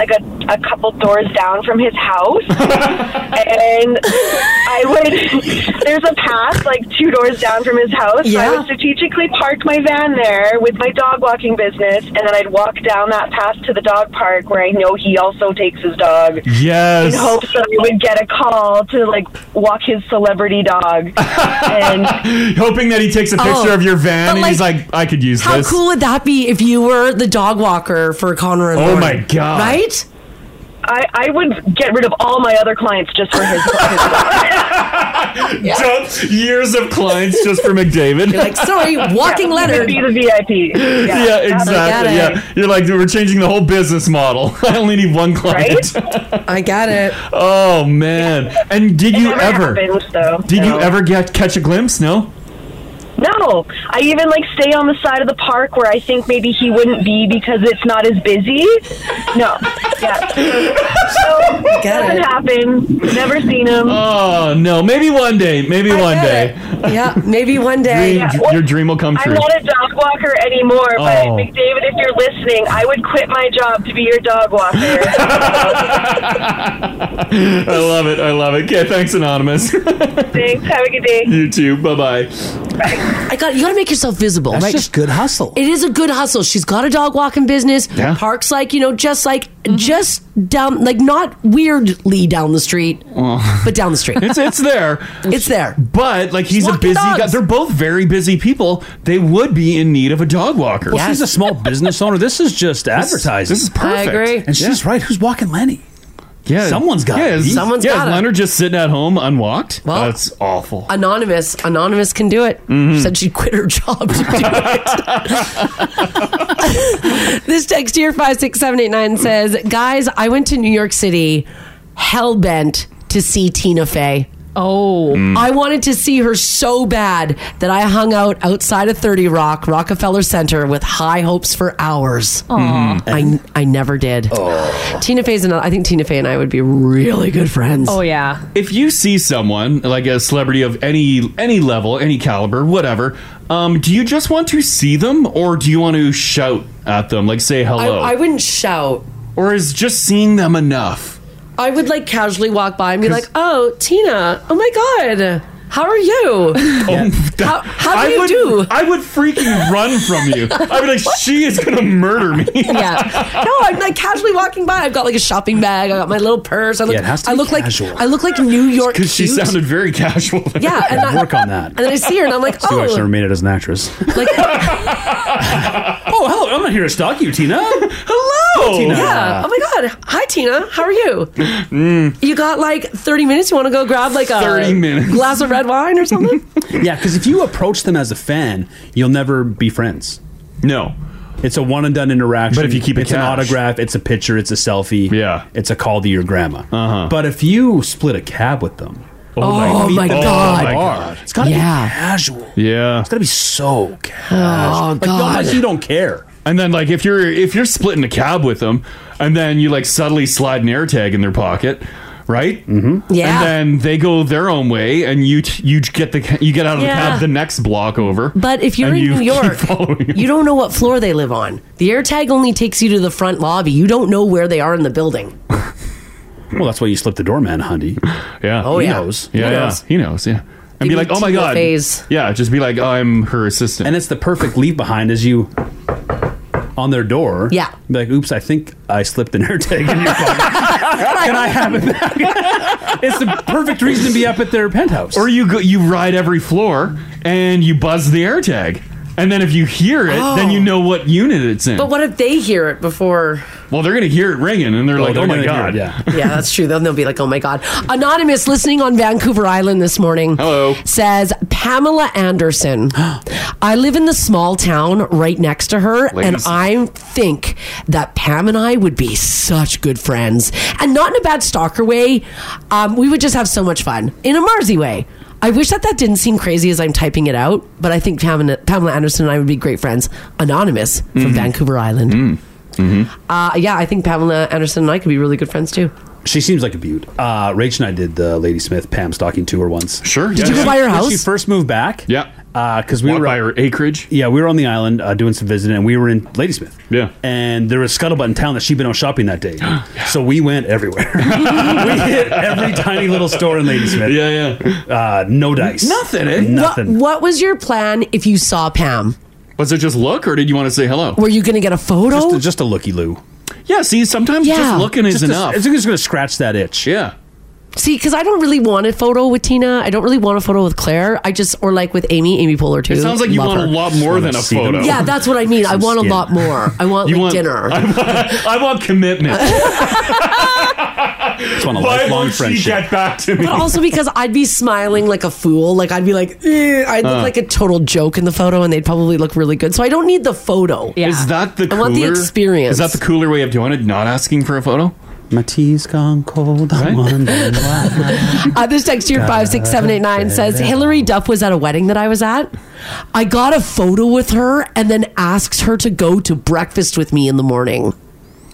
[SPEAKER 15] like a, a couple doors down from his house, and I would. There's a path like two doors down from his house. so I
[SPEAKER 17] Yeah.
[SPEAKER 15] would strategically park my van there with my dog walking business, and then I'd walk down that path to the dog park where I know he also takes his dog.
[SPEAKER 4] Yes.
[SPEAKER 15] In hopes that I would get a call to like walk his celebrity dog. and
[SPEAKER 4] Hoping that he takes a picture
[SPEAKER 8] Oh,
[SPEAKER 4] of your van
[SPEAKER 8] but
[SPEAKER 4] and he's
[SPEAKER 8] like,
[SPEAKER 4] like, I could use
[SPEAKER 8] How
[SPEAKER 4] this.
[SPEAKER 8] cool would that be if you were the dog walker for Connor and
[SPEAKER 4] Oh
[SPEAKER 8] Lauren?
[SPEAKER 4] my God.
[SPEAKER 8] Right?
[SPEAKER 15] I, I would get rid of all my other clients just for his.
[SPEAKER 4] Dump years of clients just for McDavid.
[SPEAKER 15] You're like, "Sorry, walking
[SPEAKER 4] letter.
[SPEAKER 15] Yeah, Leonard." he would be the VIP.
[SPEAKER 4] Yeah,
[SPEAKER 15] Yeah,
[SPEAKER 4] exactly.
[SPEAKER 15] I get
[SPEAKER 4] Yeah, you're like we're changing the whole business model. I only need one client.
[SPEAKER 8] I got it.
[SPEAKER 4] Oh man! And did
[SPEAKER 15] It
[SPEAKER 4] you
[SPEAKER 15] never
[SPEAKER 4] ever?
[SPEAKER 15] happened, though.
[SPEAKER 4] Did you
[SPEAKER 15] No.
[SPEAKER 4] ever get catch a glimpse? No.
[SPEAKER 15] No, I even like stay on the side of the park where I think maybe he wouldn't be because it's not as busy. No, yeah, so doesn't happen. Never seen him.
[SPEAKER 4] Oh no! Maybe one day. Maybe one day.
[SPEAKER 8] Yeah, maybe one day.
[SPEAKER 4] Dream- Your dream will come
[SPEAKER 15] I'm
[SPEAKER 4] true.
[SPEAKER 15] not a dog walker anymore, but
[SPEAKER 4] Oh.
[SPEAKER 15] McDavid, if you're listening, I would quit my job to be your dog walker.
[SPEAKER 4] I love it. I love it. Okay, thanks, anonymous.
[SPEAKER 15] Thanks. Have a good day.
[SPEAKER 4] you too. Bye bye.
[SPEAKER 8] I got you got to make yourself visible,
[SPEAKER 4] That's
[SPEAKER 8] right?
[SPEAKER 4] just
[SPEAKER 7] good hustle.
[SPEAKER 8] It is a good hustle. She's got a dog walking business.
[SPEAKER 4] Yeah.
[SPEAKER 8] Parks like, you know, just like
[SPEAKER 15] Mm-hmm.
[SPEAKER 8] just down like not weirdly down the street, but down the street.
[SPEAKER 4] It's it's there.
[SPEAKER 8] It's there.
[SPEAKER 4] But like he's a
[SPEAKER 8] walking
[SPEAKER 4] busy guy.
[SPEAKER 8] dogs.
[SPEAKER 4] They're both very busy people. They would be in need of a dog walker.
[SPEAKER 7] Well, she's a small business owner. This is just advertising.
[SPEAKER 4] this is perfect. I agree.
[SPEAKER 7] And she's right. Who's walking Lenny?
[SPEAKER 4] Yeah,
[SPEAKER 7] Someone's got
[SPEAKER 4] yeah,
[SPEAKER 7] it.
[SPEAKER 4] is-
[SPEAKER 7] Someone's
[SPEAKER 4] yeah,
[SPEAKER 7] got
[SPEAKER 4] is
[SPEAKER 7] it.
[SPEAKER 4] Leonard just sitting at home unwalked. That's awful.
[SPEAKER 8] Anonymous, anonymous can do it.
[SPEAKER 4] Mm-hmm.
[SPEAKER 8] She said she quit her job to do it. this text here five six seven eight nine says, "Guys, I went to New York City, hell bent to see Tina Fey."
[SPEAKER 9] Oh,
[SPEAKER 4] Mm.
[SPEAKER 8] I wanted to see her so bad that I hung out outside of 30 Rock, Rockefeller Center, with high hopes for hours.
[SPEAKER 9] Aw. Mhm.
[SPEAKER 8] I,
[SPEAKER 4] Mm-hmm.
[SPEAKER 8] I never did. Tina Fey's another, I think Tina Fey and I would be really good friends.
[SPEAKER 9] Oh yeah.
[SPEAKER 4] If you see someone like a celebrity of any any level, any caliber, whatever, um, do you just want to see them, or do you want to shout at them, like say hello?
[SPEAKER 8] I, I wouldn't shout.
[SPEAKER 4] or is just seeing them enough?
[SPEAKER 8] I would like casually walk by and be
[SPEAKER 4] 'Cause-
[SPEAKER 8] like, oh, Tina, oh my God, how are you? how, how do
[SPEAKER 4] I
[SPEAKER 8] you
[SPEAKER 4] would,
[SPEAKER 8] do?
[SPEAKER 4] I would freaking run from you. I'd be like, she is gonna murder me.
[SPEAKER 8] yeah. No, I'm like casually walking by. I've got like a shopping bag. I got my little purse. I look,
[SPEAKER 4] Yeah, it has to
[SPEAKER 8] I
[SPEAKER 4] be
[SPEAKER 8] look
[SPEAKER 4] casual.
[SPEAKER 8] like I look like New York.
[SPEAKER 4] because she
[SPEAKER 8] cute.
[SPEAKER 4] sounded very casual. there.
[SPEAKER 8] Yeah, and I-
[SPEAKER 7] Work on that.
[SPEAKER 8] And then I see her and I'm like,
[SPEAKER 7] Sue actually
[SPEAKER 8] oh,
[SPEAKER 7] remained as an actress.
[SPEAKER 8] like
[SPEAKER 7] oh, hello. I'm not here to stalk you, Tina.
[SPEAKER 8] Hello,
[SPEAKER 7] Tina.
[SPEAKER 8] Yeah. Oh my God. Hi, Tina. How are you?
[SPEAKER 4] Hmm.
[SPEAKER 8] You got like 30 minutes. You want to go grab like a
[SPEAKER 7] 30 minutes.
[SPEAKER 8] glass of red wine or something?
[SPEAKER 7] yeah, because if you approach them as a fan, you'll never be friends.
[SPEAKER 4] No.
[SPEAKER 7] It's a one and done interaction.
[SPEAKER 4] But if you keep it
[SPEAKER 7] it's an
[SPEAKER 4] cash.
[SPEAKER 7] autograph, it's a picture, it's a selfie. Yeah, it's a call to your grandma. Uh-huh. But if you split a cab with them,
[SPEAKER 3] Oh, my
[SPEAKER 7] oh
[SPEAKER 3] God.
[SPEAKER 7] my God. it's gotta
[SPEAKER 3] Yeah.
[SPEAKER 7] be casual.
[SPEAKER 4] Yeah.
[SPEAKER 7] It's gotta be so
[SPEAKER 3] Oh,
[SPEAKER 7] casual. Like, no,
[SPEAKER 3] God.
[SPEAKER 7] but you don't care.
[SPEAKER 4] And then like if you're if you're splitting a cab with them, and then you like subtly slide an AirTag in their pocket, right? Mm-hmm.
[SPEAKER 3] Yeah.
[SPEAKER 4] And then they go their own way, and you t- you get the ca- you get out of
[SPEAKER 8] Yeah.
[SPEAKER 4] the cab the next block over.
[SPEAKER 8] But if you're
[SPEAKER 4] and
[SPEAKER 8] in
[SPEAKER 4] you
[SPEAKER 8] New
[SPEAKER 4] keep
[SPEAKER 8] York,
[SPEAKER 4] following
[SPEAKER 8] you don't know what floor they live on. The AirTag only takes you to the front lobby. You don't know where they are in the building.
[SPEAKER 7] Well, that's why you slip the doorman, honey.
[SPEAKER 4] Yeah.
[SPEAKER 8] Oh,
[SPEAKER 4] he
[SPEAKER 8] yeah.
[SPEAKER 4] knows.
[SPEAKER 8] He
[SPEAKER 4] Yeah, yeah.
[SPEAKER 8] knows.
[SPEAKER 4] He knows. Yeah. And
[SPEAKER 7] Give
[SPEAKER 4] be
[SPEAKER 7] me
[SPEAKER 4] like, oh my
[SPEAKER 7] two
[SPEAKER 4] god.
[SPEAKER 7] FAs.
[SPEAKER 4] Yeah. Just be like, I'm her assistant.
[SPEAKER 7] And it's the perfect leave behind as you on their door.
[SPEAKER 8] Yeah.
[SPEAKER 7] Be like, oops, I think I slipped an AirTag in your pocket. Can I have it back? it's the perfect reason to be up at their penthouse.
[SPEAKER 4] Or you go, you ride every floor and you buzz the AirTag, and then if you hear it, then
[SPEAKER 7] Oh.
[SPEAKER 4] you know what unit it's in.
[SPEAKER 8] But what if they hear it before?
[SPEAKER 4] well, they're gonna hear it ringing, and they're like,
[SPEAKER 7] they're
[SPEAKER 4] oh my
[SPEAKER 7] gonna hear
[SPEAKER 4] god.
[SPEAKER 7] it, yeah.
[SPEAKER 8] yeah, that's true. Then they'll be like, oh my God. Anonymous listening on Vancouver Island this morning. Hello. Says Pamela Anderson. I live in the small town right next to her, and
[SPEAKER 3] Ladies.
[SPEAKER 8] I think that Pam and I would be such good friends. And not in a bad stalker way. Um, we would just have so much fun in a Marzi way. I wish that that didn't seem crazy as I'm typing it out, but I think Pamela, Pamela Anderson and I would be great friends. Anonymous from Vancouver Island.
[SPEAKER 4] Mm-hmm.
[SPEAKER 8] Uh, yeah, I think Pamela Anderson and I could be really good friends too.
[SPEAKER 7] She seems like a beaut. Uh, Rach and I did the Lady Smith Pam stocking tour once. Sure.
[SPEAKER 8] Did you go by her house?
[SPEAKER 7] When she first moved back. Yeah. Because Uh, we were by her
[SPEAKER 4] acreage.
[SPEAKER 7] Yeah, we were on the island uh, doing some visiting, and we were in Ladysmith. Yeah. And there was scuttlebutt in town that she'd been out shopping that day, so we went everywhere. we hit every tiny little store in Ladysmith.
[SPEAKER 4] Yeah, yeah.
[SPEAKER 7] Uh, no dice.
[SPEAKER 4] Nothing, eh?
[SPEAKER 7] Nothing.
[SPEAKER 8] What, what was your plan if you saw Pam?
[SPEAKER 4] Was it just look, or did you want to say hello?
[SPEAKER 8] Were you going to get a photo?
[SPEAKER 7] Just a, just a looky loo.
[SPEAKER 4] Yeah. See, sometimes
[SPEAKER 8] Yeah.
[SPEAKER 4] just looking is
[SPEAKER 7] Just a-
[SPEAKER 4] enough.
[SPEAKER 7] it's just gonna scratch that itch.
[SPEAKER 4] Yeah.
[SPEAKER 8] See, because I don't really want a photo with Tina. I don't really want a photo with Claire. I just, or like with Amy, Amy Poehler too.
[SPEAKER 4] It sounds like you
[SPEAKER 8] Love
[SPEAKER 4] want a
[SPEAKER 8] her.
[SPEAKER 4] lot more than a photo.
[SPEAKER 8] Yeah, that's what I mean. I
[SPEAKER 4] Some
[SPEAKER 8] want a
[SPEAKER 4] skin.
[SPEAKER 8] lot more. I want
[SPEAKER 4] You
[SPEAKER 8] like
[SPEAKER 4] want-
[SPEAKER 8] dinner.
[SPEAKER 4] I want, I want commitment.
[SPEAKER 7] It's on a
[SPEAKER 4] Why
[SPEAKER 7] lifelong
[SPEAKER 4] won't she
[SPEAKER 7] friendship.
[SPEAKER 4] get back to me?
[SPEAKER 8] but also because I'd be smiling like a fool. Like I'd be like, eh, I'd look
[SPEAKER 4] Uh.
[SPEAKER 8] like a total joke in the photo, and they'd probably look really good. So I don't need the photo.
[SPEAKER 4] Is that the
[SPEAKER 8] I
[SPEAKER 4] cooler?
[SPEAKER 8] want the
[SPEAKER 4] Is
[SPEAKER 8] experience.
[SPEAKER 4] that the cooler way of doing it? Not asking for a photo?
[SPEAKER 7] My tea's gone cold. I'm wondering
[SPEAKER 8] Uh, this text here, 56789, says Hillary Duff was at a wedding that I was at. I got a photo with her and then asked her to go to breakfast with me in the morning.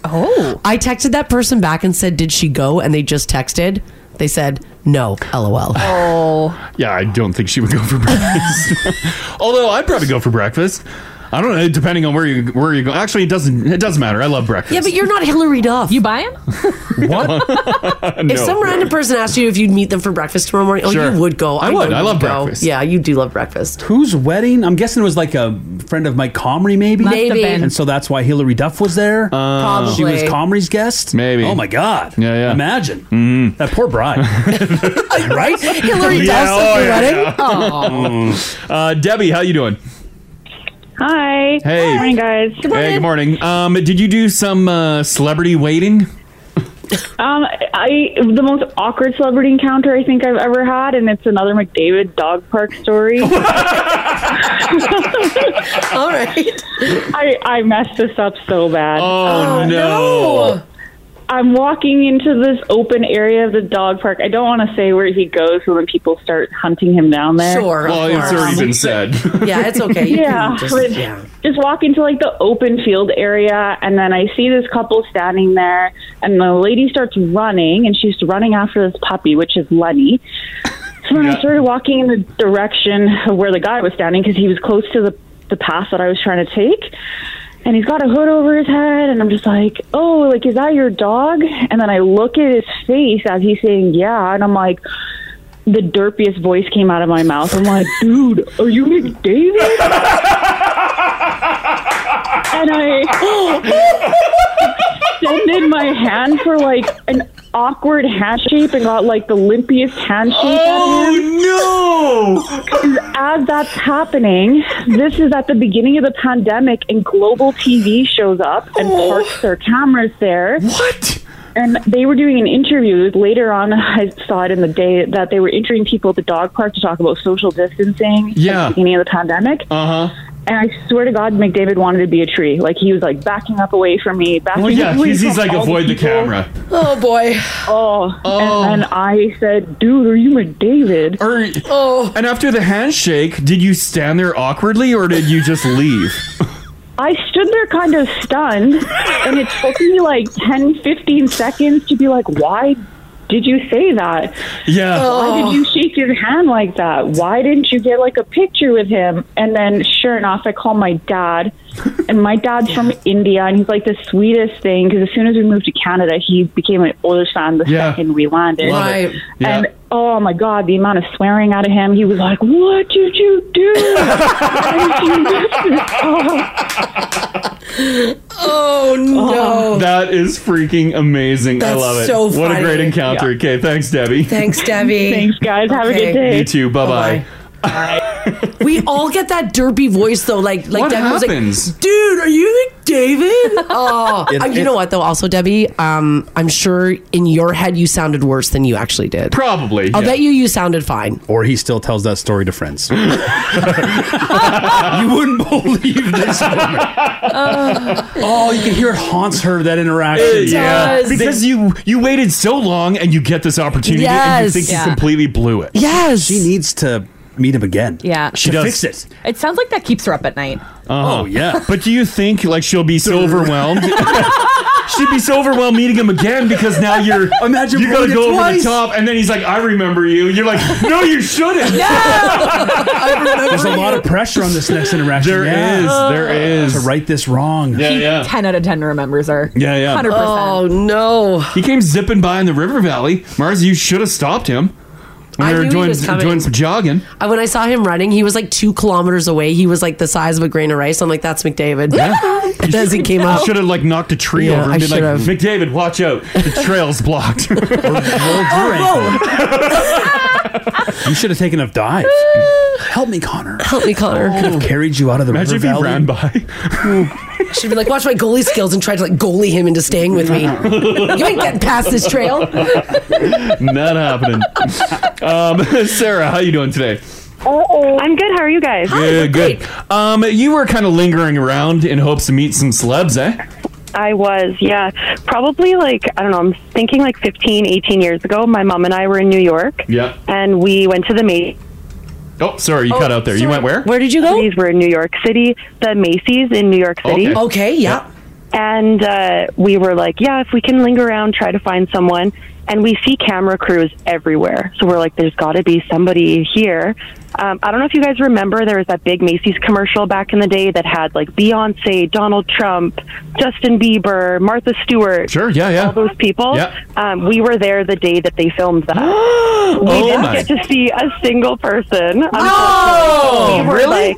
[SPEAKER 8] Oh. I texted that person back and said, Did she go? And they just texted. They said, No, lol. Oh.
[SPEAKER 4] Yeah, I don't think she would go for breakfast. Although I'd probably go for breakfast. I don't know, depending on where you where you go. Actually, it doesn't it doesn't matter. I love breakfast.
[SPEAKER 8] Yeah, but you're not Hillary Duff. You buy him?
[SPEAKER 4] No.
[SPEAKER 8] If some random person asked you if you'd meet them for breakfast tomorrow morning, oh,
[SPEAKER 7] Sure.
[SPEAKER 8] you would go.
[SPEAKER 7] I would.
[SPEAKER 8] know
[SPEAKER 7] I
[SPEAKER 8] you'd
[SPEAKER 7] love
[SPEAKER 8] go.
[SPEAKER 7] breakfast.
[SPEAKER 8] Yeah, you do love breakfast.
[SPEAKER 7] Whose wedding? I'm guessing it was like a friend of Mike Comrie, maybe.
[SPEAKER 8] Must have Maybe. been.
[SPEAKER 7] And so that's why Hillary Duff was there.
[SPEAKER 4] Probably.
[SPEAKER 7] She was Comrie's guest.
[SPEAKER 4] Oh. Maybe. Mm-hmm.
[SPEAKER 7] Oh my God.
[SPEAKER 4] Yeah, yeah.
[SPEAKER 7] Imagine that poor bride. right? oh,
[SPEAKER 8] Hillary Duff's at the wedding? Oh. Aw.
[SPEAKER 4] oh, Uh, Debbie, how you doing?
[SPEAKER 17] Hi.
[SPEAKER 4] Hey.
[SPEAKER 17] Good morning, guys.
[SPEAKER 4] Hey, good morning. Um, did you do some uh, celebrity waiting?
[SPEAKER 17] Um, I the most awkward celebrity encounter I think I've ever had, and it's another McDavid dog park story. All
[SPEAKER 8] right.
[SPEAKER 17] I I messed this up so bad.
[SPEAKER 4] Oh,
[SPEAKER 17] no. I'm walking into this open area of the dog park. I don't want to say where he goes, so then people start hunting him down there.
[SPEAKER 4] Well, it's already been said.
[SPEAKER 8] Yeah, it's okay. You
[SPEAKER 17] yeah,
[SPEAKER 8] can just-
[SPEAKER 17] but
[SPEAKER 8] yeah.
[SPEAKER 17] just walk into like the open field area, and then I see this couple standing there, and the lady starts running, and she's running after this puppy, which is Lenny. So then I started walking in the direction of where the guy was standing because he was close to the the path that I was trying to take. And he's got a hood over his head, and I'm just like, "Oh, like is that your dog?" And then I look at his face as he's saying, "Yeah," and I'm like, the derpiest voice came out of my mouth. I'm like, "Dude, are you McDavid?" and I extended my hand for like an awkward handshake and got like the limpiest handshake.
[SPEAKER 4] Oh
[SPEAKER 17] no! As that's happening, this is at the beginning of the pandemic, and global TV shows up and parks their cameras there.
[SPEAKER 4] Oh. What?
[SPEAKER 17] And they were doing an interview later on. I saw it in the day that they were interviewing people at the dog park to talk about social distancing.
[SPEAKER 4] Yeah.
[SPEAKER 17] At the beginning of the pandemic.
[SPEAKER 4] Uh huh.
[SPEAKER 17] And I swear to God, McDavid wanted to be a tree. Like he was like backing up away from me, backing
[SPEAKER 4] Well, yeah,
[SPEAKER 17] up away
[SPEAKER 4] he's, he's
[SPEAKER 17] from
[SPEAKER 4] like
[SPEAKER 17] all
[SPEAKER 4] avoid the
[SPEAKER 17] people.
[SPEAKER 4] camera.
[SPEAKER 17] Oh boy. Oh. And, and I said, "Dude, are you McDavid?"
[SPEAKER 4] Or, oh. And after the handshake, did you stand there awkwardly or did you just leave?
[SPEAKER 17] I stood there kind of stunned, and it took me like 10, 15 seconds to be like, why did you say that?
[SPEAKER 4] Yeah.
[SPEAKER 17] Why did you shake his hand like that? Why didn't you get like a picture with him? And then, sure enough, I called my dad, and my dad's from India, and he's like the sweetest thing because as soon as we moved to Canada, he became an Oilers fan the
[SPEAKER 18] Yeah.
[SPEAKER 17] second we landed.
[SPEAKER 18] Love it. Yeah.
[SPEAKER 17] And oh my God, the amount of swearing out of him, he was like, "What did you do?" Why did you do this?" Oh.
[SPEAKER 8] Oh no.
[SPEAKER 4] That is freaking amazing. I
[SPEAKER 8] That's
[SPEAKER 4] love it.
[SPEAKER 8] so
[SPEAKER 4] What a
[SPEAKER 8] funny.
[SPEAKER 4] great encounter.
[SPEAKER 8] Yeah.
[SPEAKER 4] Okay, thanks, Debbie.
[SPEAKER 8] Thanks, Debbie.
[SPEAKER 17] Thanks, guys. Have a good
[SPEAKER 4] You too. Bye bye.
[SPEAKER 8] We all get that derpy voice though. Like like
[SPEAKER 4] What
[SPEAKER 8] Debbie was
[SPEAKER 4] happens?
[SPEAKER 8] like, dude, are you like David? Oh,
[SPEAKER 4] It-
[SPEAKER 8] Uh, you
[SPEAKER 4] it-
[SPEAKER 8] know what though? Also, Debbie, um, I'm sure in your head you sounded worse than you actually did.
[SPEAKER 4] Probably.
[SPEAKER 8] I'll bet you you sounded fine. Uh,
[SPEAKER 7] Or he still tells that story to friends. you wouldn't believe this. woman. oh, you can hear it haunts her that interaction.
[SPEAKER 4] Because you you waited so long and you get this opportunity and you
[SPEAKER 9] Yes.
[SPEAKER 4] think
[SPEAKER 9] Yeah.
[SPEAKER 4] you completely blew it.
[SPEAKER 8] Yes.
[SPEAKER 7] She needs to meet him again.
[SPEAKER 9] Yeah.
[SPEAKER 4] She
[SPEAKER 7] to
[SPEAKER 4] does.
[SPEAKER 7] fix it.
[SPEAKER 9] It sounds like that keeps her up at night.
[SPEAKER 4] Oh yeah. But do you think like she'll be so overwhelmed? She'd be so overwhelmed meeting him again because now you're
[SPEAKER 7] Imagine
[SPEAKER 4] you gotta
[SPEAKER 7] blowing it
[SPEAKER 4] go over the
[SPEAKER 7] twice.
[SPEAKER 4] top and then he's like, I remember you. You're like, No, you shouldn't.
[SPEAKER 7] There's a lot of pressure on this next interaction.
[SPEAKER 4] There is, there is.
[SPEAKER 7] To right this wrong.
[SPEAKER 9] He 10 out of 10 remembers her.
[SPEAKER 4] Yeah, yeah.
[SPEAKER 9] 100%.
[SPEAKER 8] Oh, no.
[SPEAKER 4] He came zipping by in the river valley. Mars, you should have stopped him. When
[SPEAKER 8] I
[SPEAKER 4] they were
[SPEAKER 8] knew he
[SPEAKER 4] doing,
[SPEAKER 8] was coming.
[SPEAKER 4] doing some jogging.
[SPEAKER 8] Uh, When I saw him running, he was like two kilometers away. He was like the size of a grain of rice. I'm like, that's McDavid. As he came up.
[SPEAKER 4] Should have like knocked a tree
[SPEAKER 8] Yeah,
[SPEAKER 4] over and
[SPEAKER 8] I
[SPEAKER 4] been like,
[SPEAKER 8] should've.
[SPEAKER 4] McDavid, watch out. The trail's blocked.
[SPEAKER 7] You should have taken a dive. Help me, Connor. Oh.
[SPEAKER 8] Help me, Connor.
[SPEAKER 7] Could have carried you out of the
[SPEAKER 4] Imagine if
[SPEAKER 7] river
[SPEAKER 4] he
[SPEAKER 7] valley.
[SPEAKER 4] ran by.
[SPEAKER 8] Should be like, watch my goalie skills and try to like goalie him into staying with me. you ain't getting past this trail. Oh,
[SPEAKER 4] Not happening. Um, Sarah, how you doing today?
[SPEAKER 13] Oh, I'm good. How are you guys?
[SPEAKER 4] good, good. Um, you were kind of lingering around in hopes to meet some celebs, eh?
[SPEAKER 13] I was, yeah. Probably like, I don't know, I'm thinking like 15, 18 years ago, my mom and I were in New York
[SPEAKER 4] Yeah.
[SPEAKER 13] and we went to the Macy's.
[SPEAKER 4] Oh, sorry, you cut out there. You went where?
[SPEAKER 13] Where did you go? These were in New York City, the Macy's in New York City.
[SPEAKER 4] Okay. Okay, yeah.
[SPEAKER 13] And uh, we were like, yeah, if we can linger around, try to find someone. And we see camera crews everywhere. So we're like, there's got to be somebody here. Um, I don't know if you guys remember, there was that big Macy's commercial back in the day that had like Beyonce, Donald Trump, Justin Bieber, Martha Stewart.
[SPEAKER 4] Sure, yeah, yeah.
[SPEAKER 13] All those people.
[SPEAKER 4] Yeah.
[SPEAKER 13] Um, we were there the day that they filmed that. we
[SPEAKER 4] Oh,
[SPEAKER 13] didn't
[SPEAKER 4] my.
[SPEAKER 13] get to see a single person.
[SPEAKER 4] Oh,
[SPEAKER 13] Unfortunately, we were
[SPEAKER 4] really?
[SPEAKER 13] like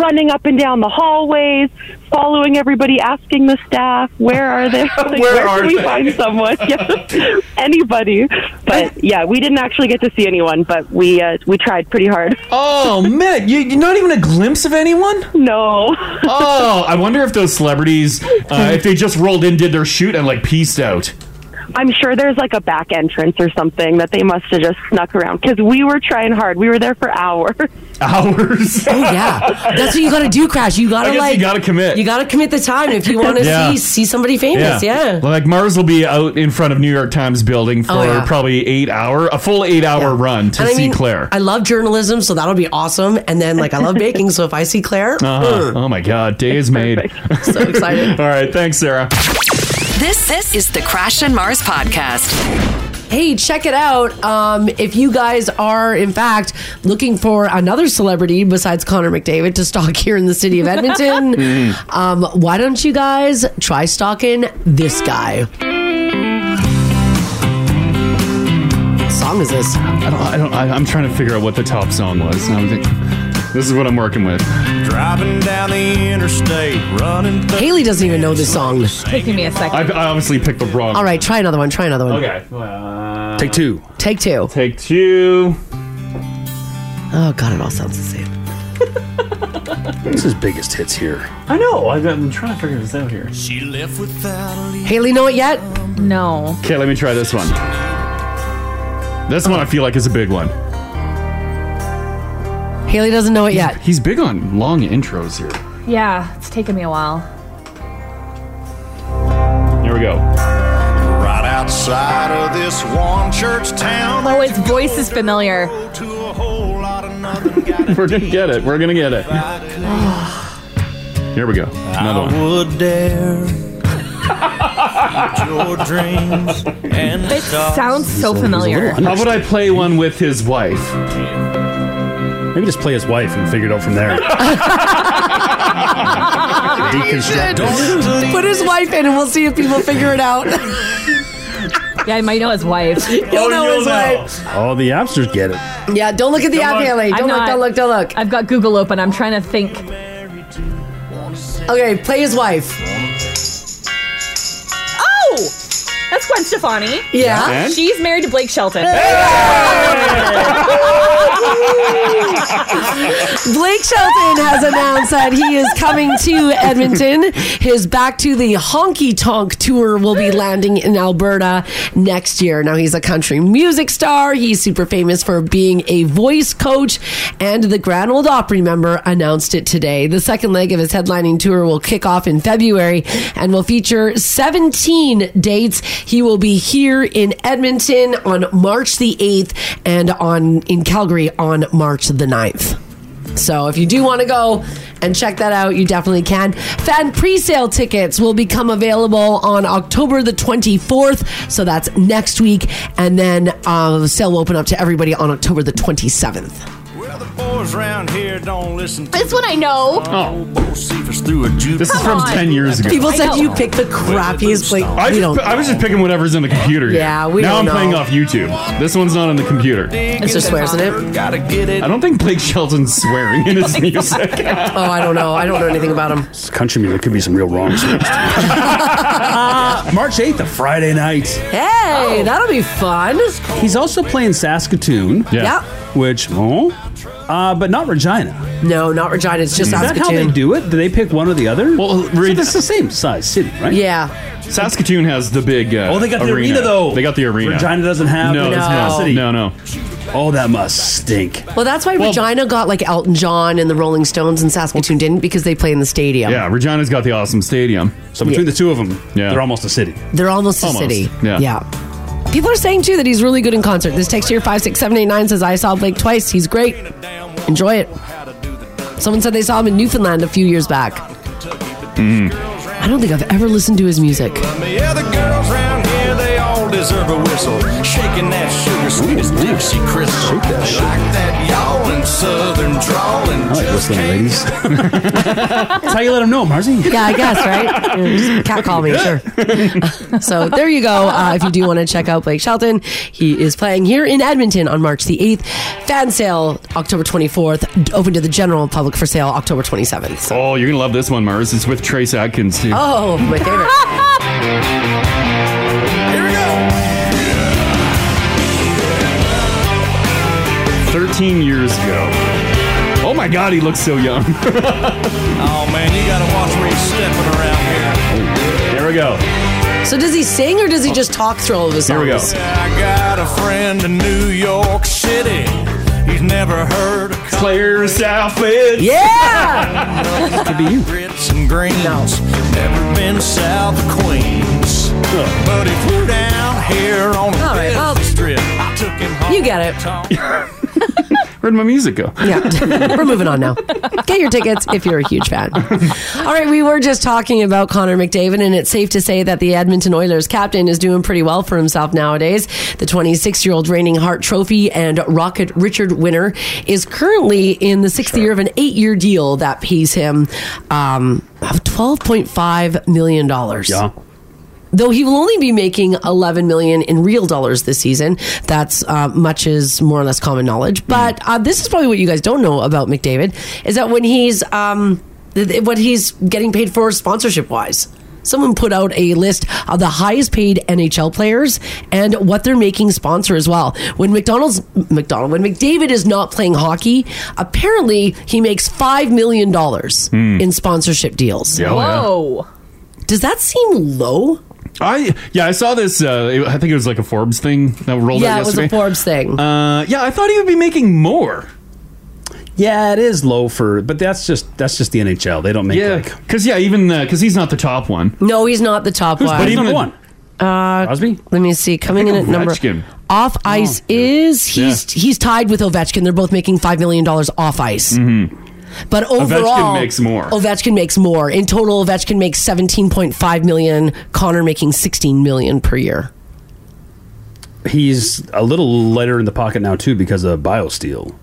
[SPEAKER 13] running up and down the hallways, following everybody, asking the staff, "Where are they? Like,
[SPEAKER 4] Where
[SPEAKER 13] can
[SPEAKER 4] are
[SPEAKER 13] we
[SPEAKER 4] they?"
[SPEAKER 13] find someone? Yeah, anybody." But yeah, we didn't actually get to see anyone, but we uh, we tried pretty hard.
[SPEAKER 4] Oh man, you, you're not even a glimpse of anyone?
[SPEAKER 13] No.
[SPEAKER 4] Oh, I wonder if those celebrities, uh, if they just rolled in, did their shoot, and like peaced out.
[SPEAKER 13] I'm sure there's like a back entrance or something that they must have just snuck around because we were trying hard. We were there for hours.
[SPEAKER 4] Hours.
[SPEAKER 8] Oh yeah, that's what you got to do, Crash. You got
[SPEAKER 4] I
[SPEAKER 8] to
[SPEAKER 4] guess you
[SPEAKER 8] like
[SPEAKER 4] gotta commit.
[SPEAKER 8] You got to commit the time if you want to
[SPEAKER 4] Yeah.
[SPEAKER 8] see see somebody famous. Yeah.
[SPEAKER 4] Like Mars will be out in front of New York Times building for
[SPEAKER 8] Oh, yeah.
[SPEAKER 4] probably eight hour, a full eight hour run to
[SPEAKER 8] And I
[SPEAKER 4] see
[SPEAKER 8] mean,
[SPEAKER 4] Claire.
[SPEAKER 8] I love journalism, so that'll be awesome. And then like I love baking, so if I see Claire,
[SPEAKER 4] Uh-huh.
[SPEAKER 8] mm.
[SPEAKER 4] Oh my God, day is made.
[SPEAKER 8] So excited.
[SPEAKER 4] All right, thanks, Sarah.
[SPEAKER 1] This this is the Crash and Mars podcast.
[SPEAKER 8] Hey, check it out. Um, if you guys are, in fact, looking for another celebrity besides Connor McDavid to stalk here in the city of Edmonton,
[SPEAKER 18] Mhm.
[SPEAKER 4] Mm-hmm.
[SPEAKER 8] um, why don't you guys try stalking this guy? What song is this?
[SPEAKER 4] I don't, I don't, I, I'm trying to figure out what the top song was. and I'm think- this is what I'm working with.
[SPEAKER 19] Driving down the interstate, running.
[SPEAKER 8] Haley doesn't even know this song.
[SPEAKER 9] Taking me a second.
[SPEAKER 4] I, I obviously picked the wrong.
[SPEAKER 8] All right, try another one. Try another one.
[SPEAKER 4] Okay. Take
[SPEAKER 7] two.
[SPEAKER 8] Take two.
[SPEAKER 4] Uh, Take two.
[SPEAKER 8] Oh God, it all sounds the same.
[SPEAKER 7] This is biggest hits here.
[SPEAKER 4] I know. I've been trying to figure this out here.
[SPEAKER 19] She left without a lead.
[SPEAKER 8] Haley, know it yet?
[SPEAKER 9] No.
[SPEAKER 4] Okay, let me try this one. This one I feel like is a big one.
[SPEAKER 8] Haley doesn't know it yet.
[SPEAKER 4] He's big on long intros here.
[SPEAKER 9] Yeah, it's taken me a while.
[SPEAKER 4] Here we go.
[SPEAKER 19] Right outside of this one church town.
[SPEAKER 9] Oh, his voice is familiar.
[SPEAKER 4] We're gonna get it. We're gonna get it. Here we go. Another one.
[SPEAKER 19] would dare eat your dreams and
[SPEAKER 9] It
[SPEAKER 19] stars.
[SPEAKER 9] sounds so familiar.
[SPEAKER 4] How about I play one with his wife?
[SPEAKER 18] Maybe just play his wife and figure it out from there. Deconstruct it.
[SPEAKER 8] Put his wife in and we'll see if people figure it out.
[SPEAKER 9] yeah, I might know his wife.
[SPEAKER 4] Oh,
[SPEAKER 8] You'll know his wife.
[SPEAKER 18] All the appsters get it.
[SPEAKER 8] Yeah, don't look at the
[SPEAKER 9] Come
[SPEAKER 8] app,
[SPEAKER 9] on.
[SPEAKER 8] Haley.
[SPEAKER 9] I'm
[SPEAKER 8] Don't look,
[SPEAKER 9] not.
[SPEAKER 8] don't look, don't look.
[SPEAKER 9] I've got Google open. I'm trying to think.
[SPEAKER 8] Okay, play his wife.
[SPEAKER 9] Oh! That's Gwen Stefani.
[SPEAKER 8] Yeah. And?
[SPEAKER 9] She's married to Blake Shelton.
[SPEAKER 8] Blake Shelton has announced that he is coming to Edmonton. His Back to the Honky Tonk tour will be landing in Alberta next year. Now, he's a country music star. He's super famous for being a voice coach, and the Grand Old Opry member announced it today. The second leg of his headlining tour will kick off in February and will feature 17 dates. He will be here in Edmonton on March the 8th and on in Calgary on March the 9th. So if you do want to go and check that out, you definitely can. Fan pre-sale tickets will become available on October the 24th, so that's next week, and then uh, the sale will open up to everybody on October the 27th.
[SPEAKER 19] Boys round here don't listen to
[SPEAKER 9] This one I know.
[SPEAKER 19] Oh. through a juke.
[SPEAKER 4] This is from 10 years ago.
[SPEAKER 8] People said you pick the crappiest like
[SPEAKER 4] I, just, I was just picking whatever's in the computer. here.
[SPEAKER 8] Yeah, we
[SPEAKER 4] Now
[SPEAKER 8] don't
[SPEAKER 4] I'm
[SPEAKER 8] know.
[SPEAKER 4] playing off YouTube. This one's not on the computer.
[SPEAKER 8] It's just swears in it.
[SPEAKER 19] Gotta get it.
[SPEAKER 4] I don't think Blake Shelton's swearing in his music.
[SPEAKER 8] oh, I don't know. I don't know anything about him.
[SPEAKER 18] It's country music. There could be some real wrongs.
[SPEAKER 7] March 8th, a Friday night.
[SPEAKER 8] Uh,
[SPEAKER 7] Oh.
[SPEAKER 8] Hey, that'll be fun.
[SPEAKER 7] He's also playing Saskatoon.
[SPEAKER 8] Yeah. Yeah.
[SPEAKER 7] Which, oh, uh, but not Regina.
[SPEAKER 8] No, not Regina. It's just
[SPEAKER 7] Is that how
[SPEAKER 8] Saskatoon.
[SPEAKER 7] they do it? Do they pick one or the other? Well, so this is the same size city, right?
[SPEAKER 8] Yeah.
[SPEAKER 4] Saskatoon has the big. Uh,
[SPEAKER 7] Oh, they got the arena, though.
[SPEAKER 4] They got the arena.
[SPEAKER 7] Regina doesn't have
[SPEAKER 4] no,
[SPEAKER 7] the
[SPEAKER 4] it's
[SPEAKER 7] capacity.
[SPEAKER 4] No, no, no.
[SPEAKER 7] Oh, that must stink.
[SPEAKER 8] Well, that's why Regina got like Elton John and the Rolling Stones, and Saskatoon didn't because they play in the stadium.
[SPEAKER 4] Yeah, Regina's got the awesome stadium.
[SPEAKER 7] So between the two of them,
[SPEAKER 4] yeah. they're
[SPEAKER 7] almost a city.
[SPEAKER 8] They're almost a
[SPEAKER 4] Almost,
[SPEAKER 8] city.
[SPEAKER 4] yeah.
[SPEAKER 8] People are saying too that he's really good in concert. This text here five six seven eight nine says I saw Blake twice. He's great. Enjoy it. Someone said they saw him in Newfoundland a few years back. I don't think I've ever listened to his music.
[SPEAKER 19] The other girls round here, they all deserve a whistle. Shaking that sugar sweet as Dixie crystal. Shake that Like that yawling southern drawling.
[SPEAKER 18] I like whistling, ladies.
[SPEAKER 7] That's how you let them know, Marzi.
[SPEAKER 8] Yeah, I guess right. Yeah, just Cat call me, sure. so there you go. Uh, if you do want to check out Blake Shelton, he is playing here in Edmonton on March the eighth. Fan sale October twenty fourth. Open to the general public for sale October twenty seventh.
[SPEAKER 4] Oh, you're gonna love this one, Mars. It's with Trace Adkins too.
[SPEAKER 8] Oh, my favorite.
[SPEAKER 4] Thirteen years ago. Oh my God, he looks so young.
[SPEAKER 19] Oh man, you gotta watch where you're stepping around here.
[SPEAKER 4] Here we go.
[SPEAKER 8] So does he sing or does he just talk through all of his songs?
[SPEAKER 19] I got a friend in New York City. He's never heard of
[SPEAKER 4] Claire Southwood.
[SPEAKER 19] Yeah!
[SPEAKER 7] Could be you.
[SPEAKER 19] Grits and greens. Never been south of Queens. But he flew down here on a
[SPEAKER 8] All right, well-
[SPEAKER 19] business trip. I took him home.
[SPEAKER 8] You get it.
[SPEAKER 4] Where'd my music go?
[SPEAKER 8] Yeah. We're moving on now. Get your tickets if you're a huge fan. All right, we were just talking about Connor McDavid, and it's safe to say that the Edmonton Oilers captain is doing pretty well for himself nowadays. The 26 year old reigning Hart Trophy and Rocket Richard winner is currently in the sixth year of an eight year deal that pays him um, $12.5 million.
[SPEAKER 18] Yeah.
[SPEAKER 8] Though he will only be making 11 million in real dollars this season, that's uh, much is more or less common knowledge.
[SPEAKER 4] Hmm.
[SPEAKER 8] But uh, this is probably what you guys don't know about McDavid is that when he's um, th- th- what he's getting paid for sponsorship wise. Someone put out a list of the highest paid NHL players and what they're making sponsor as well. When McDonald's McDonald when McDavid is not playing hockey, apparently he makes five million dollars in sponsorship deals.
[SPEAKER 4] Hmm. Yeah, oh, yeah.
[SPEAKER 9] Whoa.
[SPEAKER 8] Does that seem low?
[SPEAKER 4] I yeah, I saw this. Uh, I think it was like a Forbes thing that rolled out
[SPEAKER 8] yeah, it was
[SPEAKER 4] yesterday.
[SPEAKER 8] a Forbes thing.
[SPEAKER 4] Uh, yeah, I thought he would be making more.
[SPEAKER 7] Yeah, it is low for, but that's just that's just the NHL. They don't make
[SPEAKER 4] Yeah, because yeah, even because he's not the top one.
[SPEAKER 8] No, he's not the top
[SPEAKER 4] Who's-
[SPEAKER 8] one.
[SPEAKER 4] but he's on the- One.
[SPEAKER 8] Uh,
[SPEAKER 7] Crosby?
[SPEAKER 8] Let me see. Coming in at number
[SPEAKER 4] Ovechkin. Oh,
[SPEAKER 8] off ice is he's he's tied with Ovechkin. They're both making five million dollars off ice. But
[SPEAKER 4] Mm. Ovechkin
[SPEAKER 8] overall,
[SPEAKER 4] makes more.
[SPEAKER 8] Ovechkin makes more. In total, Ovechkin makes seventeen point five million. Connor making sixteen million per year.
[SPEAKER 7] He's a little lighter in the pocket now too because of BioSteel.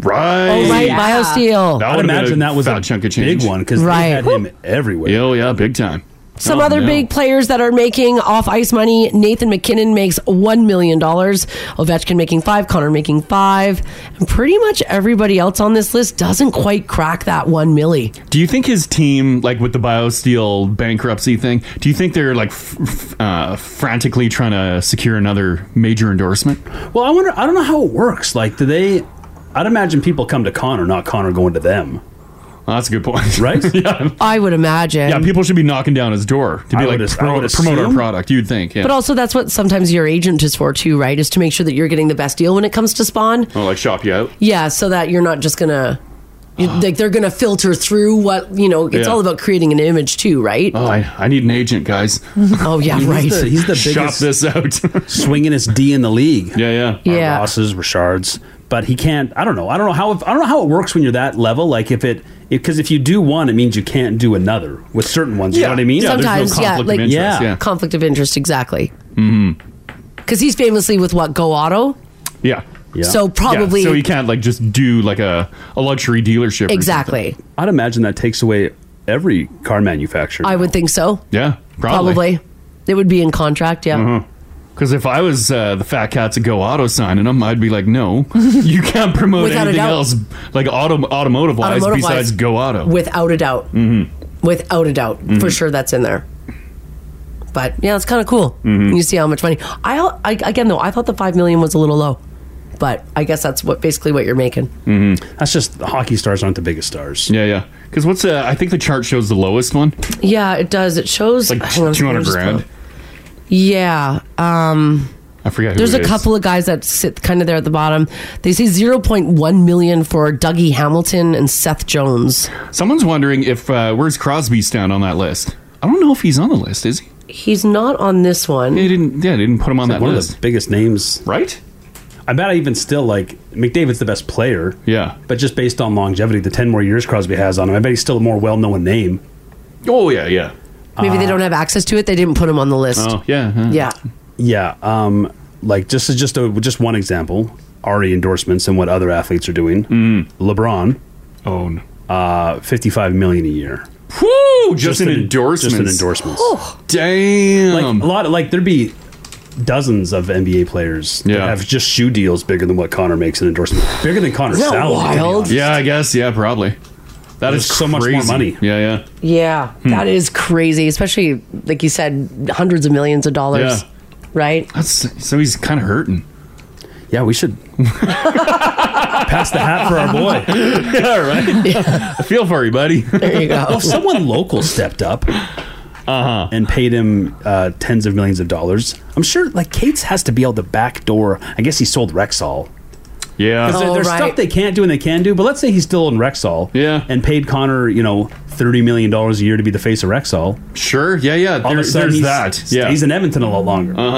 [SPEAKER 7] Right.
[SPEAKER 8] Oh, right, Yeah. BioSteel. That
[SPEAKER 7] I would
[SPEAKER 8] would've been
[SPEAKER 7] imagine
[SPEAKER 8] a
[SPEAKER 7] that was a
[SPEAKER 4] fat chunk of
[SPEAKER 7] big
[SPEAKER 4] change.
[SPEAKER 7] one because
[SPEAKER 8] Oh. Right.
[SPEAKER 7] they had him everywhere. Oh,
[SPEAKER 4] Oh yeah, big time.
[SPEAKER 8] Some other big players that are making off ice money. Nathan McKinnon makes one million dollars. Ovechkin making five. Connor making five. And pretty much everybody else on this list doesn't quite crack that one milli.
[SPEAKER 4] Do you think his team, like with the BioSteel bankruptcy thing, do you think they're like f- f- uh, frantically trying to secure another major endorsement?
[SPEAKER 7] Well, I wonder. I don't know how it works. Like, do they? I'd imagine people come to Connor, not Connor going to them.
[SPEAKER 4] that's a good point,
[SPEAKER 7] right?
[SPEAKER 4] yeah.
[SPEAKER 8] I would imagine.
[SPEAKER 4] yeah, people should be knocking down his door to be
[SPEAKER 7] I
[SPEAKER 4] like
[SPEAKER 7] would as- I
[SPEAKER 4] "Pro-
[SPEAKER 7] would
[SPEAKER 4] promote our
[SPEAKER 7] assume."
[SPEAKER 4] product. You'd think, yeah.
[SPEAKER 8] But also, that's what sometimes your agent is for too, right? Is to make sure that you're getting the best deal when it comes to spawn.
[SPEAKER 4] oh, like shop you out.
[SPEAKER 8] Yeah, so that you're not just gonna you, like they're gonna filter through what you know. It's
[SPEAKER 4] Yeah.
[SPEAKER 8] all about creating an image too, right?
[SPEAKER 4] Oh, I, I need an agent, guys.
[SPEAKER 8] oh yeah,
[SPEAKER 7] He's
[SPEAKER 8] right.
[SPEAKER 7] the- he's the biggest
[SPEAKER 4] Shop this out.
[SPEAKER 7] swingingest D in the league.
[SPEAKER 4] Yeah, yeah,
[SPEAKER 8] Yeah.
[SPEAKER 7] Rosses, Richards, but he can't. I don't know. I don't know how. I don't know how it works when you're that level. Like if it, because if you do one, it means you can't do another with certain ones. You know what I mean?
[SPEAKER 8] Sometimes, yeah, like conflict of interest, exactly. Because he's famously with what Go Auto.
[SPEAKER 4] Mm-hmm. Yeah.
[SPEAKER 8] Yeah. So probably-
[SPEAKER 4] so you can't like just do like a, a luxury dealership. or
[SPEAKER 8] Exactly.
[SPEAKER 4] something.
[SPEAKER 7] I'd imagine that takes away every car manufacturer.
[SPEAKER 8] I would think so.
[SPEAKER 4] Yeah, probably. Mm-hmm.
[SPEAKER 8] Probably. It would be in contract. Yeah.
[SPEAKER 4] Because if I was uh, the fat cats at Go Auto signing them, I'd be like, no, you can't promote
[SPEAKER 8] Without a
[SPEAKER 4] anything
[SPEAKER 8] doubt.
[SPEAKER 4] else like auto, automotive wise
[SPEAKER 8] Automotive-wise,
[SPEAKER 4] besides Go Auto. Mm-hmm.
[SPEAKER 8] Without a doubt.
[SPEAKER 4] Mhm.
[SPEAKER 8] Without a doubt. For sure, that's in there. But yeah, it's kind of cool.
[SPEAKER 4] Mhm.
[SPEAKER 8] You see how much money. I, I again though, I thought the five million was a little low, but I guess that's what basically what you're making.
[SPEAKER 7] Mm-hmm. That's just the hockey stars aren't the biggest stars.
[SPEAKER 4] Yeah, yeah. Because what's uh, I think the chart shows the lowest one,
[SPEAKER 8] Yeah, it does. It shows
[SPEAKER 4] like
[SPEAKER 8] hang on,
[SPEAKER 4] two
[SPEAKER 8] I'm
[SPEAKER 4] hundred
[SPEAKER 8] just-
[SPEAKER 4] grand.
[SPEAKER 8] Yeah. Um,
[SPEAKER 4] I forget. Who
[SPEAKER 8] There's
[SPEAKER 4] it
[SPEAKER 8] a
[SPEAKER 4] is.
[SPEAKER 8] couple of guys that sit kind of there at the bottom. They say 0.1 million for Dougie Hamilton and Seth Jones.
[SPEAKER 4] Someone's wondering if uh, where's Crosby stand on that list. I don't know if he's on the list. Is he?
[SPEAKER 8] He's not on this one.
[SPEAKER 4] They didn't. Yeah, they didn't put him on
[SPEAKER 7] He's
[SPEAKER 4] that
[SPEAKER 7] one
[SPEAKER 4] list.
[SPEAKER 7] of the biggest names,
[SPEAKER 4] right?
[SPEAKER 7] I bet I even still like McDavid's the best player.
[SPEAKER 4] Yeah,
[SPEAKER 7] but just based on longevity, the ten more years Crosby has on him, I bet he's still a more well-known name.
[SPEAKER 4] Oh yeah, Uh, Oh, yeah.
[SPEAKER 8] Maybe they don't have access to it. They didn't put him on the list.
[SPEAKER 4] yeah,
[SPEAKER 8] Yeah.
[SPEAKER 7] yeah. Um, like just just a just one example, already endorsements and what other athletes are doing. LeBron
[SPEAKER 4] Mm-hmm. own
[SPEAKER 7] uh, fifty-five million a year.
[SPEAKER 4] Whoo! Just, an, endorsement.
[SPEAKER 7] Just an endorsement.
[SPEAKER 8] Oh.
[SPEAKER 4] Damn.
[SPEAKER 7] Like a lot. Of, like there'd be dozens of NBA players that have just shoe deals bigger than what Connor makes an endorsement, bigger than Connor's
[SPEAKER 8] Isn't that
[SPEAKER 7] salary. to be
[SPEAKER 8] wild?
[SPEAKER 7] honest.
[SPEAKER 4] Yeah, I guess. Yeah, probably. That
[SPEAKER 7] There's
[SPEAKER 4] is
[SPEAKER 7] so much more
[SPEAKER 4] crazy.
[SPEAKER 7] money.
[SPEAKER 4] Yeah, yeah.
[SPEAKER 8] Yeah.
[SPEAKER 4] Hmm.
[SPEAKER 8] That is crazy, especially, like you said, hundreds of millions of dollars.
[SPEAKER 4] Yeah.
[SPEAKER 8] Right?
[SPEAKER 4] That's so he's kind of hurting.
[SPEAKER 7] Yeah, we should pass the hat for our boy.
[SPEAKER 4] yeah, right. I feel for you, buddy.
[SPEAKER 8] There you go.
[SPEAKER 7] Well, if someone local stepped up uh-huh. and paid him uh, tens of millions of dollars, I'm sure like Kate's has to be able to backdoor. I guess he sold Rexall.
[SPEAKER 4] Yeah,
[SPEAKER 7] 'Cause there- there's
[SPEAKER 8] Oh,
[SPEAKER 7] stuff they can't do and they can do, but let's say he's still in Rexall, yeah, and paid Connor, you know, thirty million dollars a year to be the face of Rexall.
[SPEAKER 4] Sure, yeah, yeah.
[SPEAKER 7] All
[SPEAKER 4] There-
[SPEAKER 7] of a sudden
[SPEAKER 4] there's
[SPEAKER 7] he's,
[SPEAKER 4] that. Yeah.
[SPEAKER 7] he's in Edmonton a lot longer. Uh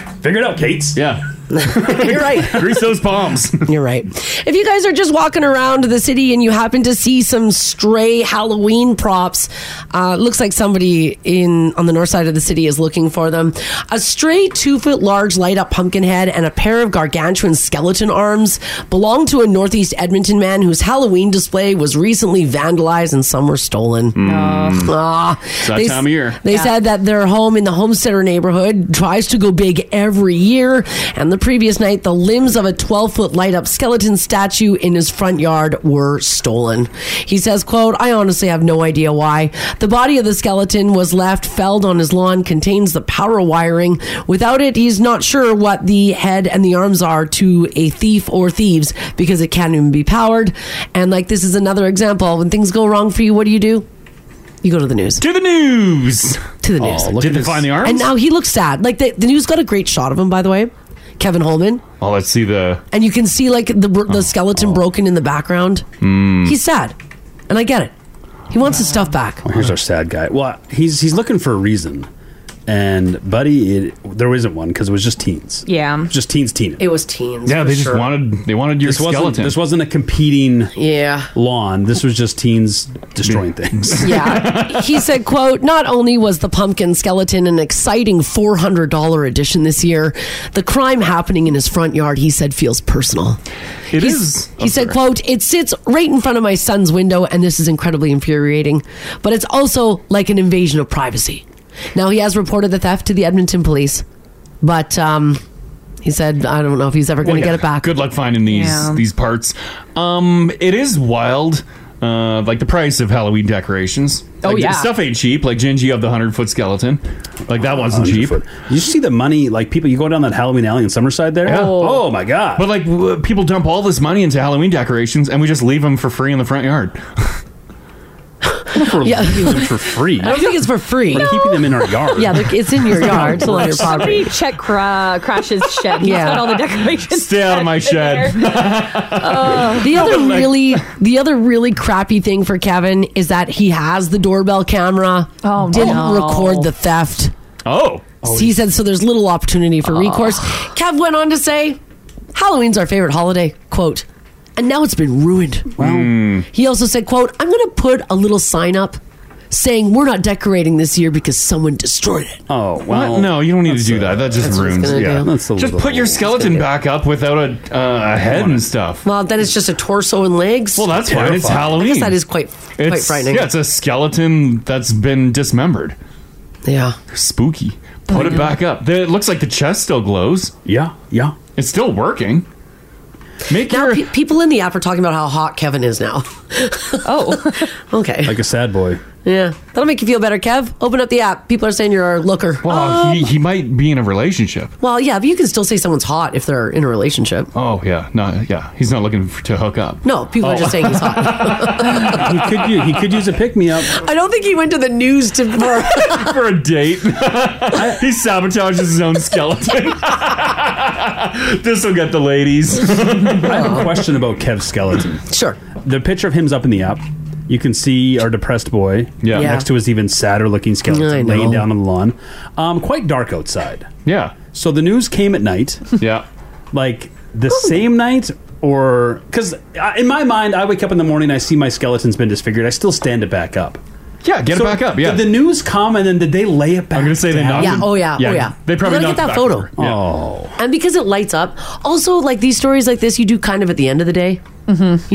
[SPEAKER 7] huh. Figure it out, Kate's.
[SPEAKER 4] Yeah,
[SPEAKER 8] You're right.
[SPEAKER 4] Grease those palms.
[SPEAKER 8] You're right. If you guys are just walking around the city and you happen to see some stray Halloween props, uh, looks like somebody in on the north side of the city is looking for them. A stray two foot large light up pumpkin head and a pair of gargantuan skeleton arms belong to a northeast Edmonton man whose Halloween display was recently vandalized and some were stolen. Ah,
[SPEAKER 4] Hmm. It's that time of year.
[SPEAKER 8] They
[SPEAKER 4] Yeah.
[SPEAKER 8] said that their home in the homesteader neighborhood tries to go big every year. And the previous night, the limbs of a 12 foot light up skeleton statue in his front yard were stolen. He says, quote, I honestly have no idea why. The body of the skeleton was left felled on his lawn, contains the power wiring. Without it, he's not sure what the head and the arms are to a thief or thieves because it can't even be powered. And like, this is another example. When things go wrong for you, what do you do? You go to the news.
[SPEAKER 4] To the news.
[SPEAKER 8] To the news.
[SPEAKER 4] Oh,
[SPEAKER 8] Oh,
[SPEAKER 4] Did they find the arms?
[SPEAKER 8] And now he looks sad. Like the, the news got a great shot of him, by the way. Kevin Holman,
[SPEAKER 4] Oh, let's see the.
[SPEAKER 8] and you can see like the bro- the skeleton broken in the background.
[SPEAKER 7] Oh,
[SPEAKER 4] Hmm.
[SPEAKER 7] Mm.
[SPEAKER 8] He's sad, and I get it. He wants his stuff back.
[SPEAKER 7] Well, here's our sad guy. Well, he's he's looking for a reason, and Buddy, it, there isn't one because it was just teens. It
[SPEAKER 9] Yeah.
[SPEAKER 7] was just teens, teens.
[SPEAKER 8] It was teens.
[SPEAKER 7] Yeah,
[SPEAKER 8] for
[SPEAKER 7] they just
[SPEAKER 8] sure.
[SPEAKER 7] wanted
[SPEAKER 4] they wanted
[SPEAKER 7] your Wasn't,
[SPEAKER 4] skeleton.
[SPEAKER 7] this wasn't a competing
[SPEAKER 8] yeah
[SPEAKER 7] lawn. This was just teens destroying things.
[SPEAKER 8] Yeah. he said, quote, not only was the pumpkin skeleton an exciting $400 edition this year, the crime happening in his front yard, he said, feels personal.
[SPEAKER 4] It
[SPEAKER 8] It is.
[SPEAKER 4] is.
[SPEAKER 8] He said, quote, it sits right in front of my son's window, and this is incredibly infuriating, but it's also like an invasion of privacy. Now, he has reported the theft to the Edmonton police, but um, he said, I don't know if he's ever going to
[SPEAKER 4] Well, yeah.
[SPEAKER 8] get it back.
[SPEAKER 4] Good luck finding these
[SPEAKER 8] Yeah.
[SPEAKER 4] these parts. Um, it is wild. Uh, like the price of Halloween decorations.
[SPEAKER 7] Oh,
[SPEAKER 4] Like,
[SPEAKER 7] yeah.
[SPEAKER 4] stuff ain't cheap. Like Gingy of the hundred foot skeleton. Like that wasn't
[SPEAKER 7] 100
[SPEAKER 4] cheap.
[SPEAKER 7] foot. You see the money, like people, you go down that Halloween alley in Summerside there. Oh. my god!
[SPEAKER 4] But like w- people dump all this money into Halloween decorations, and we just leave them for free in the front yard.
[SPEAKER 8] Yeah.
[SPEAKER 7] them for free.
[SPEAKER 8] I don't think it's for free.
[SPEAKER 7] We're keeping them in our yard.
[SPEAKER 8] Yeah, they're- it's in your yard. It's on your
[SPEAKER 9] Somebody
[SPEAKER 8] property.
[SPEAKER 9] check cra- Crash's shed. He's
[SPEAKER 8] Yeah.
[SPEAKER 9] got all the decorations.
[SPEAKER 4] Stay out of my shed.
[SPEAKER 8] Uh, the other
[SPEAKER 4] Oh
[SPEAKER 8] really the other really crappy thing for Kevin is that he has the doorbell camera. Oh, didn't
[SPEAKER 9] no.
[SPEAKER 8] record the theft.
[SPEAKER 4] Oh.
[SPEAKER 8] he said so there's little opportunity for recourse. Kev went on to say, Halloween's our favorite holiday, quote. And now it's been ruined. Wow. He also said, quote, I'm gonna put a little sign up saying we're not decorating this year because someone destroyed it.
[SPEAKER 7] Oh
[SPEAKER 4] What? No, you don't need to do that. That just
[SPEAKER 8] that's what it's
[SPEAKER 4] ruins.
[SPEAKER 8] gonna
[SPEAKER 4] Yeah,
[SPEAKER 8] do. That's a
[SPEAKER 4] just
[SPEAKER 8] little-
[SPEAKER 4] put your skeleton back up without a, uh, a head and stuff.
[SPEAKER 8] Well, then it's just a torso and legs. Well,
[SPEAKER 4] that's fine. It's Halloween.
[SPEAKER 8] I guess that is quite
[SPEAKER 4] It's,
[SPEAKER 8] quite frightening.
[SPEAKER 4] Yeah, it's a skeleton that's been dismembered.
[SPEAKER 8] Yeah,
[SPEAKER 4] spooky. Put
[SPEAKER 8] I
[SPEAKER 4] it
[SPEAKER 8] know.
[SPEAKER 4] back up. There- It looks like the chest still glows.
[SPEAKER 7] Yeah, yeah.
[SPEAKER 4] It's still working. Make
[SPEAKER 8] now, pe- people in the app are talking about how hot Kevin is now. oh, okay.
[SPEAKER 7] Like a sad boy.
[SPEAKER 8] Yeah, that'll make you feel better, Kev. Open up the app. People are saying you're a looker. Uh,
[SPEAKER 4] Well, Oh, he, he might be in a relationship.
[SPEAKER 8] well, yeah, but you can still say someone's hot if they're in a relationship.
[SPEAKER 4] Oh yeah, no, yeah. He's not looking for, to hook up.
[SPEAKER 8] No, people are
[SPEAKER 4] Oh.
[SPEAKER 8] just saying he's hot.
[SPEAKER 7] he could use, he could use a pick me up.
[SPEAKER 8] I don't think he went to the news to for.
[SPEAKER 4] for a date. he sabotages his own skeleton. this will get the ladies.
[SPEAKER 7] I have a question about Kev's skeleton.
[SPEAKER 8] Sure.
[SPEAKER 7] The picture of him's up in the app. You can see our depressed boy
[SPEAKER 4] Yeah. Yeah.
[SPEAKER 7] next to his even sadder looking
[SPEAKER 4] I
[SPEAKER 7] skeleton
[SPEAKER 4] know.
[SPEAKER 7] laying down on the lawn. Um, quite dark outside.
[SPEAKER 4] Yeah.
[SPEAKER 7] So the news came at night.
[SPEAKER 4] Yeah.
[SPEAKER 7] Like the same night or because in my mind, I wake up in the morning, I see my skeleton's been disfigured. I still stand it back up.
[SPEAKER 4] Yeah, get it back up, yeah.
[SPEAKER 7] Did the news come and then did they lay it back? I'm gonna
[SPEAKER 4] say they
[SPEAKER 8] knocked Yeah, him- oh, yeah, yeah, oh, yeah. they probably
[SPEAKER 7] got
[SPEAKER 8] Gotta get knocked that it back
[SPEAKER 7] photo. Oh.
[SPEAKER 8] and because it lights up, also like these stories like this, you do kind of at the end of the day. Mm-hmm.